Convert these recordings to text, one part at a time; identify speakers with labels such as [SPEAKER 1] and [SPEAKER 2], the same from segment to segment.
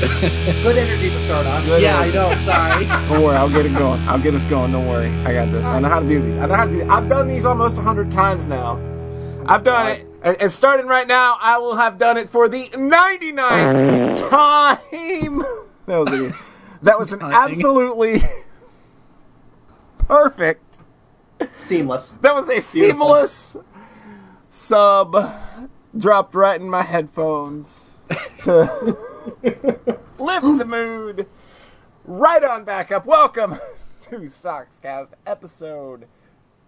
[SPEAKER 1] Good energy to start on.
[SPEAKER 2] Good
[SPEAKER 1] yeah,
[SPEAKER 2] energy.
[SPEAKER 1] I know. I'm sorry.
[SPEAKER 2] Don't worry, I'll get it going. I'll get us going. Don't worry, I got this. I know how to do these. I know how to do. I've done these almost hundred times now. I've done it, and, and starting right now, I will have done it for the 99th time. That was a, that was an absolutely perfect.
[SPEAKER 1] Seamless.
[SPEAKER 2] That was a seamless sub dropped right in my headphones to lift the mood right on back up. Welcome to Sockscast episode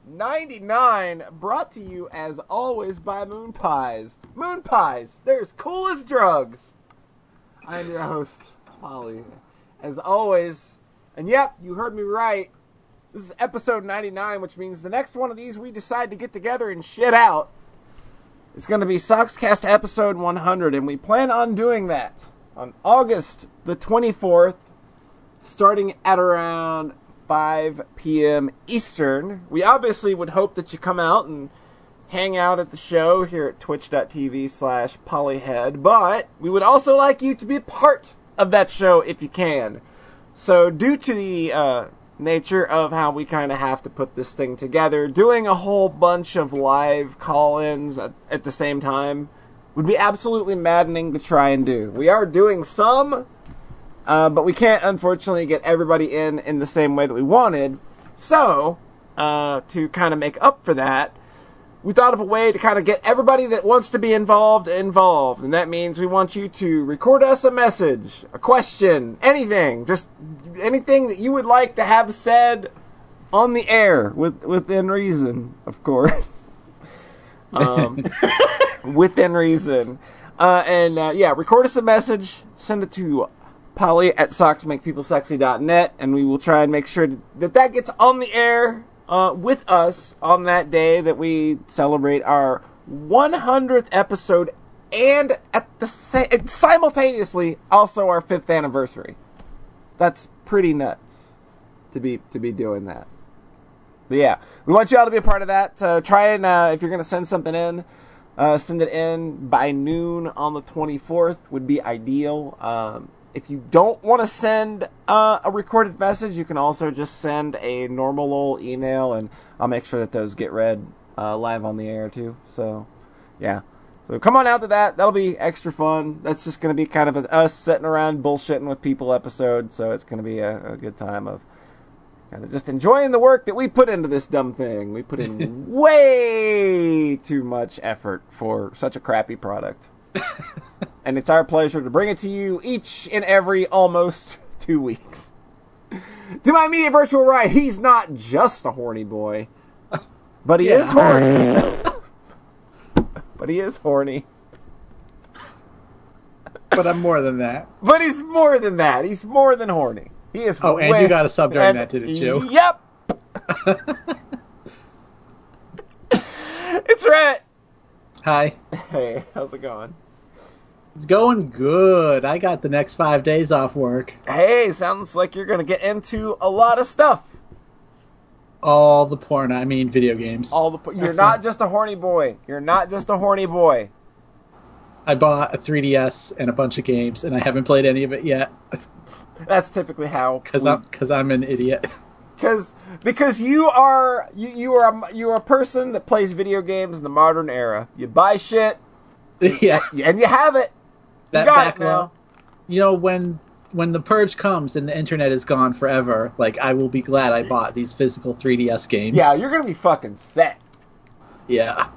[SPEAKER 2] 99, brought to you as always by Moon Pies. Moon Pies, they're as cool as drugs. I'm your host, Holly, as always. And yep, you heard me right. This is episode 99, which means the next one of these we decide to get together and shit out. It's going to be Sockscast episode 100, and we plan on doing that on August the 24th, starting at around 5 p.m. Eastern. We obviously would hope that you come out and hang out at the show here at twitch.tv slash polyhead, but we would also like you to be a part of that show if you can. So, due to the uh, nature of how we kind of have to put this thing together, doing a whole bunch of live call ins at, at the same time would be absolutely maddening to try and do. We are doing some, uh, but we can't unfortunately get everybody in in the same way that we wanted. So, uh, to kind of make up for that, we thought of a way to kind of get everybody that wants to be involved involved. And that means we want you to record us a message, a question, anything, just anything that you would like to have said on the air with, within reason, of course. Um, within reason. Uh, and uh, yeah, record us a message, send it to Polly at socksmakepeoplesexy.net, and we will try and make sure that that gets on the air uh, with us on that day that we celebrate our 100th episode and at the sa- and simultaneously also our fifth anniversary. That's pretty nuts to be to be doing that. But yeah, we want you all to be a part of that. So try and uh, if you're gonna send something in, uh, send it in by noon on the 24th would be ideal. Um, if you don't want to send uh, a recorded message, you can also just send a normal old email, and I'll make sure that those get read uh, live on the air too. So yeah. So come on out to that. That'll be extra fun. That's just going to be kind of an us sitting around bullshitting with people episode. So it's going to be a, a good time of kind of just enjoying the work that we put into this dumb thing. We put in way too much effort for such a crappy product. and it's our pleasure to bring it to you each and every almost two weeks. To my immediate virtual right, he's not just a horny boy, but he is horny. but he is horny.
[SPEAKER 1] But I'm more than that.
[SPEAKER 2] But he's more than that. He's more than horny. He is.
[SPEAKER 1] Oh, and
[SPEAKER 2] way-
[SPEAKER 1] you got a sub during
[SPEAKER 2] and-
[SPEAKER 1] that, didn't you?
[SPEAKER 2] Yep. it's right.
[SPEAKER 1] Hi.
[SPEAKER 2] Hey, how's it going?
[SPEAKER 1] It's going good. I got the next five days off work.
[SPEAKER 2] Hey, sounds like you're gonna get into a lot of stuff.
[SPEAKER 1] All the porn, I mean video games.
[SPEAKER 2] All the po- you're not
[SPEAKER 1] Excellent.
[SPEAKER 2] just a horny boy. You're not just a horny boy.
[SPEAKER 1] I bought a 3DS and a bunch of games, and I haven't played any of it yet
[SPEAKER 2] That's typically how
[SPEAKER 1] because
[SPEAKER 2] we-
[SPEAKER 1] I'm because I'm an idiot.
[SPEAKER 2] because because you are you you are a, you are a person that plays video games in the modern era. You buy shit
[SPEAKER 1] yeah,
[SPEAKER 2] and you have it.
[SPEAKER 1] that
[SPEAKER 2] you got it
[SPEAKER 1] backlog.
[SPEAKER 2] now.
[SPEAKER 1] You know when when the purge comes and the internet is gone forever, like I will be glad I bought these physical 3DS games.
[SPEAKER 2] Yeah, you're gonna be fucking set.
[SPEAKER 1] yeah.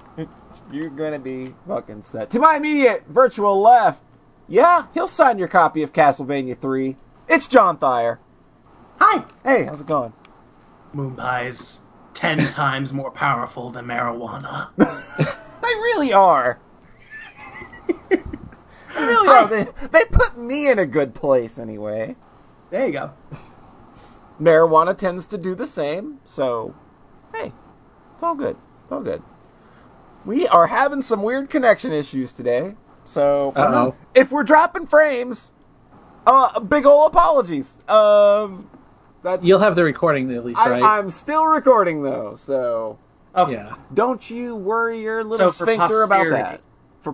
[SPEAKER 2] You're gonna be fucking set. To my immediate virtual left, yeah, he'll sign your copy of Castlevania 3. It's John Thayer.
[SPEAKER 3] Hi!
[SPEAKER 2] Hey, how's it going?
[SPEAKER 3] Moon Pie's ten times more powerful than marijuana.
[SPEAKER 2] They really are. they really are. They, they put me in a good place anyway.
[SPEAKER 3] There you go.
[SPEAKER 2] Marijuana tends to do the same, so hey, it's all good. It's all good. We are having some weird connection issues today, so
[SPEAKER 1] Uh-oh.
[SPEAKER 2] if we're dropping frames, uh, big ol' apologies. Um, that's
[SPEAKER 1] You'll have the recording at least,
[SPEAKER 2] I,
[SPEAKER 1] right?
[SPEAKER 2] I'm still recording though, so
[SPEAKER 3] Oh,
[SPEAKER 1] yeah.
[SPEAKER 2] don't you worry your little
[SPEAKER 3] So for
[SPEAKER 2] sphincter about
[SPEAKER 3] posterity.
[SPEAKER 2] that. for
[SPEAKER 3] So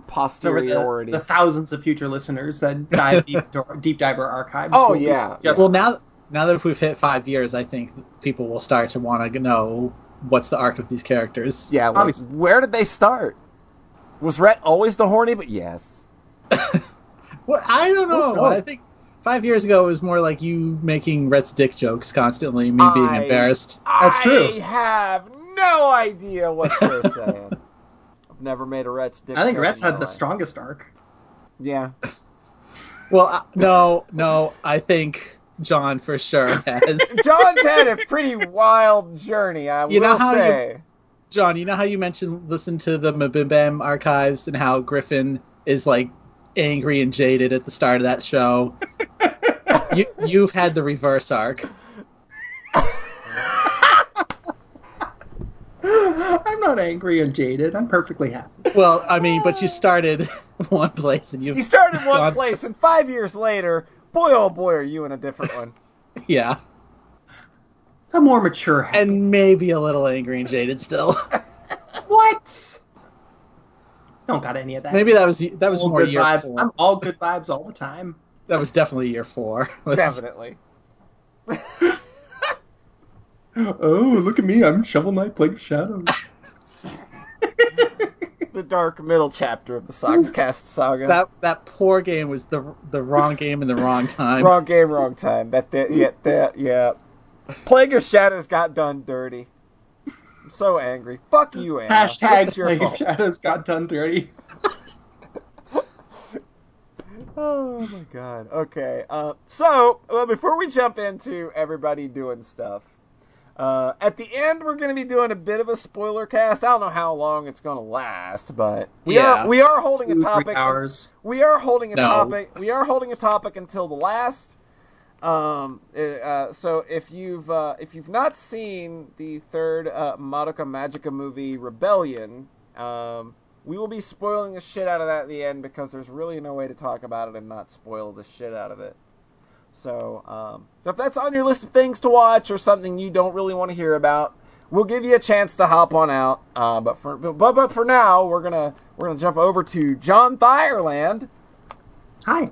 [SPEAKER 3] for the,
[SPEAKER 2] posteriority.
[SPEAKER 3] the thousands of future listeners that dive deep, dor- deep diver archives.
[SPEAKER 2] Oh,
[SPEAKER 3] will be
[SPEAKER 2] yeah.
[SPEAKER 3] just-
[SPEAKER 1] Well, now now that we've hit five years, I think people will start to want to know what's the arc of these characters.
[SPEAKER 2] yeah, like,
[SPEAKER 3] obviously.
[SPEAKER 2] where did they start? Was Rhett always the horny? But yes,
[SPEAKER 1] Well, I don't know.
[SPEAKER 3] Also-
[SPEAKER 1] I think five years ago it was more like you making Rhett's dick jokes constantly, me being
[SPEAKER 2] I-
[SPEAKER 1] embarrassed.
[SPEAKER 3] That's true.
[SPEAKER 2] I have no idea what they're saying. I've never made a Rhett's dick.
[SPEAKER 3] I think
[SPEAKER 2] joke
[SPEAKER 3] Rhett's
[SPEAKER 2] in my
[SPEAKER 3] had the
[SPEAKER 2] life.
[SPEAKER 3] strongest arc.
[SPEAKER 2] Yeah,
[SPEAKER 1] Well, I, no, no, I think John for sure has.
[SPEAKER 2] John's had a pretty wild journey. I
[SPEAKER 1] You know
[SPEAKER 2] will
[SPEAKER 1] how you-
[SPEAKER 2] say.
[SPEAKER 1] John, you know how you mentioned listen to the Mabim archives and how Griffin is like angry and jaded at the start of that show. you you've had the reverse arc.
[SPEAKER 3] I'm not angry or jaded. I'm perfectly happy.
[SPEAKER 1] Well, I mean, but you started one place and
[SPEAKER 2] Ah. You
[SPEAKER 1] you've
[SPEAKER 2] started one
[SPEAKER 1] God.
[SPEAKER 2] place, and five years later, boy, oh boy, are you in a different one.
[SPEAKER 1] yeah,
[SPEAKER 3] A more mature happy.
[SPEAKER 1] and maybe a little angry and jaded still.
[SPEAKER 3] what? Don't got any of that.
[SPEAKER 1] Maybe that was that was
[SPEAKER 3] all
[SPEAKER 1] more
[SPEAKER 3] good
[SPEAKER 1] year
[SPEAKER 3] vibes.
[SPEAKER 1] four.
[SPEAKER 3] I'm all good vibes all the time.
[SPEAKER 1] That was definitely year four. Was-
[SPEAKER 2] Definitely.
[SPEAKER 3] Oh, look at me! I'm Shovel Knight, Plague of Shadows.
[SPEAKER 2] The dark middle chapter of the Soxcast saga.
[SPEAKER 1] That that poor game was the the wrong game in the wrong time.
[SPEAKER 2] wrong game, wrong time. That, that, yeah, that, yeah. Plague of Shadows got done dirty. I'm so angry. Fuck you, Anna.
[SPEAKER 3] Hashtag
[SPEAKER 2] This is your
[SPEAKER 3] Plague of
[SPEAKER 2] fault.
[SPEAKER 3] Shadows got done dirty.
[SPEAKER 2] Oh my god. Okay. Uh, so, well, before we jump into everybody doing stuff, uh, at the end we're going to be doing a bit of a spoiler cast. I don't know how long it's going to last, but we
[SPEAKER 1] Yeah.
[SPEAKER 2] are we are holding a
[SPEAKER 3] Two,
[SPEAKER 2] topic.
[SPEAKER 3] three hours.
[SPEAKER 2] We are holding a
[SPEAKER 1] No.
[SPEAKER 2] topic. We are holding a topic until the last. Um, uh, uh, so if you've uh, if you've not seen the third uh, Madoka Magica movie Rebellion, um, we will be spoiling the shit out of that at the end because there's really no way to talk about it and not spoil the shit out of it. So, um, so if that's on your list of things to watch or something you don't really want to hear about, we'll give you a chance to hop on out. Uh, but for but, but for now, we're gonna we're gonna jump over to John Thierland
[SPEAKER 3] Hi,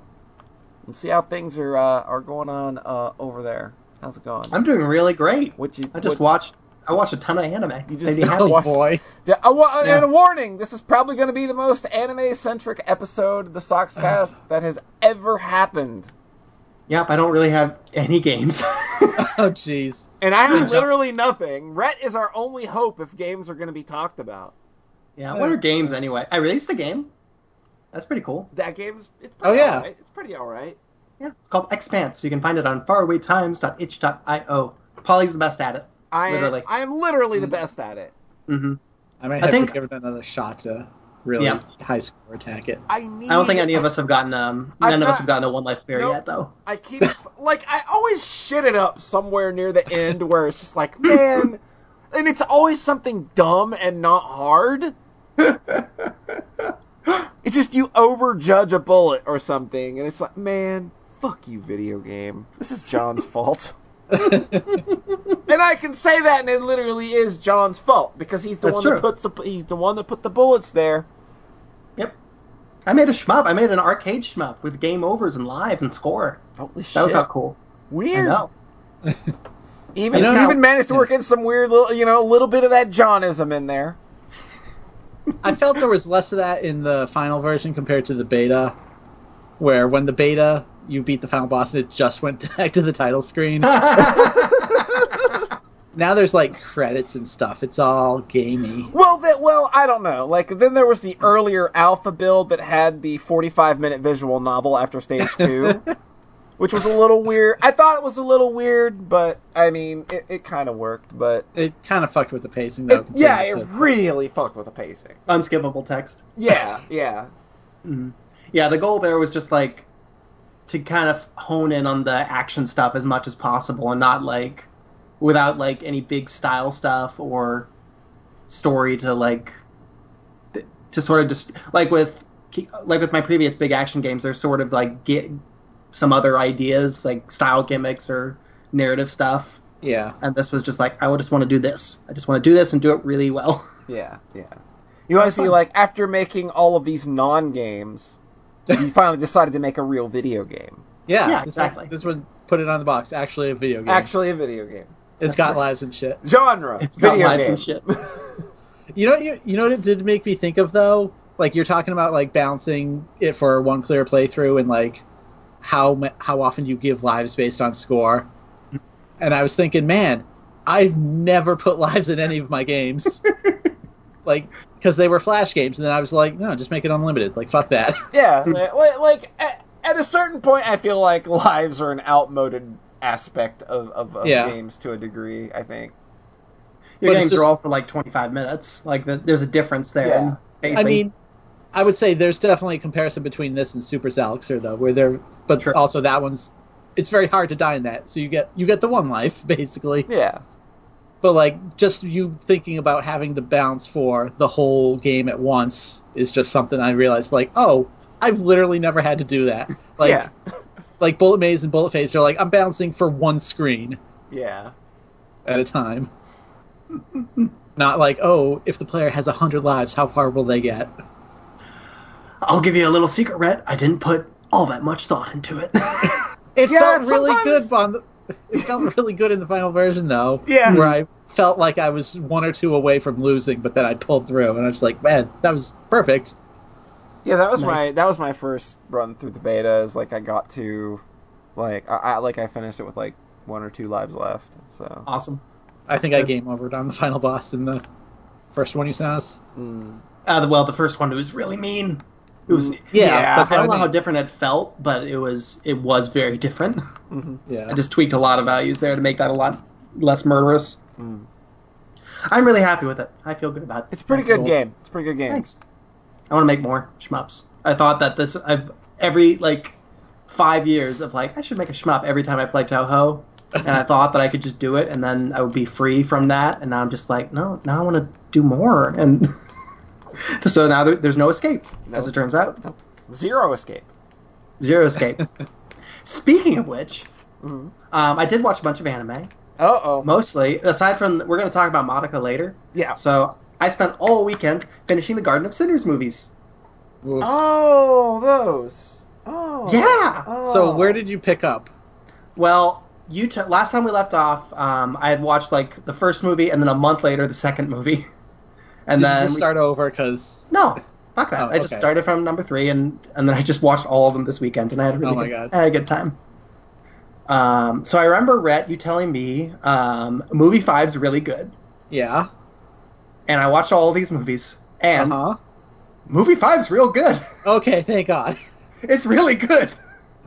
[SPEAKER 2] and see how things are uh, are going on uh, over there. How's it going?
[SPEAKER 3] I'm doing really great.
[SPEAKER 2] what you
[SPEAKER 3] I just
[SPEAKER 2] what-
[SPEAKER 3] watched. I watched a ton of anime.
[SPEAKER 2] You just-
[SPEAKER 3] Made me happy.
[SPEAKER 1] Oh boy.
[SPEAKER 2] Yeah, oh, well,
[SPEAKER 3] Yeah.
[SPEAKER 2] And a warning: this is probably going to be the most anime-centric episode of the
[SPEAKER 3] Uh-huh.
[SPEAKER 2] Soxcast that has ever happened.
[SPEAKER 3] Yep, I don't really have any games.
[SPEAKER 1] Oh jeez.
[SPEAKER 2] And I have
[SPEAKER 3] job.
[SPEAKER 2] literally nothing. Rhett is our only hope if games are going to be talked about.
[SPEAKER 3] yeah, what are games anyway? I released the game. That's pretty cool.
[SPEAKER 2] That game's it's
[SPEAKER 1] Oh,
[SPEAKER 2] pretty
[SPEAKER 1] yeah.
[SPEAKER 2] all right. It's pretty all right.
[SPEAKER 3] Yeah, it's called Expanse. You can find it on farawaytimes.itch.io. Polly's the best at it.
[SPEAKER 2] I
[SPEAKER 3] Literally. Mm-hmm.
[SPEAKER 2] am, I am literally the best at it.
[SPEAKER 3] hmm
[SPEAKER 1] I might
[SPEAKER 3] I
[SPEAKER 1] have
[SPEAKER 3] think-
[SPEAKER 1] to give it another shot to really
[SPEAKER 3] Yeah.
[SPEAKER 1] high score attack it.
[SPEAKER 2] I need.
[SPEAKER 3] I don't think any of us have gotten um
[SPEAKER 2] I've
[SPEAKER 3] none of us
[SPEAKER 2] not-
[SPEAKER 3] have gotten a one life fairy
[SPEAKER 2] Nope.
[SPEAKER 3] yet though.
[SPEAKER 2] I keep like I always shit it up somewhere near the end where it's just like man, and it's always something dumb and not hard. it's just you overjudge a bullet or something, and it's like man, fuck you, video game. This is John's fault. and I can say that, and it literally is John's fault because he's the
[SPEAKER 3] That's
[SPEAKER 2] one that
[SPEAKER 3] true.
[SPEAKER 2] puts the he's the one that put the bullets there.
[SPEAKER 3] Yep. I made a shmup. I made an arcade shmup with game overs and lives and score.
[SPEAKER 2] Holy
[SPEAKER 3] That was
[SPEAKER 2] shit!
[SPEAKER 3] how cool. I
[SPEAKER 2] Weird.
[SPEAKER 3] know.
[SPEAKER 2] Even
[SPEAKER 1] You know-
[SPEAKER 2] even managed to work in some weird little, you know, a little bit of that Johnism in there.
[SPEAKER 1] I felt there was less of that in the final version compared to the beta, where when the beta you beat the final boss and it just went back to the title screen. now there's like credits and stuff. It's all gamey.
[SPEAKER 2] Well, that well, I don't know. Like then there was the earlier alpha build that had the 45 minute visual novel after stage 2, which was a little weird. I thought it was a little weird, but I mean, it, it kind of worked, but
[SPEAKER 1] It kind of fucked with the pacing though. considering
[SPEAKER 2] yeah,
[SPEAKER 1] it's
[SPEAKER 2] it
[SPEAKER 1] a-
[SPEAKER 2] really fucked with the pacing.
[SPEAKER 3] Unskippable text.
[SPEAKER 2] Yeah, yeah.
[SPEAKER 3] Mm-hmm. Yeah, the goal there was just like to kind of hone in on the action stuff as much as possible and not like without like any big style stuff or story to like th- to sort of just like with like with my previous big action games they're sort of like get some other ideas like style gimmicks or narrative stuff
[SPEAKER 1] yeah.
[SPEAKER 3] and this was just like i would just want to do this i just want to do this and do it really well
[SPEAKER 2] Yeah, yeah. You want to
[SPEAKER 1] That's
[SPEAKER 2] see
[SPEAKER 1] fun.
[SPEAKER 2] like after making all of these non games, you finally decided to make a real video game.
[SPEAKER 1] Yeah,
[SPEAKER 3] Yeah,
[SPEAKER 1] this one-
[SPEAKER 3] exactly.
[SPEAKER 1] This one put it on the box. Actually, a video game.
[SPEAKER 2] Actually, a video game
[SPEAKER 1] it's got lives and shit.
[SPEAKER 2] genre.
[SPEAKER 3] It's got
[SPEAKER 2] video
[SPEAKER 3] lives
[SPEAKER 2] game.
[SPEAKER 3] and shit.
[SPEAKER 1] You know, you, you know what it did make me think of though. Like you're talking about like balancing it for one clear playthrough and like how mu- how often you give lives based on score. And I was thinking, man, I've never put lives in any of my games, like because they were flash games. And then I was like, no, just make it unlimited. Like fuck that.
[SPEAKER 2] Yeah, like, like at, at a certain point, I feel like lives are an outmoded aspect of, of, of
[SPEAKER 1] Yeah.
[SPEAKER 2] games to a degree. I think.
[SPEAKER 1] But
[SPEAKER 3] Your
[SPEAKER 1] it's
[SPEAKER 3] games
[SPEAKER 1] just-
[SPEAKER 3] are all for like 25 minutes. Like the, there's a difference there.
[SPEAKER 2] Yeah.
[SPEAKER 3] in pacing.
[SPEAKER 1] I mean, I would say there's definitely a comparison between this and Super Salixer though, where they're but
[SPEAKER 3] Sure.
[SPEAKER 1] also that one's it's very hard to die in that. So you get you get the one life basically.
[SPEAKER 2] Yeah,
[SPEAKER 1] But like just you thinking about having to bounce for the whole game at once is just something I realized like, oh, I've literally never had to do that. Like
[SPEAKER 2] yeah,
[SPEAKER 1] like Bullet Maze and Bullet Phase, they're like, I'm bouncing for one screen
[SPEAKER 2] yeah.
[SPEAKER 1] at a time. Not like, oh, if the player has hundred lives, how far will they get?
[SPEAKER 3] I'll give you a little secret, Rhett. I didn't put all that much thought into it.
[SPEAKER 1] It
[SPEAKER 2] Yeah,
[SPEAKER 1] felt really
[SPEAKER 2] sometimes-
[SPEAKER 1] good on the, it felt really good in the final version though.
[SPEAKER 2] Yeah.
[SPEAKER 1] Where I felt like I was one or two away from losing, but then I pulled through and I was like, man, that was perfect.
[SPEAKER 2] Yeah, that was
[SPEAKER 3] Nice.
[SPEAKER 2] my that was my first run through the beta. Is like I got to, like I, I like I finished it with like one or two lives left. So
[SPEAKER 3] awesome.
[SPEAKER 1] I think I game overed on the final boss in the first one you sent us.
[SPEAKER 2] mm.
[SPEAKER 3] Uh, well, the first one was really mean. It was.
[SPEAKER 1] Yeah,
[SPEAKER 2] Yeah,
[SPEAKER 1] that's
[SPEAKER 3] I
[SPEAKER 1] what
[SPEAKER 3] don't know
[SPEAKER 1] Mm, I
[SPEAKER 3] how
[SPEAKER 1] mean.
[SPEAKER 3] different it felt, but it was it was very different.
[SPEAKER 2] Mhm.
[SPEAKER 1] Yeah.
[SPEAKER 3] I just tweaked a lot of values there to make that a lot less murderous.
[SPEAKER 2] Mm.
[SPEAKER 3] I'm really happy with it. I feel good about it.
[SPEAKER 2] it's a pretty good
[SPEAKER 1] Cool.
[SPEAKER 2] game. It's a pretty good game.
[SPEAKER 3] Thanks. I want to make more shmups. I thought that this I've every like five years of like I should make a shmup every time I play Toho, and I thought that I could just do it and then I would be free from that. And now I'm just like, no, now I want to do more. And so now there, there's no escape, as it turns out,
[SPEAKER 2] Zero escape.
[SPEAKER 3] zero escape. Speaking of which,
[SPEAKER 2] Mhm.
[SPEAKER 3] um, I did watch a bunch of anime.
[SPEAKER 2] Uh oh.
[SPEAKER 3] Mostly, aside from we're going to talk about Monica later.
[SPEAKER 2] Yeah.
[SPEAKER 3] So I spent all weekend finishing the Garden of Sinners movies.
[SPEAKER 1] Ooh.
[SPEAKER 2] Oh, those. Oh.
[SPEAKER 3] Yeah.
[SPEAKER 1] So where did you pick up?
[SPEAKER 3] Well, you t- last time we left off, um, I had watched like the first movie, and then a month later the second movie, and
[SPEAKER 1] Did
[SPEAKER 3] then
[SPEAKER 1] you just
[SPEAKER 3] we-
[SPEAKER 1] start over? Because
[SPEAKER 3] No, fuck that.
[SPEAKER 1] Oh,
[SPEAKER 3] I just
[SPEAKER 1] okay.
[SPEAKER 3] started from number three, and and then I just watched all of them this weekend, and I had a really
[SPEAKER 1] Oh my
[SPEAKER 3] good,
[SPEAKER 1] God.
[SPEAKER 3] I had a good time. Um, so I remember Rhett, you telling me um, movie five's really good,
[SPEAKER 1] yeah,
[SPEAKER 3] and I watched all of these movies, and
[SPEAKER 1] uh-huh.
[SPEAKER 3] movie five's real good.
[SPEAKER 1] Okay, thank God.
[SPEAKER 3] it's really good.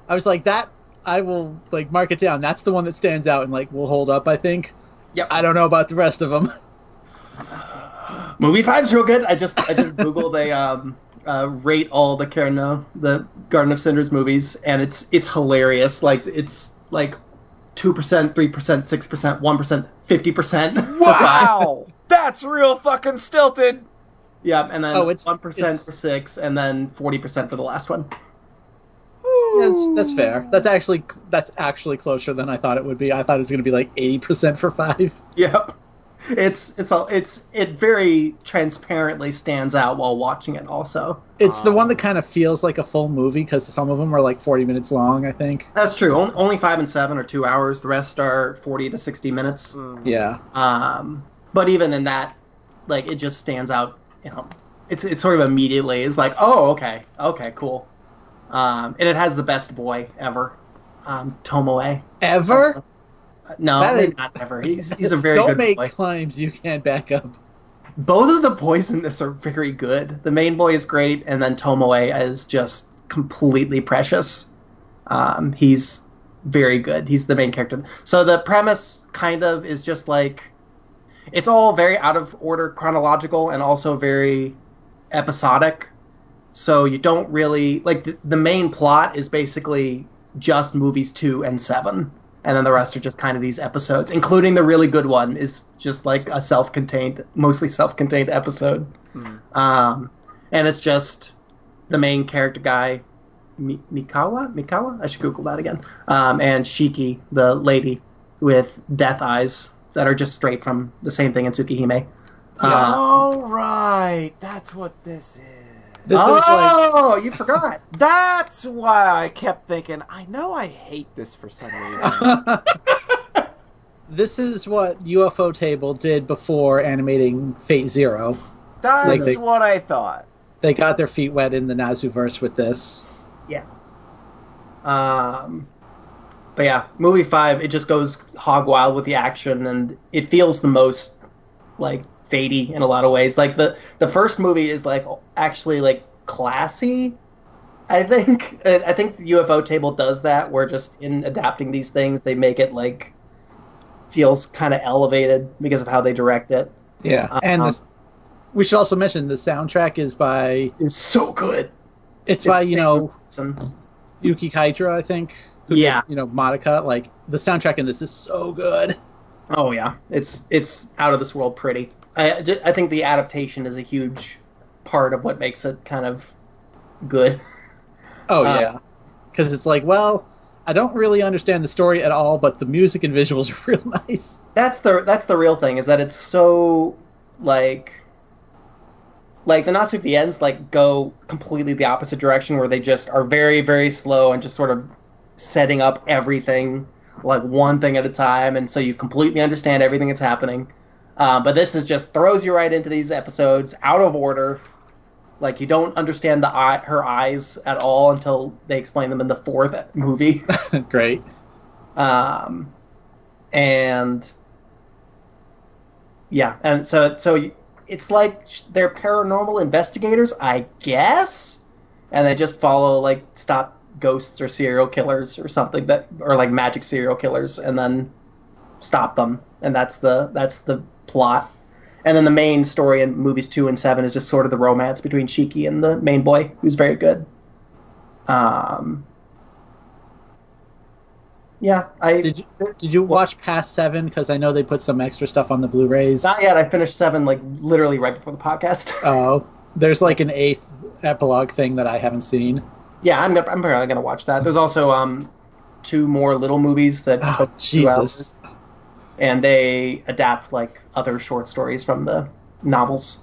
[SPEAKER 1] I was like that. I will like mark it down. That's the one that stands out and like will hold up. I think.
[SPEAKER 3] Yep.
[SPEAKER 1] I don't know about the rest of them.
[SPEAKER 3] Movie five's real good. I just I just googled a um, uh, rate all the Carno the Garden of Cinders movies, and it's it's hilarious. Like it's like two percent, three percent, six percent, one percent, fifty percent.
[SPEAKER 2] Wow. That's real fucking stilted.
[SPEAKER 3] yeah, and then
[SPEAKER 1] Oh, it's-
[SPEAKER 3] one percent
[SPEAKER 1] it's-
[SPEAKER 3] for six, and then forty percent for the last one.
[SPEAKER 1] That's, that's fair. That's actually that's actually closer than I thought it would be. I thought it was going to be like eighty percent for five.
[SPEAKER 3] Yep. It's it's all it's it very transparently stands out while watching it. Also,
[SPEAKER 1] It's the
[SPEAKER 2] Um.
[SPEAKER 1] one that kind of feels like a full movie because some of them are like forty minutes long. I think.
[SPEAKER 3] that's true. Only, only five and seven are two hours. The rest are forty to sixty minutes.
[SPEAKER 2] Mm.
[SPEAKER 1] Yeah.
[SPEAKER 3] Um, but even in that, like it just stands out. You know, it's it's sort of immediately is like, oh, okay, okay, cool. Um, and it has the best boy ever, um, Tomoe.
[SPEAKER 1] Ever.
[SPEAKER 3] Uh, No,
[SPEAKER 1] That
[SPEAKER 3] maybe
[SPEAKER 1] is-
[SPEAKER 3] not ever. He's he's a very
[SPEAKER 1] Don't
[SPEAKER 3] good
[SPEAKER 1] make
[SPEAKER 3] boy.
[SPEAKER 1] claims you can't back up.
[SPEAKER 3] Both of the boys in this are very good. The main boy is great, and then Tomoe is just completely precious. Um, he's very good. He's the main character. So the premise kind of is just like it's all very out of order chronological and also very episodic. So you don't really like the, the main plot is basically just movies 2 and 7 and then the rest are just kind of these episodes including the really good one is just like a self-contained mostly self-contained episode
[SPEAKER 2] Hmm.
[SPEAKER 3] um, and it's just the main character guy Mi- mikawa mikawa i should google that again um, and shiki the lady with death eyes that are just straight from the same thing in tsukihime Uh,
[SPEAKER 2] All right, that's what this is.
[SPEAKER 1] This is like
[SPEAKER 3] oh, you forgot.
[SPEAKER 2] That's why I kept thinking. I know I hate this for some reason.
[SPEAKER 1] Oh! this is what UFO Table did before animating Fate Zero.
[SPEAKER 2] That's
[SPEAKER 1] Like they-
[SPEAKER 2] what I thought.
[SPEAKER 1] They got their feet wet in the Nazuverse with this.
[SPEAKER 3] Yeah. Um, but yeah, movie five, it just goes hog wild with the action, and it feels the most like fady in a lot of ways. Like the the first movie is like actually like classy. I think I I think the UFO table does that. Where just in adapting these things, they make it like feels kind of elevated because of how they direct it.
[SPEAKER 1] Yeah, and this, we should also mention the soundtrack is by
[SPEAKER 3] It's so good.
[SPEAKER 1] it's by you know
[SPEAKER 3] Some-
[SPEAKER 1] Yuki Kaitra, I think. who did,
[SPEAKER 3] Yeah.
[SPEAKER 1] you know Monica. Like the soundtrack in this is so good.
[SPEAKER 3] Oh yeah, it's it's out of this world pretty. I ju- I think the adaptation is a huge part of what makes it kind of good.
[SPEAKER 1] Oh
[SPEAKER 3] Uh,
[SPEAKER 1] yeah, because it's like, well, I don't really understand the story at all, but the music and visuals are real nice.
[SPEAKER 3] That's the that's the real thing is that it's so like like the Nasufians like go completely the opposite direction where they just are very very slow and just sort of setting up everything like one thing at a time and so you completely understand everything that's happening. Uh, but this is just throws you right into these episodes out of order. Like you don't understand the eye, her eyes at all until they explain them in the fourth movie.
[SPEAKER 1] Great.
[SPEAKER 3] um, and yeah, and so so it's like sh- they're paranormal investigators, I guess, and they just follow like stop ghosts or serial killers or something that or like magic serial killers, and then stop them, and that's the that's the plot. And then the main story in movies two and seven is just sort of the romance between Shiki and the main boy, who's very good. Um, yeah, I
[SPEAKER 1] Did you did you watch past seven? Because I know they put some extra stuff on the Blu-rays.
[SPEAKER 3] Not yet. I finished seven, like literally right before the podcast.
[SPEAKER 1] Oh, there's like an eighth epilogue thing that I haven't seen.
[SPEAKER 3] yeah, I'm gonna, I'm probably gonna watch that. There's also um, two more little movies that,
[SPEAKER 1] Oh Jesus.
[SPEAKER 3] and they adapt like other short stories from the novels,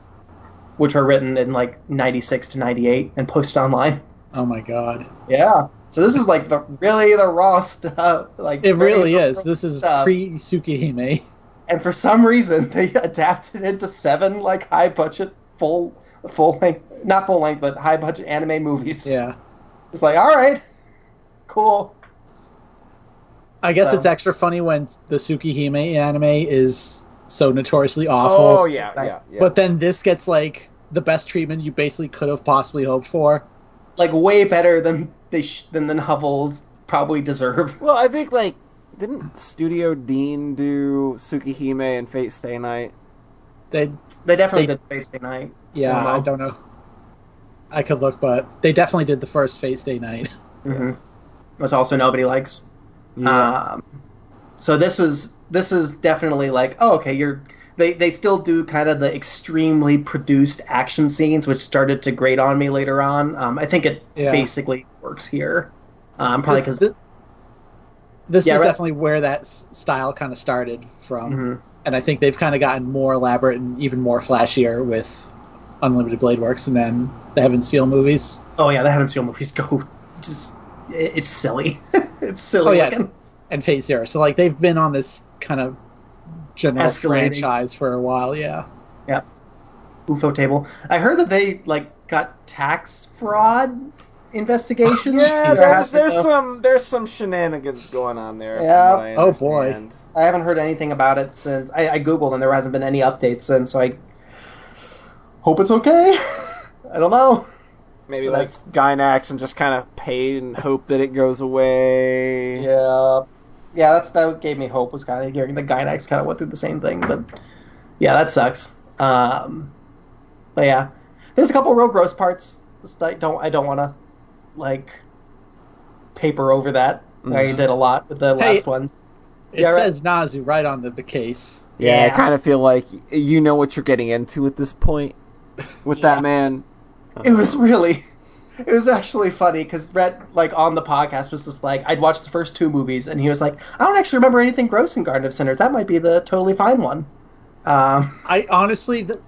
[SPEAKER 3] which are written in like '96 to '98 and posted online.
[SPEAKER 1] Oh my God.
[SPEAKER 3] Yeah. So this is like the really the raw stuff. Like
[SPEAKER 1] It
[SPEAKER 3] very
[SPEAKER 1] really
[SPEAKER 3] raw
[SPEAKER 1] is. This is
[SPEAKER 3] stuff.
[SPEAKER 1] pre Tsukihime.
[SPEAKER 3] And for some reason, they adapted it to seven like high budget full full length not full length but high budget anime movies.
[SPEAKER 1] Yeah.
[SPEAKER 3] It's like, all right, cool.
[SPEAKER 1] I guess
[SPEAKER 3] So-
[SPEAKER 1] it's extra funny when the Tsukihime anime is so notoriously awful.
[SPEAKER 2] Oh yeah, yeah, yeah.
[SPEAKER 1] But then this gets like the best treatment you basically could have possibly hoped for.
[SPEAKER 3] Like way better than they sh- than than Hovels probably deserve.
[SPEAKER 2] well, I think like didn't Studio Dean do Tsukihime and Fate Stay Night?
[SPEAKER 1] They,
[SPEAKER 3] They definitely
[SPEAKER 1] They-
[SPEAKER 3] did Thursday night.
[SPEAKER 1] yeah,
[SPEAKER 3] Wow.
[SPEAKER 2] Uh-huh.
[SPEAKER 1] I don't know. I could look, but they definitely did the first Face Day night.
[SPEAKER 3] Mm-hmm. Which also nobody likes.
[SPEAKER 2] Uh,
[SPEAKER 3] Um, so this was this is definitely like oh okay you're they they still do kind of the extremely produced action scenes which started to grate on me later on. Um, I think it
[SPEAKER 1] Yeah.
[SPEAKER 3] basically works here. Um, probably
[SPEAKER 1] This-
[SPEAKER 3] because
[SPEAKER 1] this, this
[SPEAKER 3] Yeah,
[SPEAKER 1] is
[SPEAKER 3] right. Mm-hmm.
[SPEAKER 1] definitely where that s- style kind of started from, and I think they've kind of gotten more elaborate and even more flashier with Unlimited Blade Works, and then the Heaven's Feel movies.
[SPEAKER 3] oh yeah the Haddonfield movies go just it, it's silly it's silly
[SPEAKER 1] Oh, yeah.
[SPEAKER 3] looking.
[SPEAKER 1] and Phase Zero. So like they've been on this kind of general
[SPEAKER 3] Escalating.
[SPEAKER 1] franchise for a while. Yeah,
[SPEAKER 3] UFO table. I heard that they like got tax fraud investigations.
[SPEAKER 2] yeah,
[SPEAKER 3] There
[SPEAKER 2] there's
[SPEAKER 3] has to
[SPEAKER 2] there's
[SPEAKER 3] go-
[SPEAKER 2] some there's some shenanigans going on there. from
[SPEAKER 3] Yeah.
[SPEAKER 2] what I
[SPEAKER 1] Oh, boy.
[SPEAKER 2] understand.
[SPEAKER 3] I haven't heard anything about it since I, I googled, and there hasn't been any updates since. So I hope it's okay. I don't know.
[SPEAKER 2] Maybe
[SPEAKER 3] But
[SPEAKER 2] like
[SPEAKER 3] that's-
[SPEAKER 2] Gynax and just kind of paid and hope that it goes away.
[SPEAKER 3] Yeah, yeah, that's that gave me hope. Was kind of hearing the Gynax kind of went through the same thing, but yeah, that sucks. Um, but yeah, there's a couple real gross parts. Just, I don't I don't want to like paper over that. I already
[SPEAKER 2] Mhm.
[SPEAKER 3] did a lot with the
[SPEAKER 1] Hey,
[SPEAKER 3] last ones.
[SPEAKER 1] it
[SPEAKER 3] Yeah, right.
[SPEAKER 1] says Nazu right on the, the case.
[SPEAKER 2] Yeah, I
[SPEAKER 3] Yeah.
[SPEAKER 2] kind of feel like y- you know what you're getting into at this point with
[SPEAKER 3] Yeah.
[SPEAKER 2] that man.
[SPEAKER 3] it was really it was actually funny because Brett, like on the podcast, was just like, I'd watched the first two movies, and he was like, I don't actually remember anything gross in Garden of Sinners. That might be the totally fine one. Um,
[SPEAKER 1] I honestly, the,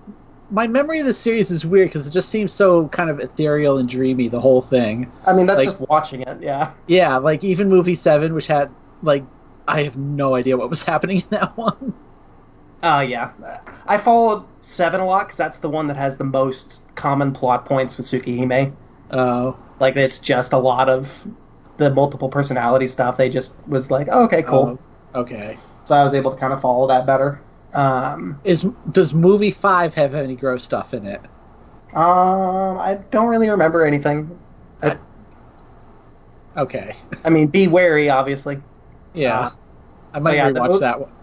[SPEAKER 1] my memory of the series is weird because it just seems so kind of ethereal and dreamy. The whole thing.
[SPEAKER 3] I mean, that's
[SPEAKER 1] Like-
[SPEAKER 3] just watching it. Yeah.
[SPEAKER 1] Yeah, like even movie seven, which had like I have no idea what was happening in that one.
[SPEAKER 3] Uh, yeah. I followed Seven a lot because that's the one that has the most common plot points with Tsukihime.
[SPEAKER 1] Oh,
[SPEAKER 3] Like, it's just a lot of the multiple personality stuff. They just was like, oh, okay, cool.
[SPEAKER 1] oh, okay.
[SPEAKER 3] So I was able to kind of follow that better. Um,
[SPEAKER 1] Is does movie five have any gross stuff in it?
[SPEAKER 3] um, I don't really remember anything. I,
[SPEAKER 1] Okay,
[SPEAKER 3] I mean, be wary, obviously.
[SPEAKER 1] yeah,
[SPEAKER 3] Uh,
[SPEAKER 1] I might
[SPEAKER 3] yeah, the
[SPEAKER 1] rewatch
[SPEAKER 3] mo-
[SPEAKER 1] that one.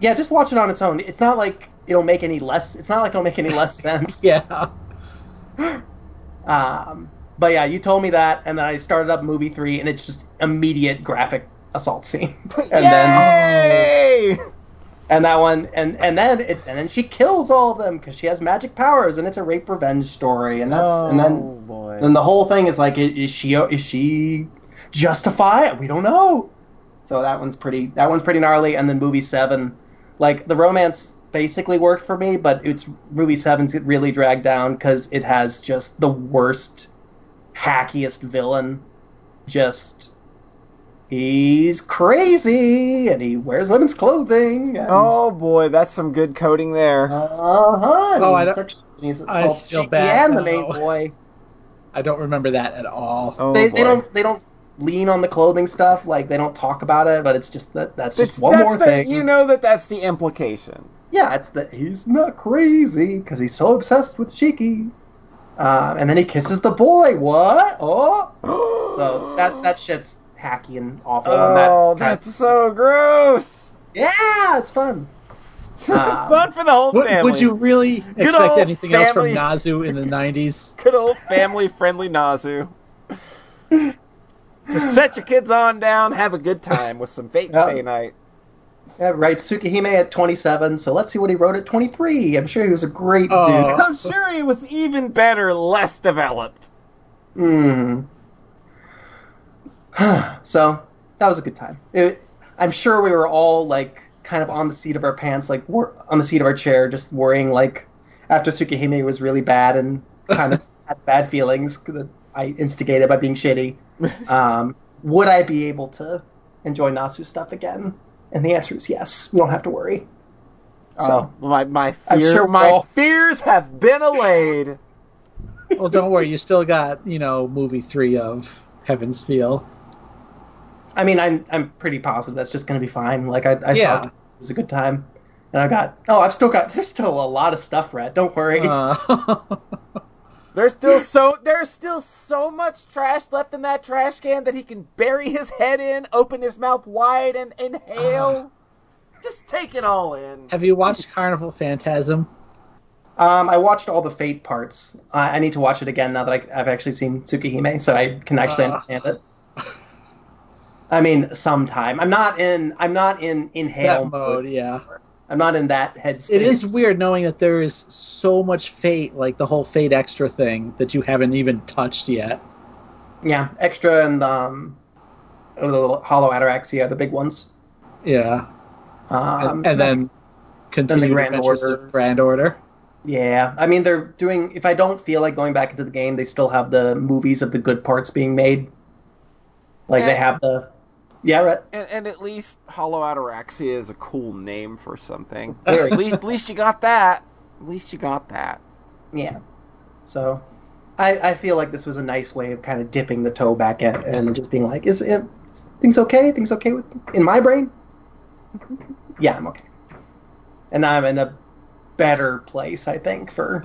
[SPEAKER 3] Yeah, just watch it on its own. It's not like it'll make any less. It's not like it'll make any less sense.
[SPEAKER 1] Yeah,
[SPEAKER 3] Um, but yeah, you told me that, and then I started up movie three, and it's just immediate graphic assault scene, and then
[SPEAKER 2] Yay!
[SPEAKER 3] and that one, and and then it, and then she kills all of them because she has magic powers, and it's a rape revenge story, and that's and then
[SPEAKER 2] Oh, boy.
[SPEAKER 3] then the whole thing is like, i- is she is she justify it? We don't know. So that one's pretty that one's pretty gnarly, and then movie seven, like the romance basically worked for me, but it's movie seven's really dragged down because it has just the worst hackiest villain. Just he's crazy and he wears women's clothing. And,
[SPEAKER 2] oh boy, that's some good coding there.
[SPEAKER 3] Uh, uh-huh.
[SPEAKER 1] Oh,
[SPEAKER 3] and
[SPEAKER 1] I don't-
[SPEAKER 3] sexual- and he's
[SPEAKER 1] I
[SPEAKER 3] assaults
[SPEAKER 1] feel
[SPEAKER 3] Shiki
[SPEAKER 1] bad
[SPEAKER 3] And the main
[SPEAKER 1] now.
[SPEAKER 3] boy.
[SPEAKER 1] I don't remember that at all.
[SPEAKER 2] oh
[SPEAKER 3] they,
[SPEAKER 2] boy.
[SPEAKER 3] they don't they don't lean on the clothing stuff like they don't talk about it but it's just that that's just
[SPEAKER 2] That's-
[SPEAKER 3] one
[SPEAKER 2] that's
[SPEAKER 3] more
[SPEAKER 2] the-
[SPEAKER 3] thing
[SPEAKER 2] You know that that's the implication.
[SPEAKER 3] yeah it's that he's not crazy because he's so obsessed with Shiki uh, and then he kisses the boy what oh so that that shit's hacky and awful and that-
[SPEAKER 2] Oh, that's so gross.
[SPEAKER 3] yeah it's fun Um,
[SPEAKER 2] Fun for the whole
[SPEAKER 1] Would-
[SPEAKER 2] family.
[SPEAKER 1] would you really expect
[SPEAKER 2] old
[SPEAKER 1] anything else from
[SPEAKER 2] family.
[SPEAKER 1] Nazu in the nineties?
[SPEAKER 2] Good old family friendly Nazu. Just set your kids on down, have a good time with some Fate's
[SPEAKER 3] Yeah.
[SPEAKER 2] Day night.
[SPEAKER 3] yeah, right Tsukihime at 27 so let's see what he wrote at 23 I'm sure he was a great
[SPEAKER 1] Oh.
[SPEAKER 2] I'm sure he was even better, less developed.
[SPEAKER 3] dude Hmm. so that was a good time. It, I'm sure we were all like kind of on the seat of our pants, like wor- on the seat of our chair, just worrying. Like after Tsukihime was really bad and kind of had bad feelings that I instigated by being shitty. Um, would I be able to enjoy Nasu stuff again? And the answer is yes. We don't have to worry. Um, So
[SPEAKER 2] Oh, my my
[SPEAKER 3] I'm
[SPEAKER 2] fear,
[SPEAKER 3] sure
[SPEAKER 2] my
[SPEAKER 3] all-
[SPEAKER 2] fears have been allayed.
[SPEAKER 1] well, don't worry, you still got you know movie three of Heaven's Feel.
[SPEAKER 3] I mean, I'm I'm pretty positive that's just going to be fine. Like I, I
[SPEAKER 1] Yeah.
[SPEAKER 3] saw it was a good time, and I've got oh I've still got there's still a lot of stuff, Rat. Don't worry.
[SPEAKER 1] Uh,
[SPEAKER 2] There's still so there's still so much trash left in that trash can that he can bury his head in, open his mouth wide, and inhale. Just take it all in.
[SPEAKER 1] have you watched Carnival Phantasm?
[SPEAKER 3] Um, I watched all the Fate parts. I, I need to watch it again now that I, I've actually seen Tsukihime, so I can actually
[SPEAKER 1] Ah.
[SPEAKER 3] understand it. I mean, sometime. I'm not in. I'm not in inhale
[SPEAKER 1] that mode, yeah.
[SPEAKER 3] I'm not in that headspace.
[SPEAKER 1] It is weird knowing that there is so much fate, like the whole fate extra thing that you haven't even touched yet.
[SPEAKER 3] Yeah, extra and um, a little hollow ataraxia are the big ones.
[SPEAKER 1] Yeah,
[SPEAKER 3] Um,
[SPEAKER 1] and, and then continue
[SPEAKER 3] Grand
[SPEAKER 1] adventures
[SPEAKER 3] Order.
[SPEAKER 1] of Grand Order.
[SPEAKER 3] Yeah, I mean they're doing. If I don't feel like going back into the game, they still have the movies of the good parts being made. Like
[SPEAKER 2] Eh.
[SPEAKER 3] they have the. Yeah, right.
[SPEAKER 2] And, and at least Hollow Ataraxia is a cool name for something.
[SPEAKER 3] Very.
[SPEAKER 2] at least at least you got that. At least you got that.
[SPEAKER 3] Yeah. So, I I feel like this was a nice way of kind of dipping the toe back in and just being like, is it things okay? Things okay with in my brain? yeah, I'm okay. And now I'm in a better place, I think, for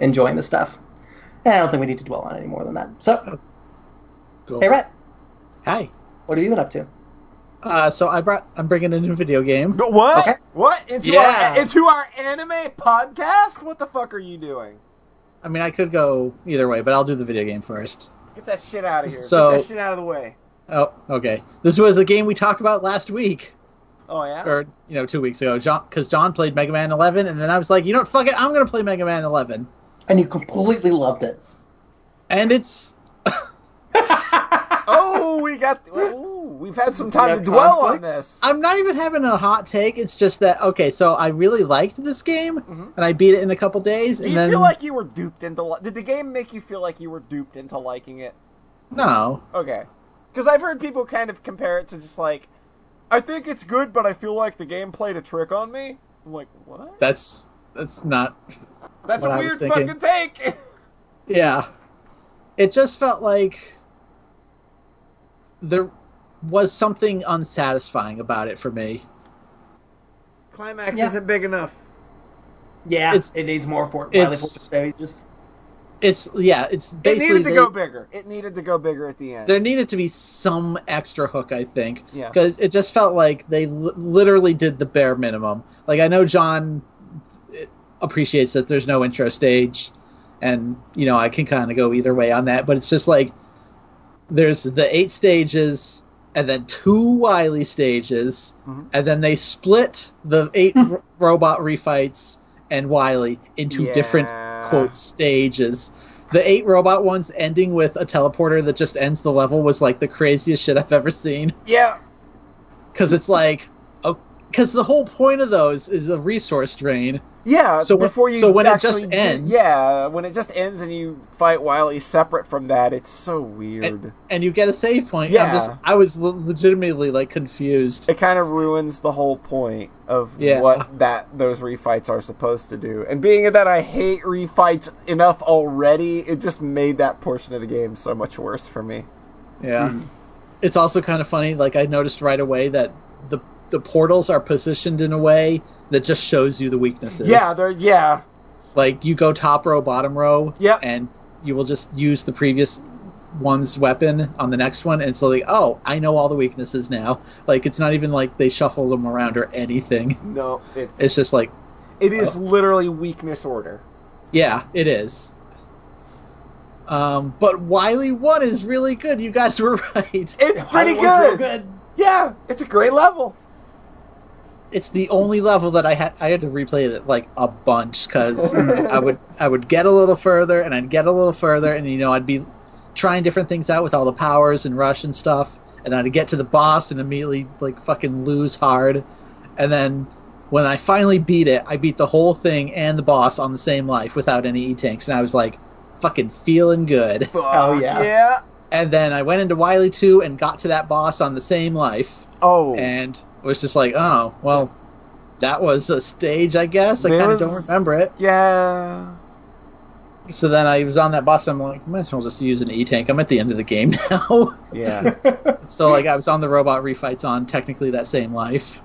[SPEAKER 3] enjoying the stuff. And I don't think we need to dwell on it any more than that. So,
[SPEAKER 1] Cool.
[SPEAKER 3] hey, Rhett,
[SPEAKER 1] Hi.
[SPEAKER 3] what have you been up to?
[SPEAKER 1] Uh, so I brought. I'm bringing a new video game.
[SPEAKER 2] But what?
[SPEAKER 3] Okay.
[SPEAKER 2] What? Into
[SPEAKER 1] Yeah.
[SPEAKER 2] our into our anime podcast? What the fuck are you doing?
[SPEAKER 1] I mean, I could go either way, but I'll do the video game first.
[SPEAKER 2] Get that shit out of here.
[SPEAKER 1] So-
[SPEAKER 2] Get that shit out of the way.
[SPEAKER 1] Oh, okay. This was the game we talked about last week,
[SPEAKER 2] Oh yeah.
[SPEAKER 1] or you know, two weeks ago. John, because John played Mega Man 11, and then I was like, you know what? Fuck it, I'm gonna play Mega Man 11,
[SPEAKER 3] And you completely loved it.
[SPEAKER 1] and it's
[SPEAKER 2] Oh, we got ooh, We've had some
[SPEAKER 3] We
[SPEAKER 2] time
[SPEAKER 3] have
[SPEAKER 2] to dwell on
[SPEAKER 3] conflict.
[SPEAKER 2] this.
[SPEAKER 1] I'm not even having a hot take. It's just that okay, so I really liked this game,
[SPEAKER 2] Mhm.
[SPEAKER 1] and I beat it in a couple days,
[SPEAKER 2] Do
[SPEAKER 1] and
[SPEAKER 2] you
[SPEAKER 1] then
[SPEAKER 2] feel like you were duped into? Li- Did the game make you feel like you were duped into liking it?
[SPEAKER 1] no,
[SPEAKER 2] Okay, because I've heard people kind of compare it to just like, I think it's good, but I feel like the game played a trick on me. I'm like, what?
[SPEAKER 1] that's that's not.
[SPEAKER 2] That's
[SPEAKER 1] what
[SPEAKER 2] a
[SPEAKER 1] I
[SPEAKER 2] weird
[SPEAKER 1] was thinking.
[SPEAKER 2] fucking take.
[SPEAKER 1] Yeah, it just felt like there was something unsatisfying about it for me.
[SPEAKER 2] Climax
[SPEAKER 3] Yeah.
[SPEAKER 2] isn't big enough.
[SPEAKER 3] Yeah,
[SPEAKER 1] It's-
[SPEAKER 3] it needs more for
[SPEAKER 1] it's-
[SPEAKER 3] stages.
[SPEAKER 1] It's yeah, it's
[SPEAKER 2] It
[SPEAKER 1] basically
[SPEAKER 2] needed to
[SPEAKER 1] they-
[SPEAKER 2] go bigger. It needed to go bigger at the end.
[SPEAKER 1] there needed to be some extra hook, I think.
[SPEAKER 2] Yeah.
[SPEAKER 1] Because it just felt like they li- literally did the bare minimum. Like, I know John eh, appreciates that there's no intro stage, and, you know, I can kind of go either way on that, but it's just like there's the eight stages and then two Wily stages,
[SPEAKER 2] Mhm.
[SPEAKER 1] and then they split the eight r- robot refights and Wily into different
[SPEAKER 2] Yeah.
[SPEAKER 1] quote stages. The eight robot ones ending with a teleporter that just ends the level was like the craziest shit I've ever seen.
[SPEAKER 2] Yeah.
[SPEAKER 1] Because it's like, because the whole point of those is a resource drain.
[SPEAKER 2] Yeah,
[SPEAKER 1] So when-
[SPEAKER 2] before you
[SPEAKER 1] so when it just
[SPEAKER 2] actually do-
[SPEAKER 1] ends-
[SPEAKER 2] yeah, when it just ends and you fight Wily separate from that, it's so weird. It,
[SPEAKER 1] And you get a save point. Yeah. I'm just,
[SPEAKER 2] Yeah.
[SPEAKER 1] I was le- legitimately like confused.
[SPEAKER 2] kind of ruins the whole point of
[SPEAKER 1] Yeah.
[SPEAKER 2] what that those refights are supposed to do. And being that I hate refights enough already, it just made that portion of the game so much worse for me.
[SPEAKER 1] Yeah,
[SPEAKER 2] Hmm.
[SPEAKER 1] it's also kind of funny. Like I noticed right away that the the portals are positioned in a way that just shows you the weaknesses.
[SPEAKER 2] Yeah, they're yeah.
[SPEAKER 1] like you go top row, bottom row,
[SPEAKER 2] Yep.
[SPEAKER 1] and you will just use the previous one's weapon on the next one, and it's like, oh, I know all the weaknesses now. Like it's not even like they shuffled them around or anything.
[SPEAKER 2] No, it's,
[SPEAKER 1] It's Oh. just like,
[SPEAKER 2] it is literally weakness order.
[SPEAKER 1] yeah, it is. Um, but Wily One is really good. You guys were right.
[SPEAKER 2] It's pretty
[SPEAKER 3] Highly E one's real
[SPEAKER 2] good. Yeah, it's a great level.
[SPEAKER 1] It's the only level that I had. I had to replay it like a bunch because I would I would get a little further and I'd get a little further and you know I'd be trying different things out with all the powers and rush and stuff and then I'd get to the boss and immediately like fucking lose hard and then when I finally beat it I beat the whole thing and the boss on the same life without any e tanks and I was like fucking feeling good
[SPEAKER 2] Fuck,
[SPEAKER 3] yeah.
[SPEAKER 2] Yeah.
[SPEAKER 1] and then I went into Wily two and got to that boss on the same life
[SPEAKER 2] Oh.
[SPEAKER 1] and was just like oh well. That was a stage, I guess. I
[SPEAKER 2] There
[SPEAKER 1] kind of
[SPEAKER 2] was-
[SPEAKER 1] don't remember it.
[SPEAKER 2] Yeah.
[SPEAKER 1] So then I was on that bus. I'm like, might as well just use an E tank. I'm at the end of the game now.
[SPEAKER 2] Yeah.
[SPEAKER 3] good.
[SPEAKER 1] so like, I was on the robot refights on technically that same life.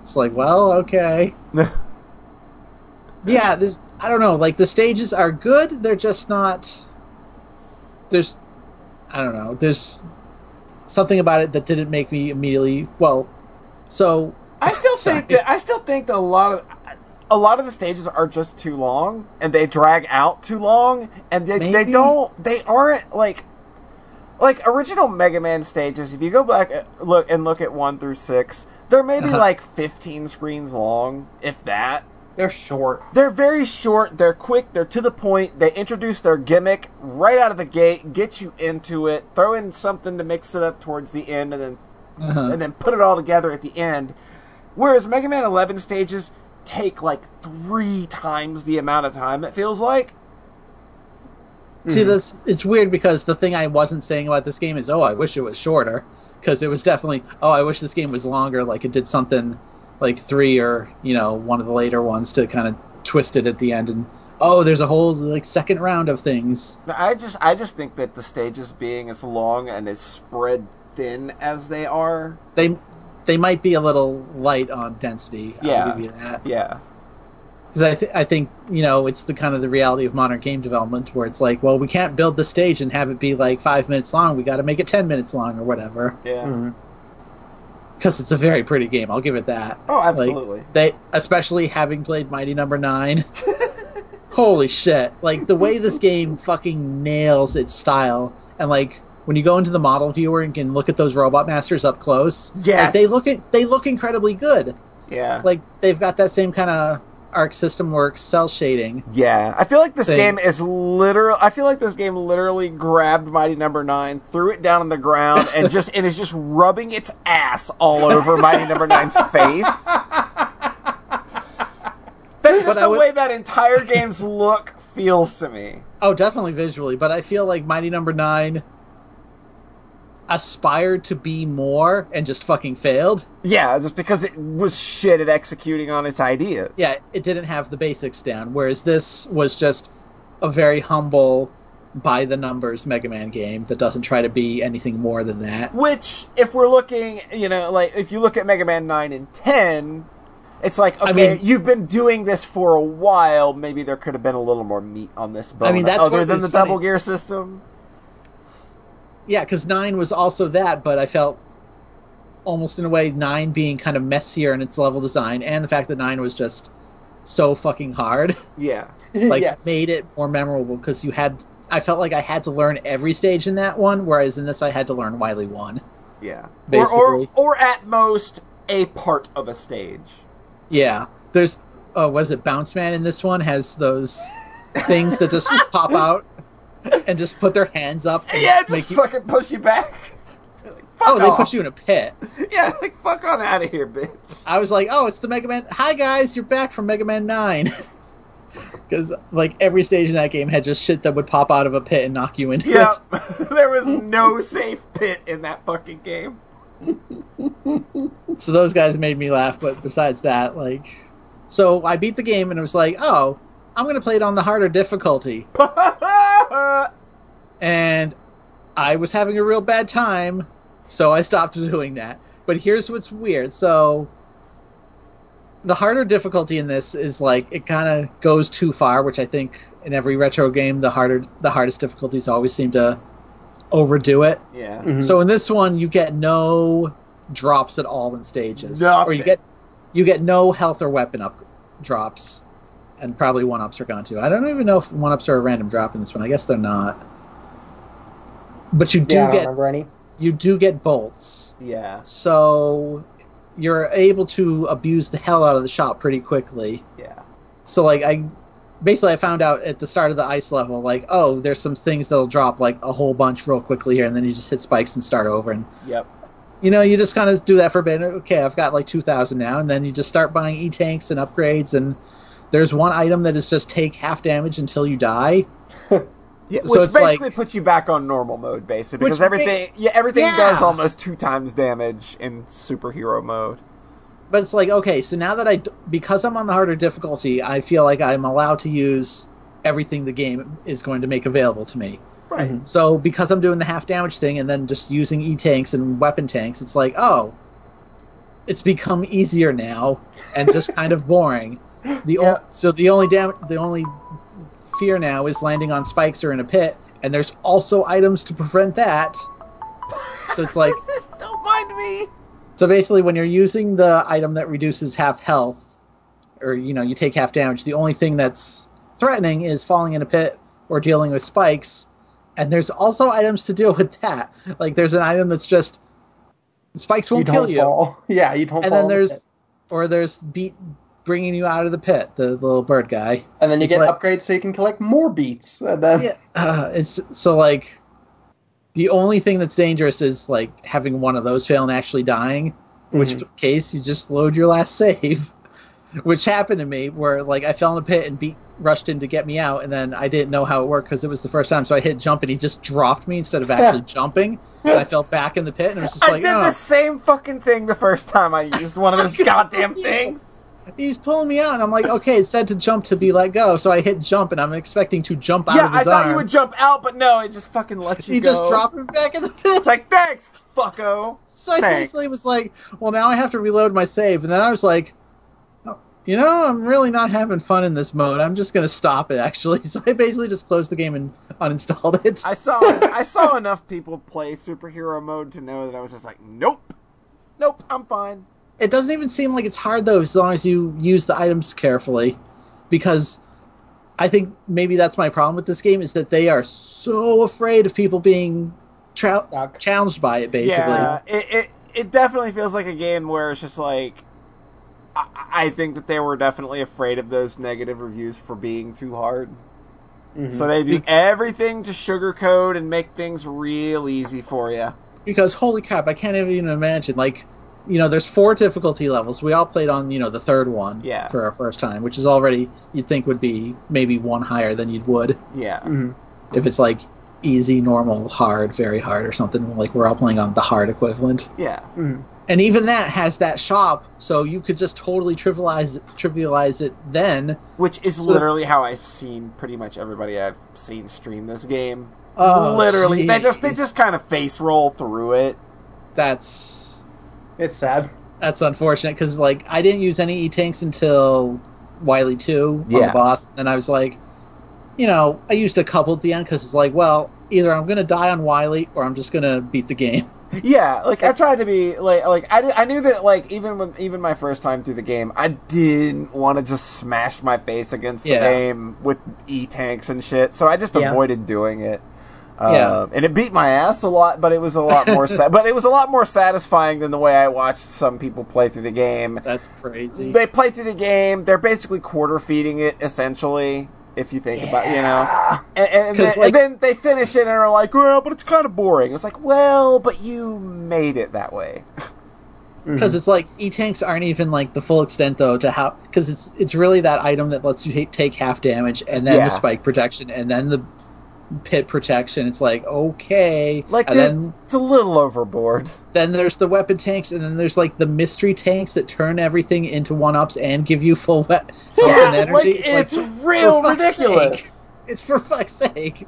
[SPEAKER 1] It's like, well, okay, yeah. There's, I don't know. Like the stages are good. They're just not. There's, I don't know. There's something about it that didn't make me immediately. Well, so
[SPEAKER 2] I still think that I still think that a lot of a lot of the stages are just too long and they drag out too long and they, they
[SPEAKER 1] Maybe.
[SPEAKER 2] don't they aren't like like original Mega Man stages if you go back uh, look and look at 1 through 6 they're maybe
[SPEAKER 1] Uh-huh.
[SPEAKER 2] like 15 screens long if that
[SPEAKER 3] They're short.
[SPEAKER 2] they're very short, they're quick, they're to the point. They introduce their gimmick right out of the gate, get you into it, throw in something to mix it up towards the end and then
[SPEAKER 1] uh
[SPEAKER 2] and then put it all together at the end. Whereas Mega Man 11 stages take like 3 times the amount of time it feels like.
[SPEAKER 1] See, this it's weird because the thing I wasn't saying about this game is, oh, I wish it was shorter, because it was definitely, oh, I wish this game was longer. Like it did something, like three or you know one of the later ones to kind of twist it at the end, and oh, there's a whole like second round of things.
[SPEAKER 2] No, I just I just think that the stages being as long and as spread thin as they are,
[SPEAKER 1] They they might be a little light on density.
[SPEAKER 2] Yeah.
[SPEAKER 1] I'll give you that.
[SPEAKER 2] yeah.
[SPEAKER 1] because I, th- I think you know it's the kind of the reality of modern game development where it's like well we can't build the stage and have it be like five minutes long we got to make it ten minutes long or whatever
[SPEAKER 2] Yeah.
[SPEAKER 3] Mhm.
[SPEAKER 1] because it's a very pretty game i'll give it that
[SPEAKER 2] Oh,
[SPEAKER 1] Like,
[SPEAKER 2] absolutely.
[SPEAKER 1] they especially having played mighty number nine holy shit like the way this game fucking nails its style and like when you go into the model viewer and can look at those robot masters up close like,
[SPEAKER 2] Yes.
[SPEAKER 1] they look at they look incredibly good
[SPEAKER 2] yeah.
[SPEAKER 1] like they've got that same kind of Arc System Works cell shading.
[SPEAKER 2] Yeah, I feel like this
[SPEAKER 1] Thing.
[SPEAKER 2] game is literal. I feel like this game literally grabbed Mighty Number Nine, threw it down on the ground, and just and is just rubbing its ass all over Mighty Number Nine's face. That's just
[SPEAKER 1] I
[SPEAKER 2] the
[SPEAKER 1] would-
[SPEAKER 2] way that entire game's look feels to me.
[SPEAKER 1] Oh, definitely visually, but I feel like Mighty Number Nine aspired to be more and just fucking failed.
[SPEAKER 2] Yeah, just because it was shit at executing on its ideas.
[SPEAKER 1] Yeah, it didn't have the basics down, whereas this was just a very humble, by the numbers Mega Man game that doesn't try to be anything more than that.
[SPEAKER 2] Which, if we're looking, you know, like if you look at Mega Man Nine and Ten, it's like okay,
[SPEAKER 1] mean-
[SPEAKER 2] you've been doing this for a while. Maybe there could have been a little more meat on this bone.
[SPEAKER 1] mean, that's
[SPEAKER 2] other
[SPEAKER 1] what
[SPEAKER 2] than
[SPEAKER 1] is
[SPEAKER 2] the
[SPEAKER 1] funny.
[SPEAKER 2] double gear system.
[SPEAKER 1] Yeah, because nine was also that, but I felt almost in a way nine being kind of messier in its level design, and the fact that nine was just so fucking hard,
[SPEAKER 2] Yeah,
[SPEAKER 1] like
[SPEAKER 3] yes.
[SPEAKER 1] made it more memorable because you had. I felt like I had to learn every stage in that one, whereas in this I had to learn Wily one.
[SPEAKER 2] yeah. Or, or
[SPEAKER 1] Basically.
[SPEAKER 2] or at most a part of a stage.
[SPEAKER 1] Yeah, there's. Uh, was it Bounce Man in this one has those things that just pop out and just put their hands up? And
[SPEAKER 2] Yeah, just
[SPEAKER 1] make you.
[SPEAKER 2] fucking push you back. Like, fuck
[SPEAKER 1] Oh, they
[SPEAKER 2] off.
[SPEAKER 1] put you in a pit.
[SPEAKER 2] Yeah, like fuck on out of here, bitch.
[SPEAKER 1] I was like, oh, it's the Mega Man. Hi, guys, you're back from Mega Man 9. Because, like, every stage in that game had just shit that would pop out of a pit and knock you into
[SPEAKER 2] Yeah,
[SPEAKER 1] it.
[SPEAKER 2] there was no safe pit in that fucking game.
[SPEAKER 1] So those guys made me laugh, but besides that, like. So I beat the game and it was like, oh, I'm going to play it on the harder difficulty. And I was having a real bad time, so I stopped doing that. But here's what's weird. So. The harder difficulty in this is like it kind of goes too far, which I think in every retro game the harder the hardest difficulties always seem to overdo it.
[SPEAKER 2] yeah.
[SPEAKER 3] Mhm.
[SPEAKER 1] So in this one, you get no drops at all in stages, or
[SPEAKER 2] Nothing.
[SPEAKER 1] you get you get no health or weapon up drops, and probably one ups are gone too. I don't even know if one ups are a random drop in this one. I guess they're not. But you do
[SPEAKER 3] yeah, I don't
[SPEAKER 1] get
[SPEAKER 3] remember any.
[SPEAKER 1] you do get bolts,
[SPEAKER 2] Yeah,
[SPEAKER 1] so you're able to abuse the hell out of the shop pretty quickly.
[SPEAKER 2] yeah.
[SPEAKER 1] So like I basically I found out at the start of the ice level like oh there's some things that'll drop like a whole bunch real quickly here and then you just hit spikes and start over and
[SPEAKER 2] Yep.
[SPEAKER 1] you know, you just kind of do that for a bit. Okay, I've got like 2,000 now, and then you just start buying E tanks and upgrades. And there's one item that is just take half damage until you die.
[SPEAKER 2] Yeah,
[SPEAKER 1] So
[SPEAKER 2] which
[SPEAKER 1] it's
[SPEAKER 2] basically
[SPEAKER 1] like-
[SPEAKER 2] puts you back on normal mode, basically,
[SPEAKER 1] Which
[SPEAKER 2] because everything, yeah, everything
[SPEAKER 1] Yeah.
[SPEAKER 2] does almost two times damage in superhero mode.
[SPEAKER 1] But it's like, okay, so now that I, d- because I'm on the harder difficulty, I feel like I'm allowed to use everything the game is going to make available to me.
[SPEAKER 2] Right.
[SPEAKER 1] So because I'm doing the half damage thing and then just using E tanks and weapon tanks, it's like, oh, it's become easier now and just kind of boring. The o-
[SPEAKER 2] Yeah.
[SPEAKER 1] so the only dam- the only fear now is landing on spikes or in a pit, and there's also items to prevent that. So it's like
[SPEAKER 2] Don't mind me.
[SPEAKER 1] so basically when you're using the item that reduces half health or you know you take half damage, the only thing that's threatening is falling in a pit or dealing with spikes. And there's also items to deal with that. Like there's an item that's just spikes
[SPEAKER 3] You
[SPEAKER 1] won't kill
[SPEAKER 3] don't
[SPEAKER 1] you
[SPEAKER 3] fall. Yeah, you don't
[SPEAKER 1] and
[SPEAKER 3] fall.
[SPEAKER 1] then
[SPEAKER 3] in the
[SPEAKER 1] there's
[SPEAKER 3] pit.
[SPEAKER 1] or there's beat bringing you out of the pit the, the little bird guy
[SPEAKER 3] and then you
[SPEAKER 1] it's
[SPEAKER 3] get
[SPEAKER 1] like-
[SPEAKER 3] upgrades so you can collect more beats. And then
[SPEAKER 1] yeah uh, it's so like the only thing that's dangerous is like having one of those fail and actually dying which
[SPEAKER 2] Mm-hmm.
[SPEAKER 3] Mhm.
[SPEAKER 1] case you just load your last save which happened to me where like i fell in a pit and beat rushed in to get me out and then i didn't know how it worked because it was the first time so i hit jump and he just dropped me instead of actually jumping and i fell back in the pit and it was just
[SPEAKER 2] I
[SPEAKER 1] like
[SPEAKER 2] did
[SPEAKER 1] oh.
[SPEAKER 2] the same fucking thing the first time I used one of those goddamn things.
[SPEAKER 1] he's pulling me out, and I'm like, okay, it said to jump to be let go, so I hit jump, and I'm expecting to jump out
[SPEAKER 2] Yeah,
[SPEAKER 1] of his
[SPEAKER 2] I thought
[SPEAKER 1] arms.
[SPEAKER 2] you would jump out, but no, it just fucking lets you
[SPEAKER 1] He
[SPEAKER 2] go.
[SPEAKER 1] just dropped me back in the pit.
[SPEAKER 2] It's like thanks, fucko.
[SPEAKER 1] So I
[SPEAKER 2] thanks.
[SPEAKER 1] basically was like, well, now I have to reload my save, and then I was like, oh, you know, I'm really not having fun in this mode. I'm just gonna stop it actually. So I basically just closed the game and uninstalled it.
[SPEAKER 2] I saw I saw enough people play superhero mode to know that I was just like, nope, nope, I'm fine.
[SPEAKER 1] It doesn't even seem like it's hard though, as long as you use the items carefully, because I think maybe that's my problem with this game is that they are so afraid of people being tra-
[SPEAKER 3] Stuck.
[SPEAKER 1] challenged by it. Basically,
[SPEAKER 2] Yeah, it, it it definitely feels like a game where it's just like I, I think that they were definitely afraid of those negative reviews for being too hard.
[SPEAKER 3] Mm-hmm.
[SPEAKER 1] Mhm.
[SPEAKER 2] So they do everything to sugarcoat and make things real easy for you.
[SPEAKER 1] because holy crap, I can't even imagine. Like, you know, there's four difficulty levels. We all played on, you know, the third one
[SPEAKER 2] Yeah.
[SPEAKER 1] for our first time, which is already you'd think would be maybe one higher than you would
[SPEAKER 2] Yeah.
[SPEAKER 3] Mhm.
[SPEAKER 1] if it's like easy, normal, hard, very hard, or something. Like we're all playing on the hard equivalent,
[SPEAKER 2] Yeah.
[SPEAKER 3] Mhm.
[SPEAKER 1] and even that has that shop, so you could just totally trivialize trivialize it then.
[SPEAKER 2] Which is
[SPEAKER 1] So-
[SPEAKER 2] literally how I've seen pretty much everybody I've seen stream this game.
[SPEAKER 1] Oh,
[SPEAKER 2] literally, they just they
[SPEAKER 1] jeez.
[SPEAKER 2] just kind of face roll through it.
[SPEAKER 1] That's
[SPEAKER 3] It's sad.
[SPEAKER 1] That's unfortunate because like I didn't use any E tanks until Wiley two on
[SPEAKER 2] Yeah.
[SPEAKER 1] the boss, and I was like, you know, I used a couple at the end because it's like, well, either I'm gonna die on Wiley or I'm just gonna beat the game.
[SPEAKER 2] Yeah, like I tried to be like like I, did- I knew that like even when even my first time through the game, I didn't want to just smash my face against the
[SPEAKER 1] Yeah.
[SPEAKER 2] game with e tanks and shit. So I just
[SPEAKER 3] Yeah.
[SPEAKER 2] avoided doing it.
[SPEAKER 1] Yeah.
[SPEAKER 2] Um, and it beat my ass a lot, but it was a lot more sa- but it was a lot more satisfying than the way I watched some people play through the game.
[SPEAKER 1] That's crazy.
[SPEAKER 2] They play through the game; they're basically quarter feeding it, essentially. If you think about, you know,
[SPEAKER 3] Yeah.
[SPEAKER 2] and, and,
[SPEAKER 1] 'Cause,
[SPEAKER 2] then,
[SPEAKER 1] like-
[SPEAKER 2] and then they finish it and are like, well, but it's kind of boring. It's like, well, but you made it that way.
[SPEAKER 1] Because it's like E tanks aren't even like the full extent though to how because it's it's really that item that lets you ha- take half damage and then
[SPEAKER 2] Yeah.
[SPEAKER 1] the spike protection and then the pit protection. It's like okay,
[SPEAKER 2] Like,
[SPEAKER 1] and
[SPEAKER 2] there's-
[SPEAKER 1] then
[SPEAKER 2] It's a little overboard.
[SPEAKER 1] Then there's the weapon tanks, and then there's like the mystery tanks that turn everything into one ups and give you full we- health and
[SPEAKER 2] Yeah,
[SPEAKER 1] energy.
[SPEAKER 2] like
[SPEAKER 1] It's
[SPEAKER 2] it's
[SPEAKER 1] like,
[SPEAKER 2] real
[SPEAKER 1] for fuck's
[SPEAKER 2] ridiculous.
[SPEAKER 1] sake. it's for fuck's sake.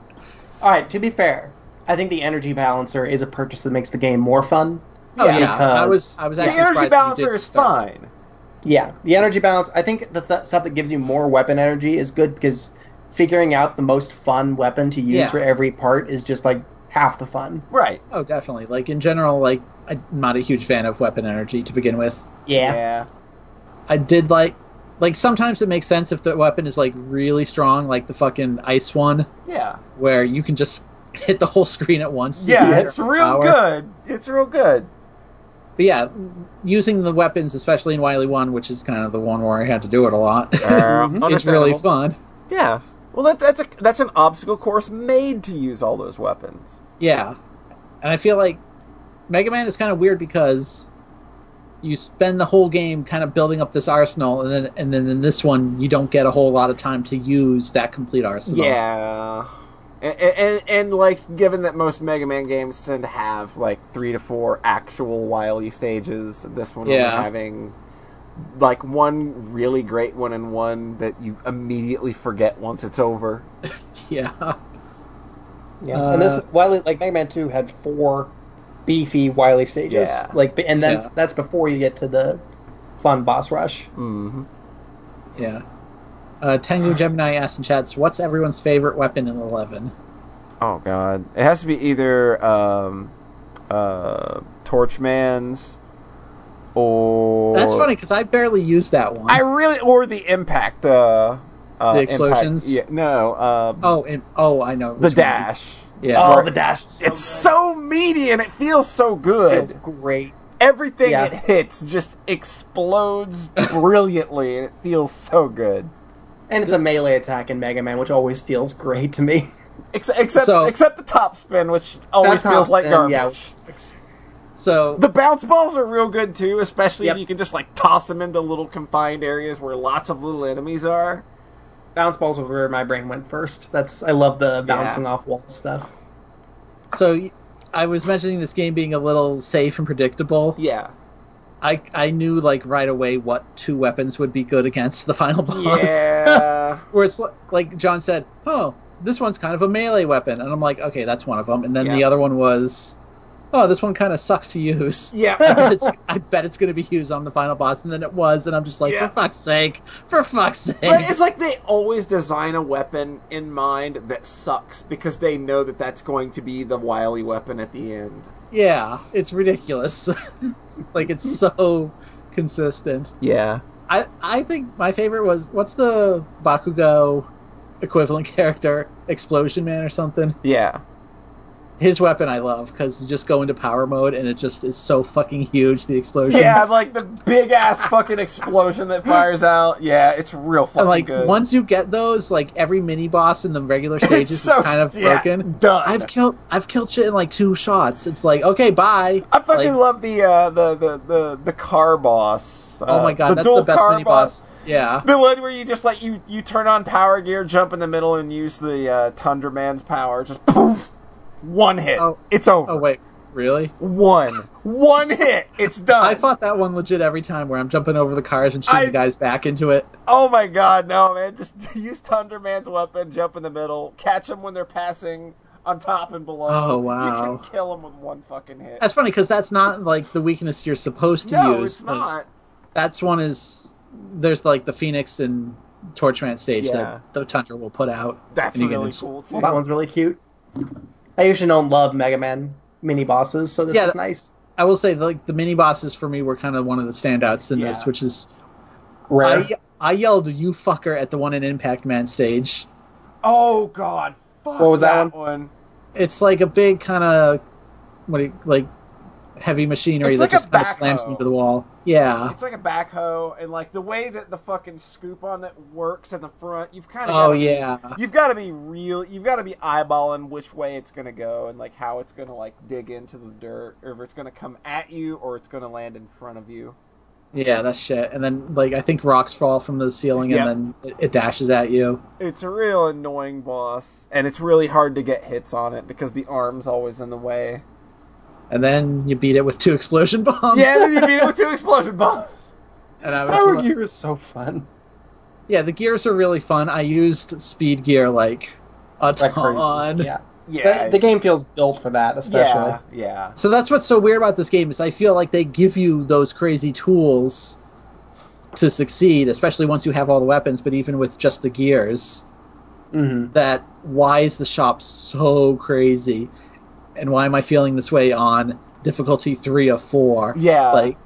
[SPEAKER 3] All right. To be fair, I think the energy balancer is a purchase that makes the game more fun.
[SPEAKER 1] Oh yeah, I
[SPEAKER 3] because-
[SPEAKER 1] was I was
[SPEAKER 2] The
[SPEAKER 1] actually
[SPEAKER 2] energy
[SPEAKER 1] surprised you
[SPEAKER 2] balancer
[SPEAKER 1] did
[SPEAKER 2] is
[SPEAKER 1] start.
[SPEAKER 2] fine.
[SPEAKER 3] Yeah, the energy balance. I think the th- stuff that gives you more weapon energy is good because figuring out the most fun weapon to use
[SPEAKER 1] Yeah.
[SPEAKER 3] for every part is just like half the fun.
[SPEAKER 2] Right.
[SPEAKER 1] Oh, definitely. Like in general, like I'm not a huge fan of weapon energy to begin with.
[SPEAKER 3] Yeah.
[SPEAKER 1] I did like like sometimes it makes sense if the weapon is like really strong, like the fucking ice one,
[SPEAKER 2] Yeah.
[SPEAKER 1] where you can just hit the whole screen at once.
[SPEAKER 2] Yeah,
[SPEAKER 3] Yeah.
[SPEAKER 2] it's real
[SPEAKER 1] Power.
[SPEAKER 2] good. It's real good.
[SPEAKER 1] But yeah, using the weapons, especially in Wily One, which is kind of the one where I had to do it a lot, is Mm-hmm. really
[SPEAKER 2] understandable.
[SPEAKER 1] fun.
[SPEAKER 2] Yeah. Well, that, that's a that's an obstacle course made to use all those weapons.
[SPEAKER 1] Yeah, and I feel like Mega Man is kind of weird because you spend the whole game kind of building up this arsenal, and then and then in this one you don't get a whole lot of time to use that complete arsenal.
[SPEAKER 2] Yeah. And, and, and like given that most Mega Man games tend to have like three to four actual Wily stages, this one
[SPEAKER 1] Yeah.
[SPEAKER 2] only having like one really great one and one that you immediately forget once it's over.
[SPEAKER 1] yeah,
[SPEAKER 3] Yeah.
[SPEAKER 2] Uh,
[SPEAKER 3] and this Wily like Mega Man Two had four beefy Wily stages.
[SPEAKER 2] Yeah.
[SPEAKER 3] Like, b- and that's
[SPEAKER 1] Yeah.
[SPEAKER 3] that's before you get to the fun boss rush.
[SPEAKER 1] Mm-hmm.
[SPEAKER 2] hmm
[SPEAKER 1] yeah. Uh, Tengu Gemini asks in chats, "What's everyone's favorite weapon in 11?
[SPEAKER 2] Oh god, it has to be either um, uh, Torchman's or
[SPEAKER 1] That's funny because I barely used that one.
[SPEAKER 2] I really or the impact. Uh, uh,
[SPEAKER 1] The
[SPEAKER 2] impact-
[SPEAKER 1] explosions?
[SPEAKER 2] yeah, no. Um,
[SPEAKER 1] oh, and, oh, I know
[SPEAKER 2] the
[SPEAKER 1] which one.
[SPEAKER 2] dash.
[SPEAKER 1] Yeah.
[SPEAKER 3] Oh,
[SPEAKER 2] Right.
[SPEAKER 3] the dash! is So
[SPEAKER 2] it's so meaty and it feels so
[SPEAKER 3] good.
[SPEAKER 2] good.
[SPEAKER 3] Feels great.
[SPEAKER 2] Everything
[SPEAKER 3] Yeah.
[SPEAKER 2] it hits just explodes brilliantly and it feels so good.
[SPEAKER 3] And it's a melee attack in Mega Man, which always feels great to me.
[SPEAKER 2] Ex- except
[SPEAKER 1] So-
[SPEAKER 2] except the top spin, which always
[SPEAKER 3] Sometimes,
[SPEAKER 2] feels like
[SPEAKER 3] and,
[SPEAKER 2] garbage.
[SPEAKER 3] yeah, which sucks.
[SPEAKER 1] So
[SPEAKER 2] The bounce balls are real good too, especially
[SPEAKER 3] Yep.
[SPEAKER 2] if you can just like toss them into little confined areas where lots of little enemies are.
[SPEAKER 3] bounce balls was where my brain went first. That's I love the
[SPEAKER 2] Yeah.
[SPEAKER 3] bouncing off wall stuff.
[SPEAKER 1] So y- I was mentioning this game being a little safe and predictable.
[SPEAKER 2] Yeah.
[SPEAKER 1] I I knew like right away what two weapons would be good against the final boss.
[SPEAKER 2] Yeah.
[SPEAKER 1] Where it's li- like John said, "Oh, this one's kind of a melee weapon." And I'm like, "Okay, that's one of them." And then the
[SPEAKER 2] Yeah.
[SPEAKER 1] other one was, "Oh, this one kind of sucks to use." I
[SPEAKER 2] yeah.
[SPEAKER 1] bet it's, I bet it's going to be used on the final boss, and then it was, and I'm just like,
[SPEAKER 2] Yeah.
[SPEAKER 1] for fuck's sake, for fuck's sake.
[SPEAKER 2] But it's like they always design a weapon in mind that sucks because they know that that's going to be the wily weapon at the end.
[SPEAKER 1] yeah, it's ridiculous. like it's so consistent.
[SPEAKER 2] Yeah.
[SPEAKER 1] I I think my favorite was what's the Bakugo equivalent character, Explosion Man or something.
[SPEAKER 2] Yeah.
[SPEAKER 1] his weapon I love because you just go into power mode and it just is so fucking huge the explosion.
[SPEAKER 2] Yeah, like the big ass fucking explosion that fires out. Yeah, it's real fucking
[SPEAKER 1] and like
[SPEAKER 2] good.
[SPEAKER 1] once you get those, like every mini boss in the regular stages
[SPEAKER 2] so
[SPEAKER 1] is kind of
[SPEAKER 2] s- yeah,
[SPEAKER 1] broken.
[SPEAKER 2] done.
[SPEAKER 1] I've killed I've killed shit in like two shots. It's like okay, bye.
[SPEAKER 2] I fucking
[SPEAKER 1] Like,
[SPEAKER 2] love the, uh, the the the the car boss. Uh,
[SPEAKER 1] Oh my god, that's
[SPEAKER 2] dual
[SPEAKER 1] the best
[SPEAKER 2] car
[SPEAKER 1] mini boss. Yeah.
[SPEAKER 2] The one where you just like you you turn on power gear, jump in the middle, and use the uh, Tundra Man's power. Just poof, one hit,
[SPEAKER 1] Oh.
[SPEAKER 2] it's over.
[SPEAKER 1] Oh wait, really?
[SPEAKER 2] One, one hit, it's done.
[SPEAKER 1] I fought that one legit every time where I'm jumping over the cars and shooting
[SPEAKER 2] I-
[SPEAKER 1] the guys back into it.
[SPEAKER 2] Oh my god, no, man. Just use Thunder Man's weapon, jump in the middle, catch them when they're passing on top and below.
[SPEAKER 1] Oh,
[SPEAKER 2] You
[SPEAKER 1] wow.
[SPEAKER 2] can kill them with one fucking hit.
[SPEAKER 1] That's funny because that's not like the weakness you're supposed to
[SPEAKER 2] no,
[SPEAKER 1] use.
[SPEAKER 2] it's
[SPEAKER 1] 'cause
[SPEAKER 2] not.
[SPEAKER 1] That's one is there's like the Phoenix and Torchman stage
[SPEAKER 2] Yeah.
[SPEAKER 1] that the Tundra will put out.
[SPEAKER 2] That's
[SPEAKER 1] and you get
[SPEAKER 2] really
[SPEAKER 1] it.
[SPEAKER 2] cool, too.
[SPEAKER 3] Well, that one's really cute. I usually don't love Mega Man mini bosses, so this
[SPEAKER 1] Yeah,
[SPEAKER 3] is
[SPEAKER 1] that-
[SPEAKER 3] nice.
[SPEAKER 1] I will say like the mini bosses for me were kind of one of the standouts in this,
[SPEAKER 2] Yeah.
[SPEAKER 1] which is
[SPEAKER 3] Rare.
[SPEAKER 1] I I yelled you fucker at the one in Impact Man stage.
[SPEAKER 2] Oh god. Fuck
[SPEAKER 3] What was that
[SPEAKER 2] one?
[SPEAKER 1] It's like a big kind of what do you, like heavy machinery
[SPEAKER 2] It's
[SPEAKER 1] that
[SPEAKER 2] like a
[SPEAKER 1] just kind of slams
[SPEAKER 2] backhoe.
[SPEAKER 1] into the wall. Yeah.
[SPEAKER 2] It's like a backhoe, and like the way that the fucking scoop on it works in the front, you've kind of.
[SPEAKER 1] Oh yeah.
[SPEAKER 2] You've got to be real. You've got to be eyeballing which way it's going to go and like how it's going to like dig into the dirt, or if it's going to come at you, or it's going to land in front of you.
[SPEAKER 1] Yeah, that's shit. And then like I think rocks fall from the ceiling
[SPEAKER 2] Yeah.
[SPEAKER 1] and then it, it dashes at you.
[SPEAKER 2] It's a real annoying boss, and it's really hard to get hits on it because the arm's always in the way.
[SPEAKER 1] And then you beat it with two explosion bombs.
[SPEAKER 2] Yeah, then you beat it with two explosion bombs.
[SPEAKER 1] And I was
[SPEAKER 3] Power
[SPEAKER 1] like-
[SPEAKER 3] Gear is so fun.
[SPEAKER 1] Yeah, the gears are really fun. I used speed gear like a
[SPEAKER 3] Like crazy.
[SPEAKER 1] ton.
[SPEAKER 3] Yeah.
[SPEAKER 2] Yeah,
[SPEAKER 3] The, the game feels built for that, especially.
[SPEAKER 2] yeah, yeah.
[SPEAKER 1] So that's what's so weird about this game is I feel like they give you those crazy tools to succeed, especially once you have all the weapons, but even with just the gears,
[SPEAKER 3] hmm
[SPEAKER 1] that why is the shop so crazy? And why am I feeling this way on difficulty 3 or 4?
[SPEAKER 2] Yeah.
[SPEAKER 1] Like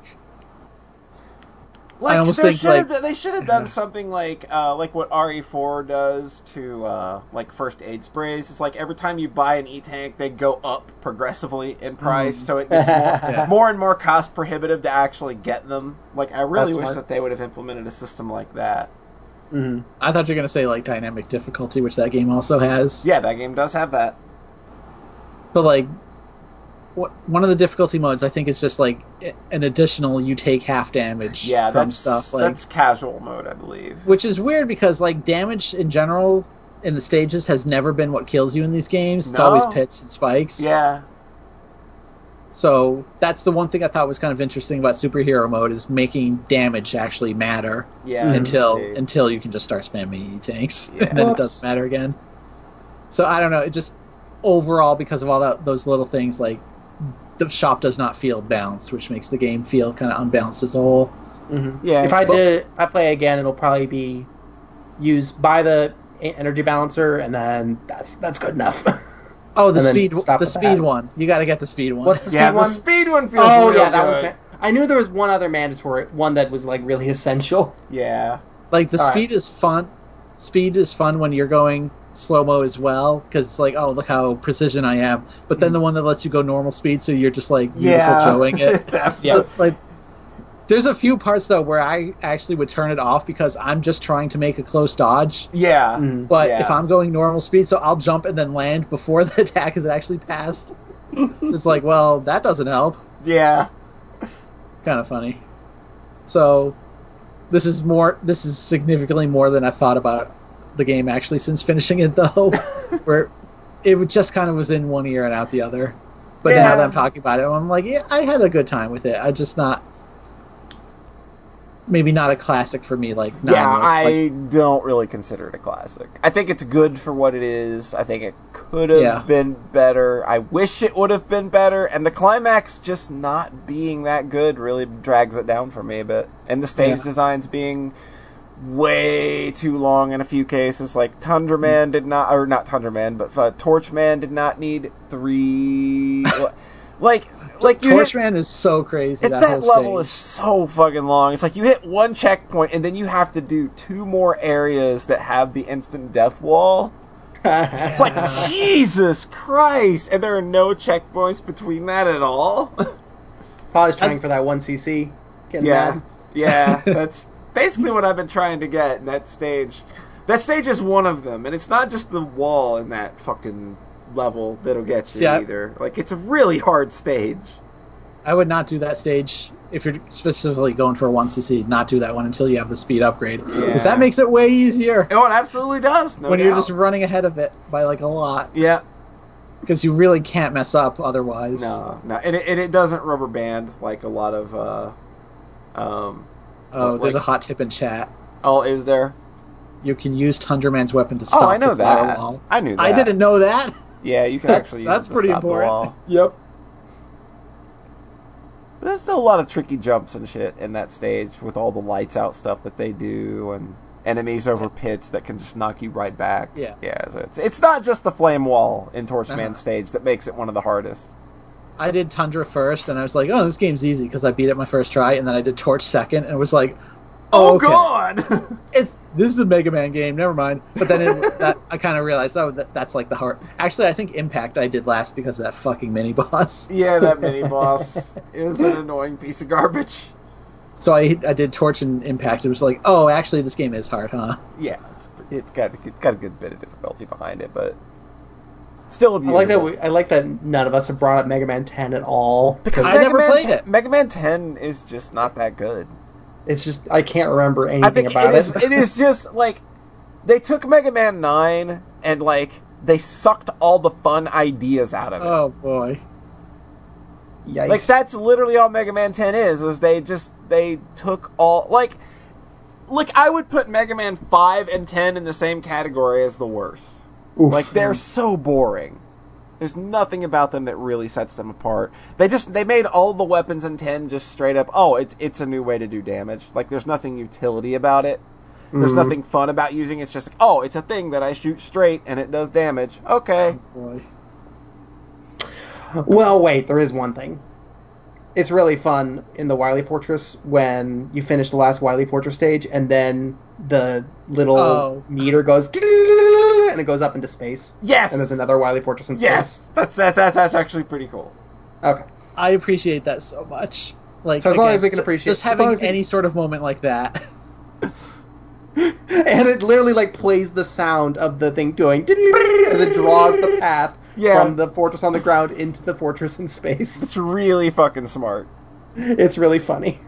[SPEAKER 2] Like,
[SPEAKER 1] I almost
[SPEAKER 2] there
[SPEAKER 1] think,
[SPEAKER 2] should have
[SPEAKER 1] like-
[SPEAKER 2] they should have done something like uh, like what RE4 does to uh, like first aid sprays. It's like every time you buy an E tank, they go up progressively in price,
[SPEAKER 1] Mm.
[SPEAKER 2] so it gets more, more and more cost prohibitive to actually get them. Like, I really
[SPEAKER 3] That's
[SPEAKER 2] wish
[SPEAKER 3] smart.
[SPEAKER 2] that they would have implemented a system like that.
[SPEAKER 3] Mhm.
[SPEAKER 1] I thought you were going to say like dynamic difficulty, which that game also has.
[SPEAKER 2] Yeah, that game does have that.
[SPEAKER 1] but like wh- one of the difficulty modes i think is just like i- an additional you take half damage
[SPEAKER 2] yeah,
[SPEAKER 1] from
[SPEAKER 2] that's,
[SPEAKER 1] stuff like
[SPEAKER 2] that's casual mode, I believe.
[SPEAKER 1] which is weird because like damage in general in the stages has never been what kills you in these games it's
[SPEAKER 2] No.
[SPEAKER 1] always pits and spikes
[SPEAKER 2] Yeah,
[SPEAKER 1] so that's the one thing i thought was kind of interesting about superhero mode is making damage actually matter
[SPEAKER 2] yeah.
[SPEAKER 1] Mm-hmm. until
[SPEAKER 2] indeed.
[SPEAKER 1] until you can just start spamming E tanks,
[SPEAKER 2] Yeah.
[SPEAKER 1] and then
[SPEAKER 3] Whoops.
[SPEAKER 1] it doesn't matter again. So I don't know. It just overall because of all that those little things, like the shop does not feel balanced, which makes the game feel kind of unbalanced as a whole.
[SPEAKER 3] Mhm.
[SPEAKER 2] yeah.
[SPEAKER 3] If I did, if I play again, it'll probably be used by the e- energy balancer, and then that's that's good enough.
[SPEAKER 1] Oh, the
[SPEAKER 3] And then
[SPEAKER 1] speed
[SPEAKER 3] stop
[SPEAKER 1] the
[SPEAKER 3] with
[SPEAKER 1] speed
[SPEAKER 3] that.
[SPEAKER 1] one. You got to get the speed one.
[SPEAKER 3] What's the
[SPEAKER 2] yeah,
[SPEAKER 3] speed
[SPEAKER 2] the
[SPEAKER 3] one?
[SPEAKER 2] speed one feels
[SPEAKER 3] oh
[SPEAKER 2] real
[SPEAKER 3] yeah, that one's.
[SPEAKER 2] good.
[SPEAKER 3] ma- I knew there was one other mandatory one that was like really essential.
[SPEAKER 2] Yeah,
[SPEAKER 1] like the
[SPEAKER 3] All right.
[SPEAKER 1] speed is fun. Speed is fun when you're going slow mo as well because it's like oh look how precision I am. But
[SPEAKER 3] Mm.
[SPEAKER 1] then the one that lets you go normal speed, so you're just like beautiful
[SPEAKER 2] yeah.
[SPEAKER 1] Joeing it.
[SPEAKER 2] It's absolutely-
[SPEAKER 1] So, like, there's a few parts though where I actually would turn it off because I'm just trying to make a close dodge.
[SPEAKER 2] Yeah.
[SPEAKER 3] Mhm.
[SPEAKER 1] But
[SPEAKER 2] Yeah.
[SPEAKER 1] if I'm going normal speed, so I'll jump and then land before the attack has actually passed. so it's like, well, that doesn't help.
[SPEAKER 2] Yeah.
[SPEAKER 1] Kind of funny. So this is more. This is significantly more than I thought about the game actually since finishing it though, where it would- just kind of was in one ear and out the other. But
[SPEAKER 2] Yeah.
[SPEAKER 1] now that I'm talking about it, I'm like, yeah, I had a good time with it. I just not. Maybe not a classic for me, like nine
[SPEAKER 2] yeah,
[SPEAKER 1] was,
[SPEAKER 2] I
[SPEAKER 1] like-
[SPEAKER 2] don't really consider it a classic. I think it's good for what it is. I think it could have
[SPEAKER 1] Yeah.
[SPEAKER 2] been better. I wish it would have been better. And the climax just not being that good really drags it down for me a bit. And the stage
[SPEAKER 1] Yeah.
[SPEAKER 2] designs being way too long in a few cases. Like Tundra
[SPEAKER 1] Mm.
[SPEAKER 2] Man did not, or not Tundra Man, but uh, Torch Man did not need three. like, like you hit-
[SPEAKER 1] Torchman is so crazy.
[SPEAKER 2] It,
[SPEAKER 1] That,
[SPEAKER 2] that
[SPEAKER 1] whole
[SPEAKER 2] level is
[SPEAKER 1] stage.
[SPEAKER 2] so fucking long. It's like you hit one checkpoint and then you have to do two more areas that have the instant death wall. It's like Jesus Christ, and there are no checkpoints between that at all.
[SPEAKER 3] Probably trying for that one CC. Getting
[SPEAKER 2] yeah,
[SPEAKER 3] mad.
[SPEAKER 2] yeah, that's basically what I've been trying to get in that stage. That stage is one of them, and it's not just the wall in that fucking level that'll get you
[SPEAKER 1] See, I-
[SPEAKER 2] either. Like it's a really hard stage.
[SPEAKER 1] I would not do that stage if you're specifically going for one CC. Not do that one until you have the speed upgrade because
[SPEAKER 2] Yeah.
[SPEAKER 1] that makes it way easier
[SPEAKER 2] Oh, it absolutely does. No
[SPEAKER 1] when you're
[SPEAKER 2] doubt.
[SPEAKER 1] just running ahead of it by like a lot
[SPEAKER 2] yeah,
[SPEAKER 1] because you really can't mess up otherwise.
[SPEAKER 2] no, no, and it, and it doesn't rubber band like a lot of. uh um
[SPEAKER 1] Oh,
[SPEAKER 2] Like-
[SPEAKER 1] there's a hot tip in chat.
[SPEAKER 2] Oh, is there?
[SPEAKER 1] You can use Tunderman's weapon to stop.
[SPEAKER 2] Oh, I know
[SPEAKER 1] the firewall.
[SPEAKER 2] that. I knew that.
[SPEAKER 1] I didn't know that.
[SPEAKER 2] Yeah, you can
[SPEAKER 1] That's-
[SPEAKER 2] actually. Use
[SPEAKER 1] that's
[SPEAKER 2] it to
[SPEAKER 1] pretty
[SPEAKER 2] stop the
[SPEAKER 1] important.
[SPEAKER 2] wall.
[SPEAKER 3] Yep.
[SPEAKER 2] But there's still a lot of tricky jumps and shit in that stage with all the lights out stuff that they do and enemies over pits that can just knock you right back.
[SPEAKER 1] Yeah.
[SPEAKER 2] Yeah. So it's it's not just the flame wall in Torchman
[SPEAKER 1] Uh-huh.
[SPEAKER 2] stage that makes it one of the hardest.
[SPEAKER 1] I did Tundra first, and I was like, "Oh, this game's easy" because I beat it my first try, and then I did Torch second, and was like, "Oh, okay.
[SPEAKER 2] god.
[SPEAKER 1] it's this is a Mega Man game. Never mind." But then it, that, I kind of realized, oh, that, that's like the heart. Actually, I think Impact I did last because of that fucking mini boss.
[SPEAKER 2] yeah, that mini boss is an annoying piece of garbage.
[SPEAKER 1] So I I did Torch and Impact. It was like, oh, actually, this game is hard, huh?
[SPEAKER 2] Yeah, it's, it's got it's got a good bit of difficulty behind it, but still
[SPEAKER 3] I
[SPEAKER 2] abusable.
[SPEAKER 3] like that. We, I like that none of us have brought up Mega Man 10 at all.
[SPEAKER 2] because
[SPEAKER 1] I
[SPEAKER 2] Mega
[SPEAKER 1] never
[SPEAKER 2] Man
[SPEAKER 1] played
[SPEAKER 2] 10
[SPEAKER 1] it.
[SPEAKER 2] Mega Man Ten is just not that good.
[SPEAKER 3] It's just I can't remember anything
[SPEAKER 2] I think
[SPEAKER 3] about
[SPEAKER 2] it is.
[SPEAKER 3] it.
[SPEAKER 2] It is just like they took Mega Man Nine and like they sucked all the fun ideas out of it.
[SPEAKER 1] Oh boy.
[SPEAKER 3] Yikes.
[SPEAKER 2] like that's literally all Mega Man Ten is. Is they just they took all like like I would put Mega Man Five and Ten in the same category as the worst.
[SPEAKER 3] Oof.
[SPEAKER 2] Like they're so boring. There's nothing about them that really sets them apart. They just they made all the weapons in ten just straight up. Oh, it's it's a new way to do damage. Like there's nothing utility about it. There's
[SPEAKER 1] Mm-hmm.
[SPEAKER 2] nothing fun about using it. It's just like, oh, it's a thing that I shoot straight and it does damage. Okay.
[SPEAKER 1] Boy.
[SPEAKER 3] Well, wait, there is one thing. It's really fun in the Wily Fortress when you finish the last Wily Fortress stage and then the little
[SPEAKER 1] Oh.
[SPEAKER 3] meter goes and it goes up into space.
[SPEAKER 2] Yes.
[SPEAKER 3] And there's another Wily Fortress in space.
[SPEAKER 2] Yes. That's that, that's that's actually pretty cool.
[SPEAKER 3] Okay.
[SPEAKER 1] I appreciate that so much. Like
[SPEAKER 3] So as long as we can
[SPEAKER 1] ju-
[SPEAKER 3] appreciate-
[SPEAKER 1] just
[SPEAKER 3] as long
[SPEAKER 1] having
[SPEAKER 3] as we-
[SPEAKER 1] any sort of moment like that.
[SPEAKER 3] And it literally like plays the sound of the thing doing as it draws the path
[SPEAKER 2] Yeah.
[SPEAKER 3] from the fortress on the ground into the fortress in space.
[SPEAKER 2] It's really fucking smart.
[SPEAKER 3] It's really funny.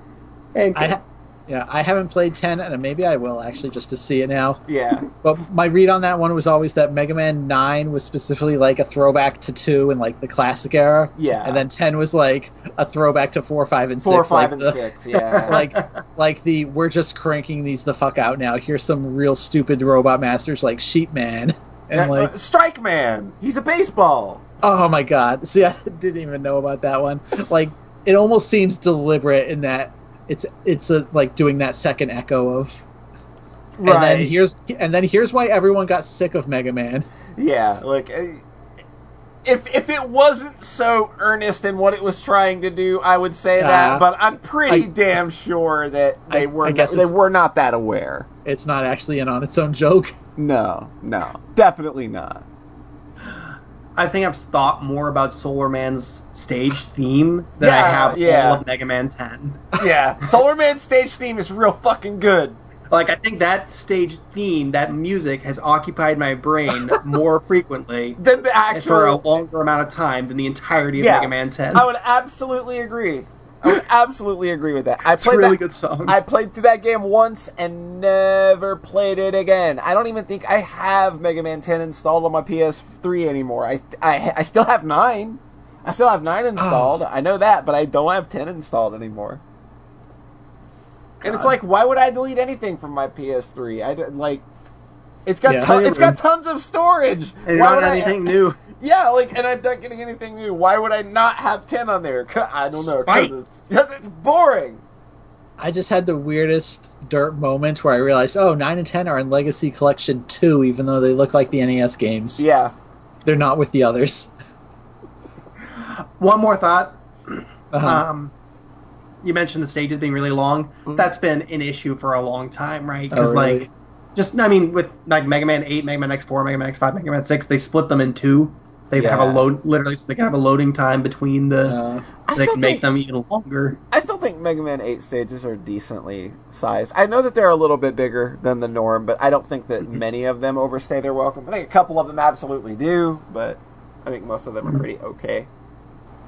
[SPEAKER 3] And
[SPEAKER 1] I ha- yeah, I haven't played ten, and maybe I will actually just to see it now.
[SPEAKER 2] Yeah.
[SPEAKER 1] But my read on that one was always that Mega Man 9 was specifically like a throwback to 2 and like the classic era.
[SPEAKER 2] Yeah.
[SPEAKER 1] And then 10 was like a throwback to 4, 5, and 6.
[SPEAKER 2] Four,
[SPEAKER 1] like
[SPEAKER 2] five, and
[SPEAKER 1] the,
[SPEAKER 2] six. Yeah.
[SPEAKER 1] Like, like the we're just cranking these the fuck out now. Here's some real stupid robot masters like Sheep Man. And
[SPEAKER 2] That-
[SPEAKER 1] like,
[SPEAKER 2] uh, Strike Man. He's a baseball.
[SPEAKER 1] oh my god. See, I didn't even know about that one. Like, it almost seems deliberate in that it's it's a, like doing that second echo of. And then here's and then here's why everyone got sick of Mega Man.
[SPEAKER 2] Yeah, like I- if if it wasn't so earnest in what it was trying to do, I would say that.
[SPEAKER 1] Yeah.
[SPEAKER 2] But I'm pretty
[SPEAKER 1] I-
[SPEAKER 2] damn sure that they
[SPEAKER 1] I-
[SPEAKER 2] were
[SPEAKER 1] I
[SPEAKER 2] not-
[SPEAKER 1] guess
[SPEAKER 2] they
[SPEAKER 1] it's-
[SPEAKER 2] were not that aware.
[SPEAKER 1] it's not actually an on its own joke.
[SPEAKER 2] No, no, definitely not.
[SPEAKER 3] I think I've thought more about Solar Man's stage theme than I
[SPEAKER 2] Yeah,
[SPEAKER 3] have
[SPEAKER 2] yeah.
[SPEAKER 3] all of Mega Man 10.
[SPEAKER 2] Yeah, Solar Man's stage theme is real fucking good.
[SPEAKER 3] Like, I think that stage theme, that music, has occupied my brain more frequently
[SPEAKER 2] Then the actual
[SPEAKER 3] for a longer amount of time than the entirety of
[SPEAKER 2] Yeah.
[SPEAKER 3] Mega Man 10.
[SPEAKER 2] I would absolutely agree. I would absolutely agree with that. I
[SPEAKER 3] it's a
[SPEAKER 2] played
[SPEAKER 3] really
[SPEAKER 2] that.
[SPEAKER 3] good song.
[SPEAKER 2] I played through that game once and never played it again. I don't even think I have Mega Man 10 installed on my PS3 anymore. I I, I still have 9. I still have
[SPEAKER 3] Ah.
[SPEAKER 2] 9 installed. I know that, but I don't have 10 installed anymore. And it's
[SPEAKER 3] God.
[SPEAKER 2] like why would I delete anything from my PS3? I don't- like it's got
[SPEAKER 1] Yeah.
[SPEAKER 2] ton- it's got tons of storage.
[SPEAKER 3] and
[SPEAKER 2] Why
[SPEAKER 3] not
[SPEAKER 2] would I-
[SPEAKER 3] anything new.
[SPEAKER 2] yeah, like, and I'm not getting anything new. Why would I not have 10 on there? 'Cause- I don't know.
[SPEAKER 3] Spite.
[SPEAKER 2] Because it's boring.
[SPEAKER 1] I just had the weirdest dirt moment where I realized, oh, 9 and 10 are in Legacy Collection 2, even though they look like the NES games.
[SPEAKER 2] Yeah.
[SPEAKER 1] They're not with the others.
[SPEAKER 3] One more thought.
[SPEAKER 1] Uh-huh. Mm-hmm.
[SPEAKER 3] Um, you mentioned the stages being really long. That's been an issue for a long time, right?
[SPEAKER 1] Oh,
[SPEAKER 3] Because,
[SPEAKER 1] really?
[SPEAKER 3] like, just I mean, with like Mega Man Eight, Mega Man X Four, Mega Man X Five, Mega Man Six, they split them in two. They have a
[SPEAKER 2] Yeah.
[SPEAKER 3] load literally, so they can have a loading time between the.
[SPEAKER 1] Uh,
[SPEAKER 2] I
[SPEAKER 3] they
[SPEAKER 2] still
[SPEAKER 3] can make
[SPEAKER 2] think
[SPEAKER 3] them even longer.
[SPEAKER 2] I still think Mega Man Eight stages are decently sized. I know that they're a little bit bigger than the norm, but I don't think that many of them overstay their welcome. I think a couple of them absolutely do, but I think most of them are pretty okay.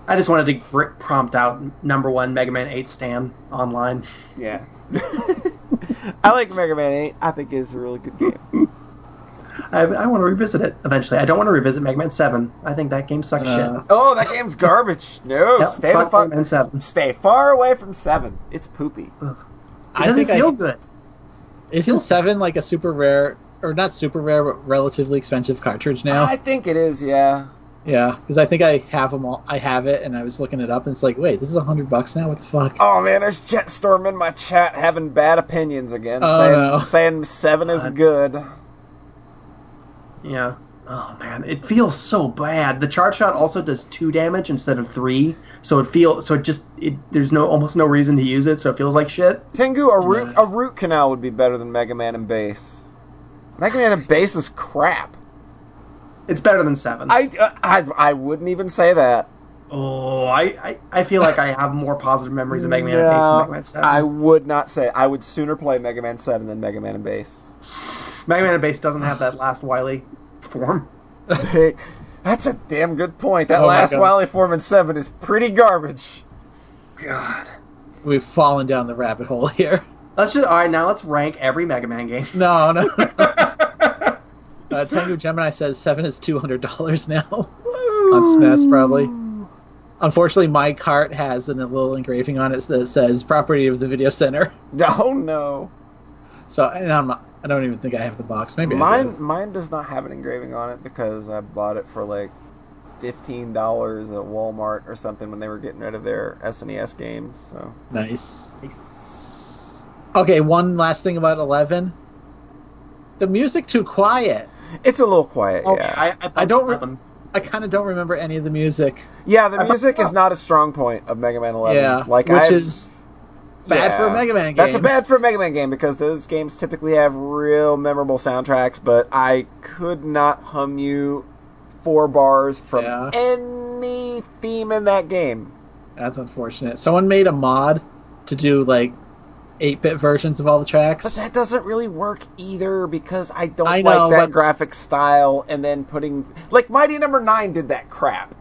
[SPEAKER 3] I just wanted to gr- prompt out number one Mega Man Eight stand online.
[SPEAKER 2] Yeah. I like Mega Man 8. I think it's a really good game.
[SPEAKER 3] I, I want to revisit it eventually. I don't want to revisit Mega Man Seven. I think that game sucks
[SPEAKER 1] Uh,
[SPEAKER 3] shit.
[SPEAKER 2] Oh, that game's garbage. No,
[SPEAKER 3] Yep,
[SPEAKER 2] stay the
[SPEAKER 3] Mega
[SPEAKER 2] fuck
[SPEAKER 3] Man Seven.
[SPEAKER 2] stay far away from 7. It's poopy.
[SPEAKER 3] It
[SPEAKER 1] I
[SPEAKER 3] doesn't
[SPEAKER 1] think I-
[SPEAKER 3] feel good.
[SPEAKER 1] Isn't seven like a super rare or not super rare, but relatively expensive cartridge now?
[SPEAKER 2] I think it is, yeah.
[SPEAKER 1] Yeah, because I think I have them all. I have it, and I was looking it up, and it's like, wait, this is a hundred bucks now. What the fuck?
[SPEAKER 2] Oh man, there's Jetstorm in my chat having bad opinions again,
[SPEAKER 1] Oh,
[SPEAKER 2] saying,
[SPEAKER 1] no.
[SPEAKER 2] saying 7 is
[SPEAKER 3] God.
[SPEAKER 2] good.
[SPEAKER 3] Yeah. Oh man, it feels so bad. The charge shot also does two damage instead of three, so it feels so it just it there's no almost no reason to use it, so it feels like shit.
[SPEAKER 2] Tengu, a root
[SPEAKER 1] Yeah.
[SPEAKER 2] a root canal would be better than Mega Man and Base. Mega Man and Base is crap.
[SPEAKER 3] It's better than seven.
[SPEAKER 2] I, uh, I, I wouldn't even say that.
[SPEAKER 3] oh, I, I I feel like I have more positive memories of Mega Man and Ace than
[SPEAKER 2] No,
[SPEAKER 3] Mega Man Seven.
[SPEAKER 2] I would not say. I would sooner play Mega Man Seven than Mega Man and Base.
[SPEAKER 3] Mega Man and Base doesn't have that last Wily form.
[SPEAKER 2] Hey, That's a damn good point. That
[SPEAKER 1] Oh my
[SPEAKER 2] last
[SPEAKER 1] God.
[SPEAKER 2] Wily Form in Seven is pretty garbage.
[SPEAKER 3] God.
[SPEAKER 1] We've fallen down the rabbit hole here.
[SPEAKER 3] Let's just all right now. Let's rank every Mega Man game.
[SPEAKER 1] No, no. uh, Tengu Gemini says seven is two hundred dollars now on SNES, probably. Unfortunately, my cart has an, a little engraving on it that says "property of the video center."
[SPEAKER 2] Oh no,
[SPEAKER 1] So, and I'm not, I don't even think I have the box. Maybe I do.
[SPEAKER 2] mine mine does not have an engraving on it because I bought it for like fifteen dollars at Walmart or something when they were getting rid of their SNES games. So
[SPEAKER 1] Nice. Okay, one last thing about eleven. The music too quiet.
[SPEAKER 2] it's a little quiet. yeah,
[SPEAKER 3] I, I,
[SPEAKER 1] Oh, I don't re-
[SPEAKER 3] them.
[SPEAKER 1] I kind of don't remember any of the music.
[SPEAKER 2] yeah. The
[SPEAKER 3] I-
[SPEAKER 2] music is not a strong point of Mega Man Eleven.
[SPEAKER 1] yeah,
[SPEAKER 2] like
[SPEAKER 1] which
[SPEAKER 2] I've-
[SPEAKER 1] is bad for a Mega Man game.
[SPEAKER 2] That's a bad for a Mega Man game because those games typically have real memorable soundtracks, but I could not hum you four bars from
[SPEAKER 1] Yeah.
[SPEAKER 2] any theme in that game.
[SPEAKER 1] That's unfortunate. Someone made a mod to do like eight-bit versions of all the
[SPEAKER 2] But
[SPEAKER 1] tracks.
[SPEAKER 2] that doesn't really work either because I don't
[SPEAKER 1] I know,
[SPEAKER 2] like that
[SPEAKER 1] but-
[SPEAKER 2] graphic style and then putting like Mighty Number 9 did that crap.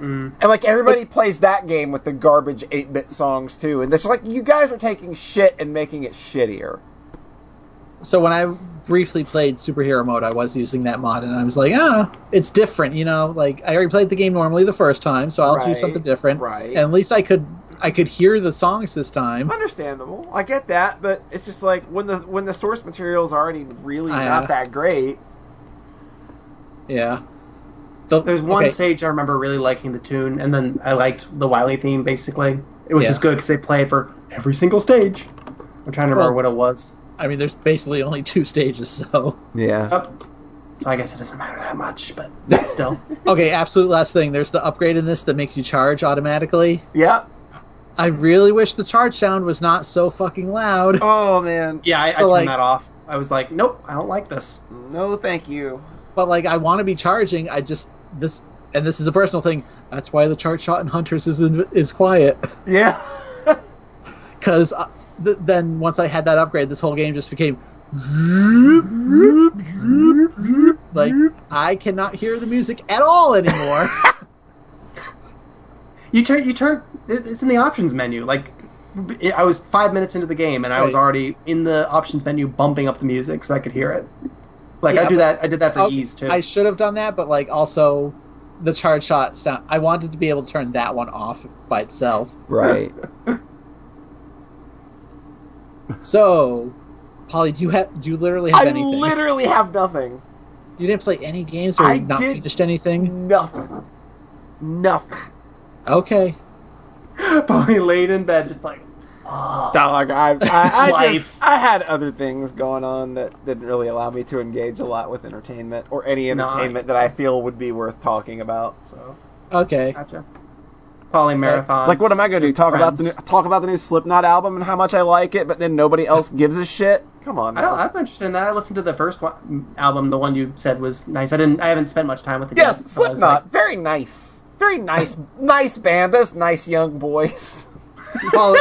[SPEAKER 3] Mm.
[SPEAKER 2] And like everybody plays that game with the garbage 8-bit songs too and it's like you guys are taking shit and making it shittier.
[SPEAKER 1] So when I briefly played superhero mode, I was using that mod, and I was like, ah, it's different. You know, like I already played the game normally the first time, so I'll do
[SPEAKER 2] Right,
[SPEAKER 1] something different.
[SPEAKER 2] right.
[SPEAKER 1] And at least I could I could hear the songs this time.
[SPEAKER 2] Understandable. I get that, but it's just like when the when the source material is already really
[SPEAKER 1] I,
[SPEAKER 2] not
[SPEAKER 1] uh,
[SPEAKER 2] that great.
[SPEAKER 1] Yeah. The-
[SPEAKER 3] There's one
[SPEAKER 1] okay.
[SPEAKER 3] stage I remember really liking the tune, and then I liked the Wily theme basically, which
[SPEAKER 1] Yeah.
[SPEAKER 3] is good because they play it for every single stage. I'm trying to remember
[SPEAKER 1] Well-
[SPEAKER 3] what it was.
[SPEAKER 1] I mean, there's basically only two stages, so.
[SPEAKER 2] Yeah.
[SPEAKER 3] Up. So I guess it doesn't matter that much, but still.
[SPEAKER 1] Okay, absolute last thing. There's the upgrade in this that makes you charge automatically.
[SPEAKER 2] Yeah.
[SPEAKER 1] I really wish the charge sound was not so fucking loud.
[SPEAKER 2] Oh man.
[SPEAKER 3] yeah, I, I
[SPEAKER 1] So,
[SPEAKER 3] turned
[SPEAKER 1] like-
[SPEAKER 3] that off. I was like, nope, I don't like this.
[SPEAKER 2] No, thank you.
[SPEAKER 1] But like, I want to be charging. I just this, and this is a personal thing. That's why the charge shot in Hunters is is quiet.
[SPEAKER 2] Yeah.
[SPEAKER 1] Because uh, th- then once I had that upgrade, this whole game just became like I cannot hear the music at all anymore.
[SPEAKER 3] You turn, you turn. it- It's in the options menu. Like, it- I was five minutes into the game, and I was
[SPEAKER 1] Right.
[SPEAKER 3] already in the options menu bumping up the music so I could hear it. Like
[SPEAKER 1] Yeah,
[SPEAKER 3] I do
[SPEAKER 1] but-
[SPEAKER 3] that. I did that for
[SPEAKER 1] Oh,
[SPEAKER 3] ease too.
[SPEAKER 1] I should have done that, but like also the charge shot sound. I wanted to be able to turn that one off by itself.
[SPEAKER 2] Right.
[SPEAKER 1] So, Polly, do you have? Do you literally have
[SPEAKER 2] I
[SPEAKER 1] anything?
[SPEAKER 2] literally have nothing.
[SPEAKER 1] you didn't play any games or
[SPEAKER 2] I
[SPEAKER 1] not
[SPEAKER 2] did- Mm.
[SPEAKER 1] finished anything?
[SPEAKER 2] Nothing. Nothing.
[SPEAKER 1] Okay.
[SPEAKER 3] Probably laid in bed, just like, oh.
[SPEAKER 2] Dog, I I, I, just,
[SPEAKER 3] Life.
[SPEAKER 2] I had other things going on that didn't really allow me to engage a lot with entertainment or any
[SPEAKER 3] Nice.
[SPEAKER 2] entertainment that I feel would be worth talking about. So
[SPEAKER 1] Okay.
[SPEAKER 3] Gotcha. Poly marathon.
[SPEAKER 2] Like, what am I going to do?
[SPEAKER 3] Just
[SPEAKER 2] Talk about the new,
[SPEAKER 3] friends.
[SPEAKER 2] talk about the new Slipknot album and how much I like it, but then nobody else gives a shit. Come on.
[SPEAKER 3] I don't,
[SPEAKER 2] Now.
[SPEAKER 3] I'm interested in that. I listened to the first one, album, the one you said was nice. I didn't. I haven't spent much time with it.
[SPEAKER 2] Yes,
[SPEAKER 3] yet, so I was
[SPEAKER 2] Slipknot. Very nice. Very nice. nice band. Those nice young boys.
[SPEAKER 1] Paul,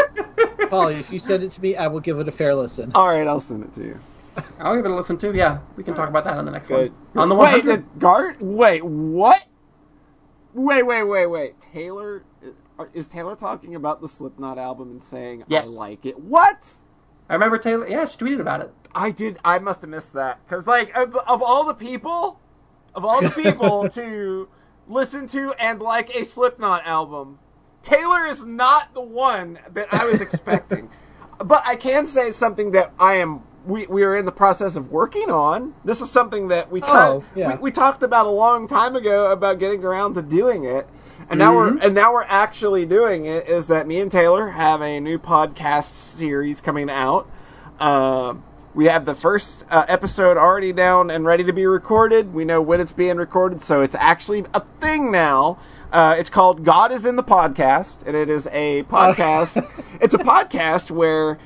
[SPEAKER 1] Paul, if you send it to me, I will give it a fair listen.
[SPEAKER 2] All right, I'll send it to you.
[SPEAKER 3] Like, I'll give it a listen too. Yeah, we can talk about that on the next
[SPEAKER 2] Good.
[SPEAKER 3] one. On the
[SPEAKER 2] wait,
[SPEAKER 3] 100.
[SPEAKER 2] the guard. Wait, what? Wait, wait, wait, wait. Taylor uh, is Taylor talking about the Slipknot album and saying
[SPEAKER 3] Yes.
[SPEAKER 2] I like it. What?
[SPEAKER 3] I remember Taylor. Yeah, she tweeted about it.
[SPEAKER 2] I did. I must have missed that because, like, of, of all the people, of all the people to listen to and like a Slipknot album, Taylor is not the one that I was expecting. but I can say something that I am. We, we are in the process of working on. This is something that we, kind
[SPEAKER 1] Oh, yeah.
[SPEAKER 2] we we talked about a long time ago about getting around to doing it. And now we're and now we're actually doing it is that me and Taylor have a new podcast series coming out. Um, we have the first uh, episode already down and ready to be recorded. We know when it's being recorded, so it's actually a thing now. Uh, it's called God is in the podcast, and it is a podcast. it's a podcast where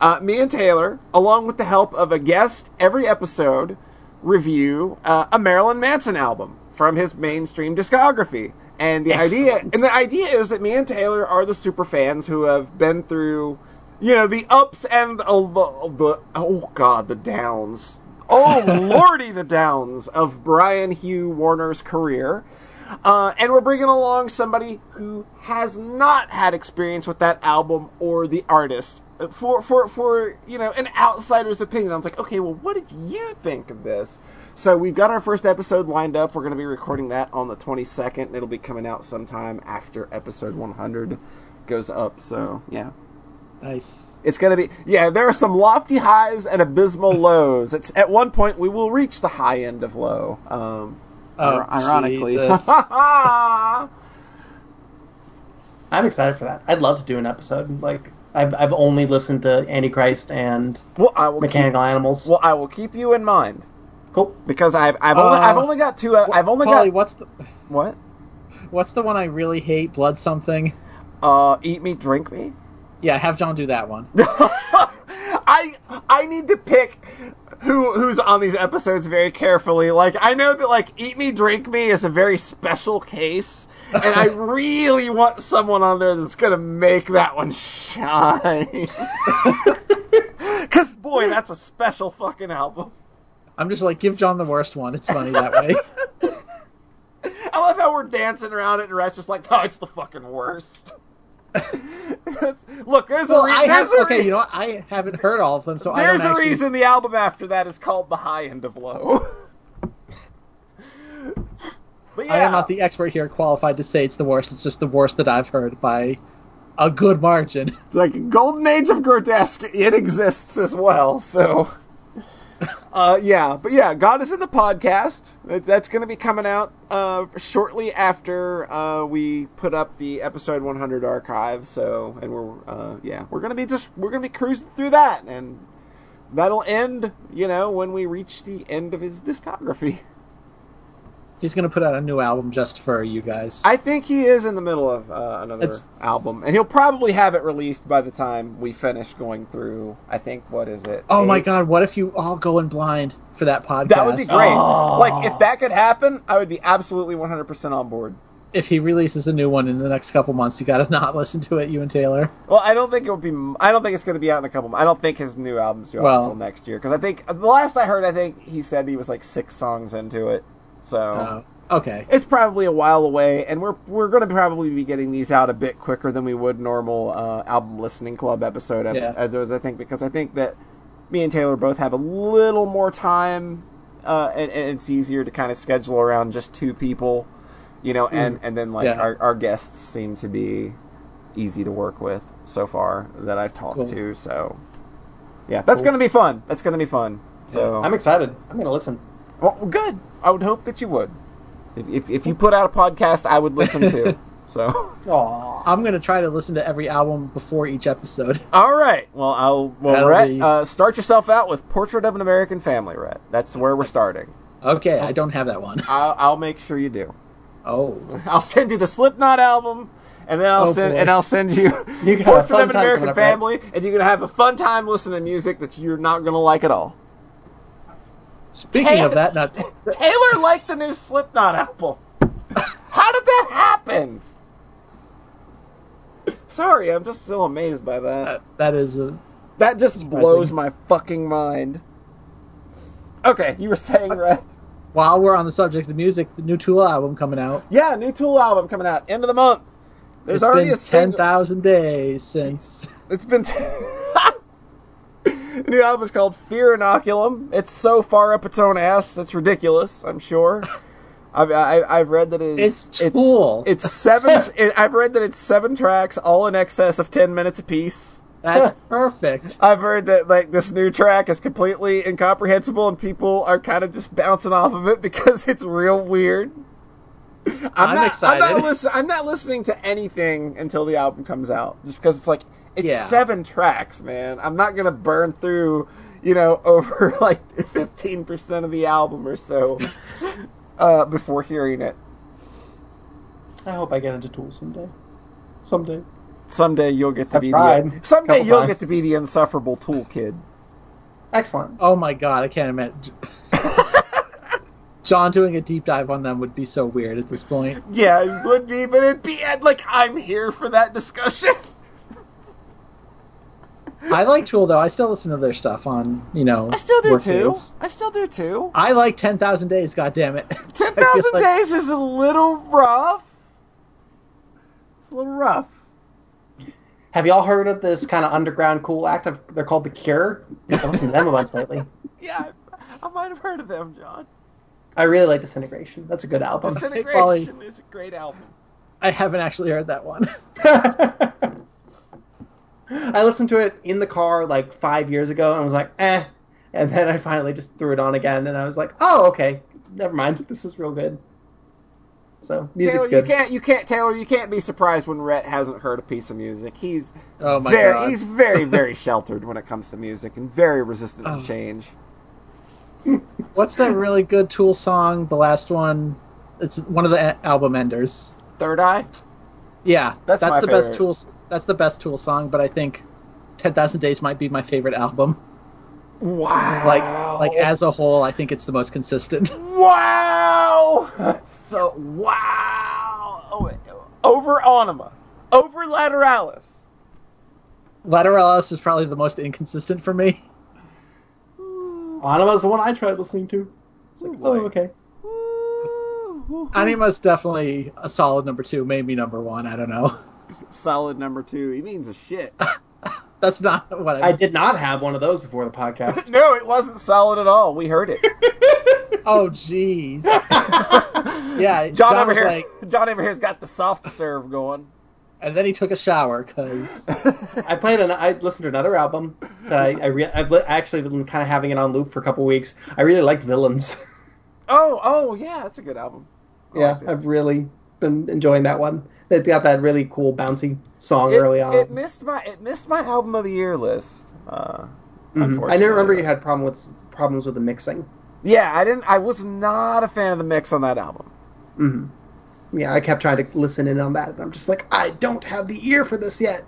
[SPEAKER 2] uh, me and Taylor, along with the help of a guest every episode, review uh, a Marilyn Manson album from his mainstream discography. And the idea
[SPEAKER 3] Excellent.
[SPEAKER 2] and the idea is that me and Taylor are the super fans who have been through, you know, the ups and the, the, the oh god, the downs. Oh lordy, the downs of Brian Hugh Warner's career. Uh, and we're bringing along somebody who has not had experience with that album or the artist for for for you know an outsider's opinion. I was like, okay, well, what did you think of this? So we've got our first episode lined up. We're going to be recording that on the 22nd. It'll be coming out sometime after episode 100 goes up. So yeah,
[SPEAKER 1] Nice.
[SPEAKER 2] it's going to be yeah. There are some lofty highs and abysmal lows. It's at one point we will reach the high end of low. Um,
[SPEAKER 1] Oh,
[SPEAKER 2] ironically.
[SPEAKER 1] Jesus.
[SPEAKER 3] I'm excited for that. I'd love to do an episode. Like I've I've only listened to Antichrist and
[SPEAKER 2] Well, I will keep,
[SPEAKER 3] Mechanical Animals.
[SPEAKER 2] well, I will keep you in mind
[SPEAKER 3] cool.
[SPEAKER 2] because I've I've, only,
[SPEAKER 1] Uh,
[SPEAKER 2] I've only got two. Uh, I've only
[SPEAKER 1] Polly,
[SPEAKER 2] got
[SPEAKER 1] what's the
[SPEAKER 2] what?
[SPEAKER 1] what's the one I really hate? Blood something.
[SPEAKER 2] Uh, eat me, drink me.
[SPEAKER 1] Yeah, have John do that one.
[SPEAKER 2] I I need to pick who who's on these episodes very carefully. Like I know that like eat me, drink me is a very special case, and I really want someone on there that's gonna make that one shine. Cause boy, that's a special fucking album.
[SPEAKER 1] I'm just like, give John the worst one. It's funny that way.
[SPEAKER 2] I love how we're dancing around it, and Rat's just like, "No, it's the fucking worst." That's- Look, there's
[SPEAKER 1] well,
[SPEAKER 2] a, re-
[SPEAKER 1] I have
[SPEAKER 2] there's a
[SPEAKER 1] okay.
[SPEAKER 2] re-
[SPEAKER 1] You know, what? I haven't heard all of them, so I
[SPEAKER 2] There's
[SPEAKER 1] don't
[SPEAKER 2] a
[SPEAKER 1] actually-
[SPEAKER 2] reason the album after that is called The High End of Low. but yeah,
[SPEAKER 1] I am not the expert here, qualified to say it's the worst. It's just the worst that I've heard by a good margin.
[SPEAKER 2] it's like Golden Age of Grotesque, it exists as well, so. Uh, yeah, but yeah, God is in the podcast. That- That's going to be coming out uh, shortly after uh, we put up the episode 100 archive. So, and we're uh, yeah, we're gonna be just we're gonna be cruising through that, and that'll end you know when we reach the end of his discography.
[SPEAKER 1] He's gonna put out a new album just for you guys.
[SPEAKER 2] I think he is in the middle of uh, another
[SPEAKER 1] It's-
[SPEAKER 2] album, and he'll probably have it released by the time we finish going through. I think what is it?
[SPEAKER 1] oh my
[SPEAKER 2] Eight-
[SPEAKER 1] god, what if you all go in blind for that podcast?
[SPEAKER 2] that would be great.
[SPEAKER 3] Oh.
[SPEAKER 2] Like if that could happen, I would be absolutely one hundred percent on board.
[SPEAKER 1] If he releases a new one in the next couple months, you gotta not listen to it, you and Taylor.
[SPEAKER 2] Well, I don't think it would be. I don't think it's going to be out in a couple. I don't think his new album's due out
[SPEAKER 1] Well-
[SPEAKER 2] until next year because I think the last I heard, I think he said he was like six songs into it. So.
[SPEAKER 1] Oh, okay.
[SPEAKER 2] it's probably a while away, and we're we're going to probably be getting these out a bit quicker than we would normal uh, album listening club episode ep-
[SPEAKER 1] Yeah.
[SPEAKER 2] as I think because I think that me and Taylor both have a little more time, uh, and, and it's easier to kind of schedule around just two people, you know, and and then like
[SPEAKER 1] Hmm. Yeah.
[SPEAKER 2] our our guests seem to be easy to work with so far that I've talked
[SPEAKER 1] Cool.
[SPEAKER 2] to, so yeah, that's going to be fun. That's going to be fun. So
[SPEAKER 3] I'm excited. I'm gonna listen.
[SPEAKER 2] well, good. I would hope that you would. If, if, if you put out a podcast, I would listen to. so,
[SPEAKER 3] Aww.
[SPEAKER 1] I'm gonna try to listen to every album before each episode.
[SPEAKER 2] all right. Well, I'll. Well,
[SPEAKER 1] That'll
[SPEAKER 2] Rhett,
[SPEAKER 1] be-
[SPEAKER 2] uh, start yourself out with "Portrait of an American Family." Rhett, that's where we're starting.
[SPEAKER 1] Okay, I don't have that one.
[SPEAKER 2] I'll, I'll make sure you do.
[SPEAKER 1] Oh.
[SPEAKER 2] I'll send you the Slipknot album, and then I'll
[SPEAKER 1] Oh,
[SPEAKER 2] send
[SPEAKER 1] boy.
[SPEAKER 2] and I'll send you
[SPEAKER 3] You can have a
[SPEAKER 2] Portrait
[SPEAKER 3] fun
[SPEAKER 2] of an
[SPEAKER 3] time
[SPEAKER 2] American
[SPEAKER 3] coming up, right?
[SPEAKER 2] Family, and you're gonna have a fun time listening to music that you're not gonna like at all.
[SPEAKER 1] Speaking
[SPEAKER 2] Ted-
[SPEAKER 1] of that, not
[SPEAKER 2] Taylor liked the new Slipknot album. How did that happen? Sorry, I'm just so amazed by that.
[SPEAKER 1] that is uh, a,
[SPEAKER 2] That just blows my fucking mind. Okay, you were
[SPEAKER 1] Uh,
[SPEAKER 2] saying right.
[SPEAKER 1] while we're on the subject of music, the new Tool album coming out.
[SPEAKER 2] Yeah, new Tool album coming out end of the month. There's
[SPEAKER 1] It's
[SPEAKER 2] already
[SPEAKER 1] been
[SPEAKER 2] a single.
[SPEAKER 1] ten thousand days since.
[SPEAKER 2] It's been. The new album is called Fear Inoculum. It's so far up its own ass, it's ridiculous. I'm sure. I've I, I've read that it is.
[SPEAKER 1] It's Tool.
[SPEAKER 2] It's, it's seven. it, I've read that it's seven tracks, all in excess of ten minutes apiece.
[SPEAKER 1] That's perfect.
[SPEAKER 2] I've heard that like this new track is completely incomprehensible, and people are kind of just bouncing off of it because it's real weird. I'm,
[SPEAKER 1] I'm
[SPEAKER 2] not, I'm
[SPEAKER 1] excited.
[SPEAKER 2] not, listen, I'm not listening to anything until the album comes out, just because it's like it's
[SPEAKER 1] Yeah.
[SPEAKER 2] seven tracks, man. I'm not gonna burn through, you know, over like 15 percent of the album or so uh, before hearing it.
[SPEAKER 3] I hope I get into Tool someday. Someday.
[SPEAKER 2] Someday you'll get to
[SPEAKER 3] I've
[SPEAKER 2] be the
[SPEAKER 3] tried.
[SPEAKER 2] someday
[SPEAKER 3] Couple
[SPEAKER 2] you'll
[SPEAKER 3] times.
[SPEAKER 2] get to be the insufferable tool kid.
[SPEAKER 3] Excellent.
[SPEAKER 1] Oh my god, I can't imagine. John doing a deep dive on them would be so weird at this point.
[SPEAKER 2] Yeah, it would be, but it'd be I'd- like I'm here for that discussion.
[SPEAKER 1] I like Tool though. I still listen to their stuff on you know.
[SPEAKER 2] I still do
[SPEAKER 1] work
[SPEAKER 2] too.
[SPEAKER 1] days.
[SPEAKER 2] I still do too.
[SPEAKER 1] I like ten thousand days. God damn it.
[SPEAKER 2] Ten
[SPEAKER 1] I feel
[SPEAKER 2] thousand
[SPEAKER 1] like-
[SPEAKER 2] days is a little rough. It's a little rough.
[SPEAKER 3] Have y'all heard of this kind of underground cool act? Of, they're called The Cure. I've listened to them a bunch lately.
[SPEAKER 2] Yeah, I, I might have heard of them, John.
[SPEAKER 3] I really like Disintegration. That's a good album.
[SPEAKER 1] Polly.
[SPEAKER 2] Disintegration is a great album.
[SPEAKER 1] I haven't actually heard that one.
[SPEAKER 3] I listened to it in the car like five years ago and was like, eh. And then I finally just threw it on again and I was like, oh, okay. Never mind. This is real good. So, music's
[SPEAKER 2] Taylor,
[SPEAKER 3] good.
[SPEAKER 2] you can't, you can't, Taylor, you can't be surprised when Rhett hasn't heard a piece of music. He's
[SPEAKER 1] Oh my
[SPEAKER 2] very,
[SPEAKER 1] god.
[SPEAKER 2] he's very, very sheltered when it comes to music and very resistant
[SPEAKER 1] Oh.
[SPEAKER 2] to change.
[SPEAKER 1] What's that really good Tool song? The last one. It's one of the a- album enders.
[SPEAKER 2] Third Eye.
[SPEAKER 1] Yeah,
[SPEAKER 2] That's
[SPEAKER 1] that's,
[SPEAKER 2] my
[SPEAKER 1] the best
[SPEAKER 2] favorite.
[SPEAKER 1] Tool. That's the best Tool song. But I think Ten Thousand Days might be my favorite album.
[SPEAKER 2] Wow.
[SPEAKER 1] Like, like as a whole, I think it's the most consistent.
[SPEAKER 2] Wow! That's so wow! Oh, over Anima, over Lateralis.
[SPEAKER 1] Lateralis is probably the most inconsistent for me.
[SPEAKER 2] Ooh,
[SPEAKER 3] Anima's the one I tried listening to. It's like,
[SPEAKER 2] Oh,
[SPEAKER 3] oh,
[SPEAKER 2] boy.
[SPEAKER 3] okay.
[SPEAKER 2] ooh, ooh.
[SPEAKER 1] Anima's definitely a solid number two, maybe number one. I don't know.
[SPEAKER 2] Solid number two. He means a shit.
[SPEAKER 1] That's not what I.
[SPEAKER 3] I did not have one of those before the podcast.
[SPEAKER 2] no, it wasn't solid at all. We heard it.
[SPEAKER 1] oh, jeez. yeah,
[SPEAKER 2] John,
[SPEAKER 1] John
[SPEAKER 2] over
[SPEAKER 1] was
[SPEAKER 2] here.
[SPEAKER 1] like,
[SPEAKER 2] John over here's got the soft serve going.
[SPEAKER 1] and then he took a shower because
[SPEAKER 3] I played an. I listened to another album that I, I re, I've li, actually been kind of having it on loop for a couple weeks. I really liked Villains.
[SPEAKER 2] Oh, oh yeah, that's a good album. I
[SPEAKER 3] yeah,
[SPEAKER 2] liked it.
[SPEAKER 3] I've really been enjoying that one. They've got that really cool bouncy song
[SPEAKER 2] It-
[SPEAKER 3] early on.
[SPEAKER 2] It missed my it missed my album of the year list. Uh,
[SPEAKER 3] Mhm. I never remember
[SPEAKER 2] unfortunately.
[SPEAKER 3] you had problem with problems with the mixing.
[SPEAKER 2] Yeah, I didn't. I was not a fan of the mix on that album.
[SPEAKER 3] hmm Yeah, I kept trying to listen in on that, and I'm just like, I don't have the ear for this yet.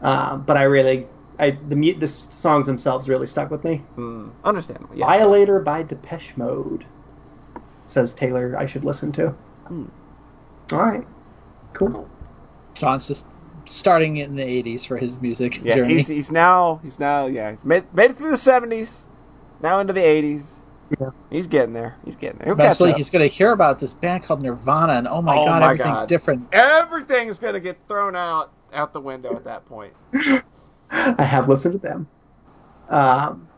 [SPEAKER 3] Uh, but I really, I the mu- the songs themselves really stuck with me.
[SPEAKER 2] Mm, understandable. Yeah.
[SPEAKER 3] Violator by Depeche Mode. Says Taylor, I should listen to.
[SPEAKER 2] Hmm.
[SPEAKER 3] All right, cool.
[SPEAKER 1] John's just starting in the '80s for his music
[SPEAKER 2] yeah,
[SPEAKER 1] journey.
[SPEAKER 2] he's, he's now he's now yeah he's made made it through the seventies, now into the eighties.
[SPEAKER 3] Yeah.
[SPEAKER 2] He's getting there. He's getting there. He'll catch
[SPEAKER 1] Eventually,
[SPEAKER 2] up.
[SPEAKER 1] he's going to hear about this band called Nirvana, and oh my
[SPEAKER 2] Oh
[SPEAKER 1] god,
[SPEAKER 2] my
[SPEAKER 1] everything's
[SPEAKER 2] God.
[SPEAKER 1] different.
[SPEAKER 2] Everything's gonna get thrown out out the window at that point.
[SPEAKER 3] I have listened to them. Um,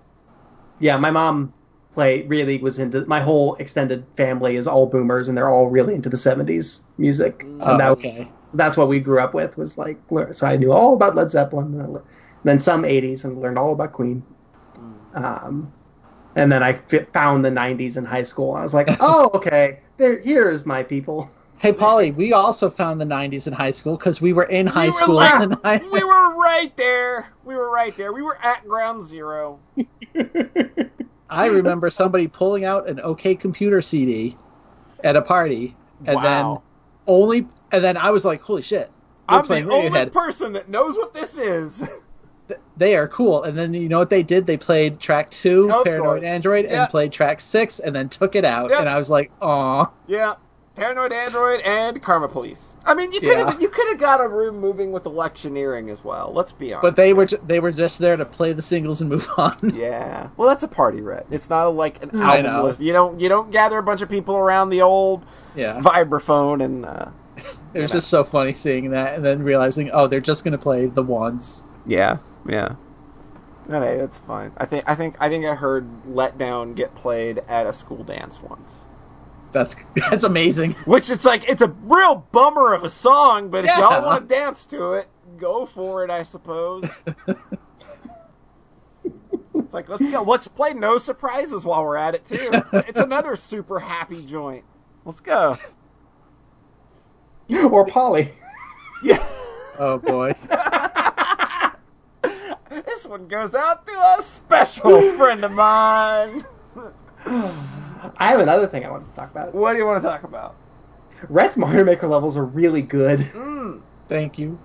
[SPEAKER 3] yeah, my mom play really was into my whole extended family is all boomers, and they're all really into the '70s music.
[SPEAKER 1] Oh,
[SPEAKER 3] and that was-
[SPEAKER 1] okay.
[SPEAKER 3] that's what we grew up with was like lear- so i knew all about led zeppelin and I le- then some 80s and learned all about queen um, and then i fi- found the 90s in high school and i was like oh okay there here's my people
[SPEAKER 1] Hey, Polly, we also found the '90s in high school because we were in high
[SPEAKER 2] were
[SPEAKER 1] school.
[SPEAKER 2] like-
[SPEAKER 1] in the ni-
[SPEAKER 2] we were right there. We were right there. We were at ground zero.
[SPEAKER 1] I remember somebody pulling out an OK Computer CD at a party, and
[SPEAKER 2] wow.
[SPEAKER 1] then only, and then I was like, "Holy shit!"
[SPEAKER 2] I'm
[SPEAKER 1] playing
[SPEAKER 2] the only
[SPEAKER 1] Radiohead.
[SPEAKER 2] person that knows what this is.
[SPEAKER 1] Th- They are cool. And then you know what they did? They played track two,
[SPEAKER 2] Of
[SPEAKER 1] Paranoid
[SPEAKER 2] course.
[SPEAKER 1] Android,
[SPEAKER 2] Yeah.
[SPEAKER 1] and played track six, and then took it out.
[SPEAKER 2] Yeah.
[SPEAKER 1] And I was like, "Aw,
[SPEAKER 2] yeah, Paranoid Android and Karma Police. I mean, you could have
[SPEAKER 1] Yeah.
[SPEAKER 2] you could have got a room moving with electioneering as well. Let's be honest.
[SPEAKER 1] But they were ju- they were just there to play the singles and move on.
[SPEAKER 2] Yeah. Well, that's a party rat. It's not a, like an
[SPEAKER 1] Hmm. I
[SPEAKER 2] album
[SPEAKER 1] know.
[SPEAKER 2] list. You don't you don't gather a bunch of people around the old
[SPEAKER 1] yeah,
[SPEAKER 2] vibraphone and uh,
[SPEAKER 1] it was just so funny seeing that, and then realizing, oh, they're just gonna play the ones.
[SPEAKER 2] yeah, yeah. Okay, that's fine. I think I think I think I heard "Let Down" get played at a school dance once.
[SPEAKER 1] That's that's amazing.
[SPEAKER 2] Which it's like it's a real bummer of a song, but if
[SPEAKER 1] Yeah.
[SPEAKER 2] y'all want to dance to it, go for it, I suppose. it's like let's go. Let's play "No Surprises" while we're at it too. It's another super happy joint. Let's go.
[SPEAKER 3] or Polly.
[SPEAKER 2] Yeah.
[SPEAKER 1] Oh boy,
[SPEAKER 2] This one goes out to a special friend of mine.
[SPEAKER 3] I have another thing I wanted to talk about.
[SPEAKER 2] What do you want to talk about?
[SPEAKER 3] Red's Mario Maker levels are really good.
[SPEAKER 2] Mm.
[SPEAKER 1] thank you.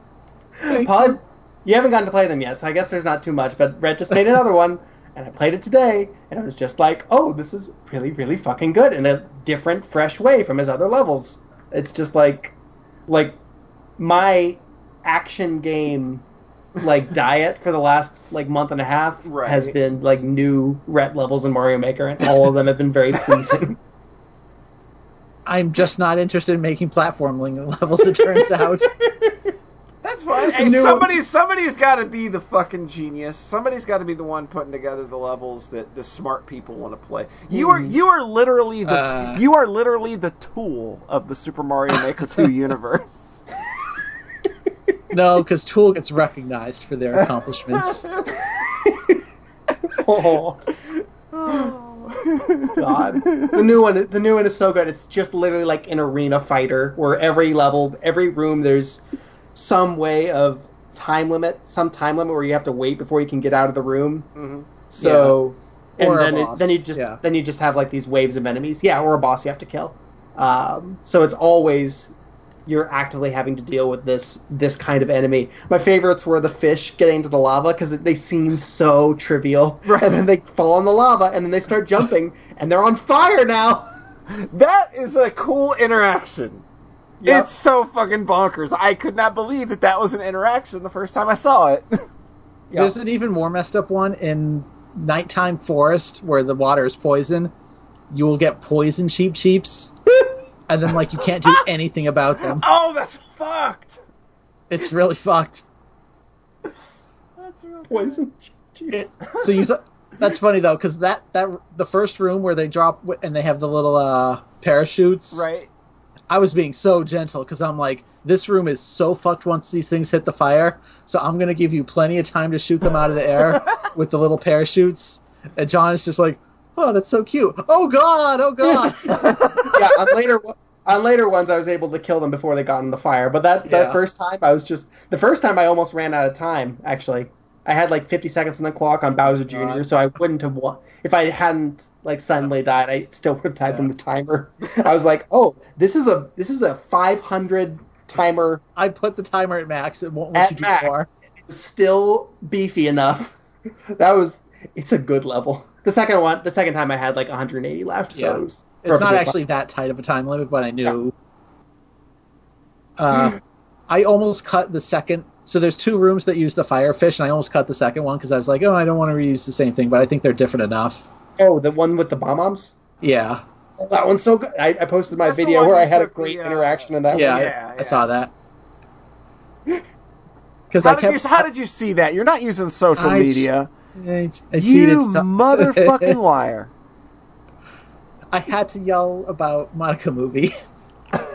[SPEAKER 3] Pod, you haven't gotten to play them yet, so I guess there's not too much. But Red just made another one, and I played it today, and it was just like, oh, this is really, really fucking good in a different, fresh way from his other levels. It's just like, like my action game like diet for the last like month and a half
[SPEAKER 2] Right.
[SPEAKER 3] has been like new ret levels in mario maker and all of them have been very pleasing
[SPEAKER 1] I'm just not interested in making platforming levels. It turns out.
[SPEAKER 2] That's fine. Hey,
[SPEAKER 3] New-
[SPEAKER 2] somebody, somebody's got to be the fucking genius. Somebody's got to be the one putting together the levels that the smart people want to play. You are,
[SPEAKER 3] Mhm.
[SPEAKER 2] you are literally the, t-
[SPEAKER 1] Uh.
[SPEAKER 2] you are literally the tool of the Super Mario Maker Two universe.
[SPEAKER 1] No, because Tool gets recognized for their accomplishments.
[SPEAKER 3] oh
[SPEAKER 2] Oh.
[SPEAKER 3] god the new one the new one is so good it's just literally like an arena fighter where every level every room there's some way of time limit some time limit where you have to wait before you can get out of the room
[SPEAKER 2] Mhm.
[SPEAKER 3] so and
[SPEAKER 1] Or a
[SPEAKER 3] then it,
[SPEAKER 1] boss,
[SPEAKER 3] then you just
[SPEAKER 1] yeah.
[SPEAKER 3] then you just have like these waves of enemies yeah or a boss you have to kill um, so it's always you're actively having to deal with this this kind of enemy. My favorites were the fish getting into the lava because they seemed so trivial,
[SPEAKER 2] Right.
[SPEAKER 3] and then they fall in the lava, and then they start jumping, and they're on fire now.
[SPEAKER 2] That is a cool interaction.
[SPEAKER 3] Yep.
[SPEAKER 2] It's so fucking bonkers. I could not believe that that was an interaction the first time I saw it.
[SPEAKER 3] Yeah.
[SPEAKER 1] There's an even more messed up one in Nighttime Forest where the water is poison. You will get poison sheep sheeps, and then like you can't do anything about them.
[SPEAKER 2] oh, that's fucked.
[SPEAKER 1] It's really fucked.
[SPEAKER 2] That's real good.
[SPEAKER 3] poison. Jeez.
[SPEAKER 1] so you th- that's funny though because that that the first room where they drop w- and they have the little uh parachutes
[SPEAKER 2] Right.
[SPEAKER 1] i was being so gentle because i'm like this room is so fucked once these things hit the fire so i'm gonna give you plenty of time to shoot them out of the air with the little parachutes and john is just like oh that's so cute oh god oh god
[SPEAKER 3] yeah, on later on later ones, I was able to kill them before they got in the fire. But that that
[SPEAKER 1] Yeah.
[SPEAKER 3] first time, I was just the first time I almost ran out of time. Actually, I had like 50 seconds on the clock on Bowser Jr.,
[SPEAKER 1] God.
[SPEAKER 3] so I wouldn't have won if I hadn't like suddenly died. I still would have died from
[SPEAKER 1] Yeah.
[SPEAKER 3] the timer. I was like, oh, this is a this is a 500 timer,
[SPEAKER 1] i put the timer at max it won't let
[SPEAKER 3] At
[SPEAKER 1] you do
[SPEAKER 3] max.
[SPEAKER 1] more
[SPEAKER 3] still beefy enough. that was it's a good level. The second one, the second time I had like 180 left, so
[SPEAKER 1] Yeah.
[SPEAKER 3] it was
[SPEAKER 1] it's not
[SPEAKER 3] perfectly
[SPEAKER 1] actually that tight of a time limit, but I knew. Uh, I almost cut the second. So there's two rooms that use the firefish, and I almost cut the second one because I was like, oh, I don't want to reuse the same thing, but I think they're different enough.
[SPEAKER 3] fine. oh the one with the bomb bombs.
[SPEAKER 1] Yeah,
[SPEAKER 3] Oh, That one's so good. I, I posted my
[SPEAKER 2] That's the
[SPEAKER 3] video
[SPEAKER 2] one
[SPEAKER 3] where
[SPEAKER 2] you
[SPEAKER 3] I had a
[SPEAKER 2] took the,
[SPEAKER 3] great
[SPEAKER 2] uh,
[SPEAKER 3] interaction in that
[SPEAKER 1] yeah,
[SPEAKER 3] one.
[SPEAKER 1] I,
[SPEAKER 2] Yeah, yeah.
[SPEAKER 1] I saw that. Because
[SPEAKER 2] How
[SPEAKER 1] I
[SPEAKER 2] did,
[SPEAKER 1] kept.
[SPEAKER 2] you, how did you see that? You're not using social
[SPEAKER 1] I
[SPEAKER 2] media.
[SPEAKER 1] I, I cheated
[SPEAKER 2] You
[SPEAKER 1] so-
[SPEAKER 2] motherfucking liar.
[SPEAKER 1] I had to yell about Monica movie. but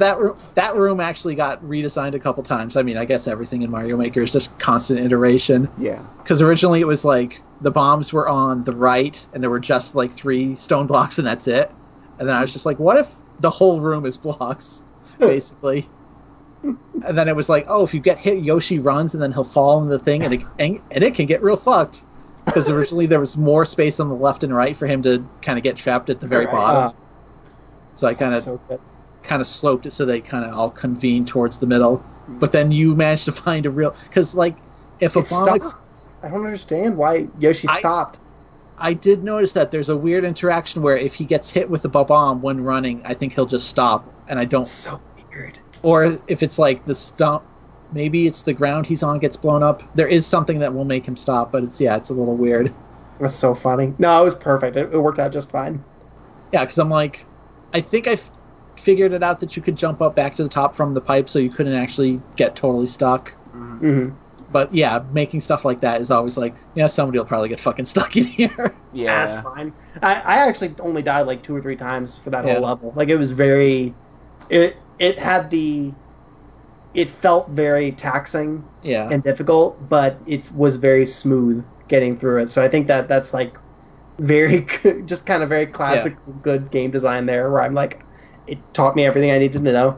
[SPEAKER 1] that room, that room actually got redesigned a couple times. I mean, I guess everything in Mario Maker is just constant iteration.
[SPEAKER 2] Yeah.
[SPEAKER 1] Because originally it was like the bombs were on the right, and there were just like three stone blocks, and that's it. And then I was just like, what if the whole room is blocks, basically? and then it was like, oh, if you get hit, Yoshi runs, and then he'll fall in the thing, and it, and, and it can get real fucked. Because originally there was more space on the left and right for him to kind of get trapped at the very
[SPEAKER 2] Right.
[SPEAKER 1] bottom. so I kind of
[SPEAKER 3] Ah, Uh, so good.
[SPEAKER 1] kind of sloped it so they kind of all convene towards the middle. But then you managed to find a real because like if a
[SPEAKER 3] It
[SPEAKER 1] bomb
[SPEAKER 3] stopped. I don't understand why Yoshi
[SPEAKER 1] I-
[SPEAKER 3] stopped.
[SPEAKER 1] I did notice that there's a weird interaction where if he gets hit with the bomb when running, I think he'll just stop, and I don't.
[SPEAKER 3] so weird.
[SPEAKER 1] Or if it's like the stump, maybe it's the ground he's on gets blown up. There is something that will make him stop, but it's yeah, it's a little weird.
[SPEAKER 3] That's so funny. No, it was perfect. It, it worked out just fine.
[SPEAKER 1] Yeah, because I'm like, I think I f- figured it out that you could jump up back to the top from the pipe, so you couldn't actually get totally stuck.
[SPEAKER 2] Mm-hmm.
[SPEAKER 3] hmm
[SPEAKER 1] But yeah, making stuff like that is always like, yeah, somebody will probably get fucking stuck in here.
[SPEAKER 2] Yeah.
[SPEAKER 3] That's fine. I, I actually only died like two or three times for that
[SPEAKER 1] Yeah.
[SPEAKER 3] whole level. Like it was very, it it had the, it felt very taxing
[SPEAKER 1] yeah.
[SPEAKER 3] and difficult, but it was very smooth getting through it. So I think that that's like very good, just kind of very classic good game design there, where I'm like, it taught me everything I needed to know.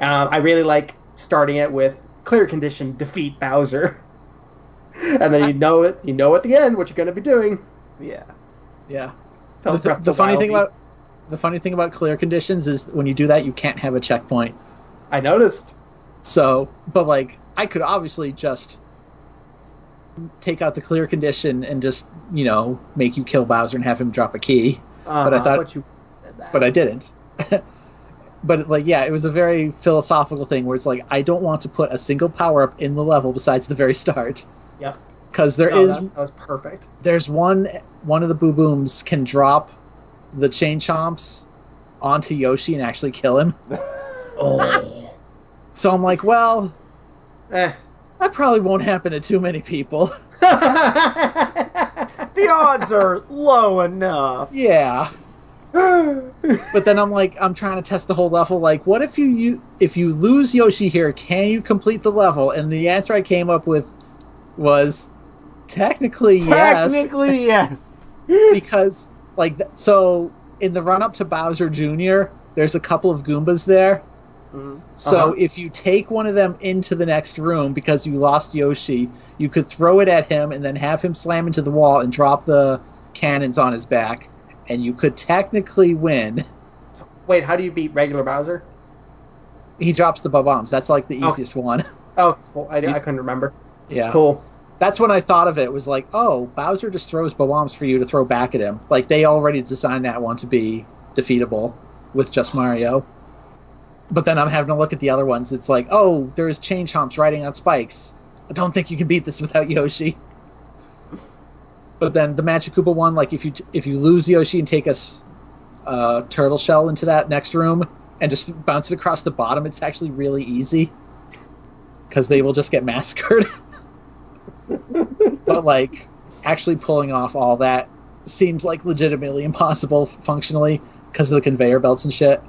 [SPEAKER 3] Um, I really like starting it with clear condition defeat Bowser, and then you know it. You know at the end what you're going to be doing.
[SPEAKER 2] Yeah.
[SPEAKER 1] yeah.
[SPEAKER 3] Felt
[SPEAKER 1] the,
[SPEAKER 3] Breath of
[SPEAKER 1] the funny
[SPEAKER 3] Wild
[SPEAKER 1] thing
[SPEAKER 3] beat.
[SPEAKER 1] about the funny thing about clear conditions is when you do that you can't have a checkpoint
[SPEAKER 3] I noticed.
[SPEAKER 1] so but like i could obviously just take out the clear condition and just you know make you kill bowser and have him drop a key
[SPEAKER 3] Uh,
[SPEAKER 1] I thought-
[SPEAKER 3] what you,
[SPEAKER 1] but i didn't but like yeah it was a very philosophical thing where it's like i don't want to put a single power up in the level besides the very start
[SPEAKER 3] Yep.
[SPEAKER 1] because there is.
[SPEAKER 3] No, Oh, that, that was perfect.
[SPEAKER 1] there's one one of the boo booms can drop the chain chomps onto Yoshi and actually kill him.
[SPEAKER 3] Oh,
[SPEAKER 1] So I'm like, well,
[SPEAKER 3] eh.
[SPEAKER 1] that probably won't happen to too many people.
[SPEAKER 2] The odds are low enough.
[SPEAKER 1] yeah.
[SPEAKER 3] Eh.
[SPEAKER 1] But then I'm like, I'm trying to test the whole level. Like, what if you, you if you lose Yoshi here, can you complete the level? And the answer I came up with was technically yes,
[SPEAKER 2] Technically, yes.
[SPEAKER 1] because like th- so in the run up to Bowser Jr., there's a couple of Goombas there.
[SPEAKER 2] Mhm.
[SPEAKER 1] So
[SPEAKER 3] Uh-huh.
[SPEAKER 1] if you take one of them into the next room because you lost Yoshi, you could throw it at him and then have him slam into the wall and drop the cannons on his back, and you could technically win.
[SPEAKER 3] Wait, how do you beat regular Bowser?
[SPEAKER 1] He drops the bombs. That's like the
[SPEAKER 3] Oh.
[SPEAKER 1] easiest one.
[SPEAKER 3] Oh, well, I, I couldn't remember.
[SPEAKER 1] yeah,
[SPEAKER 3] Cool.
[SPEAKER 1] that's when I thought of it. Was like, oh, Bowser just throws bombs for you to throw back at him. Like they already designed that one to be defeatable with just Mario. But then I'm having a look at the other ones. It's like, oh, there's chain chomps riding on spikes. I don't think you can beat this without Yoshi. But then the Magic Koopa one, like if you if you lose Yoshi and take a s- uh, turtle shell into that next room and just bounce it across the bottom, it's actually really easy because they will just get massacred. but like actually pulling off all that seems like legitimately impossible functionally because of the conveyor belts and shit.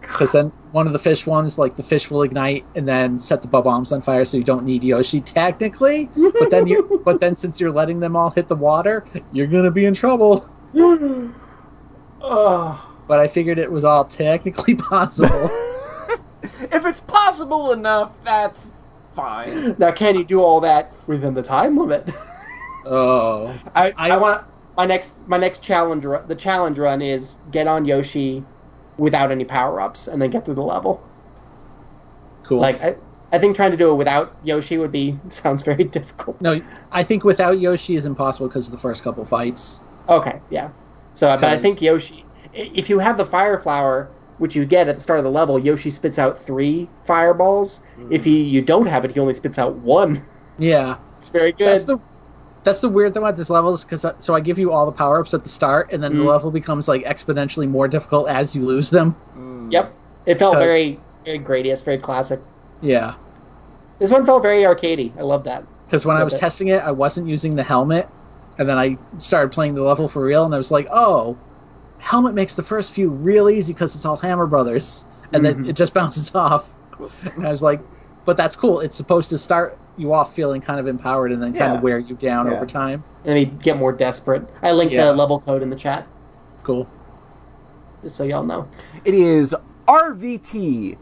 [SPEAKER 1] Because then one of the fish ones, like the fish will ignite and then set the bombs on fire, so you don't need Yoshi technically. But then you, but then since you're letting them all hit the water, you're gonna be in trouble.
[SPEAKER 3] oh,
[SPEAKER 1] But I figured it was all technically possible.
[SPEAKER 2] if it's possible enough, that's fine.
[SPEAKER 3] now, can you do all that within the time limit?
[SPEAKER 1] oh,
[SPEAKER 3] I,
[SPEAKER 1] I-
[SPEAKER 3] I, want my next my next challenge. ru- The challenge run is get on Yoshi without any power ups and then get through the level.
[SPEAKER 1] cool.
[SPEAKER 3] Like I, I think trying to do it without Yoshi would be sounds very difficult.
[SPEAKER 1] no, I think without Yoshi is impossible because of the first couple fights.
[SPEAKER 3] Okay, yeah. So, but I think
[SPEAKER 1] Because-
[SPEAKER 3] Yoshi, i- if you have the fire flower, which you get at the start of the level, Yoshi spits out three fireballs. If he, you don't have it, he only spits out one.
[SPEAKER 1] Yeah.
[SPEAKER 3] It's very good.
[SPEAKER 1] That's the that's the weird thing about this level is because so I give you all the power ups at the start, and then the
[SPEAKER 3] Mhm.
[SPEAKER 1] level becomes like exponentially more difficult as you lose them.
[SPEAKER 2] Mm.
[SPEAKER 3] yep. It felt
[SPEAKER 1] Because-
[SPEAKER 3] very, very Gradius, very classic.
[SPEAKER 1] Yeah,
[SPEAKER 3] This one felt very arcadey. I love that.
[SPEAKER 1] because when I
[SPEAKER 3] Yeah,
[SPEAKER 1] was
[SPEAKER 3] but-
[SPEAKER 1] testing it, I wasn't using the helmet, and then I started playing the level for real, and I was like, oh, helmet makes the first few real easy because it's all Hammer Brothers, and then
[SPEAKER 3] Mhm.
[SPEAKER 1] it just bounces off. And I was like, but that's cool. It's supposed to start you off feeling kind of empowered, and then kind
[SPEAKER 2] Yeah.
[SPEAKER 1] of wear you down
[SPEAKER 2] Yeah.
[SPEAKER 1] over time.
[SPEAKER 3] And he'd get more desperate. I linked
[SPEAKER 1] Yeah.
[SPEAKER 3] the level code in the chat,
[SPEAKER 1] Cool.
[SPEAKER 3] just so y'all know.
[SPEAKER 2] It is RVT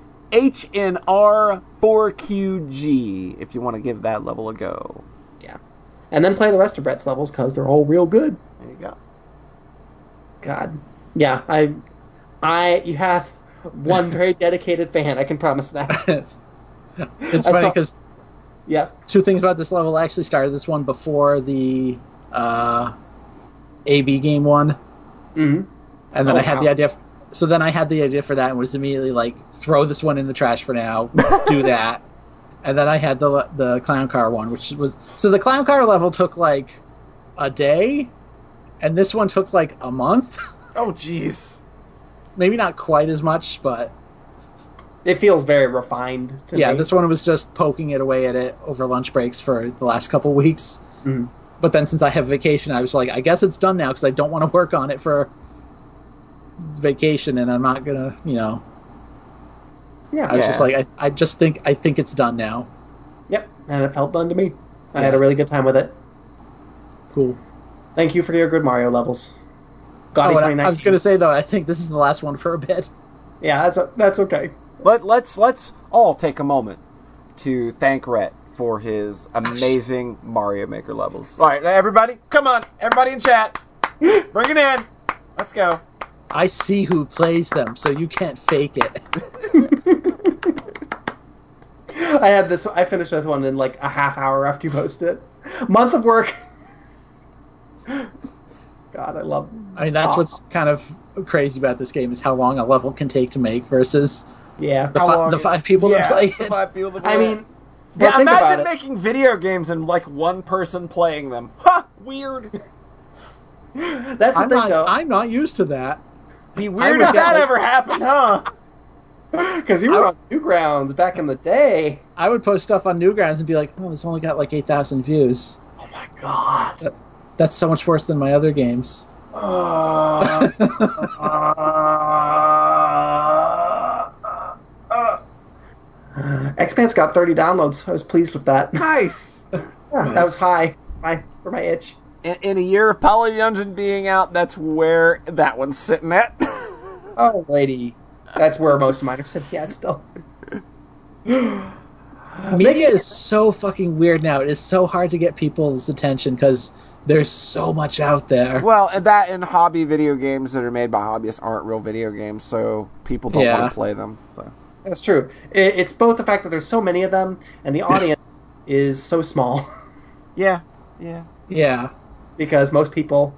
[SPEAKER 2] HNR4QG if you want to give that level a go.
[SPEAKER 3] Yeah. And then play the rest of Brett's levels because they're all real good.
[SPEAKER 2] There you go.
[SPEAKER 3] God. Yeah, I I you have one very dedicated fan. I can promise that.
[SPEAKER 1] it's
[SPEAKER 3] I
[SPEAKER 1] funny
[SPEAKER 3] saw-
[SPEAKER 1] because
[SPEAKER 3] Yeah.
[SPEAKER 1] two things about this level I actually started this one before the uh, AB game one,
[SPEAKER 3] hmm
[SPEAKER 1] Mm-hmm. and then
[SPEAKER 3] Oh,
[SPEAKER 1] I had
[SPEAKER 3] wow.
[SPEAKER 1] the idea. f so then I had the idea for that and was immediately like, throw this one in the trash for now, do that, and then I had the the clown car one, which was so the clown car level took like a day, and this one took like a month.
[SPEAKER 2] Oh, jeez.
[SPEAKER 1] Maybe not quite as much, but
[SPEAKER 3] It feels very refined to
[SPEAKER 1] yeah,
[SPEAKER 3] me.
[SPEAKER 1] this one was just poking it away at it over lunch breaks for the last couple weeks.
[SPEAKER 3] Mhm.
[SPEAKER 1] But then since I have vacation, I was like, I guess it's done now because I don't want to work on it for vacation, and I'm not gonna, you know.
[SPEAKER 3] yeah.
[SPEAKER 1] I was just
[SPEAKER 2] Yeah.
[SPEAKER 1] like, I, I just think I think it's done now.
[SPEAKER 3] Yep. And it felt done to me. I had
[SPEAKER 1] Yeah.
[SPEAKER 3] a really good time with it.
[SPEAKER 1] Cool.
[SPEAKER 3] Thank you for your good Mario levels. Gotti
[SPEAKER 1] Oh, and
[SPEAKER 3] 2019.
[SPEAKER 1] I, I was gonna say though, I think this is the last one for a bit.
[SPEAKER 3] Yeah, that's that's okay.
[SPEAKER 2] Let let's let's all take a moment to thank Rhett for his amazing Mario Maker levels. All right, everybody, come on, everybody in chat, bring it in. Let's go.
[SPEAKER 1] I see who plays them, so you can't fake it.
[SPEAKER 3] I had this. I finished this one in like a half hour after you posted it. Month of work. God, I love.
[SPEAKER 1] I mean, that's
[SPEAKER 3] Aw.
[SPEAKER 1] what's kind of crazy about this game is how long a level can take to make versus
[SPEAKER 3] Yeah.
[SPEAKER 1] The fi- the five people that
[SPEAKER 2] yeah,
[SPEAKER 1] play
[SPEAKER 2] the
[SPEAKER 1] it.
[SPEAKER 2] five people that
[SPEAKER 3] I
[SPEAKER 2] play
[SPEAKER 3] mean,
[SPEAKER 2] it.
[SPEAKER 3] but
[SPEAKER 2] yeah,
[SPEAKER 3] think
[SPEAKER 2] imagine
[SPEAKER 3] about it.
[SPEAKER 2] making video games and like one person playing them. Huh, weird.
[SPEAKER 3] That's the
[SPEAKER 1] I'm
[SPEAKER 3] thing,
[SPEAKER 1] not
[SPEAKER 3] though,
[SPEAKER 1] I'm not used to that.
[SPEAKER 2] Be weird
[SPEAKER 3] would
[SPEAKER 2] if
[SPEAKER 3] get,
[SPEAKER 2] that
[SPEAKER 3] like-
[SPEAKER 2] ever happened, huh?
[SPEAKER 3] because you were
[SPEAKER 1] I-
[SPEAKER 3] on Newgrounds back in the day.
[SPEAKER 1] I would post stuff on Newgrounds and be like, "Oh, this only got like eight thousand views.
[SPEAKER 3] Oh my god.
[SPEAKER 1] That's so much worse than my other games."
[SPEAKER 2] Uh,
[SPEAKER 3] Expanse uh, got 30 downloads. I was pleased with that.
[SPEAKER 2] nice.
[SPEAKER 3] that was high, high for my itch.
[SPEAKER 2] In, in a year of Poly Dungeon being out, that's where that one's sitting at.
[SPEAKER 3] Oh, lady. That's where most of mine are sitting at still.
[SPEAKER 1] Media is so fucking weird now. It is so hard to get people's attention because there's so much out there.
[SPEAKER 2] well, and that and hobby video games that are made by hobbyists aren't real video games, so people don't
[SPEAKER 1] Yeah.
[SPEAKER 2] want to play them. So
[SPEAKER 3] That's true. It, it's both the fact that there's so many of them and the audience is so small
[SPEAKER 2] yeah, yeah.
[SPEAKER 1] Yeah,
[SPEAKER 3] because most people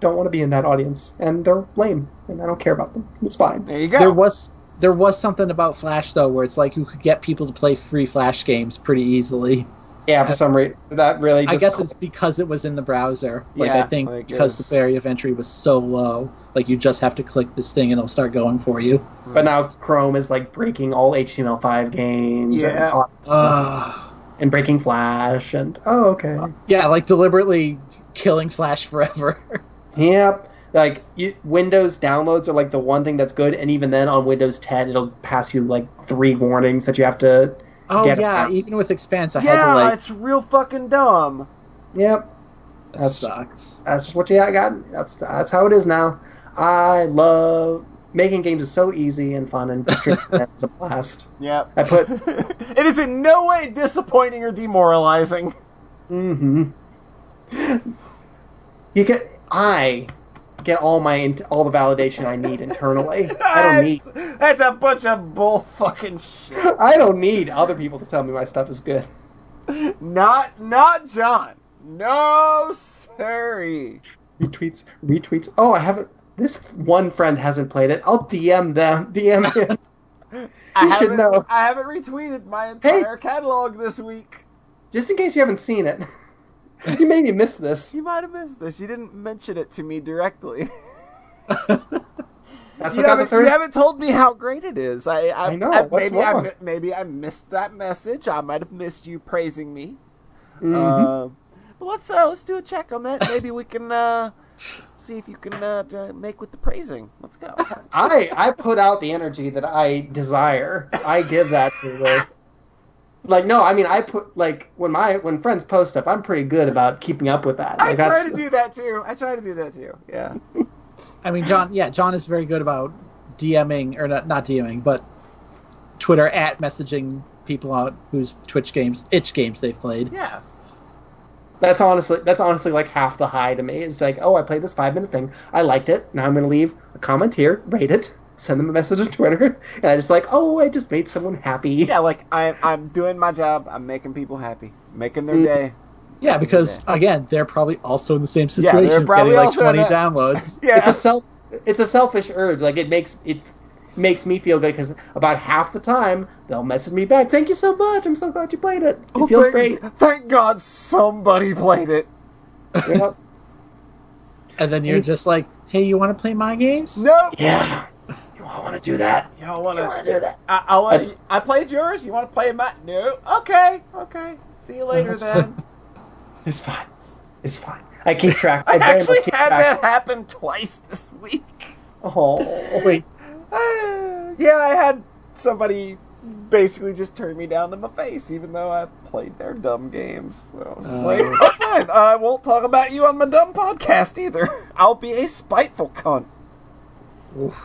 [SPEAKER 3] don't want to be in that audience and they're lame and I don't care about them. It's fine.
[SPEAKER 2] There you go.
[SPEAKER 1] there was there was something about Flash though, where it's like you could get people to play free Flash games pretty easily.
[SPEAKER 3] Yeah, for some reason that really.
[SPEAKER 1] I
[SPEAKER 3] just-
[SPEAKER 1] guess it's because it was in the browser. Like
[SPEAKER 2] Yeah,
[SPEAKER 1] I think
[SPEAKER 2] like,
[SPEAKER 1] because
[SPEAKER 2] it's-
[SPEAKER 1] the barrier of entry was so low, like you just have to click this thing and it'll start going for you.
[SPEAKER 3] But now Chrome is like breaking all HTML5 games and
[SPEAKER 2] Yeah.
[SPEAKER 3] all-
[SPEAKER 1] Ugh.
[SPEAKER 3] and, breaking Flash and oh okay.
[SPEAKER 1] Uh, Yeah, like deliberately killing Flash forever.
[SPEAKER 3] Yep. Like you, Windows downloads are like the one thing that's good, and even then on Windows 10, it'll pass you like three warnings that you have to.
[SPEAKER 1] oh
[SPEAKER 3] Get it
[SPEAKER 1] yeah,
[SPEAKER 3] out.
[SPEAKER 1] even with Expanse, I had
[SPEAKER 2] yeah,
[SPEAKER 1] to like.
[SPEAKER 2] it's real fucking dumb.
[SPEAKER 3] Yep,
[SPEAKER 1] That sucks.
[SPEAKER 3] that's just what you got. That's that's how it is now. I love making games is so easy and fun, and streaming it is a blast.
[SPEAKER 2] Yep.
[SPEAKER 3] I put.
[SPEAKER 2] it is in no way disappointing or demoralizing.
[SPEAKER 3] Mm-hmm. You get. I get all my int- all the validation I need internally. I don't need.
[SPEAKER 2] That's a bunch of bull fucking shit.
[SPEAKER 3] I don't need other people to tell me my stuff is good.
[SPEAKER 2] Not not John. No sorry.
[SPEAKER 3] retweets, retweets. Oh, I haven't. This one friend hasn't played it. I'll DM them. DM him.
[SPEAKER 2] I
[SPEAKER 3] You should
[SPEAKER 2] haven't,
[SPEAKER 3] know.
[SPEAKER 2] I haven't retweeted my entire catalog this week.
[SPEAKER 3] Just in case you haven't seen it. You maybe missed this.
[SPEAKER 2] You might have missed this. You didn't mention it to me directly.
[SPEAKER 3] That's
[SPEAKER 2] You
[SPEAKER 3] what got the
[SPEAKER 2] haven't, you
[SPEAKER 3] third.
[SPEAKER 2] haven't told me how great it is. I, I,
[SPEAKER 3] I know, what's
[SPEAKER 2] maybe I
[SPEAKER 3] wrong?
[SPEAKER 2] mi- maybe I missed that message. I might have missed you praising me.
[SPEAKER 3] Mhm.
[SPEAKER 2] Uh, but let's uh, let's do a check on that. Maybe we can uh, see if you can uh, d- make with the praising. Let's go.
[SPEAKER 3] I I put out the energy that I desire. I give that to the. Like no, I mean I put like when my when friends post stuff, I'm pretty good about keeping up with that.
[SPEAKER 2] I
[SPEAKER 3] Like
[SPEAKER 2] try
[SPEAKER 3] that's
[SPEAKER 2] to do that too. I try to do that too. Yeah.
[SPEAKER 1] I mean, John. Yeah, John is very good about DMing or not not DMing, but Twitter at messaging people out whose Twitch games, itch games they've played.
[SPEAKER 2] Yeah.
[SPEAKER 3] that's honestly that's honestly like half the high to me. It's like oh I played this five minute thing, I liked it. Now I'm gonna leave a comment here, rate it, send them a message on Twitter, and I just like, oh, I just made someone happy.
[SPEAKER 2] Yeah, like I, I'm doing my job. I'm making people happy, making their
[SPEAKER 3] Mm.
[SPEAKER 2] day.
[SPEAKER 1] Yeah, because again, they're probably also in the same
[SPEAKER 2] Yeah, they're
[SPEAKER 1] situation, of
[SPEAKER 2] probably
[SPEAKER 1] getting like
[SPEAKER 2] also in
[SPEAKER 1] twenty
[SPEAKER 2] a-
[SPEAKER 1] downloads.
[SPEAKER 2] Yeah,
[SPEAKER 3] It's a self, it's a selfish urge. Like it makes it makes me feel good because about half the time they'll message me back, thank you so much. I'm so glad you played it. It
[SPEAKER 2] Oh,
[SPEAKER 3] feels
[SPEAKER 2] thank,
[SPEAKER 3] great.
[SPEAKER 2] Thank God somebody played it.
[SPEAKER 3] Yep.
[SPEAKER 1] And then you're just like, "Hey, you want to play my games?"
[SPEAKER 2] Nope.
[SPEAKER 3] Yeah, you all want to do that.
[SPEAKER 2] Y'all
[SPEAKER 3] You want
[SPEAKER 2] wanna?
[SPEAKER 3] to do that.
[SPEAKER 2] I, I want. I played yours. You want to play mine? No. Okay. Okay. See you later
[SPEAKER 3] that's
[SPEAKER 2] then.
[SPEAKER 3] It's fine. It's fine. I keep track.
[SPEAKER 2] I
[SPEAKER 3] very much
[SPEAKER 2] actually
[SPEAKER 3] keep
[SPEAKER 2] had
[SPEAKER 3] track.
[SPEAKER 2] that happen twice this week.
[SPEAKER 3] Oh
[SPEAKER 1] Wait,
[SPEAKER 2] Uh, yeah, I had somebody basically just turn me down to my face, even though I played their dumb games. So I was just
[SPEAKER 1] Oh.
[SPEAKER 2] like, oh, fine, I won't talk about you on my dumb podcast either. I'll be a spiteful cunt.
[SPEAKER 1] Oof.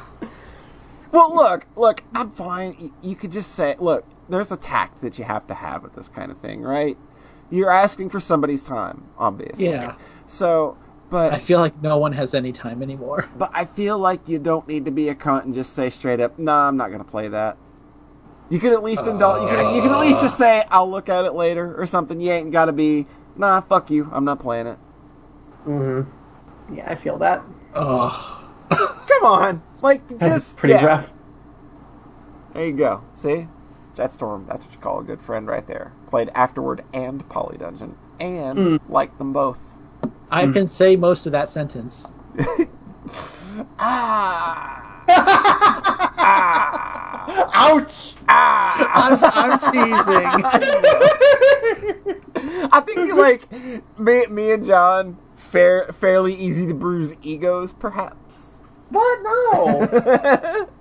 [SPEAKER 2] Well, look, look, I'm fine. You, you could just say, look, there's a tact that you have to have with this kind of thing, right? You're asking for somebody's time, obviously.
[SPEAKER 1] Yeah.
[SPEAKER 2] So, but
[SPEAKER 1] I feel like no one has any time anymore.
[SPEAKER 2] but I feel like you don't need to be a cunt and just say straight up, "Nah, I'm not gonna play that." You could at least indulge. You could, you could at least just say, "I'll look at it later" or something. You ain't gotta be, "Nah, fuck you, I'm not playing it."
[SPEAKER 3] hmm Yeah, I feel that.
[SPEAKER 1] Oh,
[SPEAKER 2] Come on, like
[SPEAKER 3] That's
[SPEAKER 2] just
[SPEAKER 3] pretty
[SPEAKER 2] yeah.
[SPEAKER 3] rough.
[SPEAKER 2] There you go. See, Jet Storm. That's what you call a good friend, right there. Played afterward and Poly Dungeon and
[SPEAKER 3] Hmm.
[SPEAKER 2] liked them both.
[SPEAKER 1] I
[SPEAKER 2] Hmm.
[SPEAKER 1] can say most of that sentence.
[SPEAKER 2] Ah,
[SPEAKER 3] Ouch!
[SPEAKER 2] ah.
[SPEAKER 1] I'm, I'm teasing.
[SPEAKER 2] I think like me, me and John, fair, fairly easy to bruise egos, perhaps.
[SPEAKER 3] what? No.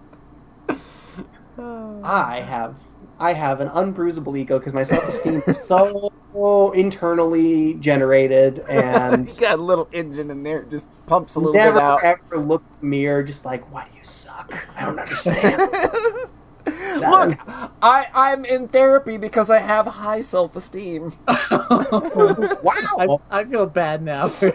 [SPEAKER 2] Uh,
[SPEAKER 3] I have I have an unbruisable ego because my self esteem is so internally generated and
[SPEAKER 2] you got a little engine in there, it just pumps a little
[SPEAKER 3] never
[SPEAKER 2] bit out.
[SPEAKER 3] ever look in the mirror just like why do you suck? I don't understand.
[SPEAKER 2] Look, I I'm in therapy because I have high self esteem.
[SPEAKER 1] I,
[SPEAKER 3] wow.
[SPEAKER 1] I feel bad now. for-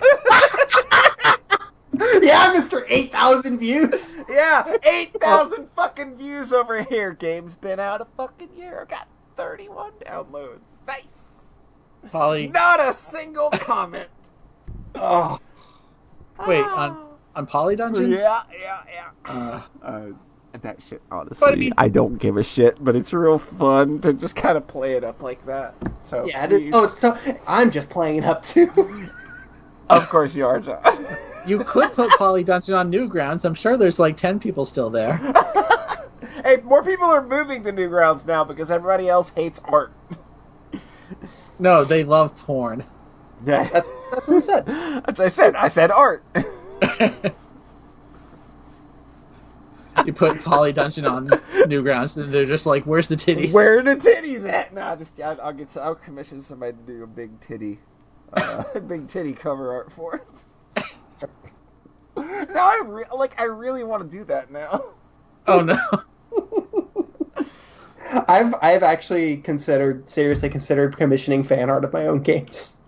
[SPEAKER 3] yeah, Mister Eight Thousand Views.
[SPEAKER 2] Yeah, eight thousand fucking views over here. Game's been out a fucking year. I got thirty one downloads. Nice.
[SPEAKER 1] Polly,
[SPEAKER 2] Not a single comment.
[SPEAKER 3] Oh,
[SPEAKER 1] wait on on Polly Dungeon.
[SPEAKER 2] Yeah, yeah, yeah.
[SPEAKER 1] Uh,
[SPEAKER 2] Uh, that shit, honestly,
[SPEAKER 1] But I
[SPEAKER 2] I,
[SPEAKER 1] mean-
[SPEAKER 2] don't give a shit. But it's real fun to just kind of play it up like that. So
[SPEAKER 3] yeah. it is-
[SPEAKER 2] please-
[SPEAKER 3] Oh, it's so I'm just playing it up too.
[SPEAKER 2] of course you are, John.
[SPEAKER 1] you could put Polly Dungeon on Newgrounds. I'm sure there's like ten people still there.
[SPEAKER 2] hey, more people are moving to Newgrounds now because everybody else hates art.
[SPEAKER 1] No, they love porn.
[SPEAKER 2] Yeah,
[SPEAKER 3] That's that's what I said.
[SPEAKER 2] that's what I said. I said art.
[SPEAKER 1] You put Polly Dungeon on Newgrounds, and they're just like, "Where's the titties?"
[SPEAKER 2] Where are the titties at? Nah, just I'll, I'll get. I'll commission somebody to do a big titty, uh, big titty cover art for it. now I re- like. I really want to do that now.
[SPEAKER 1] Oh no!
[SPEAKER 3] I've I've actually considered seriously considered commissioning fan art of my own games.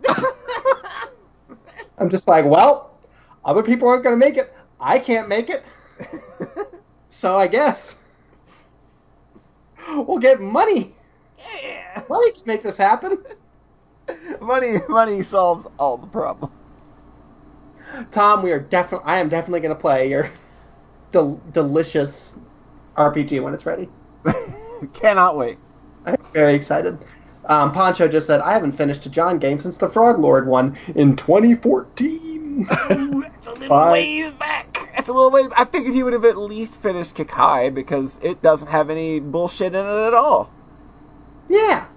[SPEAKER 3] I'm just like, well, other people aren't going to make it. I can't make it, so I guess we'll get money.
[SPEAKER 2] Yeah.
[SPEAKER 3] Money to make this happen.
[SPEAKER 2] Money, money solves all the problems.
[SPEAKER 3] Tom, we are definitely. I am definitely going to play your del- delicious RPG when it's ready.
[SPEAKER 2] Cannot wait.
[SPEAKER 3] I'm very excited. Um, Poncho just said, I haven't finished a John game since the Frog Lord one in 2014.
[SPEAKER 2] Ooh, that's a little
[SPEAKER 3] Bye.
[SPEAKER 2] ways back. That's a little ways. I figured he would have at least finished Kakai because it doesn't have any bullshit in it at all.
[SPEAKER 3] yeah.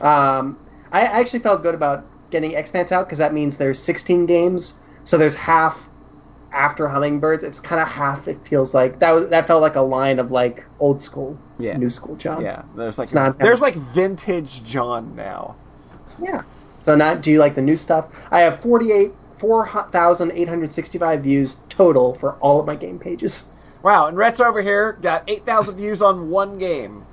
[SPEAKER 3] Um, I I actually felt good about getting Expanse out because that means there's 16 games, so there's half after Hummingbirds. It's kind of half. It feels like that was that felt like a line of like old school,
[SPEAKER 2] Yeah.
[SPEAKER 3] new school John.
[SPEAKER 2] Yeah, there's like
[SPEAKER 3] It's not-
[SPEAKER 2] there's like vintage John now.
[SPEAKER 3] Yeah. So now, do you like the new stuff? I have 48, 4,865 views total for all of my game pages.
[SPEAKER 2] Wow, and Rhett's over here got eight thousand views on one game.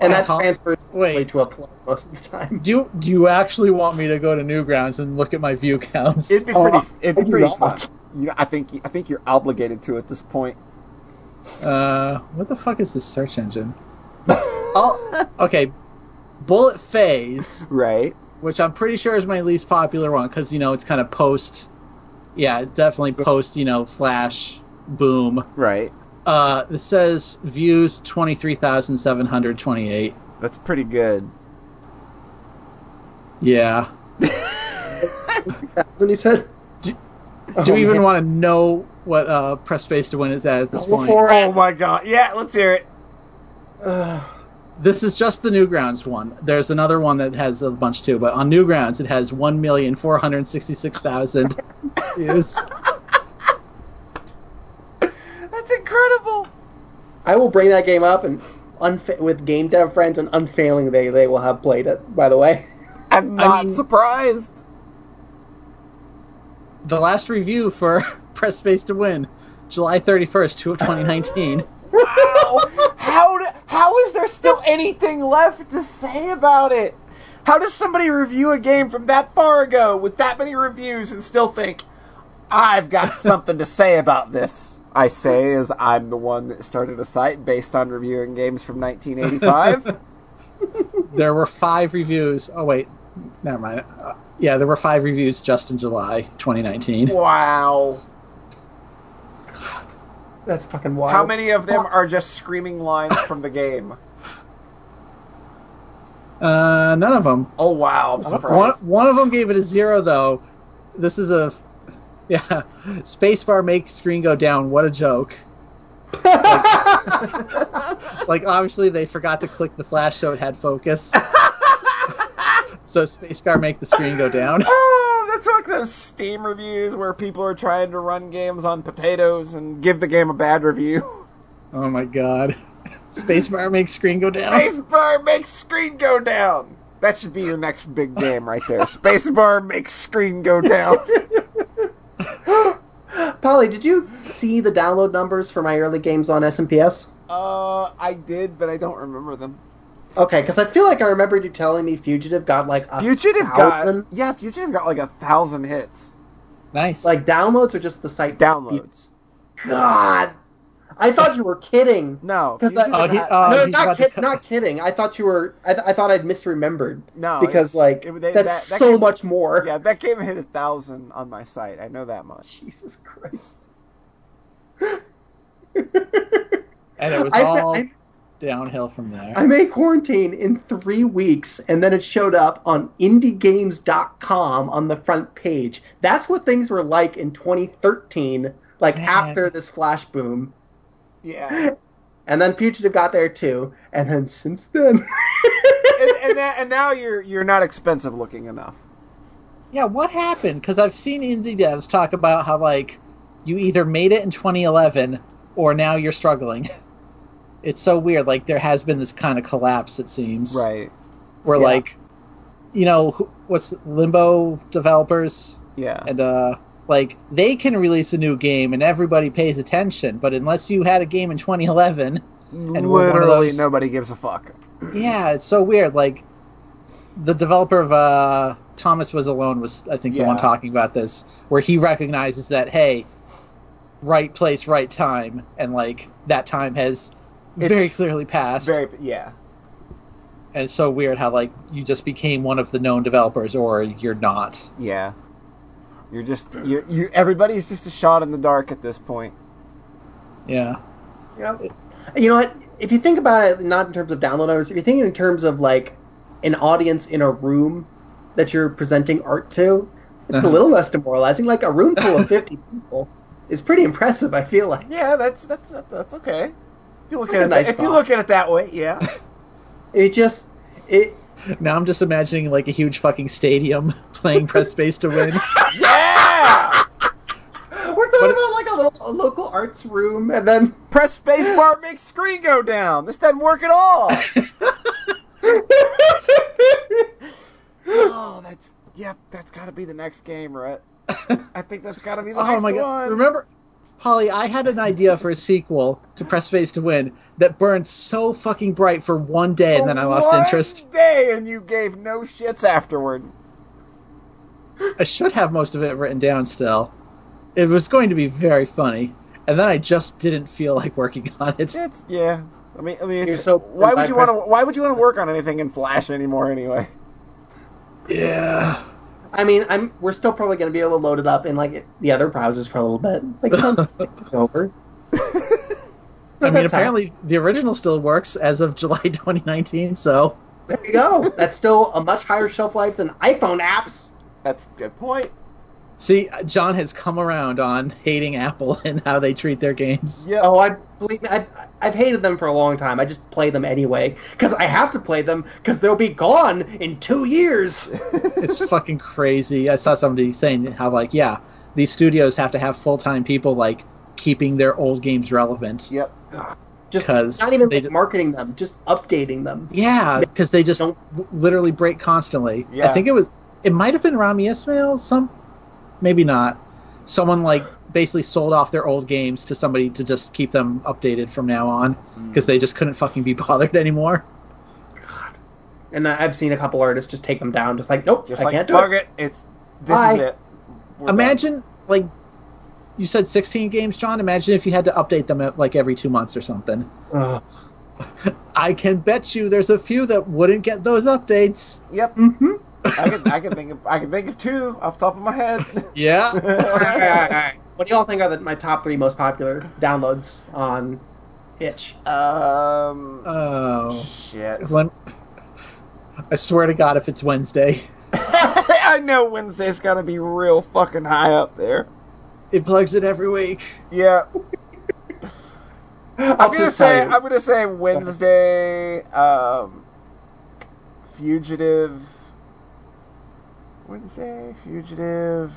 [SPEAKER 3] And
[SPEAKER 1] Wow.
[SPEAKER 3] that transfers
[SPEAKER 1] Wait.
[SPEAKER 3] to a plug most of the time.
[SPEAKER 1] Do you, do you actually want me to go to Newgrounds and look at my view counts?
[SPEAKER 2] It'd be
[SPEAKER 3] Oh,
[SPEAKER 2] pretty. It'd be
[SPEAKER 3] I'm
[SPEAKER 2] pretty
[SPEAKER 3] not.
[SPEAKER 2] fun. You know, I think I think you're obligated to at this point.
[SPEAKER 1] Uh, what the fuck is this search engine? oh, okay. Bullet Phase,
[SPEAKER 2] Right.
[SPEAKER 1] which I'm pretty sure is my least popular one because you know it's kind of post. Yeah, definitely post. You know, Flash boom.
[SPEAKER 2] Right.
[SPEAKER 1] Uh, this says views twenty three thousand seven hundred twenty eight.
[SPEAKER 2] That's pretty good.
[SPEAKER 1] Yeah.
[SPEAKER 3] Thousand, he said.
[SPEAKER 1] Do-
[SPEAKER 3] Oh,
[SPEAKER 1] Do we even
[SPEAKER 3] man.
[SPEAKER 1] want to know what uh, press space to win is at at this point?
[SPEAKER 3] Before I-
[SPEAKER 2] Oh my god. Yeah, let's hear it.
[SPEAKER 3] Ugh.
[SPEAKER 1] This is just the Newgrounds one. There's another one that has a bunch too, but on Newgrounds it has one million four hundred sixty-six thousand views.
[SPEAKER 2] That's incredible.
[SPEAKER 3] I will bring that game up and unfa- with game dev friends and unfailing they they will have played it. By the way,
[SPEAKER 2] I'm not
[SPEAKER 1] mean-
[SPEAKER 2] surprised.
[SPEAKER 1] The last review for Press Space to Win, July thirty-first, two twenty nineteen.
[SPEAKER 2] Wow. how do, how is there still anything left to say about it? How does somebody review a game from that far ago with that many reviews and still think I've got something to say about this? I say as I'm the one that started a site based on reviewing games from 1985.
[SPEAKER 1] There were five reviews. Oh wait, never mind. Uh, yeah, there were five reviews just in July twenty nineteen.
[SPEAKER 2] wow.
[SPEAKER 3] that's fucking wild.
[SPEAKER 2] How many of them are just screaming lines from the game?
[SPEAKER 1] Uh, none of them.
[SPEAKER 2] Oh wow, I'm surprised.
[SPEAKER 1] One, one of them gave it a zero, though. This is a. Yeah. Spacebar make screen go down. What a joke. like, like, obviously, they forgot to click the flash so it had focus. so, spacebar make the screen go down.
[SPEAKER 2] Oh, that's like those Steam reviews where people are trying to run games on potatoes and give the game a bad review.
[SPEAKER 1] Oh my god. Spacebar make screen go down.
[SPEAKER 2] Spacebar makes screen go down. That should be your next big game right there. Spacebar makes screen go down.
[SPEAKER 3] Polly, did you see the download numbers for my early games on SNPS?
[SPEAKER 2] uh, I did, but I don't remember them.
[SPEAKER 3] Okay, because I feel like I remember you telling me Fugitive got like a
[SPEAKER 2] Fugitive
[SPEAKER 3] thousand.
[SPEAKER 2] got yeah, Fugitive got like a thousand hits.
[SPEAKER 1] Nice.
[SPEAKER 3] like downloads or just the site
[SPEAKER 2] Downloads.
[SPEAKER 3] God, I thought you were kidding.
[SPEAKER 2] No,
[SPEAKER 3] 'Cause I-
[SPEAKER 2] Fugitive
[SPEAKER 1] Oh, he-
[SPEAKER 2] had-
[SPEAKER 1] uh,
[SPEAKER 3] no,
[SPEAKER 1] he's
[SPEAKER 3] not,
[SPEAKER 1] about to
[SPEAKER 3] kid,
[SPEAKER 1] cut-
[SPEAKER 3] not kidding. I thought you were. I, th- I thought I'd misremembered.
[SPEAKER 2] No, it's-
[SPEAKER 3] because like
[SPEAKER 2] it- they-
[SPEAKER 3] that's
[SPEAKER 2] that- that
[SPEAKER 3] so
[SPEAKER 2] game-
[SPEAKER 3] much more.
[SPEAKER 2] yeah, that game hit a thousand on my site. I know that much.
[SPEAKER 3] Jesus Christ.
[SPEAKER 1] and it was
[SPEAKER 3] I-
[SPEAKER 1] all
[SPEAKER 3] I-
[SPEAKER 1] downhill from there.
[SPEAKER 3] I made quarantine in three weeks, and then it showed up on indiegames.com on the front page. That's what things were like in 2013, like
[SPEAKER 1] Man.
[SPEAKER 3] after this flash boom.
[SPEAKER 2] Yeah.
[SPEAKER 3] And then Fugitive got there too, and then since then.
[SPEAKER 2] and, and, now, and now you're you're not expensive looking enough.
[SPEAKER 1] Yeah, what happened? Because I've seen indie devs talk about how like you either made it in 2011 or now you're struggling. it's so weird. Like there has been this kind of collapse. It seems
[SPEAKER 2] Right.
[SPEAKER 1] where
[SPEAKER 3] Yeah.
[SPEAKER 1] like you know who- what's Limbo developers
[SPEAKER 2] Yeah.
[SPEAKER 1] and uh like they can release a new game and everybody pays attention, but unless you had a game in 2011, we're one of
[SPEAKER 2] Literally
[SPEAKER 1] those-
[SPEAKER 2] nobody gives a fuck.
[SPEAKER 1] yeah, it's so weird. Like the developer of uh, Thomas Was Alone was, I think, the one
[SPEAKER 2] Yeah.
[SPEAKER 1] talking about this, where he recognizes that hey, right place, right time, and like that time has very
[SPEAKER 2] It's
[SPEAKER 1] clearly passed.
[SPEAKER 2] Very yeah.
[SPEAKER 1] And it's so weird how like you just became one of the known developers, or you're not.
[SPEAKER 2] Yeah. You're just you you everybody's just a shot in the dark at this point.
[SPEAKER 1] Yeah,
[SPEAKER 3] Yep. You know what? If you think about it, not in terms of download numbers, if you think in terms of like an audience in a room that you're presenting art to, it's
[SPEAKER 1] Uh-huh.
[SPEAKER 3] a little less demoralizing. Like a room full of 50 people is pretty impressive, I feel like.
[SPEAKER 2] Yeah, that's that's that's okay. If you look
[SPEAKER 3] It's
[SPEAKER 2] at
[SPEAKER 3] a
[SPEAKER 2] it
[SPEAKER 3] nice
[SPEAKER 2] if you
[SPEAKER 3] thought.
[SPEAKER 2] look at it that way, yeah.
[SPEAKER 3] It just. it.
[SPEAKER 1] now I'm just imagining like a huge fucking stadium playing press space to win.
[SPEAKER 2] yeah.
[SPEAKER 3] We're talking about like a little a local arts room, and then
[SPEAKER 2] Press space bar makes screen go down. This doesn't work at all. oh, that's yep, that's got to be the next game, right? I think that's got to be the
[SPEAKER 1] Oh
[SPEAKER 2] next
[SPEAKER 1] my
[SPEAKER 2] one.
[SPEAKER 1] god! Remember, Polly, I had an idea for a sequel to Press Space to Win that burned so fucking bright for one day, and then I lost
[SPEAKER 2] Oh, One
[SPEAKER 1] interest.
[SPEAKER 2] Day and you gave no shits afterward.
[SPEAKER 1] I should have most of it written down still. It was going to be very funny, and then I just didn't feel like working on it.
[SPEAKER 2] It's yeah. I mean, I mean,
[SPEAKER 3] You're
[SPEAKER 2] it's,
[SPEAKER 3] so-
[SPEAKER 2] why would you want
[SPEAKER 3] I-
[SPEAKER 2] to? Why would you want to work on anything in Flash anymore? Anyway,
[SPEAKER 1] Yeah.
[SPEAKER 3] I mean, I'm we're still probably going to be able to load it up in like the other browsers for a little bit. Like it's not- it's over.
[SPEAKER 1] I
[SPEAKER 3] Not
[SPEAKER 1] mean,
[SPEAKER 3] that time.
[SPEAKER 1] apparently the original still works as of July 2019, so
[SPEAKER 3] There you go. That's still a much higher shelf life than iPhone apps.
[SPEAKER 2] that's a good point.
[SPEAKER 1] see, John has come around on hating Apple and how they treat their games.
[SPEAKER 2] Yeah.
[SPEAKER 3] Oh, I believe me, I, I've hated them for a long time. I just play them anyway because I have to play them because they'll be gone in two years.
[SPEAKER 1] it's fucking crazy. I saw somebody saying how like, yeah, these studios have to have full time people like keeping their old games relevant.
[SPEAKER 2] Yep.
[SPEAKER 3] Just
[SPEAKER 1] 'Cause
[SPEAKER 3] not even
[SPEAKER 1] they
[SPEAKER 3] like,
[SPEAKER 1] just-
[SPEAKER 3] marketing them, just updating them.
[SPEAKER 1] Yeah, because they just
[SPEAKER 3] Don't-
[SPEAKER 1] w- literally break constantly.
[SPEAKER 2] Yeah.
[SPEAKER 1] I think it was it might have been Rami Ismail, some maybe not. Someone like basically sold off their old games to somebody to just keep them updated from now on
[SPEAKER 3] Mm.
[SPEAKER 1] because they just couldn't fucking be bothered anymore.
[SPEAKER 3] And I- I've seen a couple artists just take them down, just like, nope,
[SPEAKER 2] Just
[SPEAKER 3] I
[SPEAKER 2] like
[SPEAKER 3] can't do
[SPEAKER 2] bug
[SPEAKER 3] it.
[SPEAKER 2] it. It's this
[SPEAKER 3] Bye.
[SPEAKER 2] is it. We're done.
[SPEAKER 1] Imagine like you said 16 games, John. Imagine if you had to update them at, like every 2 months or something.
[SPEAKER 3] Ugh.
[SPEAKER 1] I can bet you there's a few that wouldn't get those updates.
[SPEAKER 2] Yep.
[SPEAKER 3] Mhm.
[SPEAKER 2] I can. I can think. Of, I can think of two off the top of my head.
[SPEAKER 1] Yeah.
[SPEAKER 3] What do y'all think are the, my top three most popular downloads on Itch?
[SPEAKER 2] um.
[SPEAKER 1] Oh.
[SPEAKER 2] Shit.
[SPEAKER 1] Lem- I swear to God, if it's Wednesday,
[SPEAKER 2] I know Wednesday's gotta be real fucking high up there.
[SPEAKER 1] it plugs it every week.
[SPEAKER 2] Yeah.
[SPEAKER 3] I'll
[SPEAKER 2] I'm gonna
[SPEAKER 3] just
[SPEAKER 2] say
[SPEAKER 3] tell you.
[SPEAKER 2] I'm gonna say Wednesday, um, fugitive. Wednesday, fugitive.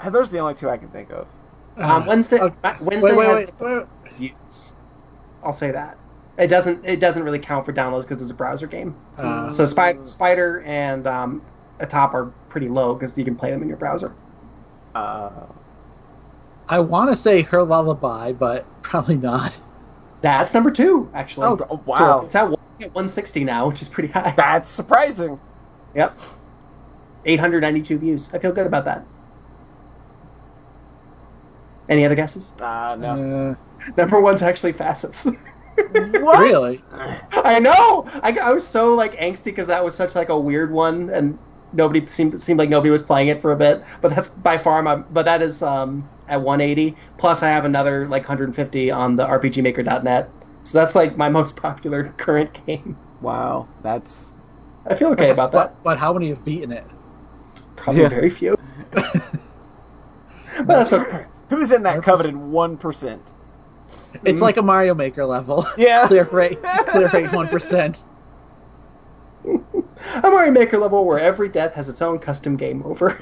[SPEAKER 2] Uh, Those are the only two I can think of.
[SPEAKER 1] Ah,
[SPEAKER 3] um, Wednesday.
[SPEAKER 1] okay.
[SPEAKER 3] my- Wednesday
[SPEAKER 1] Wait, wait,
[SPEAKER 3] has
[SPEAKER 1] wait, wait.
[SPEAKER 3] views. I'll say that it doesn't. It doesn't really count for downloads because it's a browser game.
[SPEAKER 1] Uh,
[SPEAKER 3] So Spy-
[SPEAKER 2] Mm.
[SPEAKER 3] Spider and um, Atop are pretty low because you can play them in your browser.
[SPEAKER 2] Uh,
[SPEAKER 1] I want to say her lullaby, but probably not.
[SPEAKER 3] That's number two, actually.
[SPEAKER 2] oh, oh, wow,
[SPEAKER 3] It's at one- it's at 160 now, which is pretty high.
[SPEAKER 2] that's surprising.
[SPEAKER 3] Yep. 892 views. I feel good about that. Any other guesses?
[SPEAKER 2] Uh, no.
[SPEAKER 1] Uh,
[SPEAKER 3] Number one's actually facets.
[SPEAKER 2] What?
[SPEAKER 1] Mm. Really?
[SPEAKER 3] I know. I, I was so like angsty because that was such like a weird one, and nobody seemed seemed like nobody was playing it for a bit. But that's by far my. But that is um at 180. Plus, I have another like 150 on the RPGmaker.net. So that's like my most popular current game.
[SPEAKER 2] Wow, that's
[SPEAKER 3] I feel okay about that.
[SPEAKER 1] But, but how many have beaten it?
[SPEAKER 3] Probably
[SPEAKER 2] Yeah.
[SPEAKER 3] very few. but that's okay.
[SPEAKER 2] who's in that
[SPEAKER 1] Nervous.
[SPEAKER 2] coveted one percent?
[SPEAKER 1] It's
[SPEAKER 3] Mm.
[SPEAKER 1] like a Mario Maker level.
[SPEAKER 2] Yeah.
[SPEAKER 1] clear rate, clear rate one percent.
[SPEAKER 3] I'm already maker level where every death has its own custom game over.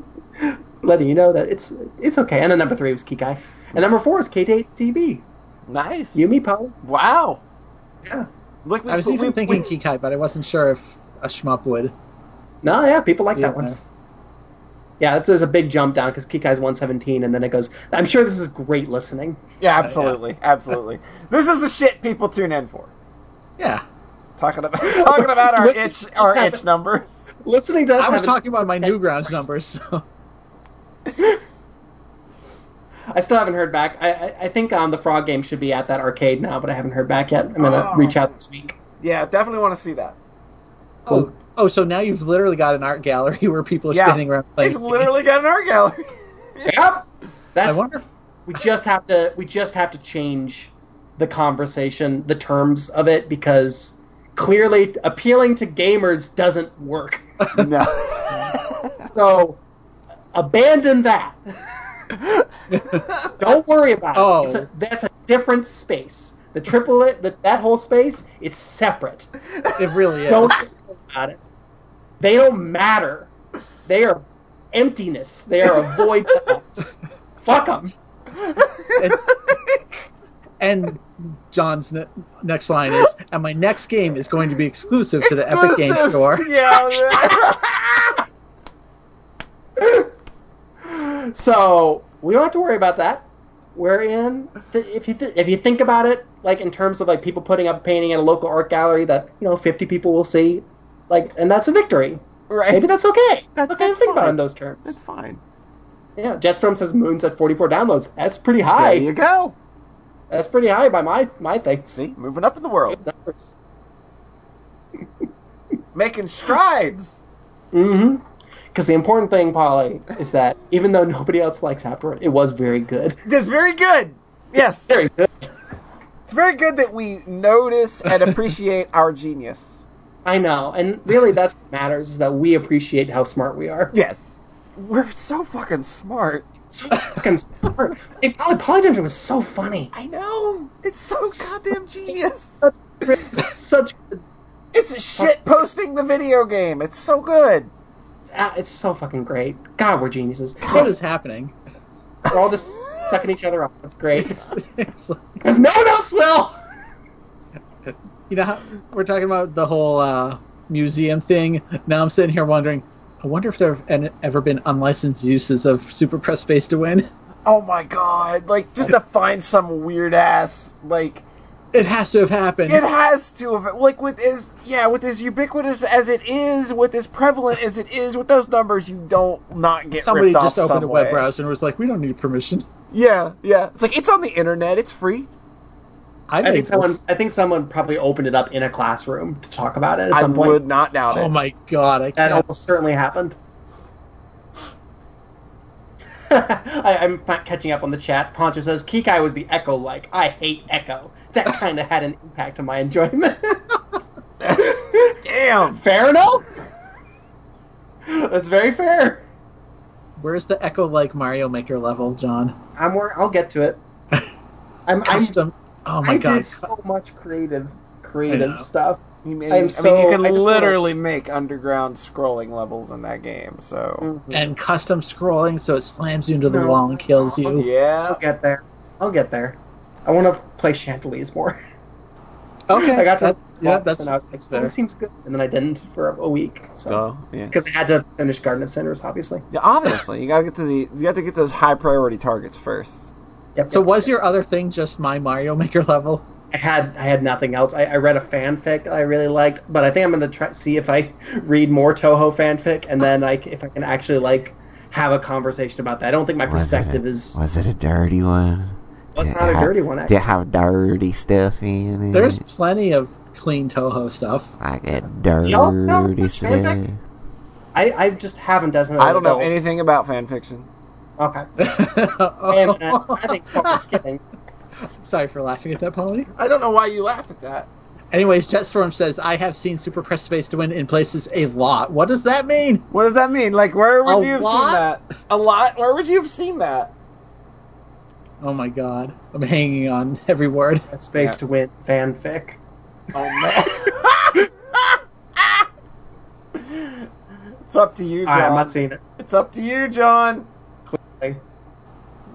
[SPEAKER 3] Letting you know that it's it's okay. And then number three was Kikai. And number four is KTTB.
[SPEAKER 2] Nice.
[SPEAKER 3] Yumi Polly.
[SPEAKER 2] Wow.
[SPEAKER 3] Yeah.
[SPEAKER 2] Look, we,
[SPEAKER 1] I was
[SPEAKER 2] we-
[SPEAKER 1] even
[SPEAKER 2] we-
[SPEAKER 1] thinking Kikai, but I wasn't sure if a shmup would.
[SPEAKER 3] No, yeah, people like
[SPEAKER 1] Yeah.
[SPEAKER 3] that one. Yeah, that's- there's a big jump down because Kikai's 117, and then it goes. I'm sure this is great listening.
[SPEAKER 2] Yeah, absolutely, absolutely. This is the shit people tune in for.
[SPEAKER 1] Yeah.
[SPEAKER 2] Talking about talking about our
[SPEAKER 3] Listen,
[SPEAKER 2] itch
[SPEAKER 3] just
[SPEAKER 2] our
[SPEAKER 3] have
[SPEAKER 2] itch
[SPEAKER 3] it.
[SPEAKER 2] numbers.
[SPEAKER 3] Listening does.
[SPEAKER 1] I was
[SPEAKER 3] have a-
[SPEAKER 1] talking about my Newgrounds numbers. So.
[SPEAKER 3] I still haven't heard back. I, I, I think um, the Frog game should be at that arcade now, but I haven't heard back yet. I'm gonna
[SPEAKER 2] Oh.
[SPEAKER 3] reach out this week.
[SPEAKER 2] Yeah, definitely want to see that.
[SPEAKER 1] Oh, oh, so now you've literally got an art gallery where people are
[SPEAKER 2] Yeah.
[SPEAKER 1] standing around playing.
[SPEAKER 2] It's literally got an art gallery.
[SPEAKER 3] Yep.
[SPEAKER 1] I
[SPEAKER 3] That's
[SPEAKER 1] wonder.
[SPEAKER 3] we just have to we just have to change the conversation the terms of it because clearly appealing to gamers doesn't work
[SPEAKER 2] no.
[SPEAKER 3] so abandon that don't worry about
[SPEAKER 1] Oh.
[SPEAKER 3] it It's a- that's a different space the triple it that that whole space it's separate
[SPEAKER 1] It really is.
[SPEAKER 3] don't worry about it they don't matter they are emptiness they are a void to us. fuck them
[SPEAKER 1] and, and John's ne- next line is, "And my next game is going to be exclusive to the Epic Game
[SPEAKER 2] Exclusive.
[SPEAKER 1] Store."
[SPEAKER 2] Yeah.
[SPEAKER 3] So we don't have to worry about that. We're in. Th- if you th- if you think about it, like in terms of like people putting up a painting at a local art gallery that you know fifty people will see, like and that's a victory.
[SPEAKER 2] right.
[SPEAKER 3] Maybe that's okay.
[SPEAKER 2] That-
[SPEAKER 3] okay, to
[SPEAKER 2] that's
[SPEAKER 3] think about it
[SPEAKER 2] fine.
[SPEAKER 3] in those terms.
[SPEAKER 2] That's fine.
[SPEAKER 3] Yeah, Jetstorm says Moon's at 44 downloads. That's pretty
[SPEAKER 2] There
[SPEAKER 3] high.
[SPEAKER 2] you go.
[SPEAKER 3] That's pretty high by my my thanks.
[SPEAKER 2] See, moving up in the world,
[SPEAKER 3] numbers.
[SPEAKER 2] making strides.
[SPEAKER 3] Mm-hmm. Because the important thing, Polly, is that even though nobody else likes Afterward, it was very good.
[SPEAKER 2] That's very good. Yes,
[SPEAKER 3] Very good.
[SPEAKER 2] it's very good that we notice and appreciate our genius.
[SPEAKER 3] I know, and really, that's what matters is that we appreciate how smart we are.
[SPEAKER 2] Yes, we're so fucking smart.
[SPEAKER 3] So fucking smart. Hey, Polly, Polly Dungeon was so funny.
[SPEAKER 2] I know. It's so goddamn genius.
[SPEAKER 3] Such, such,
[SPEAKER 2] It's shit posting the video game. It's so good.
[SPEAKER 3] ah, it's so fucking great. God, we're geniuses.
[SPEAKER 1] What is happening?
[SPEAKER 3] We're all just sucking each other up. That's great. Because no one else will.
[SPEAKER 1] you know, how we're talking about the whole uh, museum thing. Now I'm sitting here wondering, I wonder if there have en- ever been unlicensed uses of Super Press Space to win.
[SPEAKER 2] Oh my god! Like just to find some weird ass like
[SPEAKER 1] It has to have happened.
[SPEAKER 2] it has to have like with as yeah with as ubiquitous as it is with as prevalent as it is with those numbers you don't not get
[SPEAKER 1] Somebody
[SPEAKER 2] ripped
[SPEAKER 1] just
[SPEAKER 2] off
[SPEAKER 1] opened
[SPEAKER 2] some
[SPEAKER 1] a web
[SPEAKER 2] way.
[SPEAKER 1] browser and was like, "We don't need permission."
[SPEAKER 2] Yeah, yeah. It's like it's on the internet. It's free.
[SPEAKER 1] I,
[SPEAKER 3] I
[SPEAKER 1] made
[SPEAKER 3] think
[SPEAKER 1] this.
[SPEAKER 3] someone. I think someone probably opened it up in a classroom to talk about it at
[SPEAKER 2] I
[SPEAKER 3] some point.
[SPEAKER 2] would not doubt it.
[SPEAKER 1] Oh my god! I
[SPEAKER 3] That
[SPEAKER 1] can't.
[SPEAKER 3] almost certainly happened. I, I'm pa- catching up on the chat. Poncho says Kikai was the Echo like. I hate Echo. That kind of had an impact on my enjoyment.
[SPEAKER 2] Damn.
[SPEAKER 3] fair enough. That's very fair.
[SPEAKER 1] Where's the Echo like Mario Maker level, John?
[SPEAKER 3] I'm wor- I'll get to it. I'm, I'm
[SPEAKER 1] Custom. oh my
[SPEAKER 3] I
[SPEAKER 1] god!
[SPEAKER 3] did so much creative, creative
[SPEAKER 1] know.
[SPEAKER 3] stuff.
[SPEAKER 2] You mean,
[SPEAKER 3] I am
[SPEAKER 2] I mean,
[SPEAKER 3] so-
[SPEAKER 2] you can
[SPEAKER 3] I just wanna-
[SPEAKER 2] literally make underground scrolling levels in that game. So
[SPEAKER 1] And custom scrolling, so it slams you into the
[SPEAKER 3] No.
[SPEAKER 1] wall and kills you.
[SPEAKER 2] yeah,
[SPEAKER 1] Oh.
[SPEAKER 3] I'll get there. I'll get there. I want to play Chantilly's more.
[SPEAKER 1] Okay,
[SPEAKER 3] I got to
[SPEAKER 1] that- yeah, that's
[SPEAKER 3] and I was like,
[SPEAKER 1] that's
[SPEAKER 3] "Oh,
[SPEAKER 1] better.
[SPEAKER 3] this seems good," and then I didn't for a, a week. So
[SPEAKER 2] so yeah.
[SPEAKER 3] because I had to finish Garden of Sinners, obviously.
[SPEAKER 2] yeah. Obviously, you gotta get to the you got to get those high priority targets first.
[SPEAKER 3] Yep,
[SPEAKER 1] So
[SPEAKER 3] yep.
[SPEAKER 1] was your other thing just my Mario Maker level?
[SPEAKER 3] I had I had nothing else. I, I read a fanfic I really liked, but I think I'm gonna try see if I read more Toho fanfic and then like if I can actually like have a conversation about that. I don't think my
[SPEAKER 4] Was it a-
[SPEAKER 3] perspective is
[SPEAKER 4] Was it a dirty one?
[SPEAKER 3] was
[SPEAKER 4] Did it
[SPEAKER 3] not a
[SPEAKER 4] have-
[SPEAKER 3] dirty one.
[SPEAKER 4] Did
[SPEAKER 3] Actually.
[SPEAKER 4] it have dirty stuff
[SPEAKER 3] Hmm.
[SPEAKER 4] in it?
[SPEAKER 1] There's plenty of clean Toho stuff.
[SPEAKER 4] like a
[SPEAKER 3] y'all know
[SPEAKER 4] dirty
[SPEAKER 3] this
[SPEAKER 4] stuff.
[SPEAKER 3] fanfic? I, I just haven't as an
[SPEAKER 2] I don't know
[SPEAKER 3] adult.
[SPEAKER 2] anything about fan fiction.
[SPEAKER 3] Okay, Damn, I,
[SPEAKER 1] Oh.
[SPEAKER 3] I think Paul was kidding.
[SPEAKER 1] Sorry for laughing at that, Polly.
[SPEAKER 2] I don't know why you laughed at that.
[SPEAKER 1] Anyways, Jetstorm says I have seen Super Press Space to win in places a lot. What does that mean?
[SPEAKER 2] What does that mean? Like, where would
[SPEAKER 1] A
[SPEAKER 2] you have seen
[SPEAKER 1] lot?
[SPEAKER 2] that? A lot? Where would you have seen that?
[SPEAKER 1] Oh my god, I'm hanging on every word.
[SPEAKER 3] That's space
[SPEAKER 2] Yeah.
[SPEAKER 3] to win fanfic.
[SPEAKER 2] Oh man! it's up to you, John.
[SPEAKER 3] All right, I'm not seeing it.
[SPEAKER 2] it's up to you, John.
[SPEAKER 3] Clearly.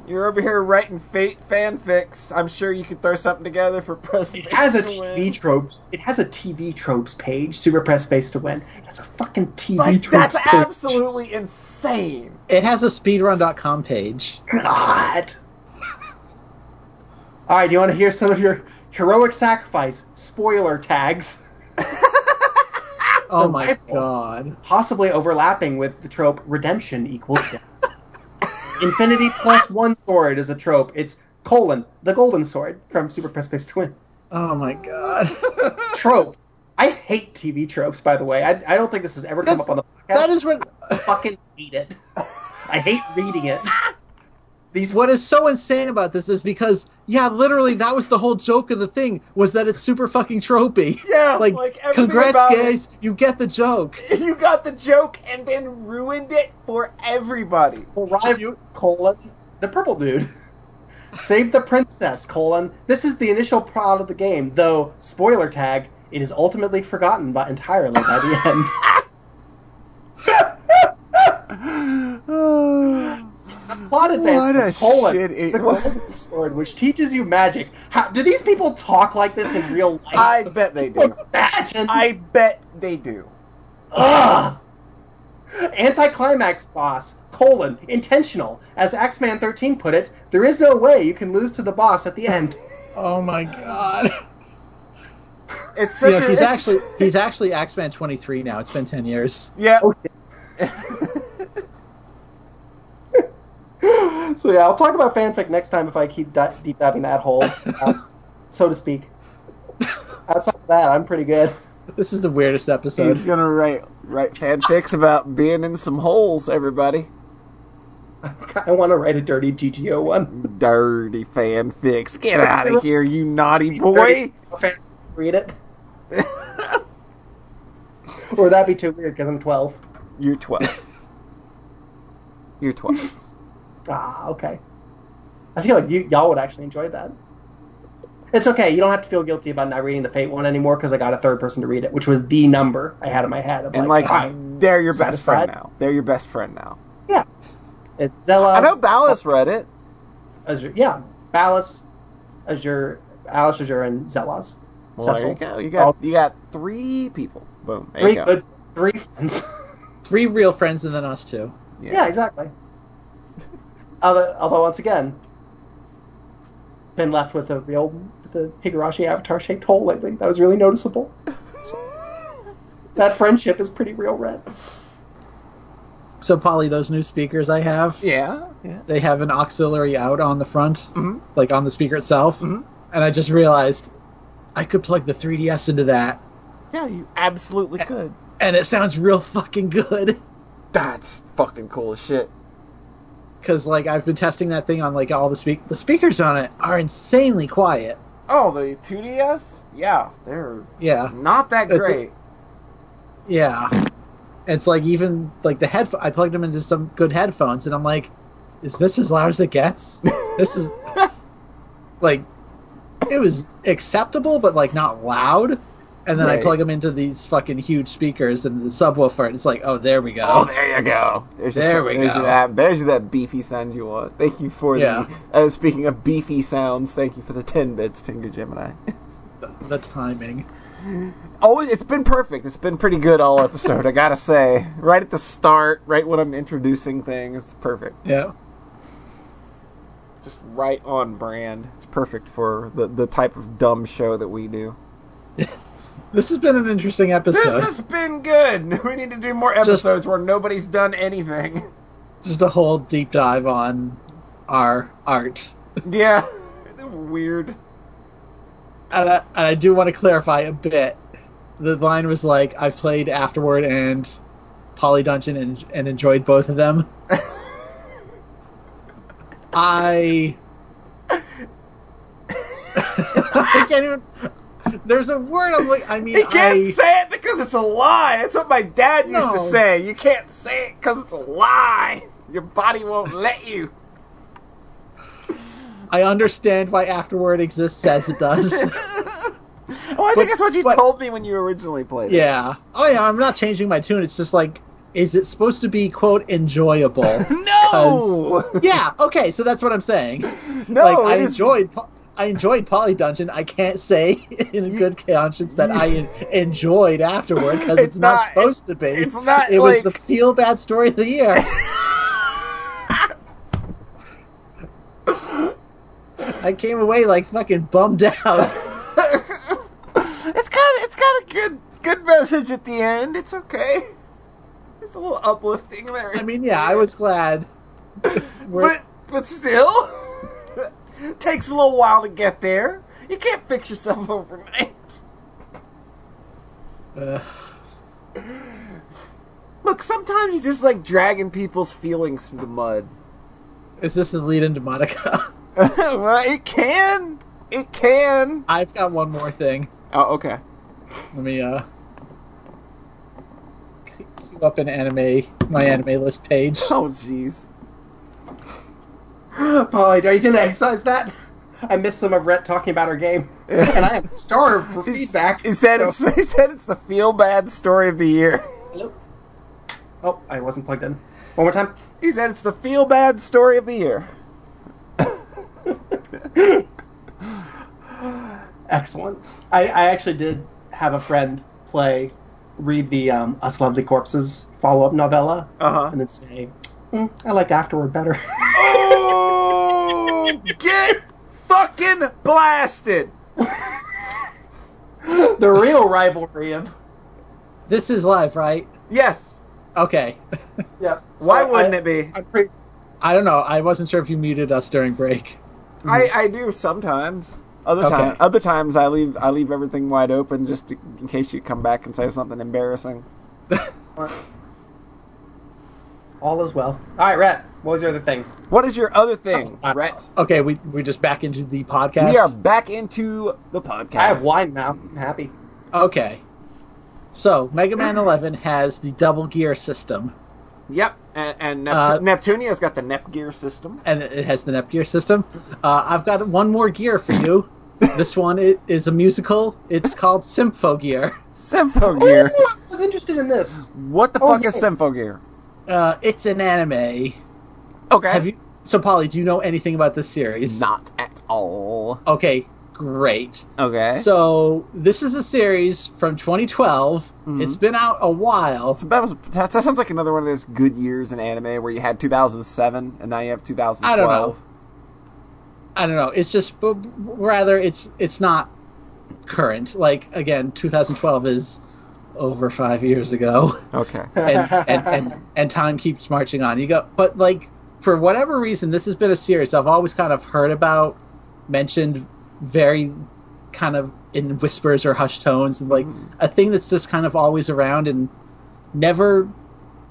[SPEAKER 2] You're over here writing fate fanfics. I'm sure you could throw something together for press.
[SPEAKER 3] It has a
[SPEAKER 2] to win.
[SPEAKER 3] TV tropes. It has a TV tropes page. Super press space to win. That's a fucking TV
[SPEAKER 2] Like
[SPEAKER 3] tropes
[SPEAKER 2] that's
[SPEAKER 3] page.
[SPEAKER 2] absolutely insane.
[SPEAKER 1] It has a speedrun.com page.
[SPEAKER 3] God. All right, do you want to hear some of your heroic sacrifice spoiler tags,
[SPEAKER 1] Oh my
[SPEAKER 3] Delightful.
[SPEAKER 1] god.
[SPEAKER 3] possibly overlapping with the trope redemption equals death? Infinity plus one sword is a trope. It's colon the golden sword from Super Press Space Twin.
[SPEAKER 1] Oh my god.
[SPEAKER 3] Trope. I hate TV tropes. By the way, I, I don't think this has ever come
[SPEAKER 1] That's-
[SPEAKER 3] up on the podcast.
[SPEAKER 1] That is what
[SPEAKER 3] I fucking hate it. I hate reading it. These
[SPEAKER 1] what is so insane about this is because yeah, literally that was the whole joke of the thing was that it's super fucking tropey.
[SPEAKER 2] Yeah, like,
[SPEAKER 1] Like,
[SPEAKER 2] everything
[SPEAKER 1] Congrats
[SPEAKER 2] about it-
[SPEAKER 1] guys, you get the joke.
[SPEAKER 2] You got the joke and then ruined it for everybody.
[SPEAKER 3] arrive you colon the purple dude. Save the princess colon. This is the initial plot of the game, though spoiler tag. It is ultimately forgotten by entirely by the end. Plot advances. colon,
[SPEAKER 2] shit-
[SPEAKER 3] the golden sword, which teaches you magic. How, do these people talk like this in real life?
[SPEAKER 2] I bet they do.
[SPEAKER 3] Imagine.
[SPEAKER 2] I bet they do.
[SPEAKER 3] Ugh. Anticlimax boss, colon, intentional. As Axeman 13 put it, there is no way you can lose to the boss at the end.
[SPEAKER 1] Oh my god.
[SPEAKER 2] It's such
[SPEAKER 1] You know,
[SPEAKER 2] a,
[SPEAKER 1] he's
[SPEAKER 2] it's-
[SPEAKER 1] actually he's Oh, actually Axeman 23 now. It's been 10 years.
[SPEAKER 2] yeah.
[SPEAKER 3] so yeah, I'll talk about fanfic next time if I keep di- deep diving that hole, uh, so to speak. Outside of that, I'm pretty good.
[SPEAKER 1] This is the weirdest
[SPEAKER 2] He's
[SPEAKER 1] episode.
[SPEAKER 2] gonna write write fanfics about being in some holes, everybody.
[SPEAKER 3] I want to write a dirty GTO one.
[SPEAKER 2] Dirty fanfics. Get out of here, you naughty boy.
[SPEAKER 3] Dirty- Read it. or would that be too weird because I'm 12.
[SPEAKER 2] You're twelve. You're twelve.
[SPEAKER 3] Ah, okay. I feel like you y'all would actually enjoy that. It's okay. You don't have to feel guilty about not reading the Fate one anymore because I got a third person to read it, which was the number I had in my head. Of
[SPEAKER 2] And like
[SPEAKER 3] "All right,
[SPEAKER 2] they're your best friend
[SPEAKER 3] Satisfied? Uh,
[SPEAKER 2] now. They're your best friend now.
[SPEAKER 3] it's Zella.
[SPEAKER 2] I know Ballas read it.
[SPEAKER 3] Azure, yeah, Ballas, Azure, Alice Azure, and Zelos.
[SPEAKER 2] Well, there you
[SPEAKER 3] Cecil.
[SPEAKER 2] go. You got you got three people. Boom. There
[SPEAKER 3] Three
[SPEAKER 2] you go.
[SPEAKER 3] good, three friends.
[SPEAKER 1] Three real friends and then us two.
[SPEAKER 2] Yeah.
[SPEAKER 3] yeah. exactly. although, although once again, been left with a real with a Higurashi avatar shaped hole lately. That was really noticeable. that friendship is pretty real, red.
[SPEAKER 1] So, Polly, those new speakers I have,
[SPEAKER 2] Yeah. Yeah.
[SPEAKER 1] they have an auxiliary out on the front,
[SPEAKER 2] Mhm.
[SPEAKER 1] like on the speaker itself.
[SPEAKER 2] Mhm.
[SPEAKER 1] And I just realized I could plug the 3DS into that,
[SPEAKER 2] Yeah. You absolutely could.
[SPEAKER 1] and it sounds real fucking good.
[SPEAKER 2] That's fucking cool as shit.
[SPEAKER 1] Because, like, I've been testing that thing on, like, all the speak The speakers on it are insanely quiet.
[SPEAKER 2] Oh, the 2DS? Yeah, they're
[SPEAKER 1] Yeah.
[SPEAKER 2] not that
[SPEAKER 1] It's a-
[SPEAKER 2] great.
[SPEAKER 1] Yeah. It's like even like the headphone. I plugged them into some good headphones, and I'm like, "Is this as loud as it gets? This is like, it was acceptable, but like not loud." And then
[SPEAKER 2] Right.
[SPEAKER 1] I plug them into these fucking huge speakers and the subwoofer, and it's like, "Oh, there we go."
[SPEAKER 2] Oh, there you go. There's your-
[SPEAKER 1] There we
[SPEAKER 2] there's
[SPEAKER 1] go.
[SPEAKER 2] your- that, there's that beefy sound you want. Thank you for
[SPEAKER 1] Yeah.
[SPEAKER 2] the. Uh, speaking of beefy sounds, thank you for the 10 bits, Tinker Gemini.
[SPEAKER 1] the timing.
[SPEAKER 2] Always, it's been perfect. It's been pretty good all episode, I gotta say. Right at the start, right when I'm introducing things, it's perfect.
[SPEAKER 1] Yeah.
[SPEAKER 2] Just right on brand. It's perfect for the, the type of dumb show that we do.
[SPEAKER 1] This has been an interesting episode.
[SPEAKER 2] This has been good. We need to do more episodes where nobody's done anything.
[SPEAKER 1] Just a whole deep dive on our art.
[SPEAKER 2] Yeah. Weird.
[SPEAKER 1] and I, and I do want to clarify a bit. The line was like, "I've played Afterward and Poly Dungeon and, and enjoyed both of them." I I can't even. There's a word I'm like. I mean,
[SPEAKER 2] He can't
[SPEAKER 1] I,
[SPEAKER 2] say it because it's a lie. That's what my dad used to
[SPEAKER 1] No.
[SPEAKER 2] say. You can't say it because it's a lie. Your body won't let you.
[SPEAKER 1] I understand why Afterward exists as it does.
[SPEAKER 2] Oh, I
[SPEAKER 1] But-
[SPEAKER 2] think that's what you
[SPEAKER 1] but-
[SPEAKER 2] told me when you originally played it.
[SPEAKER 1] yeah. Oh yeah. I'm not changing my tune. It's just like, is it supposed to be quote enjoyable?
[SPEAKER 2] No.
[SPEAKER 1] yeah. Okay. So that's what I'm saying.
[SPEAKER 2] no.
[SPEAKER 1] like I
[SPEAKER 2] it is-
[SPEAKER 1] enjoyed, po- I enjoyed Poly Dungeon. I can't say in a good conscience that I en- enjoyed afterward because it's,
[SPEAKER 2] It's
[SPEAKER 1] not,
[SPEAKER 2] not-
[SPEAKER 1] supposed to be.
[SPEAKER 2] it's not
[SPEAKER 1] It was the
[SPEAKER 2] like-
[SPEAKER 1] feel bad story of the year. I came away like fucking bummed out.
[SPEAKER 2] it's got it's got a good good message at the end. It's okay. It's a little uplifting there.
[SPEAKER 1] I mean, yeah, I was glad. We're-
[SPEAKER 2] But but still, takes a little while to get there. You can't fix yourself overnight.
[SPEAKER 1] uh,
[SPEAKER 2] Look, sometimes you just like dragging people's feelings through the mud.
[SPEAKER 1] is this the lead into Monica?
[SPEAKER 2] well, it can. It can.
[SPEAKER 1] I've got one more thing.
[SPEAKER 2] Oh, okay.
[SPEAKER 1] Let me uh queue up an anime my anime list page.
[SPEAKER 2] Oh, jeez.
[SPEAKER 3] Polly, are you going to excise that? I missed some of Rhett talking about our game, and I am starved for feedback.
[SPEAKER 2] He said
[SPEAKER 3] so-
[SPEAKER 2] it's. He said it's the feel bad story of the year.
[SPEAKER 3] Hello? Oh, I wasn't plugged in. One more time.
[SPEAKER 2] He said it's the feel bad story of the year.
[SPEAKER 3] Excellent. I, I actually did have a friend play, read the um, Us Lovely Corpses follow up novella,
[SPEAKER 2] Uh huh.
[SPEAKER 3] and then say, "Hmm, I like Afterward better.
[SPEAKER 2] Oh, get fucking blasted!
[SPEAKER 3] the real rivalry of.
[SPEAKER 1] This is live, right?
[SPEAKER 2] Yes.
[SPEAKER 1] Okay.
[SPEAKER 3] Yeah.
[SPEAKER 2] Why wouldn't it be?
[SPEAKER 3] I'm pretty,
[SPEAKER 1] I don't know. I wasn't sure if you muted us during break.
[SPEAKER 2] I, I do sometimes. Other
[SPEAKER 1] Okay.
[SPEAKER 2] time, other times I leave I leave everything wide open just to, in case you come back and say something embarrassing.
[SPEAKER 3] All is well. All right, Rat. What was your other thing?
[SPEAKER 2] What is your other thing,
[SPEAKER 3] Uh,
[SPEAKER 2] Rhett?
[SPEAKER 1] Okay, we we're just back into the podcast.
[SPEAKER 2] We are back into the podcast.
[SPEAKER 3] I have wine now. I'm happy.
[SPEAKER 1] Okay. So Mega Man 11 has the double gear system,
[SPEAKER 2] Yep, and, and
[SPEAKER 1] Uh,
[SPEAKER 2] Neptu- Neptunia's got the Nep Gear system.
[SPEAKER 1] and it has the Nep gear system. Uh, I've got one more gear for you. this one i- is a musical. It's called Sympho Gear.
[SPEAKER 2] Sympho
[SPEAKER 3] Oh,
[SPEAKER 2] Gear.
[SPEAKER 3] I was interested in this.
[SPEAKER 2] What the
[SPEAKER 3] Oh,
[SPEAKER 2] fuck is
[SPEAKER 3] yeah.
[SPEAKER 2] Sympho Gear?
[SPEAKER 1] Uh, it's an anime.
[SPEAKER 2] Okay,
[SPEAKER 1] Have you? So, Polly, do you know anything about this series?
[SPEAKER 2] not at all.
[SPEAKER 1] Okay, great.
[SPEAKER 2] Okay,
[SPEAKER 1] So this is a series from 2012.
[SPEAKER 2] Mhm.
[SPEAKER 1] It's been out a while.
[SPEAKER 2] So that, was, that sounds like another one of those good years in anime where you had 2007 and now you have 2012.
[SPEAKER 1] I don't know. I don't know. It's just, but rather, it's it's not current. Like again, 2012 is over five years ago,
[SPEAKER 2] Okay.
[SPEAKER 1] and and, and and time keeps marching on. You go, but like for whatever reason, this has been a series I've always kind of heard about, mentioned very kind of in whispers or hushed tones, and like a thing that's just kind of always around and never.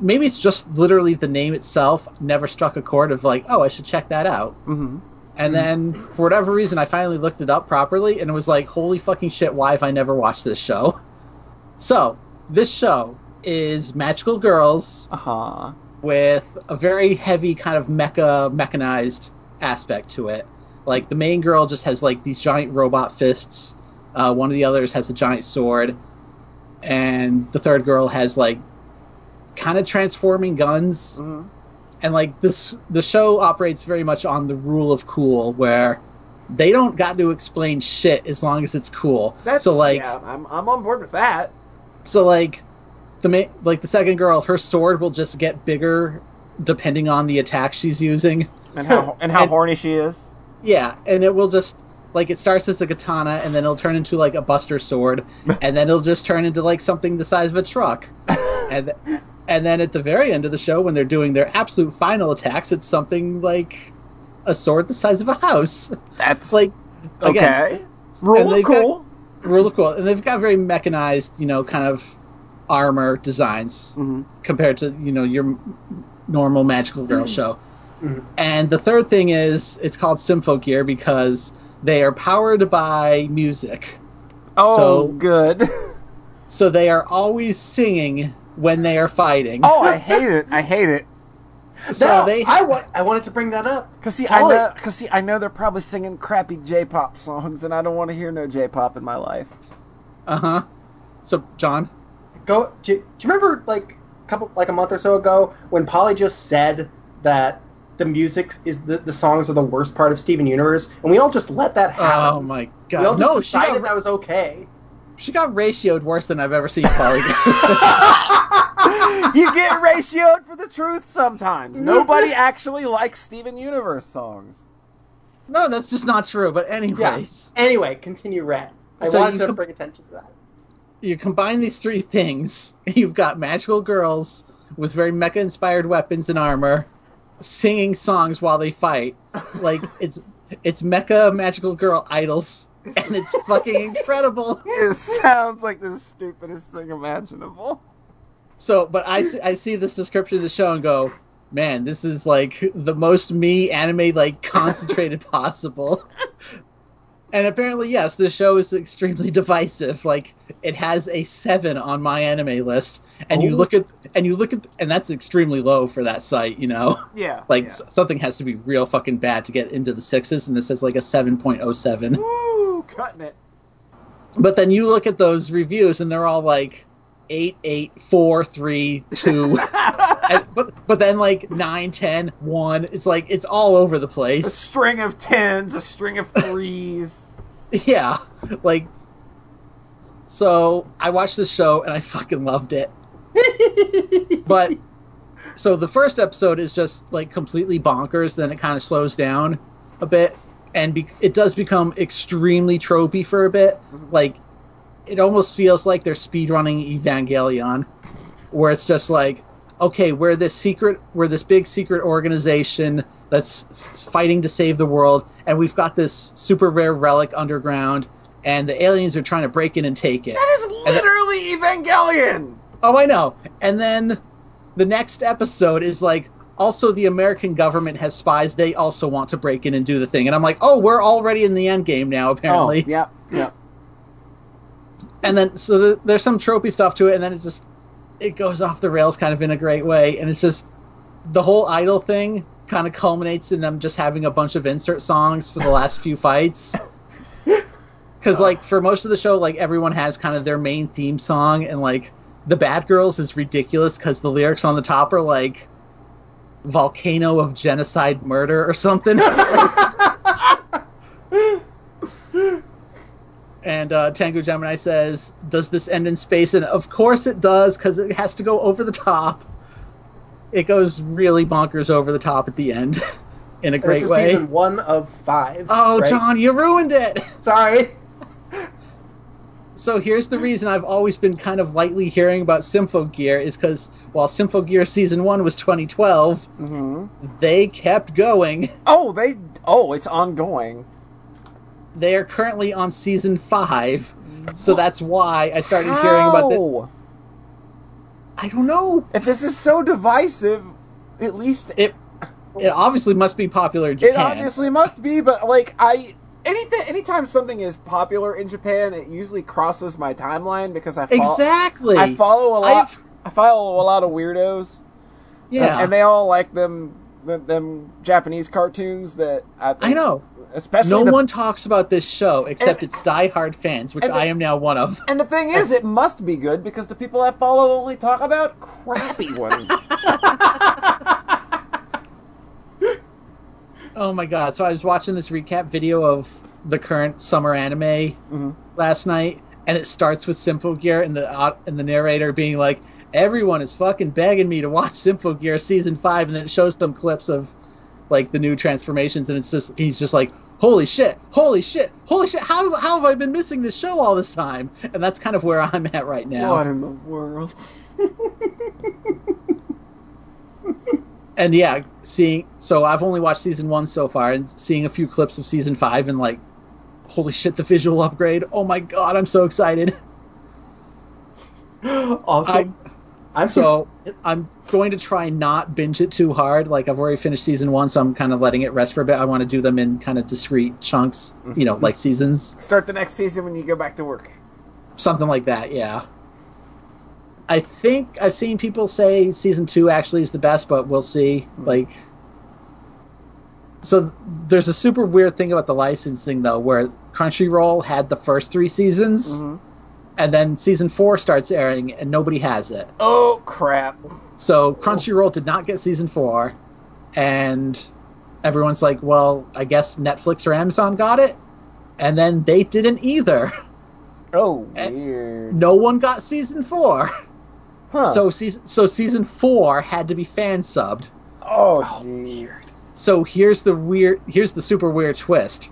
[SPEAKER 1] Maybe it's just literally the name itself never struck a chord of like, oh, I should check that out.
[SPEAKER 2] hmm
[SPEAKER 1] And then, for whatever reason, I finally looked it up properly and it was like, holy fucking shit, why have I never watched this show? So, this show is Magical Girls
[SPEAKER 2] Uh huh.
[SPEAKER 1] with a very heavy kind of mecha mechanized aspect to it. Like, the main girl just has like these giant robot fists, uh, one of the others has a giant sword, and the third girl has like kind of transforming guns
[SPEAKER 2] hmm
[SPEAKER 1] and like this the show operates very much on the rule of cool where they don't got to explain shit as long as it's cool
[SPEAKER 2] That's
[SPEAKER 1] so like
[SPEAKER 2] yeah, I'm I'm on board with that.
[SPEAKER 1] so like the ma- like the second girl her sword will just get bigger depending on the attack she's using
[SPEAKER 2] And how and how
[SPEAKER 1] And-
[SPEAKER 2] horny she is.
[SPEAKER 1] yeah and it will just like it starts as a katana and then it'll turn into like a buster sword and then it'll just turn into like something the size of a truck and and then at the very end of the show when they're doing their absolute final attacks it's something like a sword the size of a house
[SPEAKER 2] That's
[SPEAKER 1] like again
[SPEAKER 2] okay. Rule of
[SPEAKER 1] they've got-
[SPEAKER 2] cool.
[SPEAKER 1] rule of cool and they've got very mechanized you know kind of armor designs
[SPEAKER 2] Mhm.
[SPEAKER 1] compared to you know your m- normal magical girl show
[SPEAKER 3] Mhm.
[SPEAKER 1] and the third thing is it's called sympho gear because they are powered by music
[SPEAKER 2] Oh,
[SPEAKER 1] So-
[SPEAKER 2] good.
[SPEAKER 1] so they are always singing when they are fighting
[SPEAKER 2] oh, I hate it. I hate it.
[SPEAKER 1] so
[SPEAKER 3] No,
[SPEAKER 1] they
[SPEAKER 3] I, wa- I wanted to bring that up.
[SPEAKER 2] Cause see,
[SPEAKER 3] Polly-
[SPEAKER 2] I know. Cause see, I know they're probably singing crappy J-pop songs, and I don't want to hear no J-pop in my life.
[SPEAKER 1] uh-huh so john
[SPEAKER 3] Go. Do, you- do you remember like a couple like a month or so ago when Polly just said that the music is the, the songs are the worst part of Steven Universe, and we all just let that happen.
[SPEAKER 1] oh my
[SPEAKER 3] we all
[SPEAKER 1] god
[SPEAKER 3] just
[SPEAKER 1] no she
[SPEAKER 3] decided
[SPEAKER 1] got,
[SPEAKER 3] that was okay.
[SPEAKER 1] she got ratioed worse than i've ever seen polly
[SPEAKER 2] you get ratioed for the truth sometimes. Nobody actually likes Steven Universe songs.
[SPEAKER 1] no that's just not true but anyways
[SPEAKER 3] Anyway, continue, Rat. I
[SPEAKER 1] So
[SPEAKER 3] wanted
[SPEAKER 1] you
[SPEAKER 3] to
[SPEAKER 1] com-
[SPEAKER 3] bring attention to that.
[SPEAKER 1] you combine these three things you've got magical girls with very mecha inspired weapons and armor singing songs while they fight like it's it's mecha magical girl idols and it's fucking incredible
[SPEAKER 2] It sounds like the stupidest thing imaginable.
[SPEAKER 1] so but i see, i see this description of the show and go man this is like the most me anime like concentrated possible and apparently yes the show is extremely divisive like it has a 7 on my anime list and you
[SPEAKER 3] Oh.
[SPEAKER 1] look at and you look at and that's extremely low for that site you know
[SPEAKER 2] Yeah.
[SPEAKER 1] like
[SPEAKER 2] yeah.
[SPEAKER 1] s- something has to be real fucking bad to get into the sixes and this is like a 7.07
[SPEAKER 2] Woo, cutting it.
[SPEAKER 1] but then you look at those reviews and they're all like eight eight four three two and, but but then like nine ten one it's like it's all over the
[SPEAKER 2] A
[SPEAKER 1] place
[SPEAKER 2] string of tens, a string of threes.
[SPEAKER 1] yeah like so i watched this show and i fucking loved it but so the first episode is just like completely bonkers then it kind of slows down a bit and be- it does become extremely tropey for a bit like it almost feels like they're speedrunning evangelion where it's just like okay, we're this secret, we're this big secret organization that's s- fighting to save the world, and we've got this super rare relic underground, and the aliens are trying to break in and take it.
[SPEAKER 2] That is literally Evangelion.
[SPEAKER 1] Oh, I know. And then the next episode is like, also the American government has spies. They also want to break in and do the thing. And I'm like, oh, we're already in the end game now, apparently.
[SPEAKER 2] Oh, yeah, yeah.
[SPEAKER 1] And then so the, there's some tropey stuff to it, and then it just it goes off the rails kind of in a great way. And it's just the whole idol thing kind of culminates in them just having a bunch of insert songs for the last few fights.
[SPEAKER 3] Oh.
[SPEAKER 1] Because like for most of the show, like everyone has kind of their main theme song, and like the Bad Girls is ridiculous because the lyrics on the top are like volcano of genocide murder or something. and uh, Tango Gemini says, "Does this end in space?" And of course it does because it has to go over the top. It goes really bonkers over the top at the end, in a
[SPEAKER 3] This
[SPEAKER 1] great
[SPEAKER 3] is
[SPEAKER 1] way.
[SPEAKER 3] season one of five.
[SPEAKER 1] Oh,
[SPEAKER 3] right?
[SPEAKER 1] John, you ruined it.
[SPEAKER 3] Sorry.
[SPEAKER 1] So here's the reason I've always been kind of lightly hearing about Symphogear is because while Symphogear season one was 2012,
[SPEAKER 2] hmm
[SPEAKER 1] they kept going.
[SPEAKER 2] Oh, they. Oh, it's ongoing.
[SPEAKER 1] They are currently on season five, so that's why I started hearing about this.
[SPEAKER 2] How?
[SPEAKER 1] I don't know.
[SPEAKER 2] If this is so divisive, at least
[SPEAKER 1] It it obviously must be popular in
[SPEAKER 2] It
[SPEAKER 1] Japan.
[SPEAKER 2] obviously must be, but like I anything anytime something is popular in Japan, it usually crosses my timeline because I fo-
[SPEAKER 1] exactly.
[SPEAKER 2] I follow a lot
[SPEAKER 1] I've-
[SPEAKER 2] i follow a lot of weirdos.
[SPEAKER 1] yeah,
[SPEAKER 2] And they all like them them, them Japanese cartoons that I think
[SPEAKER 1] I know.
[SPEAKER 2] Especially
[SPEAKER 1] No
[SPEAKER 2] the-
[SPEAKER 1] one talks about this show except
[SPEAKER 2] And-
[SPEAKER 1] its diehard fans, which
[SPEAKER 2] and the-
[SPEAKER 1] I am now one of.
[SPEAKER 2] And the thing is, it must be good because the people I follow only talk about crappy ones.
[SPEAKER 1] Oh my god! So I was watching this recap video of the current summer anime
[SPEAKER 2] Mhm.
[SPEAKER 1] last night, and it starts with Symphogear and the uh, and the narrator being like, "Everyone is fucking begging me to watch Symphogear season five, and then it shows some clips of like the new transformations, and it's just he's just like, "Holy shit! Holy shit! Holy shit! How how have I been missing this show all this time?" And that's kind of where I'm at right now.
[SPEAKER 2] What in the world?
[SPEAKER 1] and yeah, seeing so I've only watched season one so far, and seeing a few clips of season five, and like, holy shit, the visual upgrade! Oh my god, I'm so excited.
[SPEAKER 3] Awesome. I, am
[SPEAKER 1] So I'm going to try not binge it too hard. Like I've already finished season one, so I'm kind of letting it rest for a bit. I want to do them in kind of discrete chunks, you know, like seasons,
[SPEAKER 2] Start the next season when you go back to work.
[SPEAKER 1] something like that. Yeah. I think I've seen people say season two actually is the best, but we'll see. Like, so there's a super weird thing about the licensing though, where Crunchyroll had the first three seasons,
[SPEAKER 2] Mhm.
[SPEAKER 1] and then season four starts airing, and nobody has it.
[SPEAKER 2] Oh crap!
[SPEAKER 1] So Crunchyroll did not get season four, and everyone's like, "Well, I guess Netflix or Amazon got it," and then they didn't either.
[SPEAKER 2] Oh
[SPEAKER 1] And-
[SPEAKER 2] weird.
[SPEAKER 1] No one got season four.
[SPEAKER 2] Huh.
[SPEAKER 1] So season so season four had to be fan subbed.
[SPEAKER 2] Oh, jeez.
[SPEAKER 1] So here's the weird here's the super weird twist.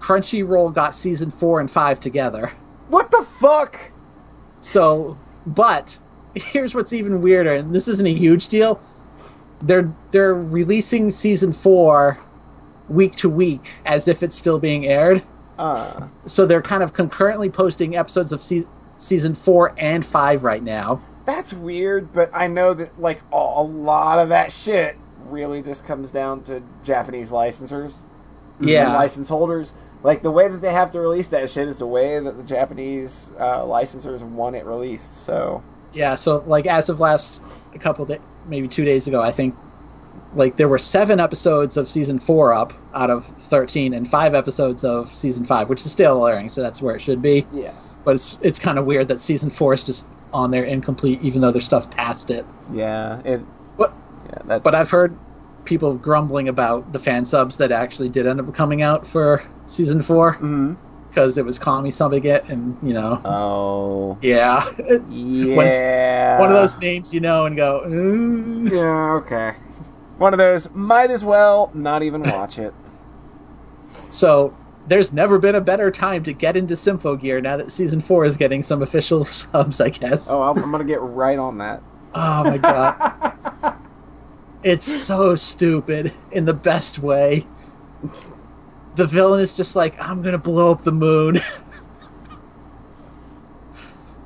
[SPEAKER 1] Crunchyroll got season four and five together.
[SPEAKER 2] What the fuck?
[SPEAKER 1] So, but here's what's even weirder, and this isn't a huge deal. They're they're releasing season four week to week as if it's still being aired.
[SPEAKER 2] Uh,
[SPEAKER 1] So they're kind of concurrently posting episodes of se- season four and five right now.
[SPEAKER 2] that's weird, but I know that like a, a lot of that shit really just comes down to Japanese licensors, and
[SPEAKER 1] Yeah,
[SPEAKER 2] license holders. Like the way that they have to release that shit is the way that the Japanese uh, licensors want it released. So
[SPEAKER 1] yeah. So like as of last a couple da maybe two days ago, I think like there were seven episodes of season four up out of thirteen, and five episodes of season five, which is still airing. So that's where it should be.
[SPEAKER 2] yeah,
[SPEAKER 1] but it's it's kind of weird that season four is just on there incomplete, even though there's stuff past it.
[SPEAKER 2] yeah, it,
[SPEAKER 1] But
[SPEAKER 2] yeah. That's
[SPEAKER 1] but I've heard people grumbling about the fan subs that actually did end up coming out for season four
[SPEAKER 2] Mhm.
[SPEAKER 1] because it was Kami subbing it, and you know,
[SPEAKER 2] Oh
[SPEAKER 1] yeah,
[SPEAKER 2] yeah,
[SPEAKER 1] one of those names you know and go. "Ooh."
[SPEAKER 2] Yeah, okay. One of those. Might as well not even watch it.
[SPEAKER 1] So there's never been a better time to get into Symphogear now that season four is getting some official subs, I guess.
[SPEAKER 2] Oh, I'm, I'm gonna get right on that.
[SPEAKER 1] Oh my god. it's so stupid in the best way. The villain is just like, I'm gonna blow up the moon.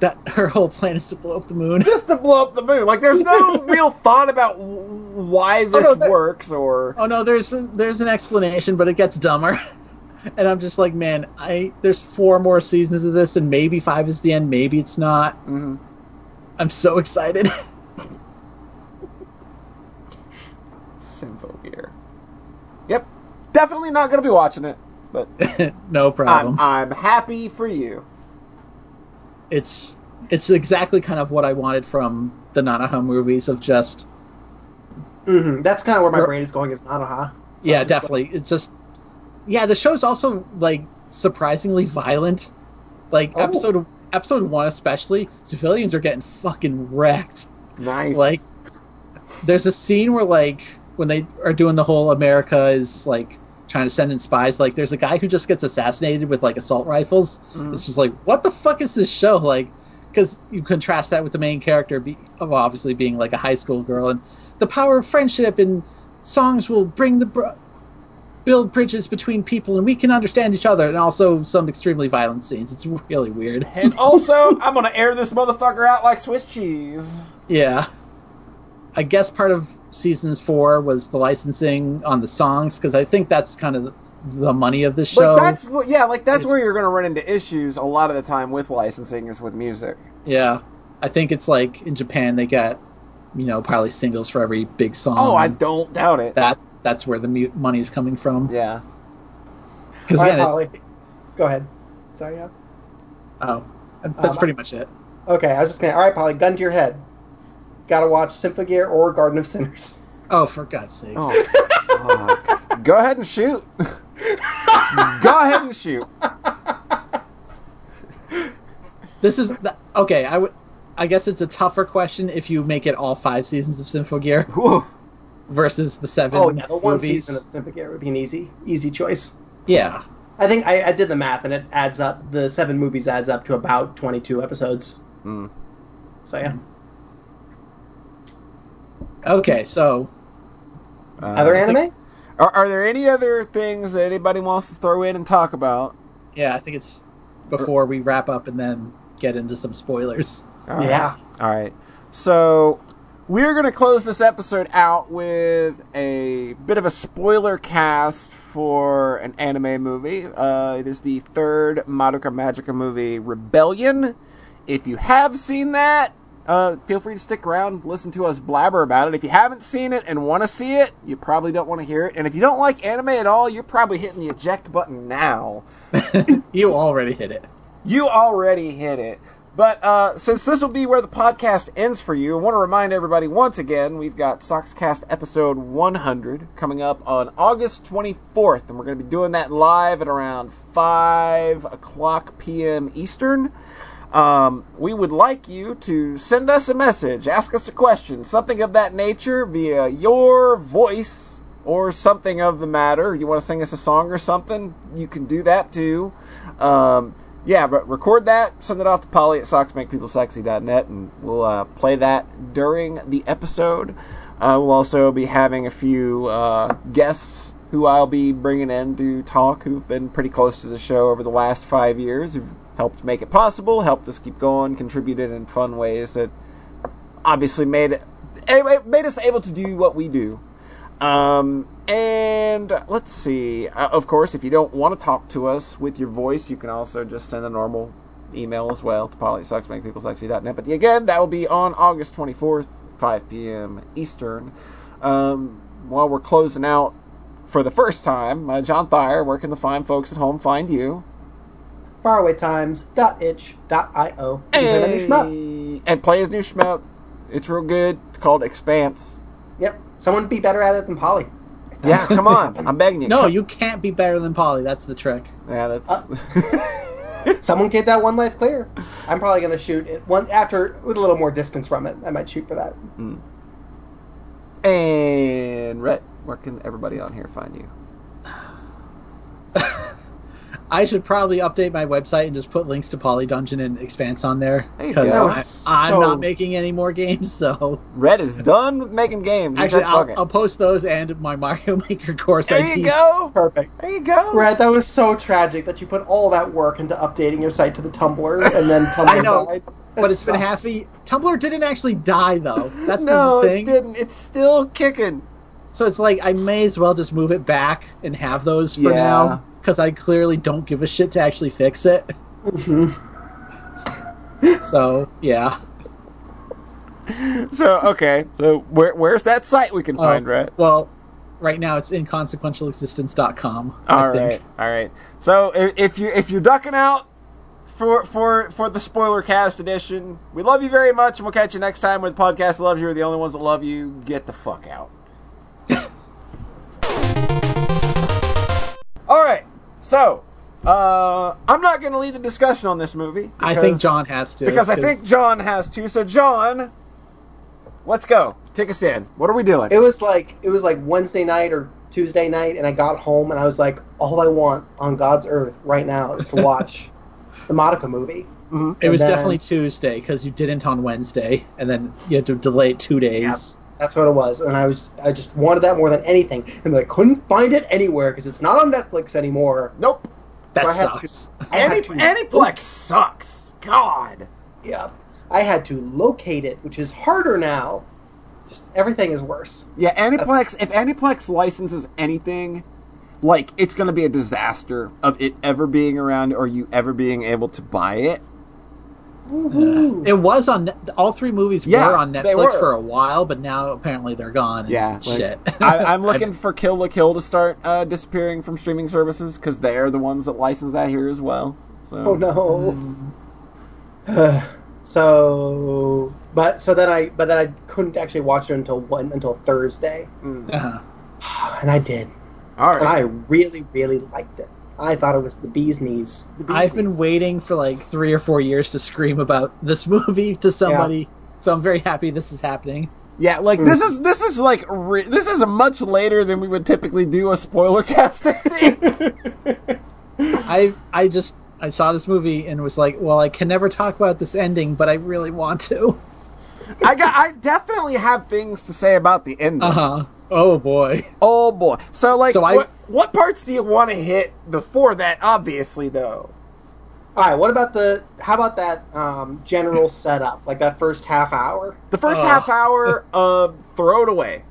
[SPEAKER 1] that her whole plan is to blow up the moon.
[SPEAKER 2] Just to blow up the moon. Like, there's no real thought about w- why this
[SPEAKER 1] no, there-
[SPEAKER 2] works or.
[SPEAKER 1] Oh no, there's there's an explanation, but it gets dumber. And I'm just like, man, I there's four more seasons of this, and maybe five is the end, maybe it's not.
[SPEAKER 2] Mhm.
[SPEAKER 1] I'm so excited.
[SPEAKER 2] Symphogear. Yep. Definitely not going to be watching it, but
[SPEAKER 1] no
[SPEAKER 2] I'm,
[SPEAKER 1] problem.
[SPEAKER 2] I'm happy for you.
[SPEAKER 1] it's it's exactly kind of what I wanted from the Nanaha movies of just
[SPEAKER 3] hmm That's kind of where my
[SPEAKER 1] We're-
[SPEAKER 3] brain is going. Is uh-huh. Nanaha.
[SPEAKER 1] yeah, definitely. It's just yeah, the show's also like surprisingly violent. Like
[SPEAKER 2] Oh.
[SPEAKER 1] episode episode one especially, civilians are getting fucking wrecked.
[SPEAKER 2] Nice.
[SPEAKER 1] Like there's a scene where like when they are doing the whole America is like trying to send in spies, like there's a guy who just gets assassinated with like assault rifles.
[SPEAKER 2] Mhm.
[SPEAKER 1] It's just like what the fuck is this show like? Because you contrast that with the main character, be, of obviously being like a high school girl, and the power of friendship and songs will bring the br- build bridges between people, and we can understand each other, and also some extremely violent scenes. It's really weird.
[SPEAKER 2] And also, I'm going to air this motherfucker out like Swiss cheese.
[SPEAKER 1] Yeah. I guess part of seasons four was the licensing on the songs because I think that's kind of the money of the show.
[SPEAKER 2] like that's wh- yeah, like that's
[SPEAKER 1] it's-
[SPEAKER 2] where you're going to run into issues a lot of the time with licensing is with music.
[SPEAKER 1] Yeah, I think it's like in Japan they got, you know, probably singles for every big song.
[SPEAKER 2] Oh, I don't doubt it.
[SPEAKER 1] Um, that that's where the mu- money's coming from.
[SPEAKER 2] Yeah.
[SPEAKER 1] Because
[SPEAKER 3] All right,
[SPEAKER 1] again, it's-
[SPEAKER 3] Polly. Go ahead. Sorry. Yeah.
[SPEAKER 1] oh, that's
[SPEAKER 3] Um,
[SPEAKER 1] pretty much it.
[SPEAKER 3] Okay. I was just gonna. All right, Polly. Gun to your head. Gotta watch Symphogear or Garden of Sinners.
[SPEAKER 1] Oh, for God's sakes!
[SPEAKER 2] Oh, fuck. Go ahead and shoot. Go ahead and shoot.
[SPEAKER 1] This is the, okay. I would. I guess it's a tougher question if you make it all five seasons of Symphogear
[SPEAKER 2] Whew.
[SPEAKER 1] versus the seven
[SPEAKER 3] Oh yeah, the one
[SPEAKER 1] movies.
[SPEAKER 3] season of Symphogear would be an easy, easy choice.
[SPEAKER 1] Yeah,
[SPEAKER 3] I think I, I did the math, and it adds up. The seven movies adds up to about twenty-two episodes.
[SPEAKER 2] Mm.
[SPEAKER 3] So yeah.
[SPEAKER 1] Okay, so
[SPEAKER 2] Uh,
[SPEAKER 3] Other anime?
[SPEAKER 2] Are, are there any other things that anybody wants to throw in and talk about?
[SPEAKER 1] yeah, I think it's before we wrap up and then get into some spoilers.
[SPEAKER 2] All right.
[SPEAKER 3] Yeah.
[SPEAKER 2] All right. So we're going to close this episode out with a bit of a spoiler cast for an anime movie. Uh, it is the third Madoka Magica movie, Rebellion. If you have seen that, uh, feel free to stick around, listen to us blabber about it. If you haven't seen it and want to see it, you probably don't want to hear it. And if you don't like anime at all, you're probably hitting the eject button now.
[SPEAKER 1] You already hit it.
[SPEAKER 2] You already hit it. But uh, since this will be where the podcast ends for you, I want to remind everybody once again we've got Soxcast episode 100 coming up on August 24th, and we're going to be doing that live at around 5 o'clock p.m. Eastern. Um, we would like you to send us a message, ask us a question, something of that nature via your voice or something of the matter. You want to sing us a song or something? You can do that too. Um, yeah, but record that, send it off to Polly at socksmakepeoplesexy.net, and we'll uh, play that during the episode. Uh, we'll also be having a few uh, guests who I'll be bringing in to talk who've been pretty close to the show over the last five years, who've helped make it possible, helped us keep going, contributed in fun ways that obviously made it it made us able to do what we do. Um, and let's see. Uh, of course, if you don't want to talk to us with your voice, you can also just send a normal email as well to polysucksmakepeoplesexy.net. But again, that will be on August 24th, 5 p.m. Eastern. Um, while we're closing out for the first time, uh, John Thayer, where can the fine folks at home find you?
[SPEAKER 3] Farawaytimes.itch.io. You can play that new shmup.
[SPEAKER 2] And play his new shmup. It's real good. It's called Expanse.
[SPEAKER 3] Yep. Someone be better at it than Polly.
[SPEAKER 2] Yeah, come on. I'm begging you.
[SPEAKER 1] No,
[SPEAKER 2] Come-
[SPEAKER 1] you can't be better than Polly. That's the trick.
[SPEAKER 2] Yeah, that's.
[SPEAKER 1] Uh,
[SPEAKER 3] Someone get that one life clear. I'm probably gonna shoot it one after with a little more distance from it. I might shoot for that.
[SPEAKER 2] And Rhett, where can everybody on here find you?
[SPEAKER 1] I should probably update my website and just put links to Poly Dungeon and Expanse on there
[SPEAKER 2] There you
[SPEAKER 1] because
[SPEAKER 2] go.
[SPEAKER 3] That was
[SPEAKER 1] I'm
[SPEAKER 3] so-
[SPEAKER 1] not making any more games. So
[SPEAKER 2] Red is done with making games. He
[SPEAKER 1] actually,
[SPEAKER 2] said, "Fuck
[SPEAKER 1] I'll,
[SPEAKER 2] it."
[SPEAKER 1] I'll post those and my Mario Maker course.
[SPEAKER 2] there
[SPEAKER 1] I
[SPEAKER 2] you go.
[SPEAKER 3] Perfect.
[SPEAKER 2] There you go.
[SPEAKER 3] Brad, that was so tragic that you put all that work into updating your site to the Tumblr and then Tumblr
[SPEAKER 1] I know,
[SPEAKER 3] died. That
[SPEAKER 1] But it's been
[SPEAKER 3] sucks.
[SPEAKER 1] half a Tumblr didn't actually die though. That's
[SPEAKER 2] no,
[SPEAKER 1] the thing.
[SPEAKER 2] it didn't. It's still kicking.
[SPEAKER 1] So it's like I may as well just move it back and have those for
[SPEAKER 2] Yeah.
[SPEAKER 1] now because I clearly don't give a shit to actually fix it.
[SPEAKER 3] Mhm.
[SPEAKER 1] So yeah,
[SPEAKER 2] So okay. So where, where's that site we can
[SPEAKER 1] Um,
[SPEAKER 2] find, Red?
[SPEAKER 1] Well, right now it's inconsequentialexistence.com. I
[SPEAKER 2] All right,
[SPEAKER 1] think.
[SPEAKER 2] all right. So if, if you if you're ducking out for for for the spoiler cast edition, we love you very much, and we'll catch you next time. Where the podcast loves you, we're the only ones that love you. Get the fuck out. all right. So uh, I'm not going to lead the discussion on this movie.
[SPEAKER 1] I
[SPEAKER 2] because-
[SPEAKER 1] think John has to
[SPEAKER 2] because I think John has to. So John, let's go. Kick us in. What are we doing?
[SPEAKER 3] It was like it was like Wednesday night or Tuesday night, and I got home and I was like, all I want on God's earth right now is to watch the Monica movie.
[SPEAKER 2] Mhm.
[SPEAKER 1] it was
[SPEAKER 3] and then-
[SPEAKER 1] definitely Tuesday because you didn't on Wednesday, and then you had to delay it two days.
[SPEAKER 3] That's what it was, and I was I just wanted that more than anything, and then I couldn't find it anywhere because it's not on Netflix anymore.
[SPEAKER 2] Nope.
[SPEAKER 1] That
[SPEAKER 3] I had to-
[SPEAKER 1] sucks.
[SPEAKER 3] I had
[SPEAKER 2] Any
[SPEAKER 3] to-
[SPEAKER 2] Aniplex sucks. God.
[SPEAKER 3] Yeah, I had to locate it, which is harder now. Just everything is worse.
[SPEAKER 2] Yeah, Aniplex. If Aniplex licenses anything, like it's going to be a disaster of it ever being around or you ever being able to buy it.
[SPEAKER 3] Woohoo.
[SPEAKER 1] Uh, It was on Net- all three movies
[SPEAKER 2] Yeah,
[SPEAKER 1] were on
[SPEAKER 2] they
[SPEAKER 1] Netflix
[SPEAKER 2] were.
[SPEAKER 1] for a while, but now apparently they're gone. and
[SPEAKER 2] Yeah, like,
[SPEAKER 1] shit.
[SPEAKER 2] I, I'm looking for Kill la Kill to start uh, disappearing from streaming services because they are the ones that license that here as well. So
[SPEAKER 3] Oh no. so, but so then I but then I couldn't actually watch it until one until Thursday,
[SPEAKER 2] Mm.
[SPEAKER 1] Uh-huh.
[SPEAKER 3] and I did,
[SPEAKER 2] All
[SPEAKER 3] and
[SPEAKER 2] right.
[SPEAKER 3] I really really liked it. I thought it was the bee's knees.
[SPEAKER 1] I've been waiting for like three or four years to scream about this movie to somebody, so I'm very happy this is happening.
[SPEAKER 2] Yeah, like this is this is like re- this is much later than we would typically do a spoiler cast. I think.
[SPEAKER 1] I I just I saw this movie and was like, well, I can never talk about this ending, but I really want to.
[SPEAKER 2] I got I definitely have things to say about the ending.
[SPEAKER 1] Uh huh. Oh boy.
[SPEAKER 2] Oh boy! So like,
[SPEAKER 1] So I-
[SPEAKER 2] what, what parts do you want to hit before that? Obviously, though.
[SPEAKER 3] All right, what about the how about that um, general setup, like that first half hour?
[SPEAKER 2] The first
[SPEAKER 1] Ugh.
[SPEAKER 2] half hour, uh, throw it away.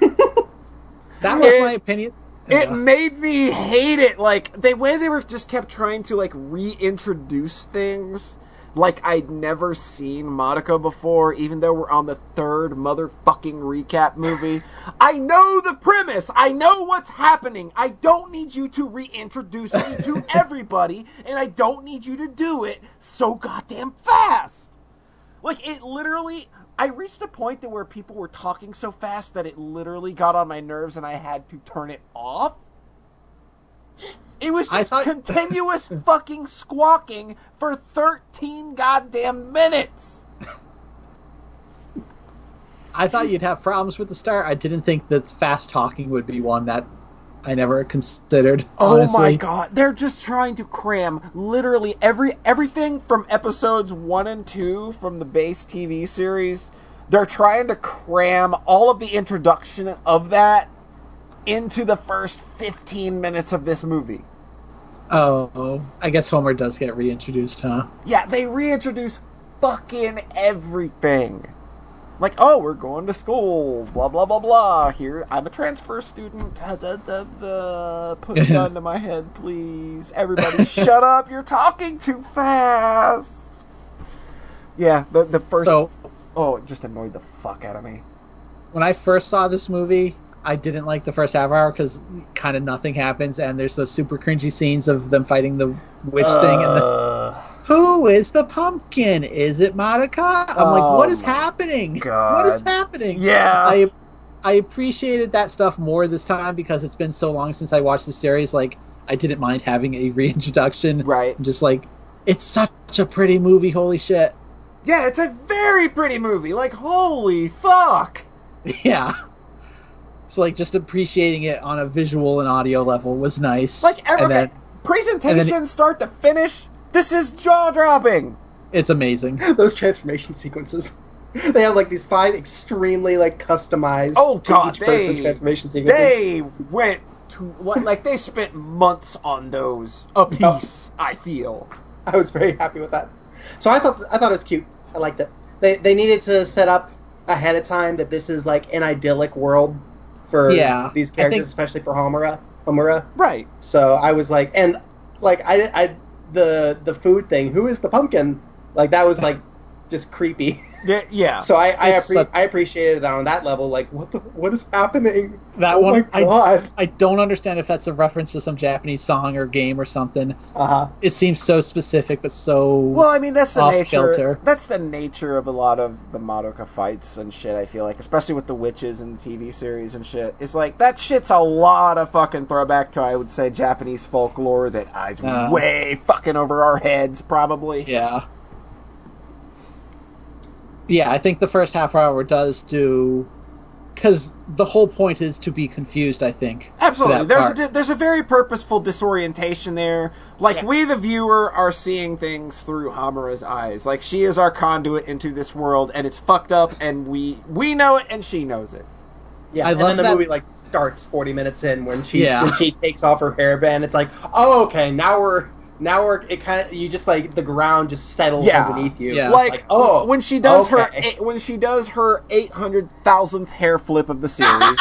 [SPEAKER 1] That was
[SPEAKER 2] It-
[SPEAKER 1] my opinion.
[SPEAKER 2] It
[SPEAKER 1] Yeah.
[SPEAKER 2] made me hate it. Like the way they were just kept trying to like reintroduce things, like I'd never seen Monica before. Even though we're on the third motherfucking recap movie, I know the premise. I know what's happening. I don't need you to reintroduce me to everybody, and I don't need you to do it so goddamn fast. Like it literally I reached a point that where people were talking so fast that it literally got on my nerves and I had to turn it off. It was
[SPEAKER 1] I
[SPEAKER 2] just
[SPEAKER 1] thought-
[SPEAKER 2] continuous fucking squawking for 13 goddamn minutes.
[SPEAKER 1] I thought you'd have problems with the start. I didn't think that fast talking would be one that I never considered.
[SPEAKER 2] Oh
[SPEAKER 1] honestly.
[SPEAKER 2] my god, they're just trying to cram literally every everything from episodes 1 and 2 from the base TV series. They're trying to cram all of the introduction of that into the first 15 minutes of this movie.
[SPEAKER 1] Oh, I guess Homer does get reintroduced, huh?
[SPEAKER 2] Yeah, they reintroduce fucking everything. Like, oh, we're going to school, blah blah blah blah. Here, I'm a transfer student. Da, da, da, da. Put a gun to my head, please. Everybody, shut up! You're talking too fast. Yeah, the the first.
[SPEAKER 1] So
[SPEAKER 2] oh, it just annoyed the fuck out of me.
[SPEAKER 1] when I first saw this movie, I didn't like the first half hour because kind of nothing happens, and there's those super cringy scenes of them fighting the witch thing. And the,
[SPEAKER 2] Uh,
[SPEAKER 1] who is the pumpkin? Is it Monica? I'm
[SPEAKER 2] Oh
[SPEAKER 1] like, what is
[SPEAKER 2] my
[SPEAKER 1] happening?
[SPEAKER 2] God.
[SPEAKER 1] What is happening?
[SPEAKER 2] Yeah.
[SPEAKER 1] I I appreciated that stuff more this time because it's been so long since I watched the series. Like, I didn't mind having a reintroduction.
[SPEAKER 2] right.
[SPEAKER 1] I'm just like, it's such a pretty movie. Holy shit!
[SPEAKER 2] Yeah, it's a very pretty movie. Like, holy fuck.
[SPEAKER 1] Yeah. So like just appreciating it on a visual and audio level was nice.
[SPEAKER 2] Like every,
[SPEAKER 1] and then And
[SPEAKER 2] Presentation
[SPEAKER 1] then-
[SPEAKER 2] start to finish. This is jaw dropping.
[SPEAKER 1] It's amazing.
[SPEAKER 3] Those transformation sequences. They have like these five extremely like customized
[SPEAKER 2] Oh,
[SPEAKER 3] to
[SPEAKER 2] God,
[SPEAKER 3] each person
[SPEAKER 2] they-
[SPEAKER 3] transformation sequences.
[SPEAKER 2] They went to like, like they spent months on those a piece. I feel.
[SPEAKER 3] I was very happy with that. So I thought I thought it was cute. I liked it. They they needed to set up ahead of time that this is like an idyllic world for
[SPEAKER 1] Yeah,
[SPEAKER 3] these
[SPEAKER 1] I think-
[SPEAKER 3] characters, especially for Homura. Homura.
[SPEAKER 2] Right.
[SPEAKER 3] So I was like, and like I I the the food thing. Who is the pumpkin? Like that was like just creepy.
[SPEAKER 2] Yeah. yeah.
[SPEAKER 3] So I I,
[SPEAKER 1] It's
[SPEAKER 3] appre-
[SPEAKER 1] such-
[SPEAKER 3] I appreciated that on that level. Like what the what is happening?
[SPEAKER 1] That
[SPEAKER 3] Oh
[SPEAKER 1] one,
[SPEAKER 3] my god.
[SPEAKER 1] I don't understand if that's a reference to some Japanese song or game or something.
[SPEAKER 3] Uh huh.
[SPEAKER 1] It seems so specific, but so
[SPEAKER 2] Well, I mean that's the
[SPEAKER 1] Off
[SPEAKER 2] nature.
[SPEAKER 1] kilter.
[SPEAKER 2] That's the nature of a lot of the Madoka fights and shit. I feel like, especially with the witches and TV series and shit, it's like that shit's a lot of fucking throwback to I would say Japanese folklore that eyes
[SPEAKER 1] Uh.
[SPEAKER 2] way fucking over our heads probably.
[SPEAKER 1] yeah, yeah. I think the first half hour does do because the whole point is to be confused. I think
[SPEAKER 2] Absolutely.
[SPEAKER 1] That
[SPEAKER 2] There's a,
[SPEAKER 1] part.
[SPEAKER 2] di- there's a very purposeful disorientation there. Like we the viewer are seeing things through Hamura's eyes. Like she is our conduit into this world and it's fucked up and we we know it and she knows it.
[SPEAKER 3] Yeah,
[SPEAKER 1] I
[SPEAKER 3] and
[SPEAKER 1] love
[SPEAKER 3] then the
[SPEAKER 1] that-
[SPEAKER 3] movie like starts forty minutes in when she
[SPEAKER 1] Yeah.
[SPEAKER 3] when she takes off her hairband. It's like, oh, okay, now we're now we're it kind of you just like the ground just settles
[SPEAKER 2] Yeah.
[SPEAKER 3] underneath you.
[SPEAKER 1] Yeah.
[SPEAKER 3] It's
[SPEAKER 2] like,
[SPEAKER 3] oh,
[SPEAKER 2] when she does her
[SPEAKER 3] okay.
[SPEAKER 2] eight- when she does her eight hundred thousandth hair flip of the series.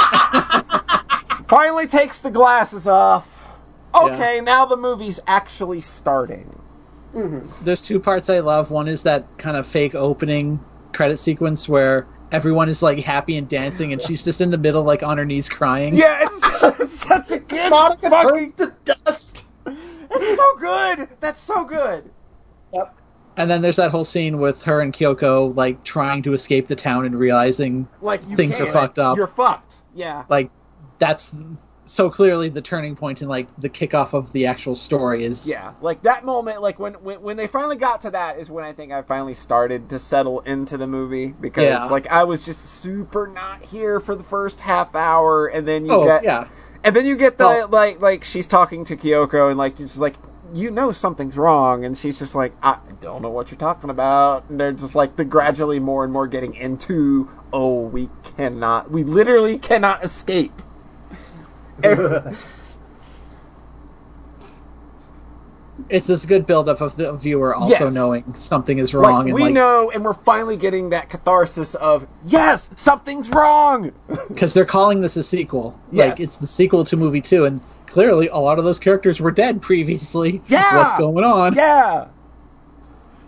[SPEAKER 2] finally takes the glasses off. Okay, now the movie's actually starting.
[SPEAKER 1] there's two parts I love. One is that kind of fake opening credit sequence where everyone is like happy and dancing, and she's just in the middle, like on her knees crying.
[SPEAKER 2] Yeah, it's, it's such a good
[SPEAKER 3] Monica
[SPEAKER 2] fucking.
[SPEAKER 3] turns to dust.
[SPEAKER 2] It's so good. That's so good.
[SPEAKER 3] Yep.
[SPEAKER 1] And then there's that whole scene with her and Kyoko like trying to escape the town and realizing
[SPEAKER 2] Like you
[SPEAKER 1] Things are
[SPEAKER 2] can't.
[SPEAKER 1] fucked up.
[SPEAKER 2] You're fucked. Yeah.
[SPEAKER 1] like that's so clearly the turning point and like the kickoff of the actual story is
[SPEAKER 2] Yeah, like that moment, like when, when when they finally got to that is when I think I finally started to settle into the movie because
[SPEAKER 1] Yeah.
[SPEAKER 2] like I was just super not here for the first half hour, and then you
[SPEAKER 1] oh
[SPEAKER 2] get
[SPEAKER 1] yeah
[SPEAKER 2] and then you get the
[SPEAKER 1] Well-
[SPEAKER 2] like like she's talking to Kyoko and like she's like you know something's wrong, and she's just like I don't know what you're talking about, and they're just like the gradually more and more getting into oh we cannot we literally cannot escape.
[SPEAKER 1] it's this good buildup of the viewer also
[SPEAKER 2] Yes.
[SPEAKER 1] knowing something is wrong
[SPEAKER 2] Like,
[SPEAKER 1] and
[SPEAKER 2] we
[SPEAKER 1] like
[SPEAKER 2] know, and we're finally getting that catharsis of yes, something's wrong.
[SPEAKER 1] because they're calling this a sequel
[SPEAKER 2] Yes.
[SPEAKER 1] like it's the sequel to movie two and clearly a lot of those characters were dead previously
[SPEAKER 2] Yeah!
[SPEAKER 1] what's going on
[SPEAKER 2] yeah,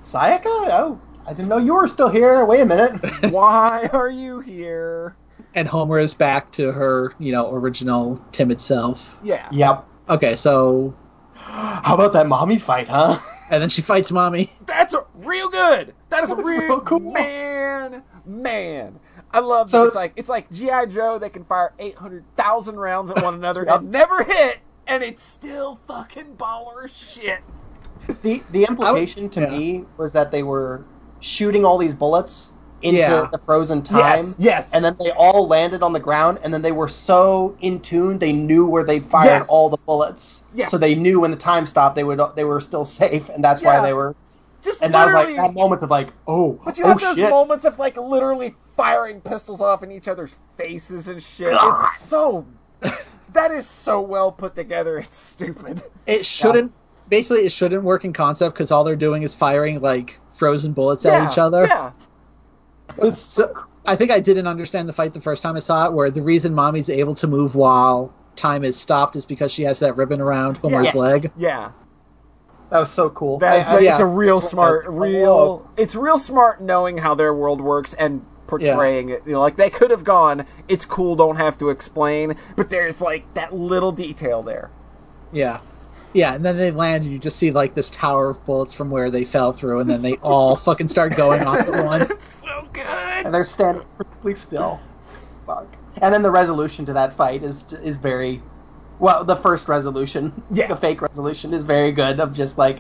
[SPEAKER 3] Sayaka, oh, I didn't know you were still here. Wait a minute.
[SPEAKER 2] why are you here?
[SPEAKER 1] and homer is back to her you know original timid self
[SPEAKER 2] Yeah,
[SPEAKER 3] yep.
[SPEAKER 1] okay so
[SPEAKER 3] How about that mommy fight, huh?
[SPEAKER 1] and then she fights mommy
[SPEAKER 2] that's a, real good. That is
[SPEAKER 3] That's
[SPEAKER 2] real,
[SPEAKER 3] real cool.
[SPEAKER 2] man, man. I love
[SPEAKER 3] So-
[SPEAKER 2] that. It's like it's like GI Joe. They can fire eight hundred thousand rounds at one another and never hit, and it's still fucking baller as shit.
[SPEAKER 3] The the implication to
[SPEAKER 1] yeah.
[SPEAKER 3] me was that they were shooting all these bullets into
[SPEAKER 1] Yeah.
[SPEAKER 3] the frozen time.
[SPEAKER 2] Yes, yes.
[SPEAKER 3] And then they all landed on the ground, and then they were so in tune they knew where they'd fired
[SPEAKER 2] Yes.
[SPEAKER 3] all the bullets.
[SPEAKER 2] Yes.
[SPEAKER 3] So they knew when the time stopped, they would they were still safe, and that's
[SPEAKER 2] Yeah.
[SPEAKER 3] why they were.
[SPEAKER 2] just
[SPEAKER 3] And that was
[SPEAKER 2] literally
[SPEAKER 3] like that moment of like, oh,
[SPEAKER 2] But you
[SPEAKER 3] oh
[SPEAKER 2] have those
[SPEAKER 3] shit.
[SPEAKER 2] moments of like literally firing pistols off in each other's faces and shit. It's so that is so well put together. It's stupid.
[SPEAKER 1] it shouldn't basically it shouldn't work in concept because all they're doing is firing like frozen bullets
[SPEAKER 2] yeah,
[SPEAKER 1] at each other
[SPEAKER 2] Yeah,
[SPEAKER 3] It's so-
[SPEAKER 1] I think I didn't understand the fight the first time I saw it, where the reason mommy's able to move while time is stopped is because she has that ribbon around Homer's
[SPEAKER 2] Yes.
[SPEAKER 1] leg.
[SPEAKER 2] yeah.
[SPEAKER 3] that was so cool.
[SPEAKER 2] That's
[SPEAKER 3] I- I-
[SPEAKER 1] yeah.
[SPEAKER 2] it's a real smart,
[SPEAKER 1] uh,
[SPEAKER 3] Oh.
[SPEAKER 2] real. It's real smart knowing how their world works and portraying it. You know, like they could have gone. It's cool. Don't have to explain. But there's like that little detail there.
[SPEAKER 1] Yeah. Yeah, and then they land and you just see like this tower of bullets from where they fell through and then they all fucking start going off at once.
[SPEAKER 2] It's so good.
[SPEAKER 3] and they're standing perfectly still. Fuck. And then the resolution to that fight is is very, well, the first resolution,
[SPEAKER 2] Yeah.
[SPEAKER 3] the fake resolution is very good of just like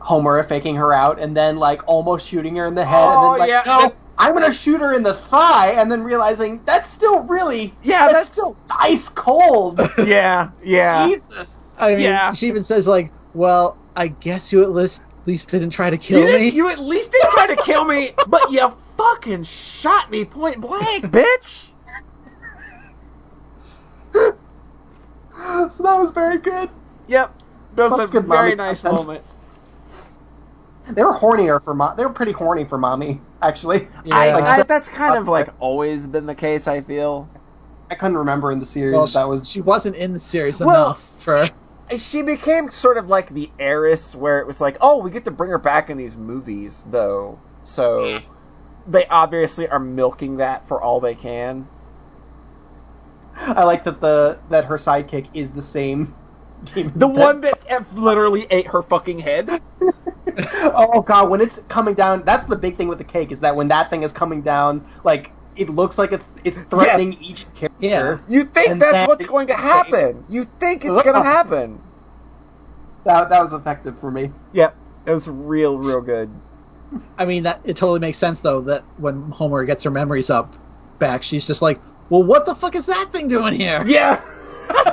[SPEAKER 3] Homer faking her out and then like almost shooting her in the head
[SPEAKER 2] Oh,
[SPEAKER 3] and then like
[SPEAKER 2] yeah.
[SPEAKER 3] no, I'm gonna shoot her in the thigh and then realizing that's still really
[SPEAKER 2] Yeah, that's-
[SPEAKER 3] still ice cold.
[SPEAKER 2] Yeah, yeah.
[SPEAKER 3] Jesus.
[SPEAKER 1] I mean,
[SPEAKER 2] Yeah.
[SPEAKER 1] she even says like, "Well, I guess you at least at least didn't try to
[SPEAKER 2] You,
[SPEAKER 1] kill me."
[SPEAKER 2] didn't, you at least didn't try to kill me, but you fucking shot me point blank, bitch.
[SPEAKER 3] So that was very good.
[SPEAKER 2] Yep, that was a
[SPEAKER 3] Fucking
[SPEAKER 2] very
[SPEAKER 3] mommy
[SPEAKER 2] nice
[SPEAKER 3] content.
[SPEAKER 2] moment.
[SPEAKER 3] They were hornier for mom. They were pretty horny for mommy. Actually,
[SPEAKER 1] Yeah.
[SPEAKER 2] I,
[SPEAKER 3] Like,
[SPEAKER 2] I-
[SPEAKER 3] so-
[SPEAKER 2] that's kind of like always been the case. I feel
[SPEAKER 3] I couldn't remember in the series
[SPEAKER 1] well,
[SPEAKER 3] if that was.
[SPEAKER 1] she wasn't in the series
[SPEAKER 2] Well-
[SPEAKER 1] enough for.
[SPEAKER 2] she became sort of like the heiress, where it was like, oh, we get to bring her back in these movies, though. So they obviously are milking that for all they can.
[SPEAKER 3] I like that the that her sidekick is the same. Demon
[SPEAKER 2] The
[SPEAKER 3] that-
[SPEAKER 2] one that F literally ate her fucking head.
[SPEAKER 3] Oh god, when it's coming down, that's the big thing with the cake is that when that thing is coming down, like it looks like it's it's threatening
[SPEAKER 2] Yes.
[SPEAKER 3] each character.
[SPEAKER 1] Yeah.
[SPEAKER 2] You think
[SPEAKER 3] And
[SPEAKER 2] that's
[SPEAKER 3] that
[SPEAKER 2] what's
[SPEAKER 3] is
[SPEAKER 2] going to
[SPEAKER 3] insane.
[SPEAKER 2] happen? You think it's going to happen?
[SPEAKER 3] That that was effective for me.
[SPEAKER 2] Yep, it was real, real good.
[SPEAKER 1] I mean, that it totally makes sense though that when Homer gets her memories up back, she's just like, "Well, what the fuck is that thing doing here?"
[SPEAKER 2] Yeah.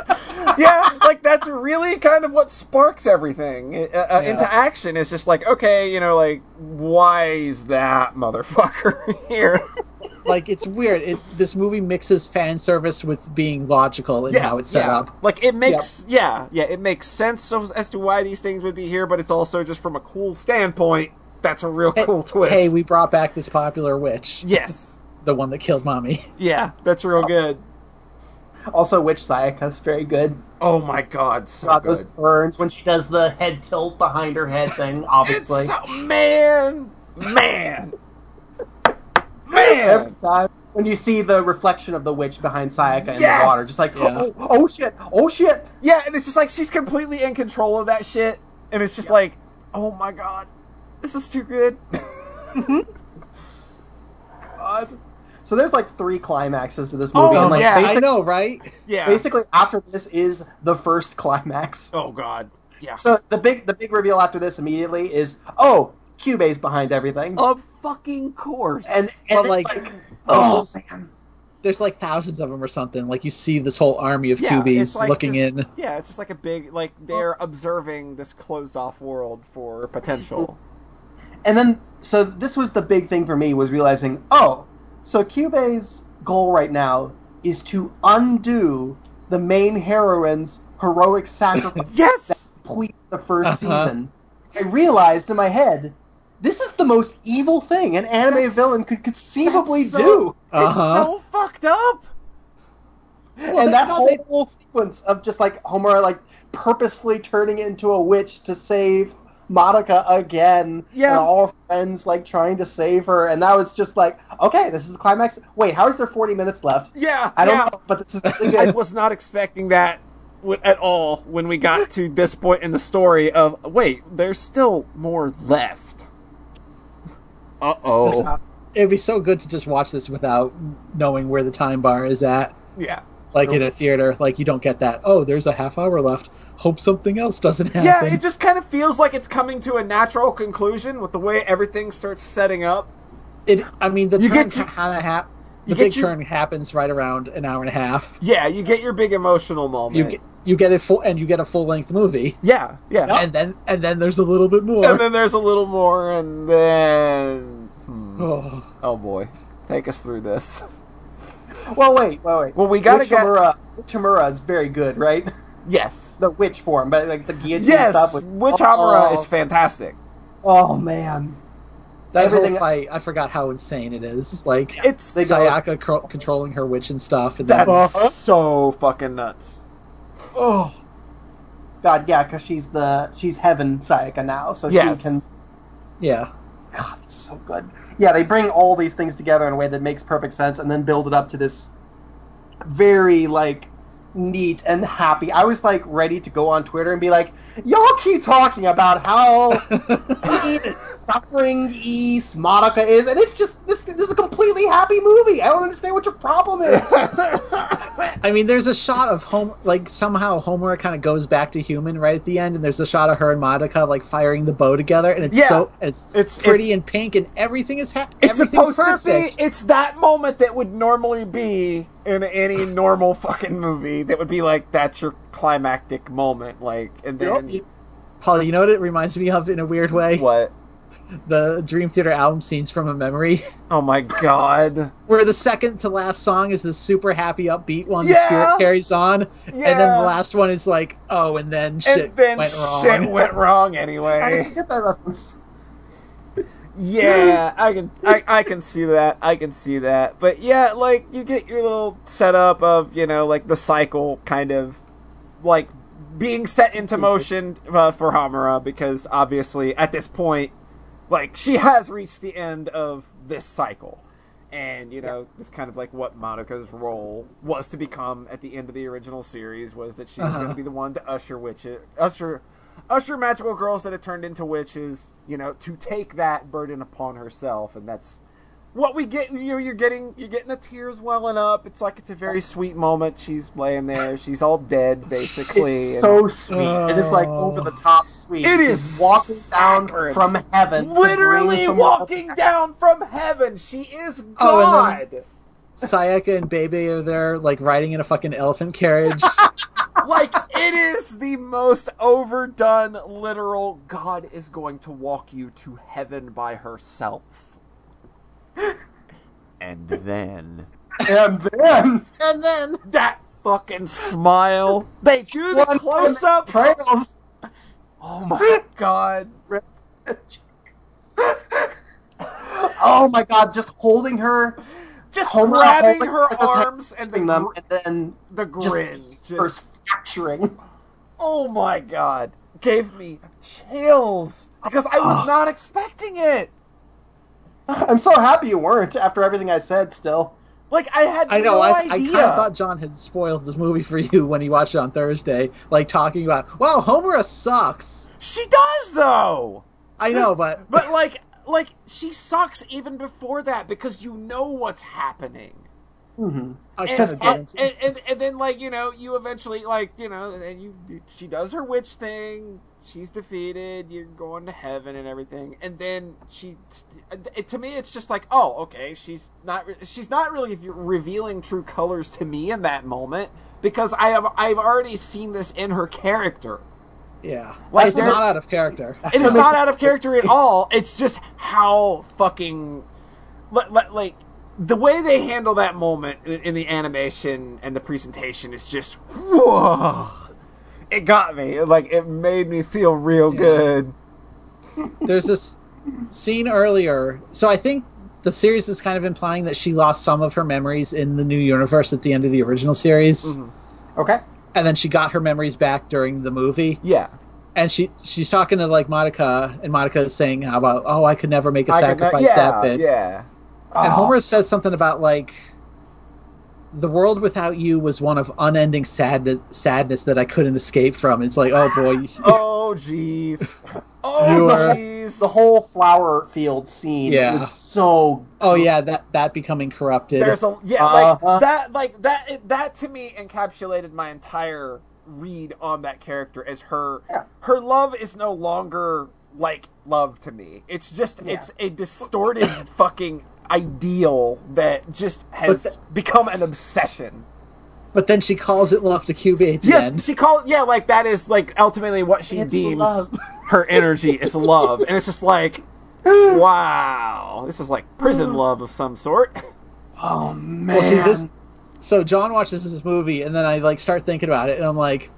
[SPEAKER 2] yeah, like that's really kind of what sparks everything uh, uh,
[SPEAKER 1] Yeah.
[SPEAKER 2] into action. Is just like, okay, you know, like why is that motherfucker here?
[SPEAKER 1] Like, it's weird. It, this movie mixes fan service with being logical in how it's set
[SPEAKER 2] yeah.
[SPEAKER 1] up.
[SPEAKER 2] Like it makes, yeah, yeah, it makes sense so- as to why these things would be here, but it's also just from a cool standpoint. That's a real cool
[SPEAKER 1] Hey-
[SPEAKER 2] twist.
[SPEAKER 1] Hey, we brought back this popular witch,
[SPEAKER 2] yes,
[SPEAKER 1] the one that killed mommy.
[SPEAKER 2] yeah, that's real good.
[SPEAKER 3] Also, Witch Sayaka's very good.
[SPEAKER 2] Oh my god, so
[SPEAKER 3] God,
[SPEAKER 2] good.
[SPEAKER 3] those turns when she does the head tilt behind her head thing,
[SPEAKER 2] It's
[SPEAKER 3] obviously.
[SPEAKER 2] so man, man,
[SPEAKER 3] Every
[SPEAKER 2] man.
[SPEAKER 3] time when you see the reflection of the witch behind Sayaka in
[SPEAKER 2] Yes!
[SPEAKER 3] the water, just like
[SPEAKER 1] Yeah.
[SPEAKER 3] oh, oh shit, oh shit.
[SPEAKER 2] Yeah, and it's just like she's completely in control of that shit, and it's just like, oh my god, this is too good.
[SPEAKER 3] Mm-hmm. God. So there's like three climaxes to this
[SPEAKER 2] Oh,
[SPEAKER 3] movie. and, like,
[SPEAKER 2] yeah, I
[SPEAKER 1] I
[SPEAKER 3] basic-
[SPEAKER 1] know, right?
[SPEAKER 2] yeah.
[SPEAKER 3] basically after this is the first climax.
[SPEAKER 2] Oh god. Yeah.
[SPEAKER 3] So the big the big reveal after this immediately is oh Cube's behind everything.
[SPEAKER 2] Of fucking course.
[SPEAKER 3] and
[SPEAKER 1] But,
[SPEAKER 3] and
[SPEAKER 1] like,
[SPEAKER 3] like, oh man.
[SPEAKER 1] there's like thousands of them or something. Like you see this whole army of
[SPEAKER 2] Yeah,
[SPEAKER 1] QBs
[SPEAKER 2] it's like
[SPEAKER 1] looking
[SPEAKER 2] just-
[SPEAKER 1] in.
[SPEAKER 2] Yeah, it's just like a big like they're observing this closed off world for potential.
[SPEAKER 3] And then so this was the big thing for me was realizing oh so Cube's goal right now is to undo the main heroine's heroic sacrifice
[SPEAKER 2] yes.
[SPEAKER 3] complete the 1st
[SPEAKER 1] Uh-huh.
[SPEAKER 3] season. I realized in my head this is the most evil thing an anime
[SPEAKER 2] That's-
[SPEAKER 3] villain could conceivably
[SPEAKER 2] that's so-
[SPEAKER 3] do.
[SPEAKER 1] Uh-huh.
[SPEAKER 2] It's so fucked up.
[SPEAKER 1] they-
[SPEAKER 3] and that
[SPEAKER 1] no,
[SPEAKER 3] whole,
[SPEAKER 1] they-
[SPEAKER 3] whole sequence of just like Homer like purposefully turning into a witch to save Monica again,
[SPEAKER 2] Yeah.
[SPEAKER 3] and all her friends like trying to save her, and now it's just like, okay, this is the climax. Wait, how is there forty minutes left?
[SPEAKER 2] Yeah.
[SPEAKER 3] I don't
[SPEAKER 2] yeah.
[SPEAKER 3] know, but this is really
[SPEAKER 2] I
[SPEAKER 3] good.
[SPEAKER 2] was not expecting that w- at all when we got to this point in the story of wait, there's still more left. Uh oh.
[SPEAKER 1] It'd be so good to just watch this without knowing where the time bar is at.
[SPEAKER 2] Yeah.
[SPEAKER 1] Like in a theater, like you don't get that. Oh, there's a half hour left. Hope something else doesn't happen.
[SPEAKER 2] Yeah, it just kind of feels like it's coming to a natural conclusion with the way everything starts setting up.
[SPEAKER 1] It- I mean, the
[SPEAKER 2] You
[SPEAKER 1] turn
[SPEAKER 2] get your-
[SPEAKER 1] kind of hap- The
[SPEAKER 2] you get
[SPEAKER 1] big
[SPEAKER 2] your-
[SPEAKER 1] turn happens right around an hour and a half.
[SPEAKER 2] Yeah, you get your big emotional moment.
[SPEAKER 1] You get you get it full, and you get a full length movie,
[SPEAKER 2] yeah, yeah.
[SPEAKER 1] and then and then there's a little bit more.
[SPEAKER 2] And then there's a little more, and then. hmm.
[SPEAKER 1] oh,
[SPEAKER 2] Oh boy. Take us through this.
[SPEAKER 3] well, wait, wait, wait.
[SPEAKER 2] Well, we gotta
[SPEAKER 3] Witch
[SPEAKER 2] get-
[SPEAKER 3] Hamura- Witch Hamura is very good, right?
[SPEAKER 2] Yes.
[SPEAKER 3] The witch form, but like the guillotine
[SPEAKER 2] Yes,
[SPEAKER 3] stuff. With,
[SPEAKER 2] Witch Hamura
[SPEAKER 3] oh,
[SPEAKER 2] is fantastic.
[SPEAKER 3] Oh man,
[SPEAKER 1] that
[SPEAKER 3] Everything-
[SPEAKER 1] whole fight! I forgot how insane it is. Like
[SPEAKER 2] It's
[SPEAKER 3] They go-
[SPEAKER 1] Sayaka cro- controlling her witch and stuff, and
[SPEAKER 2] That's
[SPEAKER 1] then
[SPEAKER 2] so fucking nuts.
[SPEAKER 3] oh. God, yeah, because she's the she's heaven Sayaka now, so
[SPEAKER 2] Yes.
[SPEAKER 3] she can
[SPEAKER 1] yeah.
[SPEAKER 3] God, it's so good. Yeah, they bring all these things together in a way that makes perfect sense, and then build it up to this very like neat and happy. I was like ready to go on Twitter and be like, "Y'all keep talking about how mean and suffering East Monica is, and it's just this. This is completely really happy movie. I don't understand what your problem is.
[SPEAKER 1] I mean, there's a shot of home, like somehow Homer kind of goes back to human right at the end, and there's a shot of her and Monica like firing the bow together, and it's
[SPEAKER 2] Yeah.
[SPEAKER 1] so and it's,
[SPEAKER 2] It's-
[SPEAKER 1] pretty
[SPEAKER 2] it's-
[SPEAKER 1] and pink, and everything is ha-
[SPEAKER 2] It's
[SPEAKER 1] everything's
[SPEAKER 2] supposed
[SPEAKER 1] perfect.
[SPEAKER 2] to be. It's that moment that would normally be in any normal fucking movie. That would be like that's your climactic moment. Like, and then
[SPEAKER 1] You- Paul, you know what it reminds me of in a weird way?
[SPEAKER 2] what?
[SPEAKER 1] The Dream Theater album scenes from a memory,
[SPEAKER 2] Oh my god!
[SPEAKER 1] where the second to last song is the super happy, upbeat one. The
[SPEAKER 2] Yeah.
[SPEAKER 1] spirit carries on, and then
[SPEAKER 2] Yeah.
[SPEAKER 1] the last one is like, oh, and then shit
[SPEAKER 2] and then
[SPEAKER 1] went wrong.
[SPEAKER 2] shit went wrong
[SPEAKER 3] I
[SPEAKER 2] anyway.
[SPEAKER 3] didn't get that reference.
[SPEAKER 2] Yeah, I can I, I can see that. I can see that. But yeah, like you get your little setup of, you know, like the cycle kind of like being set into motion uh, for Hamura because obviously at this point like she has reached the end of this cycle. And you know, it's kind of like what Monica's role was to become at the end of the original series was that she was
[SPEAKER 1] Uh-huh.
[SPEAKER 2] going to be the one to usher witches, usher, usher magical girls that had turned into witches. You know, to take that burden upon herself, and that's what we get. You know, you're getting you're getting the tears welling up. It's like it's a very sweet moment. She's laying there. She's all dead, basically. and-
[SPEAKER 3] It's so sweet. it is like
[SPEAKER 1] Oh.
[SPEAKER 3] over the top sweet.
[SPEAKER 2] It
[SPEAKER 3] She's
[SPEAKER 2] is
[SPEAKER 3] walking down
[SPEAKER 2] saccharin.
[SPEAKER 3] from heaven, to bring
[SPEAKER 2] literally
[SPEAKER 3] someone
[SPEAKER 2] walking
[SPEAKER 3] else back.
[SPEAKER 2] down from heaven. She is God.
[SPEAKER 1] Oh, and Sayaka and Bebe are there, like riding in a fucking elephant carriage.
[SPEAKER 2] like it is the most overdone literal god is going to walk you to heaven by herself and then
[SPEAKER 3] And then
[SPEAKER 1] and then
[SPEAKER 2] that fucking smile they do the
[SPEAKER 3] one
[SPEAKER 2] close up
[SPEAKER 3] trails.
[SPEAKER 2] oh my god
[SPEAKER 3] oh my god! Just holding her,
[SPEAKER 2] just
[SPEAKER 3] Homer
[SPEAKER 2] grabbing
[SPEAKER 3] holding
[SPEAKER 2] her
[SPEAKER 3] her just, like,
[SPEAKER 2] arms and the,
[SPEAKER 3] holding them,
[SPEAKER 2] gr-
[SPEAKER 3] and then
[SPEAKER 2] the
[SPEAKER 3] just
[SPEAKER 2] grin just
[SPEAKER 3] first fracturing.
[SPEAKER 2] oh my god gave me chills because i
[SPEAKER 1] Ah.
[SPEAKER 2] was not expecting it
[SPEAKER 3] I'm so happy you weren't after everything I said. Still,
[SPEAKER 2] like i had
[SPEAKER 1] I know.
[SPEAKER 2] no
[SPEAKER 1] I, I kind
[SPEAKER 2] idea
[SPEAKER 1] of thought John had spoiled this movie for you when he watched it on Thursday, like talking about, "Wow, Homer sucks."
[SPEAKER 2] she does though
[SPEAKER 1] I know, but
[SPEAKER 2] But like, like she sucks even before that because you know what's happening.
[SPEAKER 3] hmm
[SPEAKER 1] I
[SPEAKER 2] And,
[SPEAKER 1] kinda
[SPEAKER 2] and,
[SPEAKER 1] didn't.
[SPEAKER 2] and, and, and then like you know you eventually like you know and then you she does her witch thing she's defeated you're going to heaven and everything and then she it, to me it's just like oh okay she's not re- she's not really v- revealing true colors to me in that moment because I have I've already seen this in her character
[SPEAKER 1] yeah,
[SPEAKER 2] Like,
[SPEAKER 1] it's
[SPEAKER 2] there-
[SPEAKER 1] not out of character.
[SPEAKER 2] it is not out of character at all. It's just how fucking li- li- like the way they handle that moment in, in the animation and the presentation is just whoa. It got me. Like it made me feel real good.
[SPEAKER 1] There's this scene earlier, so I think the series is kind of implying that she lost some of her memories in the new universe at the end of the original series,
[SPEAKER 2] Mm-hmm.
[SPEAKER 3] Okay.
[SPEAKER 1] and then she got her memories back during the movie.
[SPEAKER 2] Yeah.
[SPEAKER 1] and she she's talking to like Monica, and Monica is saying how about oh I could never make a
[SPEAKER 2] could not-
[SPEAKER 1] sacrifice that
[SPEAKER 2] yeah,
[SPEAKER 1] big,
[SPEAKER 2] yeah.
[SPEAKER 1] and
[SPEAKER 3] Aw.
[SPEAKER 1] Homer says something about like the world without you was one of unending sadness, sadness that I couldn't escape from. It's like oh boy,
[SPEAKER 2] Oh jeez.
[SPEAKER 1] You
[SPEAKER 2] Oh
[SPEAKER 1] are-
[SPEAKER 2] jeez.
[SPEAKER 3] The whole flower field scene
[SPEAKER 1] Yeah.
[SPEAKER 3] is so.
[SPEAKER 1] oh yeah, that that becoming corrupted.
[SPEAKER 2] There's a yeah,
[SPEAKER 3] Uh-huh.
[SPEAKER 2] like that, like that, it- that to me encapsulated my entire read on that character as her.
[SPEAKER 3] Yeah.
[SPEAKER 2] Her love is no longer like love to me. It's just
[SPEAKER 3] Yeah.
[SPEAKER 2] it's a distorted fucking ideal that just has
[SPEAKER 1] But
[SPEAKER 2] become an obsession.
[SPEAKER 1] but then she calls it love to QB at the
[SPEAKER 2] Yes,
[SPEAKER 1] end.
[SPEAKER 2] she called. Yeah, like that is like ultimately what she
[SPEAKER 3] It's
[SPEAKER 2] deems
[SPEAKER 3] love.
[SPEAKER 2] her energy is love, and it's just like, wow, this is like
[SPEAKER 3] Mm.
[SPEAKER 2] prison love of some sort.
[SPEAKER 3] Oh man.
[SPEAKER 1] Well, see this. So John watches this movie, and then I like start thinking about it, and I'm like,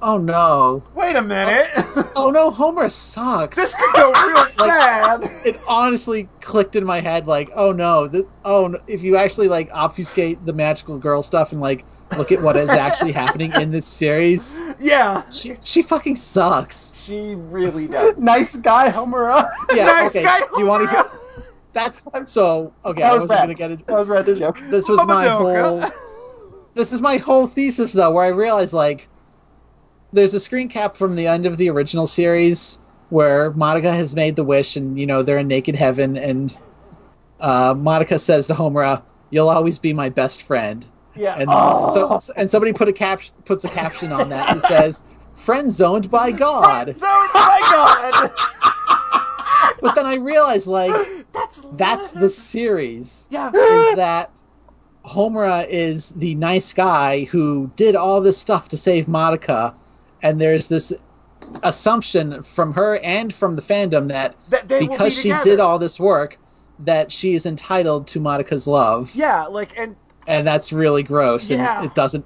[SPEAKER 1] oh no,
[SPEAKER 2] Wait a minute.
[SPEAKER 1] oh no, Homer sucks.
[SPEAKER 2] This could go real bad.
[SPEAKER 1] it honestly clicked in my head like oh no this, oh no, if you actually like obfuscate the magical girl stuff and like look at what is actually happening in this series
[SPEAKER 2] Yeah,
[SPEAKER 1] she she fucking sucks
[SPEAKER 2] she really does.
[SPEAKER 3] nice guy, Homer.
[SPEAKER 1] yeah
[SPEAKER 2] nice
[SPEAKER 1] okay
[SPEAKER 2] guy.
[SPEAKER 1] do you want to hear that's so okay
[SPEAKER 3] that
[SPEAKER 1] I
[SPEAKER 3] was
[SPEAKER 1] wasn't gonna
[SPEAKER 3] Red's.
[SPEAKER 1] get it
[SPEAKER 3] That was Red's joke.
[SPEAKER 1] this was my whole this is my whole thesis though where i realized like there's a screen cap from the end of the original series where monica has made the wish and you know they're in naked heaven and uh, Monica says to Homura, "You'll always be my best friend."
[SPEAKER 2] Yeah.
[SPEAKER 1] And
[SPEAKER 3] Oh.
[SPEAKER 1] so, and somebody put a cap puts a caption on that that says, "Friend zoned by God."
[SPEAKER 2] Oh, So, my
[SPEAKER 1] But then I realized, like,
[SPEAKER 2] God, that's
[SPEAKER 1] that's the series
[SPEAKER 2] yeah.
[SPEAKER 1] is that Homura is the nice guy who did all this stuff to save Monica, and there's this assumption from her and from the fandom that
[SPEAKER 2] That they will be
[SPEAKER 1] because she
[SPEAKER 2] together.
[SPEAKER 1] did all this work that she is entitled to Monica's love.
[SPEAKER 2] Yeah, like and
[SPEAKER 1] And that's really gross
[SPEAKER 2] Yeah.
[SPEAKER 1] and it doesn't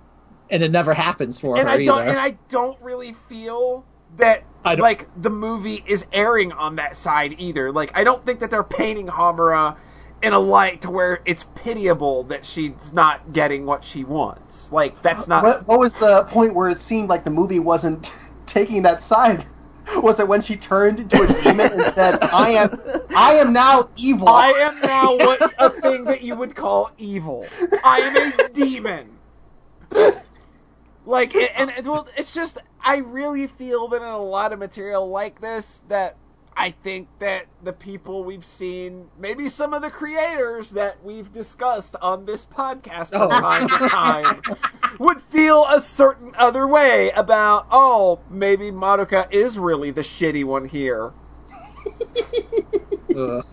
[SPEAKER 1] and it never happens for
[SPEAKER 2] and
[SPEAKER 1] her
[SPEAKER 2] I don't
[SPEAKER 1] either.
[SPEAKER 2] and I don't really feel that
[SPEAKER 1] I don't-
[SPEAKER 2] like the movie is airing on that side either. Like I don't think that they're painting Hamura in a light to where it's pitiable that she's not getting what she wants. Like that's not
[SPEAKER 3] What, what was the point where it seemed like the movie wasn't taking that side? Was it when she turned into a demon and said, "I am, I am now evil"?
[SPEAKER 2] I am now what a thing that you would call evil. I am a demon. Like and, and, and, well, it's just I really feel that in a lot of material like this that I think that the people we've seen, maybe some of the creators that we've discussed on this podcast from
[SPEAKER 1] Oh.
[SPEAKER 2] time to time, would feel a certain other way about, oh, maybe Madoka is really the shitty one here.
[SPEAKER 1] Ugh.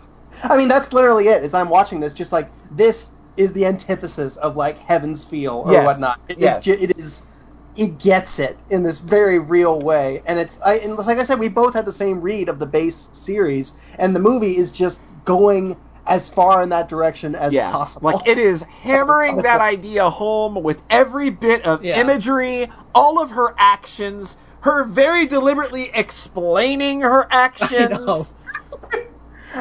[SPEAKER 3] I mean, that's literally it. Is I'm watching this, just like this is the antithesis of like Heaven's Feel or
[SPEAKER 2] Yes.
[SPEAKER 3] whatnot. It is
[SPEAKER 2] Yes.
[SPEAKER 3] ju- it is, it gets it in this very real way, and it's. I, and like I said, we both had the same read of the base series, and the movie is just going as far in that direction as possible.
[SPEAKER 2] Like it is hammering that idea home with every bit of
[SPEAKER 1] Yeah.
[SPEAKER 2] imagery, all of her actions, her very deliberately explaining her
[SPEAKER 1] know.
[SPEAKER 2] actions.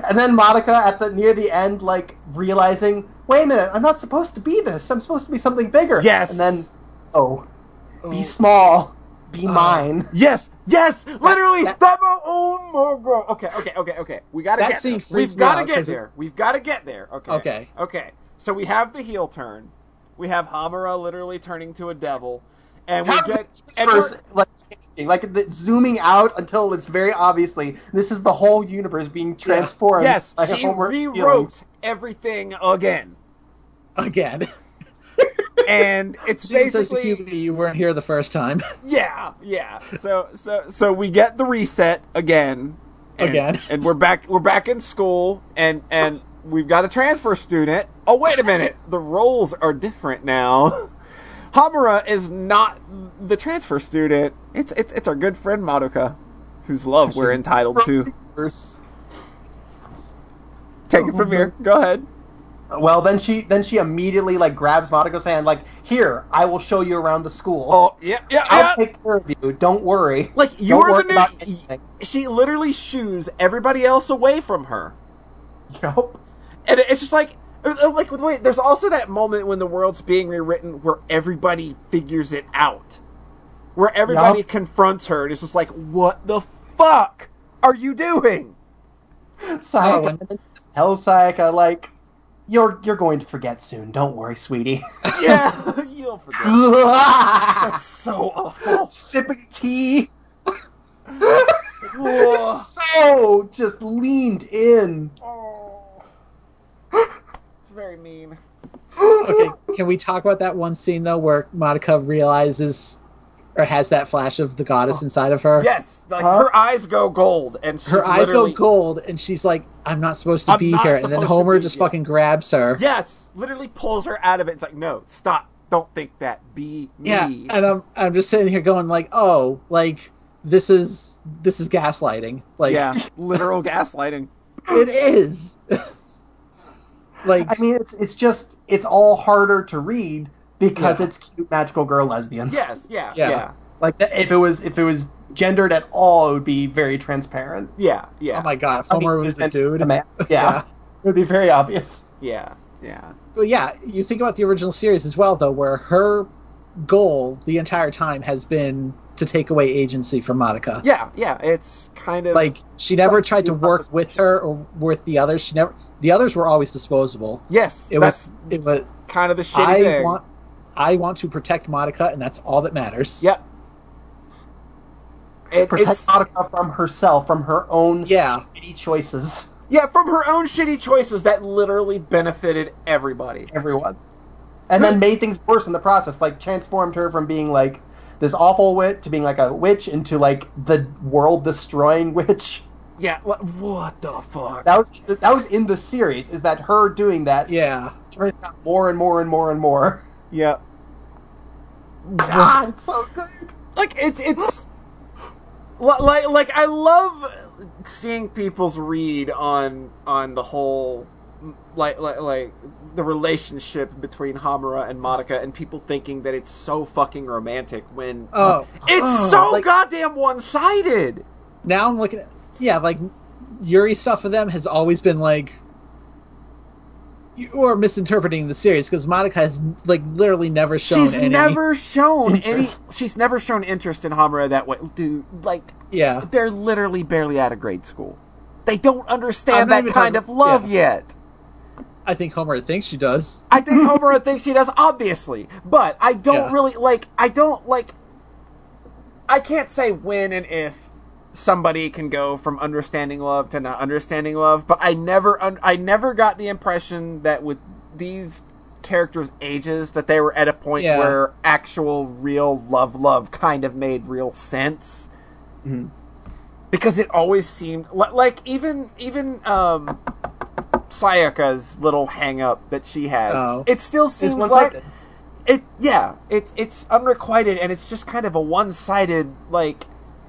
[SPEAKER 3] And then Monica at the near the end, like realizing, wait a minute, I'm not supposed to be this. I'm supposed to be something bigger.
[SPEAKER 2] Yes.
[SPEAKER 3] And then, oh,
[SPEAKER 2] Oh. Uh,
[SPEAKER 3] be small, be
[SPEAKER 1] Oh.
[SPEAKER 3] mine.
[SPEAKER 2] Yes, yes, literally.
[SPEAKER 1] that-
[SPEAKER 2] that mo- oh my god. Okay, okay, okay, okay. We gotta
[SPEAKER 1] That
[SPEAKER 2] get.
[SPEAKER 1] scene
[SPEAKER 2] there. We've
[SPEAKER 1] freaked me
[SPEAKER 2] gotta
[SPEAKER 1] out,
[SPEAKER 2] get
[SPEAKER 1] 'cause it-
[SPEAKER 2] there. We've gotta get there. Okay.
[SPEAKER 1] Okay.
[SPEAKER 2] Okay. So we have the heel turn. We have Hamura literally turning to a devil, and we
[SPEAKER 3] How
[SPEAKER 2] get
[SPEAKER 3] is this
[SPEAKER 2] and we're-
[SPEAKER 3] universe, like changing? like the, zooming out until it's very obviously this is the whole universe being transformed.
[SPEAKER 2] yes,
[SPEAKER 3] by
[SPEAKER 2] she
[SPEAKER 3] Homer
[SPEAKER 2] rewrote
[SPEAKER 3] feelings.
[SPEAKER 2] everything again.
[SPEAKER 1] Again.
[SPEAKER 2] and it's
[SPEAKER 1] She says to
[SPEAKER 2] basically
[SPEAKER 1] QB, you weren't here the first time.
[SPEAKER 2] yeah, yeah. So so so we get the reset again, and,
[SPEAKER 1] Again.
[SPEAKER 2] and we're back we're back in school, and and we've got a transfer student. Oh wait a minute, the roles are different now. Hamura is not the transfer student. It's it's it's our good friend Madoka, whose love we're entitled to.
[SPEAKER 3] Universe.
[SPEAKER 2] Take it from here. Go ahead.
[SPEAKER 3] Well, then she then she immediately like grabs Monica's hand, like, here, I will show you around the school.
[SPEAKER 2] Oh yeah yeah
[SPEAKER 3] I'll
[SPEAKER 2] yeah.
[SPEAKER 3] take care of you. Don't worry.
[SPEAKER 2] Like
[SPEAKER 3] Don't
[SPEAKER 2] you're
[SPEAKER 3] worry
[SPEAKER 2] the
[SPEAKER 3] about
[SPEAKER 2] new.
[SPEAKER 3] anything.
[SPEAKER 2] She literally shoos everybody else away from her.
[SPEAKER 3] Yup.
[SPEAKER 2] and it- it's just like uh, like wait there's also that moment when the world's being rewritten where everybody figures it out where everybody
[SPEAKER 3] Yeah.
[SPEAKER 2] confronts her and it's just like what the fuck are you doing
[SPEAKER 3] Sayaka
[SPEAKER 1] Oh, and-
[SPEAKER 3] and then just tells Sayaka like, "You're you're going to forget soon. Don't worry, sweetie."
[SPEAKER 2] yeah you'll forget that's so awful
[SPEAKER 3] Sipping tea,
[SPEAKER 2] Ugh.
[SPEAKER 3] so just leaned in.
[SPEAKER 2] Oh. it's very mean
[SPEAKER 1] okay, can we talk about that one scene though where Monica realizes or has that flash of the goddess inside of her?
[SPEAKER 2] Oh. yes like
[SPEAKER 3] Huh?
[SPEAKER 2] her eyes go gold and she's
[SPEAKER 1] her eyes
[SPEAKER 2] literally-
[SPEAKER 1] go gold and she's like i'm not supposed to
[SPEAKER 2] I'm
[SPEAKER 1] be
[SPEAKER 2] not
[SPEAKER 1] here and
[SPEAKER 2] supposed
[SPEAKER 1] then
[SPEAKER 2] to
[SPEAKER 1] homer
[SPEAKER 2] be
[SPEAKER 1] just
[SPEAKER 2] here.
[SPEAKER 1] fucking grabs her
[SPEAKER 2] yes literally pulls her out of it it's like no stop don't think that be me
[SPEAKER 1] yeah and i'm i'm just sitting here going like oh like this is this is gaslighting like
[SPEAKER 2] yeah literal gaslighting
[SPEAKER 1] it is like
[SPEAKER 3] I mean, it's it's just it's all harder to read because
[SPEAKER 1] Yeah.
[SPEAKER 3] it's cute magical girl lesbians.
[SPEAKER 2] Yes, yeah, yeah,
[SPEAKER 1] Yeah.
[SPEAKER 2] yeah,
[SPEAKER 3] Like that- if it was if it was gendered at all, it would be very transparent.
[SPEAKER 2] yeah, yeah,
[SPEAKER 1] oh my god if
[SPEAKER 3] I mean,
[SPEAKER 1] homer was a
[SPEAKER 3] and-
[SPEAKER 1] dude
[SPEAKER 3] a man. Yeah.
[SPEAKER 1] Yeah.
[SPEAKER 3] it would be very obvious.
[SPEAKER 2] yeah, yeah.
[SPEAKER 1] but yeah you think about the original series as well though where her goal the entire time has been to take away agency from monica
[SPEAKER 2] Yeah, yeah, It's kind of
[SPEAKER 1] like she never tried to work with her or with the others she never the others were always disposable
[SPEAKER 2] yes,
[SPEAKER 1] it
[SPEAKER 2] that's
[SPEAKER 1] was it was
[SPEAKER 2] kind of the shitty
[SPEAKER 1] I
[SPEAKER 2] thing.
[SPEAKER 1] want I want to protect Monica and that's all that matters.
[SPEAKER 2] Yep. It,
[SPEAKER 3] Protect
[SPEAKER 2] it's
[SPEAKER 3] Monica from herself, from her own
[SPEAKER 1] Yeah.
[SPEAKER 3] shitty choices.
[SPEAKER 2] Yeah, from her own shitty choices that literally benefited everybody.
[SPEAKER 3] everyone, and then made things worse in the process. Like transformed her from being like this awful witch to being like a witch into like the world destroying witch.
[SPEAKER 2] Yeah, wha- what the fuck?
[SPEAKER 3] That was that was in the series. Is that her doing that?
[SPEAKER 1] Yeah.
[SPEAKER 3] turns out more and more and more and more.
[SPEAKER 2] yeah.
[SPEAKER 3] God, it's so good.
[SPEAKER 2] like it's it's li- like like I love seeing people's read on on the whole like like like the relationship between Hamura and Monica and people thinking that it's so fucking romantic when
[SPEAKER 1] Oh.
[SPEAKER 2] it's
[SPEAKER 1] oh,
[SPEAKER 2] so
[SPEAKER 1] like,
[SPEAKER 2] goddamn one-sided.
[SPEAKER 1] now I'm looking at yeah, like Yuri stuff for them has always been like you are misinterpreting the series because Monica has like literally never shown
[SPEAKER 2] She's
[SPEAKER 1] any.
[SPEAKER 2] never shown
[SPEAKER 3] interest.
[SPEAKER 2] any she's never shown interest in Hamura that way. Dude, like
[SPEAKER 1] yeah.
[SPEAKER 2] they're literally barely out of grade school. They don't
[SPEAKER 1] I'm
[SPEAKER 2] understand
[SPEAKER 1] not
[SPEAKER 2] that
[SPEAKER 1] even
[SPEAKER 2] kind of
[SPEAKER 1] talking-
[SPEAKER 2] love yet.
[SPEAKER 1] I think Homer thinks she does.
[SPEAKER 2] I think Homura thinks she does, obviously, but I don't
[SPEAKER 1] Yeah.
[SPEAKER 2] really like. I don't like. I can't say when and if somebody can go from understanding love to not understanding love, but I never, un- I never got the impression that with these characters' ages that they were at a point
[SPEAKER 1] Yeah.
[SPEAKER 2] where actual real love, love kind of made real sense because it always seemed li- like even even um Sayaka's little hang up that she has
[SPEAKER 1] Oh.
[SPEAKER 2] it still seems like
[SPEAKER 3] one-sided.
[SPEAKER 2] it yeah it's it's unrequited and it's just kind of a one-sided like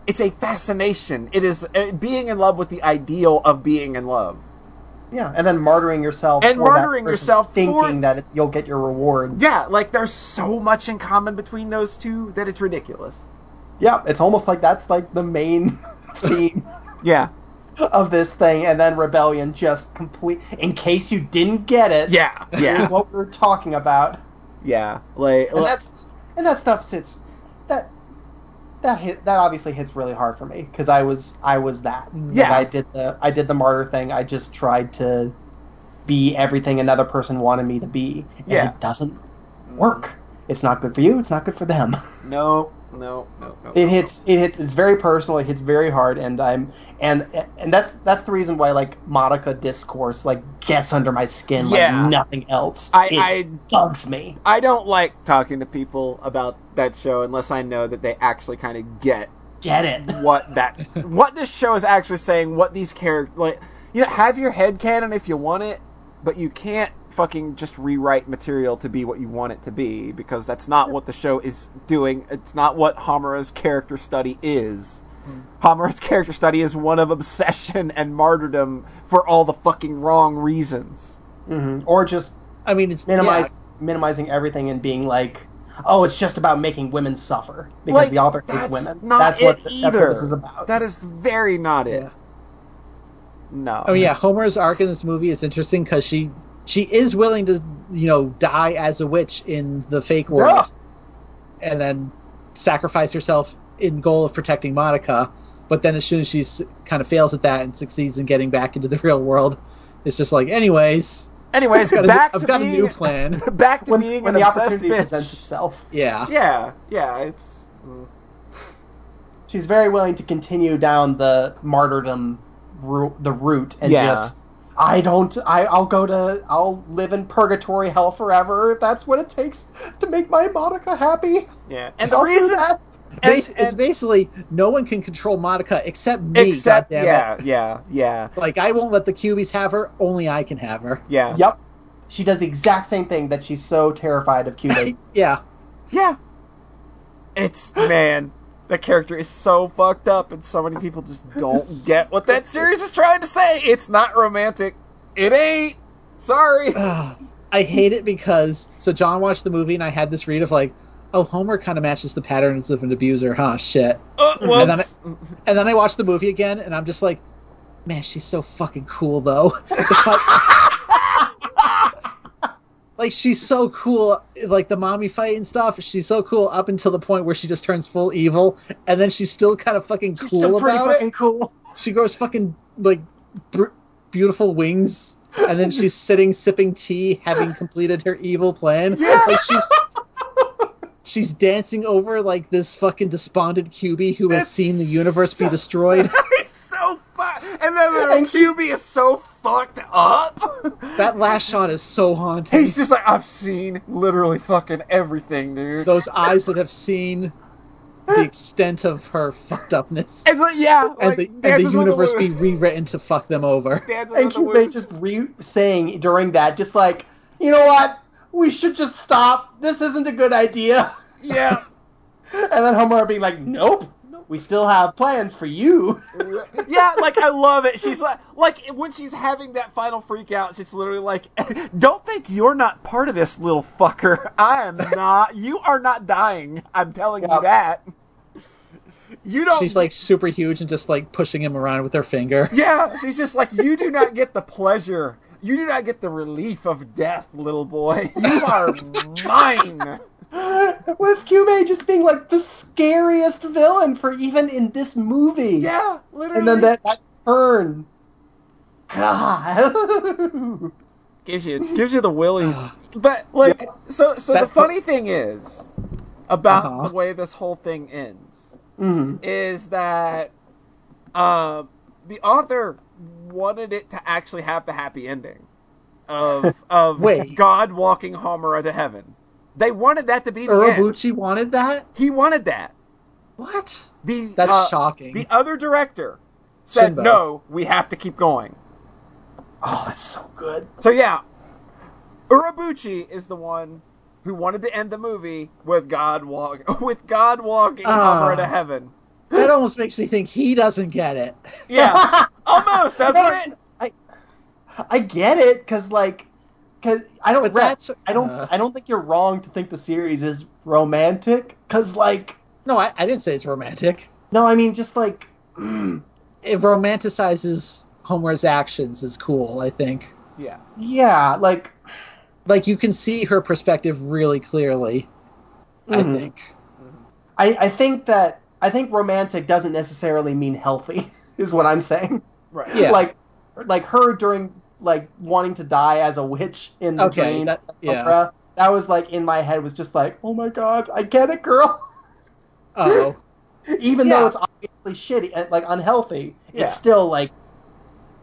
[SPEAKER 2] it's a fascination it is uh, being in love with the ideal of being in love
[SPEAKER 3] Yeah, and then martyring yourself
[SPEAKER 2] And
[SPEAKER 3] for that
[SPEAKER 2] martyring
[SPEAKER 3] person,
[SPEAKER 2] yourself for-
[SPEAKER 3] thinking that it- you'll get your reward.
[SPEAKER 2] yeah like there's so much in common between those two that it's ridiculous
[SPEAKER 3] Yeah, it's almost like that's like the main theme
[SPEAKER 2] yeah
[SPEAKER 3] of this thing, and then rebellion just complete. In case you didn't get it,
[SPEAKER 2] yeah
[SPEAKER 3] here's
[SPEAKER 2] yeah
[SPEAKER 3] what we are talking about,
[SPEAKER 2] yeah like
[SPEAKER 3] and that's and that stuff sits that that hit that obviously hits really hard for me because I was I was that. Like,
[SPEAKER 2] Yeah.
[SPEAKER 3] I did the I did the martyr thing. I just tried to be everything another person wanted me to be, and
[SPEAKER 2] Yeah.
[SPEAKER 3] it doesn't work. It's not good for you. It's not good for them.
[SPEAKER 2] no no no no
[SPEAKER 3] it hits it hits it's very personal it hits very hard and i'm and and that's that's the reason why like monica discourse like gets under my skin
[SPEAKER 2] Yeah.
[SPEAKER 3] like nothing else
[SPEAKER 2] I,
[SPEAKER 3] it
[SPEAKER 2] I
[SPEAKER 3] bugs me
[SPEAKER 2] I don't like talking to people about that show unless I know that they actually kind of get
[SPEAKER 3] get it
[SPEAKER 2] what that what this show is actually saying, what these characters like you know, have your head canon if you want it, but you can't fucking just rewrite material to be what you want it to be because that's not what the show is doing. It's not what Hamura's character study is. Hamura's character study is one of obsession and martyrdom for all the fucking wrong reasons. Mm-hmm.
[SPEAKER 3] hmm or just
[SPEAKER 1] I mean, it's
[SPEAKER 3] minimize
[SPEAKER 1] yeah.
[SPEAKER 3] minimizing everything and being like oh it's just about making women suffer because
[SPEAKER 2] Like,
[SPEAKER 3] the author hates
[SPEAKER 2] that's
[SPEAKER 3] women
[SPEAKER 2] not
[SPEAKER 3] that's what
[SPEAKER 2] it
[SPEAKER 3] th- that's what this
[SPEAKER 2] either.
[SPEAKER 3] is about
[SPEAKER 2] That is very not it.
[SPEAKER 1] Yeah.
[SPEAKER 2] No.
[SPEAKER 1] I mean, Oh, yeah. Homer's arc in this movie is interesting because she she is willing to you know die as a witch in the fake world, and then sacrifice herself in goal of protecting Monica. But then as soon as she s- kind of fails at that and succeeds in getting back into the real world, it's just like, anyways,
[SPEAKER 2] Anyways,
[SPEAKER 1] I've got, a,
[SPEAKER 2] back
[SPEAKER 1] I've
[SPEAKER 2] to
[SPEAKER 1] got
[SPEAKER 2] being,
[SPEAKER 1] a new plan.
[SPEAKER 2] back to
[SPEAKER 3] when,
[SPEAKER 2] being
[SPEAKER 3] when
[SPEAKER 2] an
[SPEAKER 3] the
[SPEAKER 2] obsessed
[SPEAKER 3] opportunity
[SPEAKER 2] bitch.
[SPEAKER 3] presents itself
[SPEAKER 1] Yeah.
[SPEAKER 2] Yeah, yeah, it's mm,
[SPEAKER 3] she's very willing to continue down the martyrdom ru- the route and
[SPEAKER 2] Yeah.
[SPEAKER 3] just I don't I I'll go to I'll live in purgatory hell forever if that's what it takes to make my Monica happy.
[SPEAKER 2] yeah. And the
[SPEAKER 3] I'll do
[SPEAKER 2] reason
[SPEAKER 3] that.
[SPEAKER 2] and-
[SPEAKER 1] Bas- it's
[SPEAKER 2] and-
[SPEAKER 1] basically no one can control Monica except me.
[SPEAKER 2] except
[SPEAKER 1] goddammit.
[SPEAKER 2] yeah, yeah, yeah,
[SPEAKER 1] Like I won't let the Cubies have her. Only I can have her.
[SPEAKER 2] yeah.
[SPEAKER 3] Yep. She does the exact same thing that she's so terrified of Cuba.
[SPEAKER 1] Yeah.
[SPEAKER 2] Yeah. It's man, that character is so fucked up and so many people just don't get what that series is trying to say. It's not romantic. It ain't. Sorry.
[SPEAKER 1] Ugh. I hate it because so John watched the movie and I had this read of like, oh Homer kind of matches the patterns of an abuser, huh? Shit.
[SPEAKER 2] Uh,
[SPEAKER 1] And then
[SPEAKER 2] whoops.
[SPEAKER 1] And then I watched the movie again and I'm just like, man, she's so fucking cool though. like she's so cool, like the mommy fight and stuff. She's so cool up until the point where she just turns full evil, and then she's still kind of fucking
[SPEAKER 3] She's
[SPEAKER 1] cool
[SPEAKER 3] still pretty
[SPEAKER 1] about it.
[SPEAKER 3] fucking cool.
[SPEAKER 1] She grows fucking like br- beautiful wings, and then she's sitting sipping tea, having completed her evil plan. Like she's she's dancing over like this fucking despondent QB who has
[SPEAKER 2] That's
[SPEAKER 1] seen the universe be destroyed.
[SPEAKER 2] He's so fu- and And then the
[SPEAKER 3] And-
[SPEAKER 2] QB is so fucked up.
[SPEAKER 1] That last shot is so haunting.
[SPEAKER 2] He's just like, I've seen literally fucking everything, dude.
[SPEAKER 1] Those eyes that have seen the extent of her fucked upness.
[SPEAKER 2] It's like, yeah,
[SPEAKER 1] And
[SPEAKER 2] like,
[SPEAKER 1] the, and the
[SPEAKER 2] dances
[SPEAKER 1] universe
[SPEAKER 2] with
[SPEAKER 1] be
[SPEAKER 2] the Wolves.
[SPEAKER 1] rewritten to fuck them over.
[SPEAKER 2] Dances
[SPEAKER 3] And
[SPEAKER 2] with the
[SPEAKER 3] Cubase
[SPEAKER 2] Wolves.
[SPEAKER 3] just re saying during that, just like, you know what? We should just stop. This isn't a good idea.
[SPEAKER 2] Yeah.
[SPEAKER 3] And then Homer being like, nope. We still have plans for you.
[SPEAKER 2] yeah, like I love it. She's like, like when she's having that final freak out, she's literally like, "Don't think you're not part of this, little fucker. I am not. You are not dying. I'm telling you
[SPEAKER 3] Yep.
[SPEAKER 2] that. You don't.
[SPEAKER 1] She's like super huge and just like pushing him around with her finger.
[SPEAKER 2] yeah. She's just like, you do not get the pleasure. You do not get the relief of death, little boy. You are mine.
[SPEAKER 3] With Cube just being like the scariest villain for even in this movie.
[SPEAKER 2] Yeah, literally.
[SPEAKER 3] And then that, that turn. God.
[SPEAKER 2] gives you gives you the willies. But like, so so the
[SPEAKER 1] That fu-
[SPEAKER 2] funny thing is about
[SPEAKER 1] Uh-huh. Mm-hmm.
[SPEAKER 2] the way this whole thing ends
[SPEAKER 3] Mhm.
[SPEAKER 2] is that uh, the author wanted it to actually have the happy ending of of
[SPEAKER 1] Wait.
[SPEAKER 2] God walking Homura to heaven. They wanted that to be the end.
[SPEAKER 1] Urobuchi wanted that?
[SPEAKER 2] He wanted that.
[SPEAKER 1] What?
[SPEAKER 2] The
[SPEAKER 1] That's
[SPEAKER 2] uh,
[SPEAKER 1] shocking.
[SPEAKER 2] The other director said,
[SPEAKER 1] Shinbo.
[SPEAKER 2] "No, we have to keep going."
[SPEAKER 3] Oh, that's so good.
[SPEAKER 2] So yeah, Urabuchi is the one who wanted to end the movie with God walk with God walking
[SPEAKER 1] Ah.
[SPEAKER 2] Homura to heaven.
[SPEAKER 1] That almost makes me think he doesn't get it.
[SPEAKER 2] Yeah, almost doesn't it?
[SPEAKER 3] I get it because like because I don't
[SPEAKER 1] But
[SPEAKER 3] Rhett,
[SPEAKER 1] that's-
[SPEAKER 3] I don't
[SPEAKER 1] uh.
[SPEAKER 3] I don't think you're wrong to think the series is romantic because like
[SPEAKER 1] No, I, I didn't say it's romantic.
[SPEAKER 3] no I mean just like mm,
[SPEAKER 1] It romanticizes Homer's actions is cool, I think.
[SPEAKER 2] Yeah,
[SPEAKER 3] yeah like
[SPEAKER 1] Like you can see her perspective really clearly, I
[SPEAKER 3] Mhm.
[SPEAKER 1] think.
[SPEAKER 2] Mm-hmm.
[SPEAKER 3] I I think that I think romantic doesn't necessarily mean healthy is what I'm saying
[SPEAKER 2] right.
[SPEAKER 1] Yeah.
[SPEAKER 3] like like her during like wanting to die as a witch in the
[SPEAKER 1] Okay,
[SPEAKER 3] dream
[SPEAKER 1] that- yeah.
[SPEAKER 3] opera, that was like in my head was just like oh my god I get it girl
[SPEAKER 1] Oh.
[SPEAKER 3] even
[SPEAKER 1] Yeah.
[SPEAKER 3] though it's obviously shitty and like unhealthy
[SPEAKER 2] Yeah.
[SPEAKER 3] it still like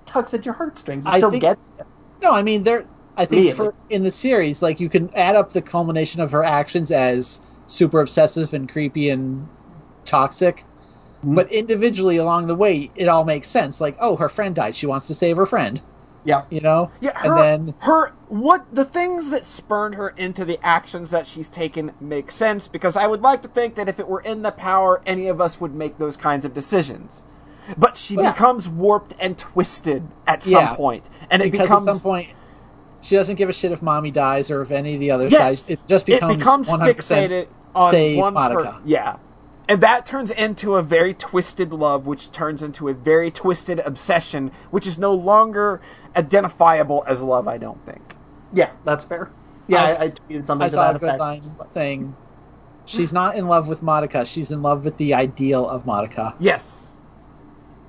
[SPEAKER 3] tugs at your heartstrings it
[SPEAKER 1] I
[SPEAKER 3] still
[SPEAKER 1] think-
[SPEAKER 3] gets you.
[SPEAKER 1] No, I mean there I
[SPEAKER 3] Me,
[SPEAKER 1] think
[SPEAKER 3] at
[SPEAKER 1] for, in the series, like you can add up the culmination of her actions as super obsessive and creepy and toxic.
[SPEAKER 3] Mhm.
[SPEAKER 1] But individually along the way, it all makes sense. Like, oh, her friend died. She wants to save her friend.
[SPEAKER 3] yeah
[SPEAKER 1] You know?
[SPEAKER 2] Yeah,
[SPEAKER 1] And
[SPEAKER 2] her,
[SPEAKER 1] then-
[SPEAKER 2] her what the things that spurned her into the actions that she's taken make sense because I would like to think that if it were in the power, any of us would make those kinds of decisions. But she
[SPEAKER 1] Yeah.
[SPEAKER 2] becomes warped and twisted at
[SPEAKER 1] Yeah.
[SPEAKER 2] some point, and it
[SPEAKER 1] because
[SPEAKER 2] becomes
[SPEAKER 1] at some point she doesn't give a shit if mommy dies or if any of the other
[SPEAKER 2] yes,
[SPEAKER 1] sides. It just becomes,
[SPEAKER 2] it becomes
[SPEAKER 1] 100%
[SPEAKER 2] fixated on
[SPEAKER 1] save
[SPEAKER 2] one
[SPEAKER 1] Monica.
[SPEAKER 2] per- yeah, and that turns into a very twisted love, which turns into a very twisted obsession, which is no longer identifiable as love. I don't think.
[SPEAKER 3] yeah that's fair yeah
[SPEAKER 1] I-
[SPEAKER 3] I, I tweeted something
[SPEAKER 1] I
[SPEAKER 3] to
[SPEAKER 1] saw
[SPEAKER 3] that
[SPEAKER 1] a good
[SPEAKER 3] effect.
[SPEAKER 1] line thing. She's not in love with Monica. She's in love with the ideal of Monica.
[SPEAKER 2] Yes,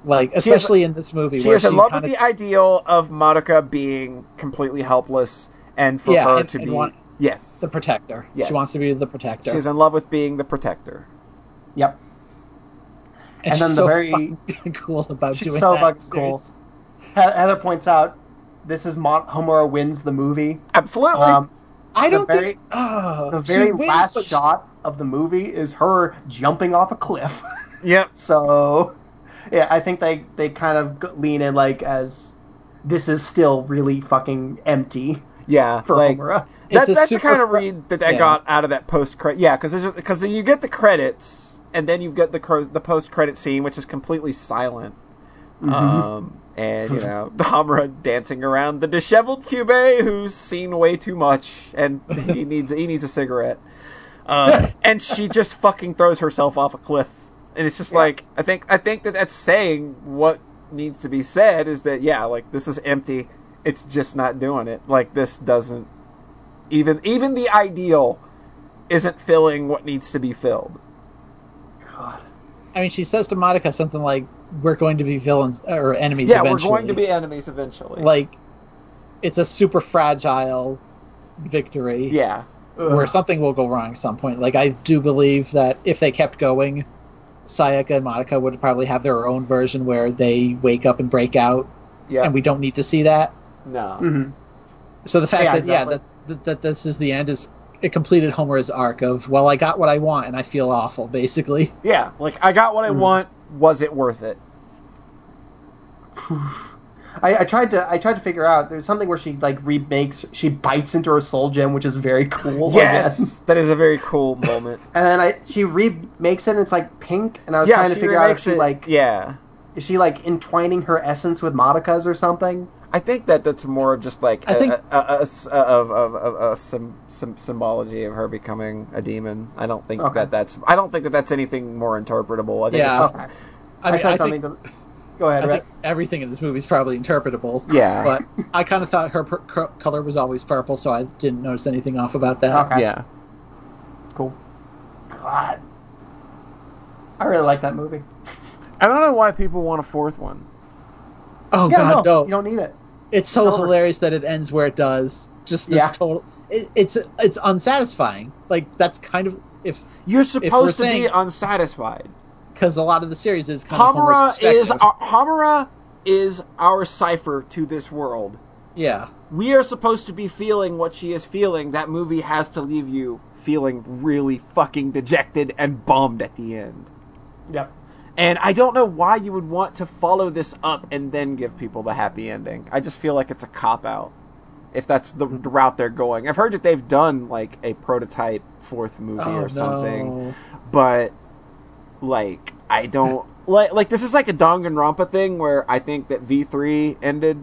[SPEAKER 1] Like
[SPEAKER 2] is-
[SPEAKER 1] especially in this movie,
[SPEAKER 2] she
[SPEAKER 1] where
[SPEAKER 2] is in love with
[SPEAKER 1] kinda-
[SPEAKER 2] the ideal of Monica being completely helpless, and for
[SPEAKER 1] Yeah,
[SPEAKER 2] her
[SPEAKER 1] and-
[SPEAKER 2] to
[SPEAKER 1] and
[SPEAKER 2] be
[SPEAKER 1] want-
[SPEAKER 2] yes,
[SPEAKER 1] the protector.
[SPEAKER 2] Yes.
[SPEAKER 1] She wants to be the protector.
[SPEAKER 2] she's in love with being the protector.
[SPEAKER 3] yep
[SPEAKER 1] and
[SPEAKER 3] and
[SPEAKER 1] she's
[SPEAKER 3] then the
[SPEAKER 1] so
[SPEAKER 3] very-
[SPEAKER 1] fucking cool about
[SPEAKER 3] she's
[SPEAKER 1] doing
[SPEAKER 3] so
[SPEAKER 1] that.
[SPEAKER 3] fucking cool. He- Heather points out this is Mon- Homura wins the movie
[SPEAKER 2] Absolutely,
[SPEAKER 3] um,
[SPEAKER 1] I don't
[SPEAKER 3] very-
[SPEAKER 1] think oh,
[SPEAKER 3] the very
[SPEAKER 1] she wins,
[SPEAKER 3] last
[SPEAKER 1] but she-
[SPEAKER 3] shot of the movie is her jumping off a cliff
[SPEAKER 2] yep.
[SPEAKER 3] so yeah i think they they kind of g- lean in like as this is still really fucking empty
[SPEAKER 2] Yeah,
[SPEAKER 3] for
[SPEAKER 2] like,
[SPEAKER 3] Homura.
[SPEAKER 2] That,
[SPEAKER 1] It's a
[SPEAKER 2] that's the
[SPEAKER 1] super
[SPEAKER 2] kind of
[SPEAKER 1] fr-
[SPEAKER 2] read that I
[SPEAKER 1] Yeah.
[SPEAKER 2] got out of that post credit. Yeah, because because then you get the credits and then you get the cro- the post credit scene, which is completely silent.
[SPEAKER 1] Mm-hmm.
[SPEAKER 2] Um, and you know, Hamra dancing around the disheveled Cube who's seen way too much and he needs he needs a cigarette. Um, and she just fucking throws herself off a cliff, and it's just like I think I think that that's saying what needs to be said is that yeah, like this is empty. It's just not doing it. Like this doesn't even even the ideal isn't filling what needs to be filled.
[SPEAKER 3] God.
[SPEAKER 1] I mean, she says to Monica something like, "We're going to be villains or enemies."
[SPEAKER 2] Yeah,
[SPEAKER 1] eventually.
[SPEAKER 2] we're going to be enemies eventually.
[SPEAKER 1] like it's a super fragile victory
[SPEAKER 2] yeah,
[SPEAKER 1] where
[SPEAKER 3] Ugh.
[SPEAKER 1] something will go wrong at some point like i do believe that if they kept going Sayaka and Monica would probably have their own version where they wake up and break out,
[SPEAKER 2] Yeah.
[SPEAKER 1] and we don't need to see that.
[SPEAKER 2] no.
[SPEAKER 3] hmm
[SPEAKER 1] So the fact
[SPEAKER 3] Yeah,
[SPEAKER 1] that
[SPEAKER 3] exactly.
[SPEAKER 1] yeah that, that that this is the end is it completed Homer's arc of well I got what I want and I feel awful basically.
[SPEAKER 2] Yeah. Like I got what I
[SPEAKER 3] Mm.
[SPEAKER 2] want. Was it worth it?
[SPEAKER 3] I, I tried to I tried to figure out. There's something where she like remakes. She bites into her soul gem, which is very cool. I guess.
[SPEAKER 2] yes. That is a very cool moment.
[SPEAKER 3] And then I she remakes it, and it's like pink. And I was
[SPEAKER 2] yeah.
[SPEAKER 3] trying to
[SPEAKER 2] she
[SPEAKER 3] figure out if
[SPEAKER 2] remakes
[SPEAKER 3] she
[SPEAKER 2] it-
[SPEAKER 3] like
[SPEAKER 2] Yeah.
[SPEAKER 3] is she like entwining her essence with Monica's or something?
[SPEAKER 2] I think that that's more of just like
[SPEAKER 1] I
[SPEAKER 2] a-
[SPEAKER 1] think-
[SPEAKER 2] a- a- a s- a- of of, of, of some, some symbology of her becoming a demon. I don't think
[SPEAKER 3] Okay.
[SPEAKER 2] that that's I don't think that that's anything more interpretable. I think
[SPEAKER 1] Yeah.
[SPEAKER 2] it's-
[SPEAKER 3] Okay. I,
[SPEAKER 1] I, mean,
[SPEAKER 3] said
[SPEAKER 1] I
[SPEAKER 3] something
[SPEAKER 1] think,
[SPEAKER 3] to. Go ahead,
[SPEAKER 1] I
[SPEAKER 3] Rhett.
[SPEAKER 1] think everything in this movie is probably interpretable.
[SPEAKER 2] Yeah.
[SPEAKER 1] But I kind of thought her per- cur- color was always purple, so I didn't notice anything off about that.
[SPEAKER 3] Okay.
[SPEAKER 2] yeah.
[SPEAKER 3] Cool. God. I really like that movie.
[SPEAKER 2] I don't know why people want a fourth one.
[SPEAKER 1] Oh
[SPEAKER 3] yeah,
[SPEAKER 1] god,
[SPEAKER 3] no,
[SPEAKER 1] no!
[SPEAKER 3] you don't need it.
[SPEAKER 1] It's so
[SPEAKER 3] Over.
[SPEAKER 1] hilarious that it ends where it does. Just this
[SPEAKER 3] Yeah.
[SPEAKER 1] total. It, it's it's unsatisfying. Like that's kind of if
[SPEAKER 2] You're
[SPEAKER 1] we're
[SPEAKER 2] supposed to be
[SPEAKER 1] saying-
[SPEAKER 2] unsatisfied.
[SPEAKER 1] because a lot of the series is kind of
[SPEAKER 2] Hamura
[SPEAKER 1] Homer's
[SPEAKER 2] is
[SPEAKER 1] perspective.
[SPEAKER 2] our, Hamura is our cipher to this world.
[SPEAKER 1] yeah.
[SPEAKER 2] We are supposed to be feeling what she is feeling. That movie has to leave you feeling really fucking dejected and bummed at the end.
[SPEAKER 3] Yep.
[SPEAKER 2] And I don't know why you would want to follow this up and then give people the happy ending. I just feel like it's a cop out if that's the the route they're going. I've heard that they've done like a prototype fourth movie
[SPEAKER 1] Oh,
[SPEAKER 2] or something,
[SPEAKER 1] no.
[SPEAKER 2] but like I don't like like this is like a Danganronpa thing where I think that V3 ended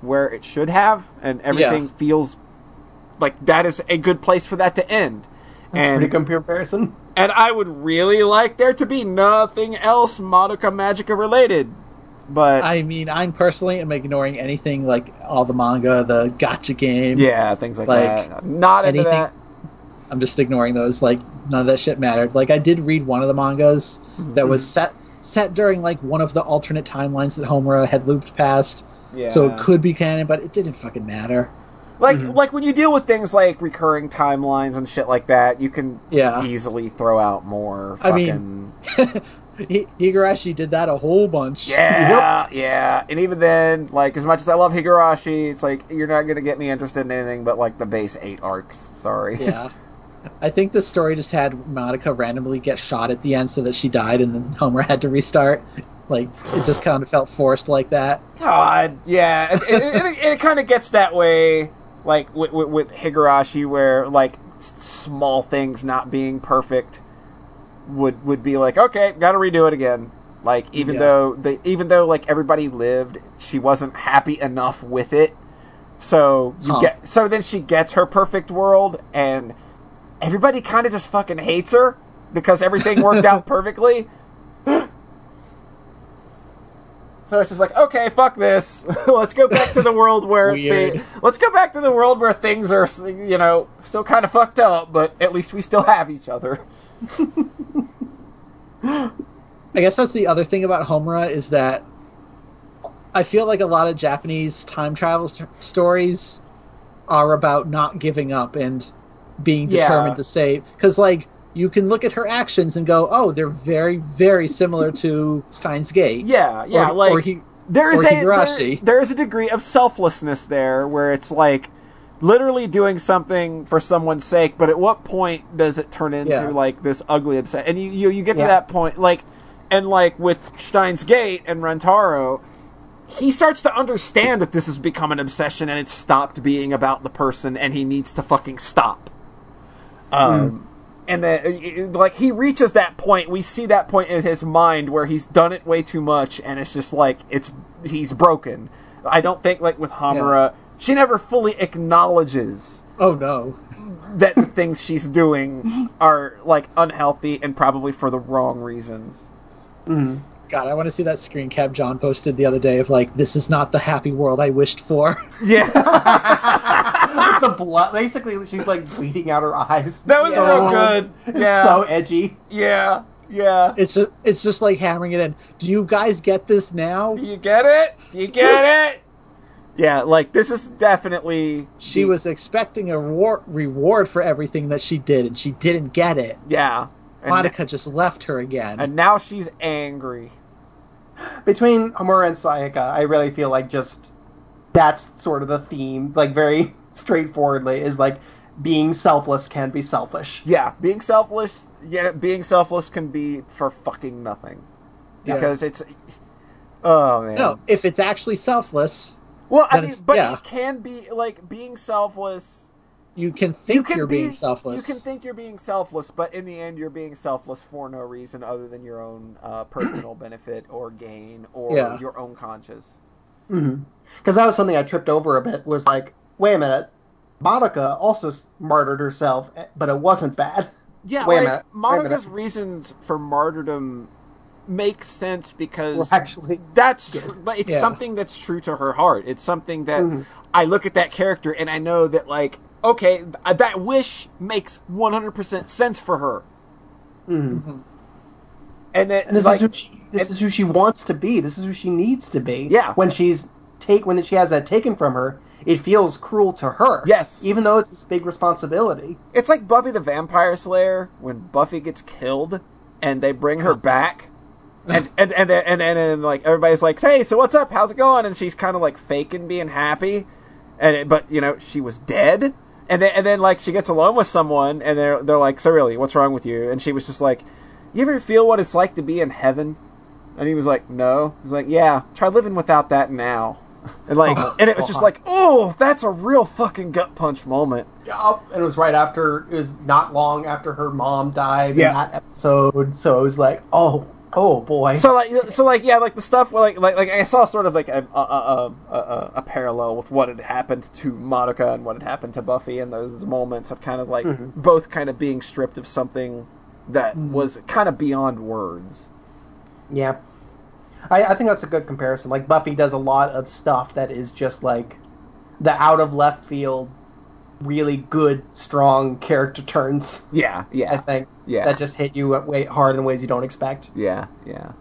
[SPEAKER 2] where it should have and everything feels like that is a good place for that to end.
[SPEAKER 3] Pretty
[SPEAKER 2] and
[SPEAKER 3] good comparison.
[SPEAKER 2] and I would really like there to be nothing else Madoka Magica related. But
[SPEAKER 1] I mean, I'm personally am ignoring anything like all the manga, the gotcha game.
[SPEAKER 2] yeah, things like,
[SPEAKER 1] Like,
[SPEAKER 2] that. Not into
[SPEAKER 1] anything-
[SPEAKER 2] that.
[SPEAKER 1] I'm just ignoring those. Like none of that shit mattered. Like I did read one of the mangas that was set
[SPEAKER 2] Mm-hmm.
[SPEAKER 1] set during like one of the alternate timelines that Homura had looped past.
[SPEAKER 2] Yeah.
[SPEAKER 1] So it could Mhm. be canon, but it didn't fucking matter.
[SPEAKER 2] like like when you deal with things like recurring timelines and shit like that, you can
[SPEAKER 1] Yeah.
[SPEAKER 2] easily throw out more
[SPEAKER 1] I
[SPEAKER 2] fucking
[SPEAKER 1] mean- Hi- Higurashi did that a whole bunch.
[SPEAKER 2] Yeah, yeah. And even then, like as much as I love Higurashi, it's like you're not going to get me interested in anything but like the base 8 arcs. Sorry.
[SPEAKER 1] yeah. I think the story just had Monica randomly get shot at the end so that she died and then Homer had to restart. Like it just kind of felt forced like that.
[SPEAKER 2] God, yeah, it, it, it, it kind of gets that way, like with, with, with Higurashi, where like s- small things not being perfect would would be like, okay, got to redo it again. Like even
[SPEAKER 1] Yeah.
[SPEAKER 2] though they, even though like everybody lived, she wasn't happy enough with it. So you
[SPEAKER 1] Huh.
[SPEAKER 2] get, so then she gets her perfect world, and everybody kind of just fucking hates her because everything worked out perfectly. So it's just like, okay, fuck this. let's go back to the world where
[SPEAKER 1] Weird.
[SPEAKER 2] thi- let's go back to the world where things are, you know, still kind of fucked up, but at least we still have each other.
[SPEAKER 1] I guess that's the other thing about Homura is that I feel like a lot of Japanese time travel st- stories are about not giving up and being
[SPEAKER 2] Yeah.
[SPEAKER 1] determined to save. Because, like, you can look at her actions and go, oh, they're very, very similar to Steins Gate.
[SPEAKER 2] Yeah, yeah,
[SPEAKER 1] Or-
[SPEAKER 2] like
[SPEAKER 1] or he-
[SPEAKER 2] there is
[SPEAKER 1] or
[SPEAKER 2] a there,
[SPEAKER 1] Higurashi.
[SPEAKER 2] there is a degree of selflessness there where it's like literally doing something for someone's sake, but at what point does it turn into
[SPEAKER 1] Yeah.
[SPEAKER 2] like this ugly obsession? And you, you you get to
[SPEAKER 1] Yeah.
[SPEAKER 2] that point like and like with Steins Gate and Rentaro, he starts to understand that this has become an obsession and it's stopped being about the person and he needs to fucking stop. Um, and then like he reaches that point, we see that point in his mind where he's done it way too much, and it's just like it's he's broken. I don't think like with Hamura, she never fully acknowledges
[SPEAKER 1] Oh, no.
[SPEAKER 2] that the things she's doing are like unhealthy and probably for the wrong reasons.
[SPEAKER 1] God, I want to see that screen cap John posted the other day of, like, this is not the happy world I wished for.
[SPEAKER 2] Yeah,
[SPEAKER 3] the blood. Basically, she's like bleeding out her eyes.
[SPEAKER 2] That was
[SPEAKER 3] so
[SPEAKER 2] real good.
[SPEAKER 3] It's
[SPEAKER 2] Yeah.
[SPEAKER 3] so edgy.
[SPEAKER 2] yeah, yeah.
[SPEAKER 1] It's just, it's just like hammering it in. Do you guys get this now?
[SPEAKER 2] Do you get it? Do you get it? Yeah, like this is definitely
[SPEAKER 1] She
[SPEAKER 2] the-
[SPEAKER 1] was expecting a reward, reward for everything that she did, and she didn't get it.
[SPEAKER 2] Yeah. And-
[SPEAKER 1] Monica just left her again.
[SPEAKER 2] and now she's angry.
[SPEAKER 3] Between Homura and Sayaka, I really feel like just that's sort of the theme, like very straightforwardly, is like being selfless can be selfish.
[SPEAKER 2] Yeah, being selfless. Yeah, being selfless can be for fucking nothing,
[SPEAKER 1] Yeah.
[SPEAKER 2] because it's. Oh man.
[SPEAKER 1] no, if it's actually selfless,
[SPEAKER 2] Well, I
[SPEAKER 1] Then
[SPEAKER 2] mean,
[SPEAKER 1] it's-
[SPEAKER 2] but
[SPEAKER 1] yeah.
[SPEAKER 2] it can be like being selfless.
[SPEAKER 1] you can think you
[SPEAKER 2] can
[SPEAKER 1] are
[SPEAKER 2] be-
[SPEAKER 1] being selfless.
[SPEAKER 2] You can think you're being selfless, but in the end, you're being selfless for no reason other than your own uh, personal benefit or gain or
[SPEAKER 1] Yeah.
[SPEAKER 2] your own conscience.
[SPEAKER 3] Because that was something I tripped over a bit. Was like, wait a minute, Monica also s- martyred herself, eh, but it wasn't bad.
[SPEAKER 2] Yeah,
[SPEAKER 3] Wait a
[SPEAKER 2] like,
[SPEAKER 3] minute, wait a
[SPEAKER 2] Monica's reasons for martyrdom make sense
[SPEAKER 3] Well,
[SPEAKER 2] because
[SPEAKER 3] actually,
[SPEAKER 2] that's tr- like, it's
[SPEAKER 1] Yeah.
[SPEAKER 2] something that's true to her heart. It's something that
[SPEAKER 3] Mhm.
[SPEAKER 2] I look at that character and I know that like okay, th- that wish makes 100% sense for her.
[SPEAKER 3] mhm.
[SPEAKER 2] And that
[SPEAKER 3] And this
[SPEAKER 2] like
[SPEAKER 3] is who she, this is who she wants to be. This is who she needs to be.
[SPEAKER 2] Yeah.
[SPEAKER 3] When she's take when she has that taken from her, it feels cruel to her.
[SPEAKER 2] Yes.
[SPEAKER 3] Even though it's this big responsibility.
[SPEAKER 2] It's like Buffy the Vampire Slayer when Buffy gets killed and they bring her back. And and and and, and, and, and, like everybody's like, "Hey, so what's up? How's it going?" And she's kind of like faking being happy, and it, but you know she was dead. And then and then like she gets alone with someone, and they're they're like, "So really, what's wrong with you?" And she was just like, "You ever feel what it's like to be in heaven?" And he was like, "No." He's like, "Yeah, try living without that now." And like, and it was just like, "Oh, that's a real fucking gut punch moment."
[SPEAKER 3] Yeah. And it was right after it was not long after her mom died
[SPEAKER 2] Yeah.
[SPEAKER 3] in that episode. So it was like, oh, oh boy.
[SPEAKER 2] So like, so like, yeah, like the stuff where like, like, like I saw sort of like a a, a, a- a a parallel with what had happened to Monica and what had happened to Buffy, and those moments of kind of like
[SPEAKER 3] Mm-hmm.
[SPEAKER 2] both kind of being stripped of something that was kind of beyond words.
[SPEAKER 3] yeah. I, I think that's a good comparison. Like Buffy does a lot of stuff that is just like the out of left field really good, strong character turns,
[SPEAKER 2] Yeah,
[SPEAKER 3] I
[SPEAKER 2] yeah,
[SPEAKER 3] think.
[SPEAKER 2] yeah,
[SPEAKER 3] That just hit you at way hard in ways you don't expect.
[SPEAKER 2] yeah, yeah.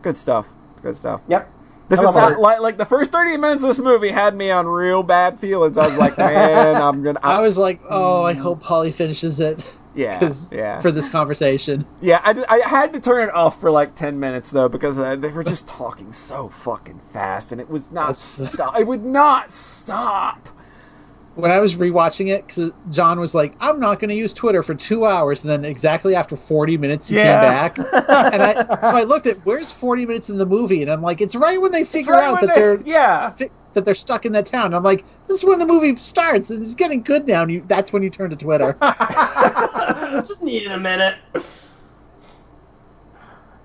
[SPEAKER 2] Good stuff. Good stuff.
[SPEAKER 3] Yep.
[SPEAKER 2] This
[SPEAKER 3] I
[SPEAKER 2] is
[SPEAKER 3] love
[SPEAKER 2] not
[SPEAKER 3] it.
[SPEAKER 2] like like the first thirty minutes of this movie had me on real bad feelings. I was like, man, I'm gonna.
[SPEAKER 1] I
[SPEAKER 2] I,
[SPEAKER 1] was like, oh, I hope Polly finishes it.
[SPEAKER 2] Mm. yeah,
[SPEAKER 1] 'cause-
[SPEAKER 2] yeah.
[SPEAKER 1] For this conversation.
[SPEAKER 2] Yeah, I, I had to turn it off for like ten minutes though because uh, they were just talking so fucking fast, and it was not
[SPEAKER 1] That's-
[SPEAKER 2] stop. It would not stop.
[SPEAKER 1] When I was rewatching it, because John was like, I'm not going to use Twitter for two hours. And then exactly after 40 minutes, he
[SPEAKER 2] Yeah.
[SPEAKER 1] came back. and I, so I looked at, where's 40 minutes in the movie? And I'm like, it's right when they figure
[SPEAKER 2] Right
[SPEAKER 1] out
[SPEAKER 2] when
[SPEAKER 1] that
[SPEAKER 2] they-
[SPEAKER 1] they're.
[SPEAKER 2] yeah,
[SPEAKER 1] fi- that they're stuck in that town. I'm like, this is when the movie starts, and it's getting good now. And you, that's when you turn to Twitter.
[SPEAKER 3] just needed a minute.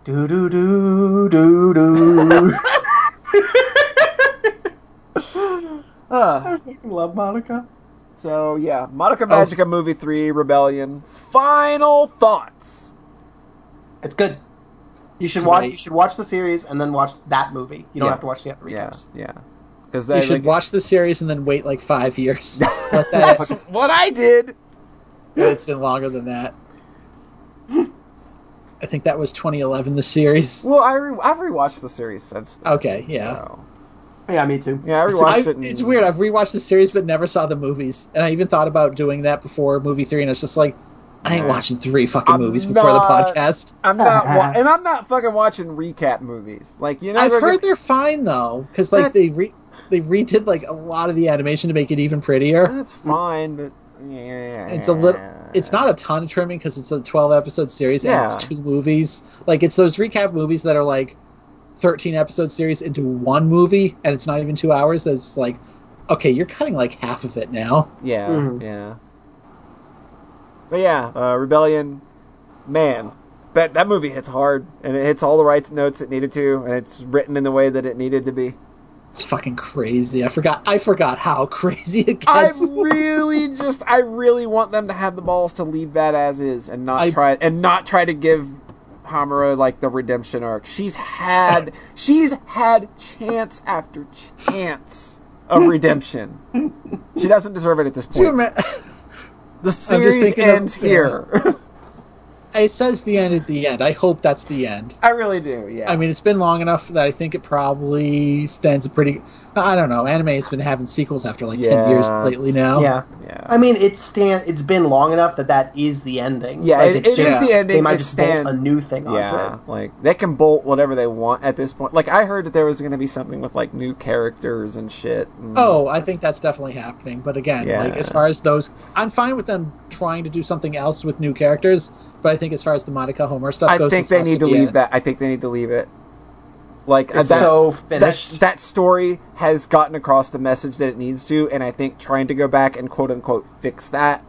[SPEAKER 3] Do do do do do.
[SPEAKER 2] Uh,
[SPEAKER 3] I fucking love Monica.
[SPEAKER 2] so yeah,
[SPEAKER 1] Oh.
[SPEAKER 2] Monica Magica movie three Rebellion. Final thoughts.
[SPEAKER 3] It's good. You should watch.
[SPEAKER 1] Right.
[SPEAKER 3] You should watch the series and then watch that movie. You don't
[SPEAKER 2] Yeah.
[SPEAKER 3] have to watch the other
[SPEAKER 2] Yeah,
[SPEAKER 3] recaps.
[SPEAKER 2] yeah. Because
[SPEAKER 1] you should watch the series and then wait like five years. Let that,
[SPEAKER 2] That's what I did.
[SPEAKER 1] it's been longer than that. I think that was 2011. The series.
[SPEAKER 2] Well, I re- I've rewatched the series since. Then,
[SPEAKER 1] Okay, yeah.
[SPEAKER 2] so.
[SPEAKER 3] Yeah, me too.
[SPEAKER 2] Yeah, I
[SPEAKER 1] It's,
[SPEAKER 2] rewatched
[SPEAKER 1] I-
[SPEAKER 2] it. and-
[SPEAKER 1] it's weird. I've rewatched the series but never saw the movies, and I even thought about doing that before movie three, and I was just like, I ain't
[SPEAKER 2] Yeah.
[SPEAKER 1] watching three fucking
[SPEAKER 2] I'm
[SPEAKER 1] movies before the
[SPEAKER 2] not-
[SPEAKER 1] podcast.
[SPEAKER 2] I'm not, wa- and I'm not fucking watching recap movies. Like you know,
[SPEAKER 1] I've
[SPEAKER 2] they're gonna-
[SPEAKER 1] heard they're fine though, because like
[SPEAKER 2] That-
[SPEAKER 1] they re- they redid like a lot of the animation to make it even prettier.
[SPEAKER 2] That's fine, but yeah,
[SPEAKER 1] It's a little. It's not a ton of trimming because it's a twelve episode series and
[SPEAKER 2] Yeah.
[SPEAKER 1] it's two movies. Like it's those recap movies that are like thirteen episode series into one movie, and it's not even two hours. That's just like, okay, you're cutting like half of it now.
[SPEAKER 2] Yeah,
[SPEAKER 3] Mhm.
[SPEAKER 1] mm.
[SPEAKER 2] yeah. But yeah, uh, Rebellion, man, that that movie hits hard, and it hits all the right notes it needed to, and it's written in the way that it needed to be.
[SPEAKER 1] It's fucking crazy. I forgot. I forgot how crazy it
[SPEAKER 2] I
[SPEAKER 1] gets.
[SPEAKER 2] really just, I really want them to have the balls to leave that as is, and not
[SPEAKER 1] I-
[SPEAKER 2] try and not try to give. Hamura like the redemption arc. She's had she's had chance after chance of redemption. She doesn't deserve it at this
[SPEAKER 1] Do you
[SPEAKER 2] point.
[SPEAKER 1] remember?
[SPEAKER 2] The
[SPEAKER 1] I'm just
[SPEAKER 2] series
[SPEAKER 1] thinking of-
[SPEAKER 2] ends here.
[SPEAKER 1] it says the end at the end. I hope that's the end.
[SPEAKER 2] I really do. Yeah.
[SPEAKER 1] I mean, it's been long enough that I think it probably stands a pretty. I don't know. Anime has been having sequels after like ten years
[SPEAKER 2] Yeah.
[SPEAKER 1] lately now.
[SPEAKER 3] Yeah.
[SPEAKER 2] yeah.
[SPEAKER 3] I mean, it stand. It's been long enough that that is the ending.
[SPEAKER 2] Yeah, it- it is the ending.
[SPEAKER 3] They might
[SPEAKER 2] It
[SPEAKER 3] just
[SPEAKER 2] stand-
[SPEAKER 3] bolt a new thing
[SPEAKER 2] Yeah,
[SPEAKER 3] onto it.
[SPEAKER 2] like they can bolt whatever they want at this point. Like I heard that there was going to be something with like new characters and shit. and-
[SPEAKER 1] Oh, I think that's definitely happening. But again,
[SPEAKER 2] Yeah.
[SPEAKER 1] like as far as those, I'm fine with them trying to do something else with new characters. But I think as far as the Monica Homer stuff
[SPEAKER 2] I
[SPEAKER 1] goes,
[SPEAKER 2] think
[SPEAKER 1] this
[SPEAKER 2] they
[SPEAKER 1] has
[SPEAKER 2] need to
[SPEAKER 1] be
[SPEAKER 2] leave
[SPEAKER 1] it.
[SPEAKER 2] that. I think they need to leave it. Like uh,
[SPEAKER 3] It's
[SPEAKER 2] that,
[SPEAKER 3] so
[SPEAKER 2] that
[SPEAKER 3] finished.
[SPEAKER 2] that story has gotten across the message that it needs to, and I think trying to go back and quote unquote fix that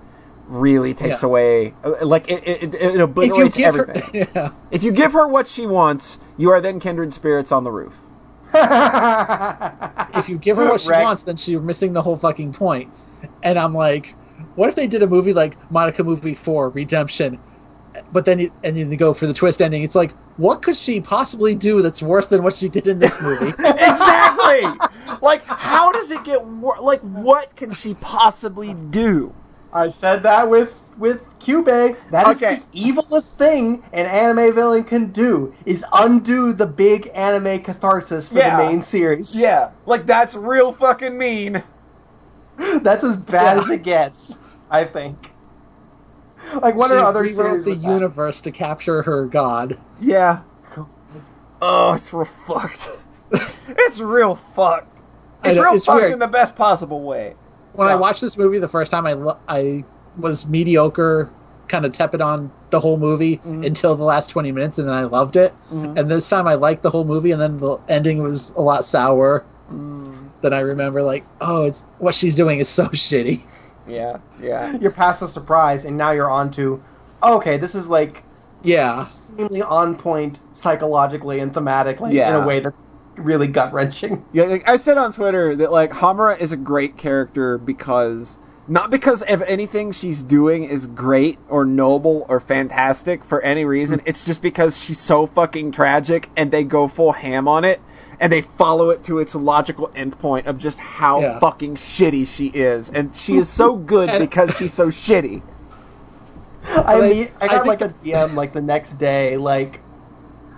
[SPEAKER 2] really takes
[SPEAKER 1] Yeah.
[SPEAKER 2] away uh, like it it, it, it
[SPEAKER 1] If you
[SPEAKER 2] obliterates
[SPEAKER 1] give
[SPEAKER 2] everything.
[SPEAKER 1] her, yeah.
[SPEAKER 2] If you give her what she wants, you are then kindred spirits on the roof.
[SPEAKER 1] if you give her what she
[SPEAKER 3] Right.
[SPEAKER 1] wants, then she's missing the whole fucking point. And I'm like, what if they did a movie like Monica movie four Redemption, but then you, and then you go for the twist ending? It's like, what could she possibly do that's worse than what she did in this movie?
[SPEAKER 2] exactly. Like, how does it get wor- like? What can she possibly do?
[SPEAKER 3] I said that with with Cube. That is
[SPEAKER 2] Okay.
[SPEAKER 3] the evilest thing an anime villain can do is undo the big anime catharsis for
[SPEAKER 2] Yeah.
[SPEAKER 3] the main series.
[SPEAKER 2] Yeah, like that's real fucking mean.
[SPEAKER 3] That's as bad
[SPEAKER 1] Yeah.
[SPEAKER 3] as it gets, I think. Like what
[SPEAKER 1] she
[SPEAKER 3] are other
[SPEAKER 1] rewrote
[SPEAKER 3] series
[SPEAKER 1] the
[SPEAKER 3] with that?
[SPEAKER 1] universe to capture her god.
[SPEAKER 2] Yeah. Oh, it's real fucked. it's real fucked.
[SPEAKER 1] I
[SPEAKER 2] It's
[SPEAKER 1] know,
[SPEAKER 2] real
[SPEAKER 1] it's
[SPEAKER 2] fucked
[SPEAKER 1] weird.
[SPEAKER 2] in the best possible way.
[SPEAKER 1] When I
[SPEAKER 3] Yeah.
[SPEAKER 1] watched this movie the first time, I lo- I was mediocre, kind of tepid on the whole movie
[SPEAKER 2] Mhm.
[SPEAKER 1] until the last 20 minutes, and then I loved it.
[SPEAKER 2] Mm-hmm.
[SPEAKER 1] And this time, I liked the whole movie, and then the ending was a lot sour.
[SPEAKER 2] Mm,
[SPEAKER 1] Then I remember like, oh, it's what she's doing is so shitty.
[SPEAKER 2] yeah, yeah.
[SPEAKER 3] You're past the surprise and now you're on to okay, this is like
[SPEAKER 1] Yeah,
[SPEAKER 3] extremely on point psychologically and thematically in
[SPEAKER 2] Yeah.
[SPEAKER 3] a way that's really gut wrenching.
[SPEAKER 2] Yeah, like I said on Twitter that like Hamura is a great character because not because of anything she's doing is great or noble or fantastic for any reason.
[SPEAKER 1] Hmm.
[SPEAKER 2] It's just because she's so fucking tragic and they go full ham on it and they follow it to its logical endpoint of just how
[SPEAKER 1] Yeah.
[SPEAKER 2] fucking shitty she is. And she is so good
[SPEAKER 1] And-
[SPEAKER 2] because she's so shitty.
[SPEAKER 3] I
[SPEAKER 1] But I-
[SPEAKER 3] mean, I
[SPEAKER 1] I think-
[SPEAKER 3] got like a DM like the next day, like,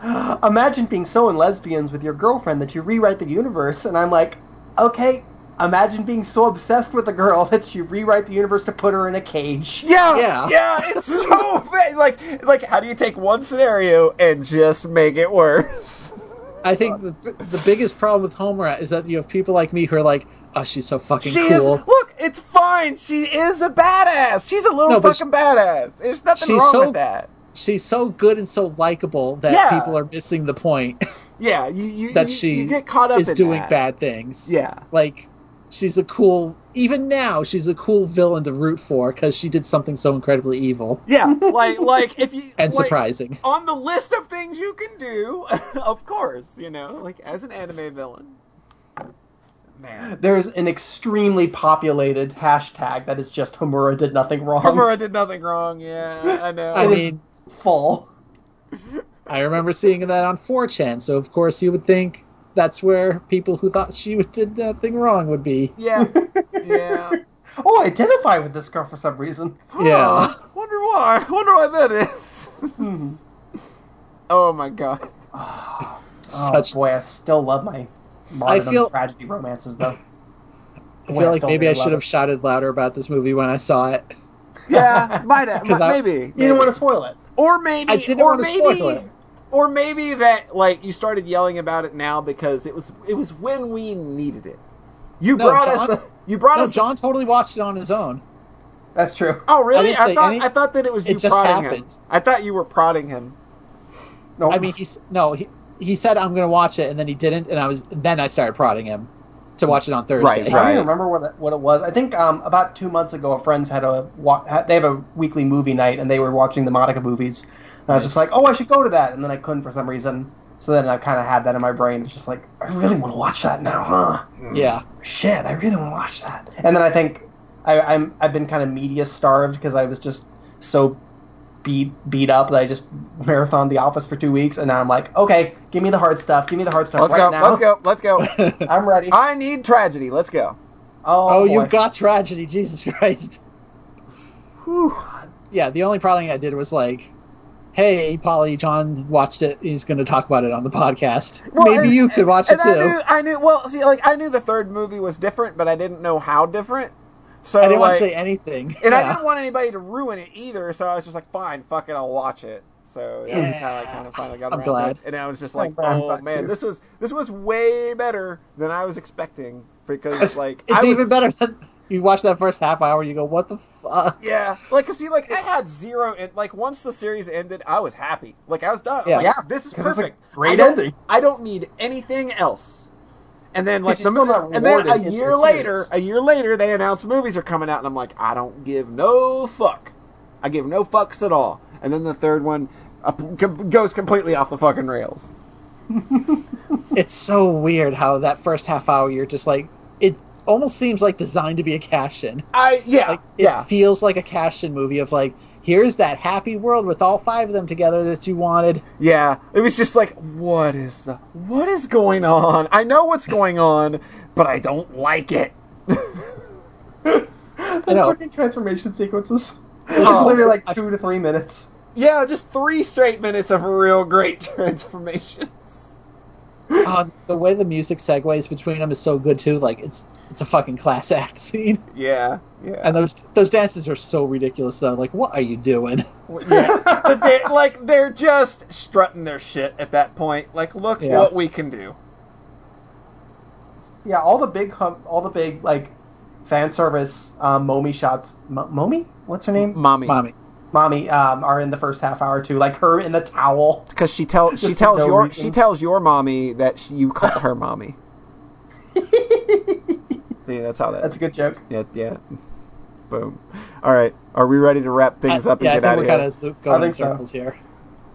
[SPEAKER 3] imagine being so in lesbians with your girlfriend that you rewrite the universe, and I'm like, okay, imagine being so obsessed with a girl that you rewrite the universe to put her in a cage.
[SPEAKER 2] Yeah, yeah,
[SPEAKER 1] Yeah.
[SPEAKER 2] It's so bad. like, like, how do you take one scenario and just make it worse?
[SPEAKER 1] I think
[SPEAKER 2] Uh,
[SPEAKER 1] the the biggest problem with Homer is that you have people like me who are like, oh, she's so fucking
[SPEAKER 2] She
[SPEAKER 1] cool.
[SPEAKER 2] is. Look, it's fine. She is a badass. She's a little
[SPEAKER 1] No, but
[SPEAKER 2] fucking badass. There's nothing
[SPEAKER 1] she's
[SPEAKER 2] wrong
[SPEAKER 1] so-
[SPEAKER 2] with that.
[SPEAKER 1] She's so good and so likable that
[SPEAKER 2] Yeah.
[SPEAKER 1] people are missing the point
[SPEAKER 2] Yeah, you you
[SPEAKER 1] that
[SPEAKER 2] you,
[SPEAKER 1] she
[SPEAKER 2] you get caught up
[SPEAKER 1] is
[SPEAKER 2] in
[SPEAKER 1] doing
[SPEAKER 2] that.
[SPEAKER 1] bad things.
[SPEAKER 2] Yeah,
[SPEAKER 1] like she's a cool. Even now, she's a cool villain to root for because she did something so incredibly evil
[SPEAKER 2] yeah. Like like if you
[SPEAKER 1] and
[SPEAKER 2] like,
[SPEAKER 1] surprising.
[SPEAKER 2] on the list of things you can do, of course, you know, like as an anime villain. Man,
[SPEAKER 3] There's an extremely populated hashtag that is just Homura did nothing wrong.
[SPEAKER 2] Homura did nothing wrong. Yeah, I know.
[SPEAKER 1] I
[SPEAKER 3] is-
[SPEAKER 1] mean,
[SPEAKER 3] full.
[SPEAKER 1] I remember seeing that on 4chan. So of course, you would think that's where people who thought she did nothing wrong would be.
[SPEAKER 2] yeah, yeah.
[SPEAKER 3] Oh, I identify with this girl for some reason.
[SPEAKER 1] Yeah. Hmm.
[SPEAKER 2] Huh, Wonder why. Wonder why that is. oh my god.
[SPEAKER 3] Oh,
[SPEAKER 1] Such
[SPEAKER 3] boy, I still love my modern
[SPEAKER 1] feel-
[SPEAKER 3] tragedy romances though.
[SPEAKER 1] I
[SPEAKER 3] Boy,
[SPEAKER 1] feel like
[SPEAKER 3] still
[SPEAKER 1] maybe I
[SPEAKER 3] really love
[SPEAKER 1] should have
[SPEAKER 3] it.
[SPEAKER 1] shouted louder about this movie when I saw it.
[SPEAKER 2] Yeah, might have,
[SPEAKER 1] 'Cause I-
[SPEAKER 2] maybe.
[SPEAKER 3] You didn't want to spoil it.
[SPEAKER 2] or maybe,
[SPEAKER 1] I didn't
[SPEAKER 2] or
[SPEAKER 1] want to spoil
[SPEAKER 2] maybe,
[SPEAKER 1] it.
[SPEAKER 2] or maybe that like you started yelling about it now because it was it was when we needed it. You
[SPEAKER 1] No,
[SPEAKER 2] brought us.
[SPEAKER 1] John-
[SPEAKER 2] The, you brought
[SPEAKER 1] No,
[SPEAKER 2] us. the-
[SPEAKER 1] John totally watched it on his own.
[SPEAKER 3] That's true.
[SPEAKER 2] oh really?
[SPEAKER 1] didn't
[SPEAKER 2] I,
[SPEAKER 1] say
[SPEAKER 2] thought
[SPEAKER 1] any-
[SPEAKER 2] I thought that it was
[SPEAKER 1] It
[SPEAKER 2] you
[SPEAKER 1] just
[SPEAKER 2] prodding him.
[SPEAKER 1] happened.
[SPEAKER 2] I thought you were prodding him.
[SPEAKER 3] No,
[SPEAKER 1] I mean, he's no, he he said I'm gonna watch it, and then he didn't, and I was then I started prodding him to watch it on Thursday.
[SPEAKER 2] right.
[SPEAKER 3] I don't even remember what it, what it was. I think um, about two months ago, a friend's had a wa- ha- they have a weekly movie night, and they were watching the Monica movies. And I was just like, oh, I should go to that, and then I couldn't for some reason. So then I kind of had that in my brain. It's just like I really want to watch that now, huh?
[SPEAKER 1] Yeah,
[SPEAKER 3] Shit, I really want to watch that. And then I think I, I'm I've been kind of media starved because I was just so beat beat up that I just marathoned The Office for two weeks, and now I'm like, okay, give me the hard stuff, give me the hard stuff
[SPEAKER 2] Let's
[SPEAKER 3] right
[SPEAKER 2] go.
[SPEAKER 3] now.
[SPEAKER 2] Let's go. Uh, Let's go.
[SPEAKER 3] I'm ready.
[SPEAKER 2] I need tragedy. Let's go.
[SPEAKER 3] Oh,
[SPEAKER 1] Oh, you
[SPEAKER 3] boy.
[SPEAKER 1] got tragedy, Jesus Christ.
[SPEAKER 2] Whew.
[SPEAKER 1] Yeah, the only problem I did was like hey, Polly, John watched it. He's going to talk about it on the podcast.
[SPEAKER 2] Well,
[SPEAKER 1] Maybe
[SPEAKER 2] and-
[SPEAKER 1] you could watch it
[SPEAKER 2] and
[SPEAKER 1] too.
[SPEAKER 2] I knew, I knew. Well, see, like I knew the third movie was different, but I didn't know how different. So
[SPEAKER 1] I didn't want
[SPEAKER 2] like-
[SPEAKER 1] to say anything.
[SPEAKER 2] and I
[SPEAKER 1] Yeah.
[SPEAKER 2] didn't want anybody to ruin it either. So I was just like, fine, fuck it, I'll watch it. So that was
[SPEAKER 1] Yeah.
[SPEAKER 2] how I kind of finally got
[SPEAKER 1] I'm
[SPEAKER 2] around
[SPEAKER 1] glad.
[SPEAKER 2] to it. And I was just like,
[SPEAKER 3] I'm glad I'm
[SPEAKER 2] oh
[SPEAKER 3] glad
[SPEAKER 2] man,
[SPEAKER 3] too.
[SPEAKER 2] this was this was way better than I was expecting because like
[SPEAKER 1] it's
[SPEAKER 2] I was,
[SPEAKER 1] even better than you watch that first half hour. You go, what the fuck?
[SPEAKER 2] Yeah, like 'cause see, like I had zero, and like once the series ended, I was happy. Like I was done. I'm
[SPEAKER 1] Yeah.
[SPEAKER 2] like,
[SPEAKER 1] Yeah,
[SPEAKER 2] this is
[SPEAKER 3] 'cause it's a
[SPEAKER 2] perfect.
[SPEAKER 3] great
[SPEAKER 2] I don't-
[SPEAKER 3] ending.
[SPEAKER 2] I don't need anything else. And then like
[SPEAKER 3] Because
[SPEAKER 2] the
[SPEAKER 3] you're
[SPEAKER 2] minute,
[SPEAKER 3] still not
[SPEAKER 2] and then
[SPEAKER 3] rewarded
[SPEAKER 2] a
[SPEAKER 3] in
[SPEAKER 2] year
[SPEAKER 3] the
[SPEAKER 2] later,
[SPEAKER 3] series.
[SPEAKER 2] a year later, they announced movies are coming out, and I'm like, I don't give no fuck. I give no fucks at all. And then the third one uh, com- goes completely off the fucking rails.
[SPEAKER 1] It's so weird how that first half hour you're just like it almost seems like designed to be a cash in.
[SPEAKER 2] I yeah
[SPEAKER 1] Like it
[SPEAKER 2] yeah
[SPEAKER 1] feels like a cash in movie of like here's that happy world with all five of them together that you wanted.
[SPEAKER 2] yeah. It was just like, what is the, what is going on? I know what's going on, but I don't like it.
[SPEAKER 3] The
[SPEAKER 1] know.
[SPEAKER 3] fucking transformation sequences. It's just
[SPEAKER 2] Oh.
[SPEAKER 3] literally like two to three minutes.
[SPEAKER 2] Yeah, just three straight minutes of real great transformations.
[SPEAKER 1] Um, the way the music segues between them is so good too. Like it's it's a fucking class act scene.
[SPEAKER 2] Yeah, yeah.
[SPEAKER 1] And those those dances are so ridiculous though. Like what are you doing?
[SPEAKER 2] yeah. But they, like, they're just strutting their shit at that point. Like, look
[SPEAKER 1] Yeah.
[SPEAKER 2] what we can do.
[SPEAKER 3] Yeah, all the big, hum- all the big like fan service um, Momi shots. M- Momi, what's her name?
[SPEAKER 2] Mommy.
[SPEAKER 1] Mommy.
[SPEAKER 3] Mommy um, are in the first half hour too. Like her in the towel.
[SPEAKER 2] Because she, tell, she
[SPEAKER 3] Just
[SPEAKER 2] tells
[SPEAKER 3] no
[SPEAKER 2] your
[SPEAKER 3] reason.
[SPEAKER 2] she tells your mommy that she, you call her mommy. Yeah, that's how that.
[SPEAKER 3] That's a good joke.
[SPEAKER 2] yeah, yeah. Boom. All right, are we ready to wrap things up and
[SPEAKER 1] yeah,
[SPEAKER 2] get
[SPEAKER 1] I
[SPEAKER 2] out
[SPEAKER 1] think
[SPEAKER 2] of
[SPEAKER 1] we're
[SPEAKER 2] here?
[SPEAKER 1] kind of loop going
[SPEAKER 3] I
[SPEAKER 1] in
[SPEAKER 3] think so.
[SPEAKER 1] circles here.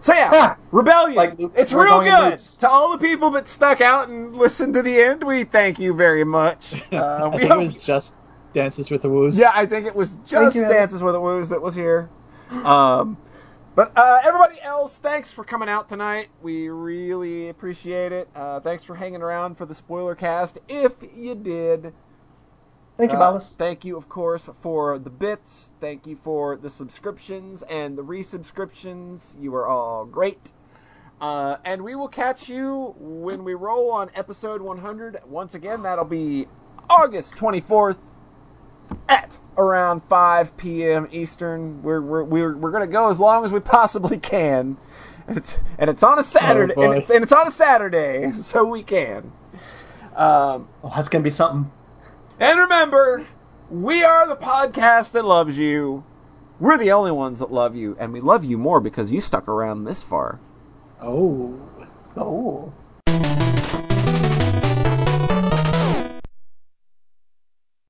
[SPEAKER 2] So yeah,
[SPEAKER 3] Ha!
[SPEAKER 2] Rebellion.
[SPEAKER 3] Like loop-
[SPEAKER 2] it's
[SPEAKER 3] we're
[SPEAKER 2] real
[SPEAKER 3] going in
[SPEAKER 2] good.
[SPEAKER 3] loops.
[SPEAKER 2] To all the people that stuck out and listened to the end, we thank you very much. Uh,
[SPEAKER 1] I
[SPEAKER 2] we
[SPEAKER 1] think it
[SPEAKER 2] hope-
[SPEAKER 1] was just dances with the woos.
[SPEAKER 2] yeah, I think it was just
[SPEAKER 3] Thank you, Adam.
[SPEAKER 2] Dances with the Woos that was here. Um, but uh, everybody else, thanks for coming out tonight. We really appreciate it. Uh, thanks for hanging around for the spoiler cast. If you did,
[SPEAKER 3] Thank you,
[SPEAKER 2] uh,
[SPEAKER 3] Ballas.
[SPEAKER 2] Thank you, of course, for the bits. Thank you for the subscriptions and the resubscriptions. You are all great. Uh, and we will catch you when we roll on episode 100. Once again, that'll be August 24th at around 5 p.m. Eastern. We're, we're, we're, we're going to go as long as we possibly can. And it's, and it's on a Saturday.
[SPEAKER 1] boy.
[SPEAKER 2] and, it's, and it's on a Saturday, so we can.
[SPEAKER 3] Oh, that's gonna be something.
[SPEAKER 2] And remember, we are the podcast that loves you. We're the only ones that love you, and we love you more because you stuck around this far.
[SPEAKER 1] Oh.
[SPEAKER 3] Oh.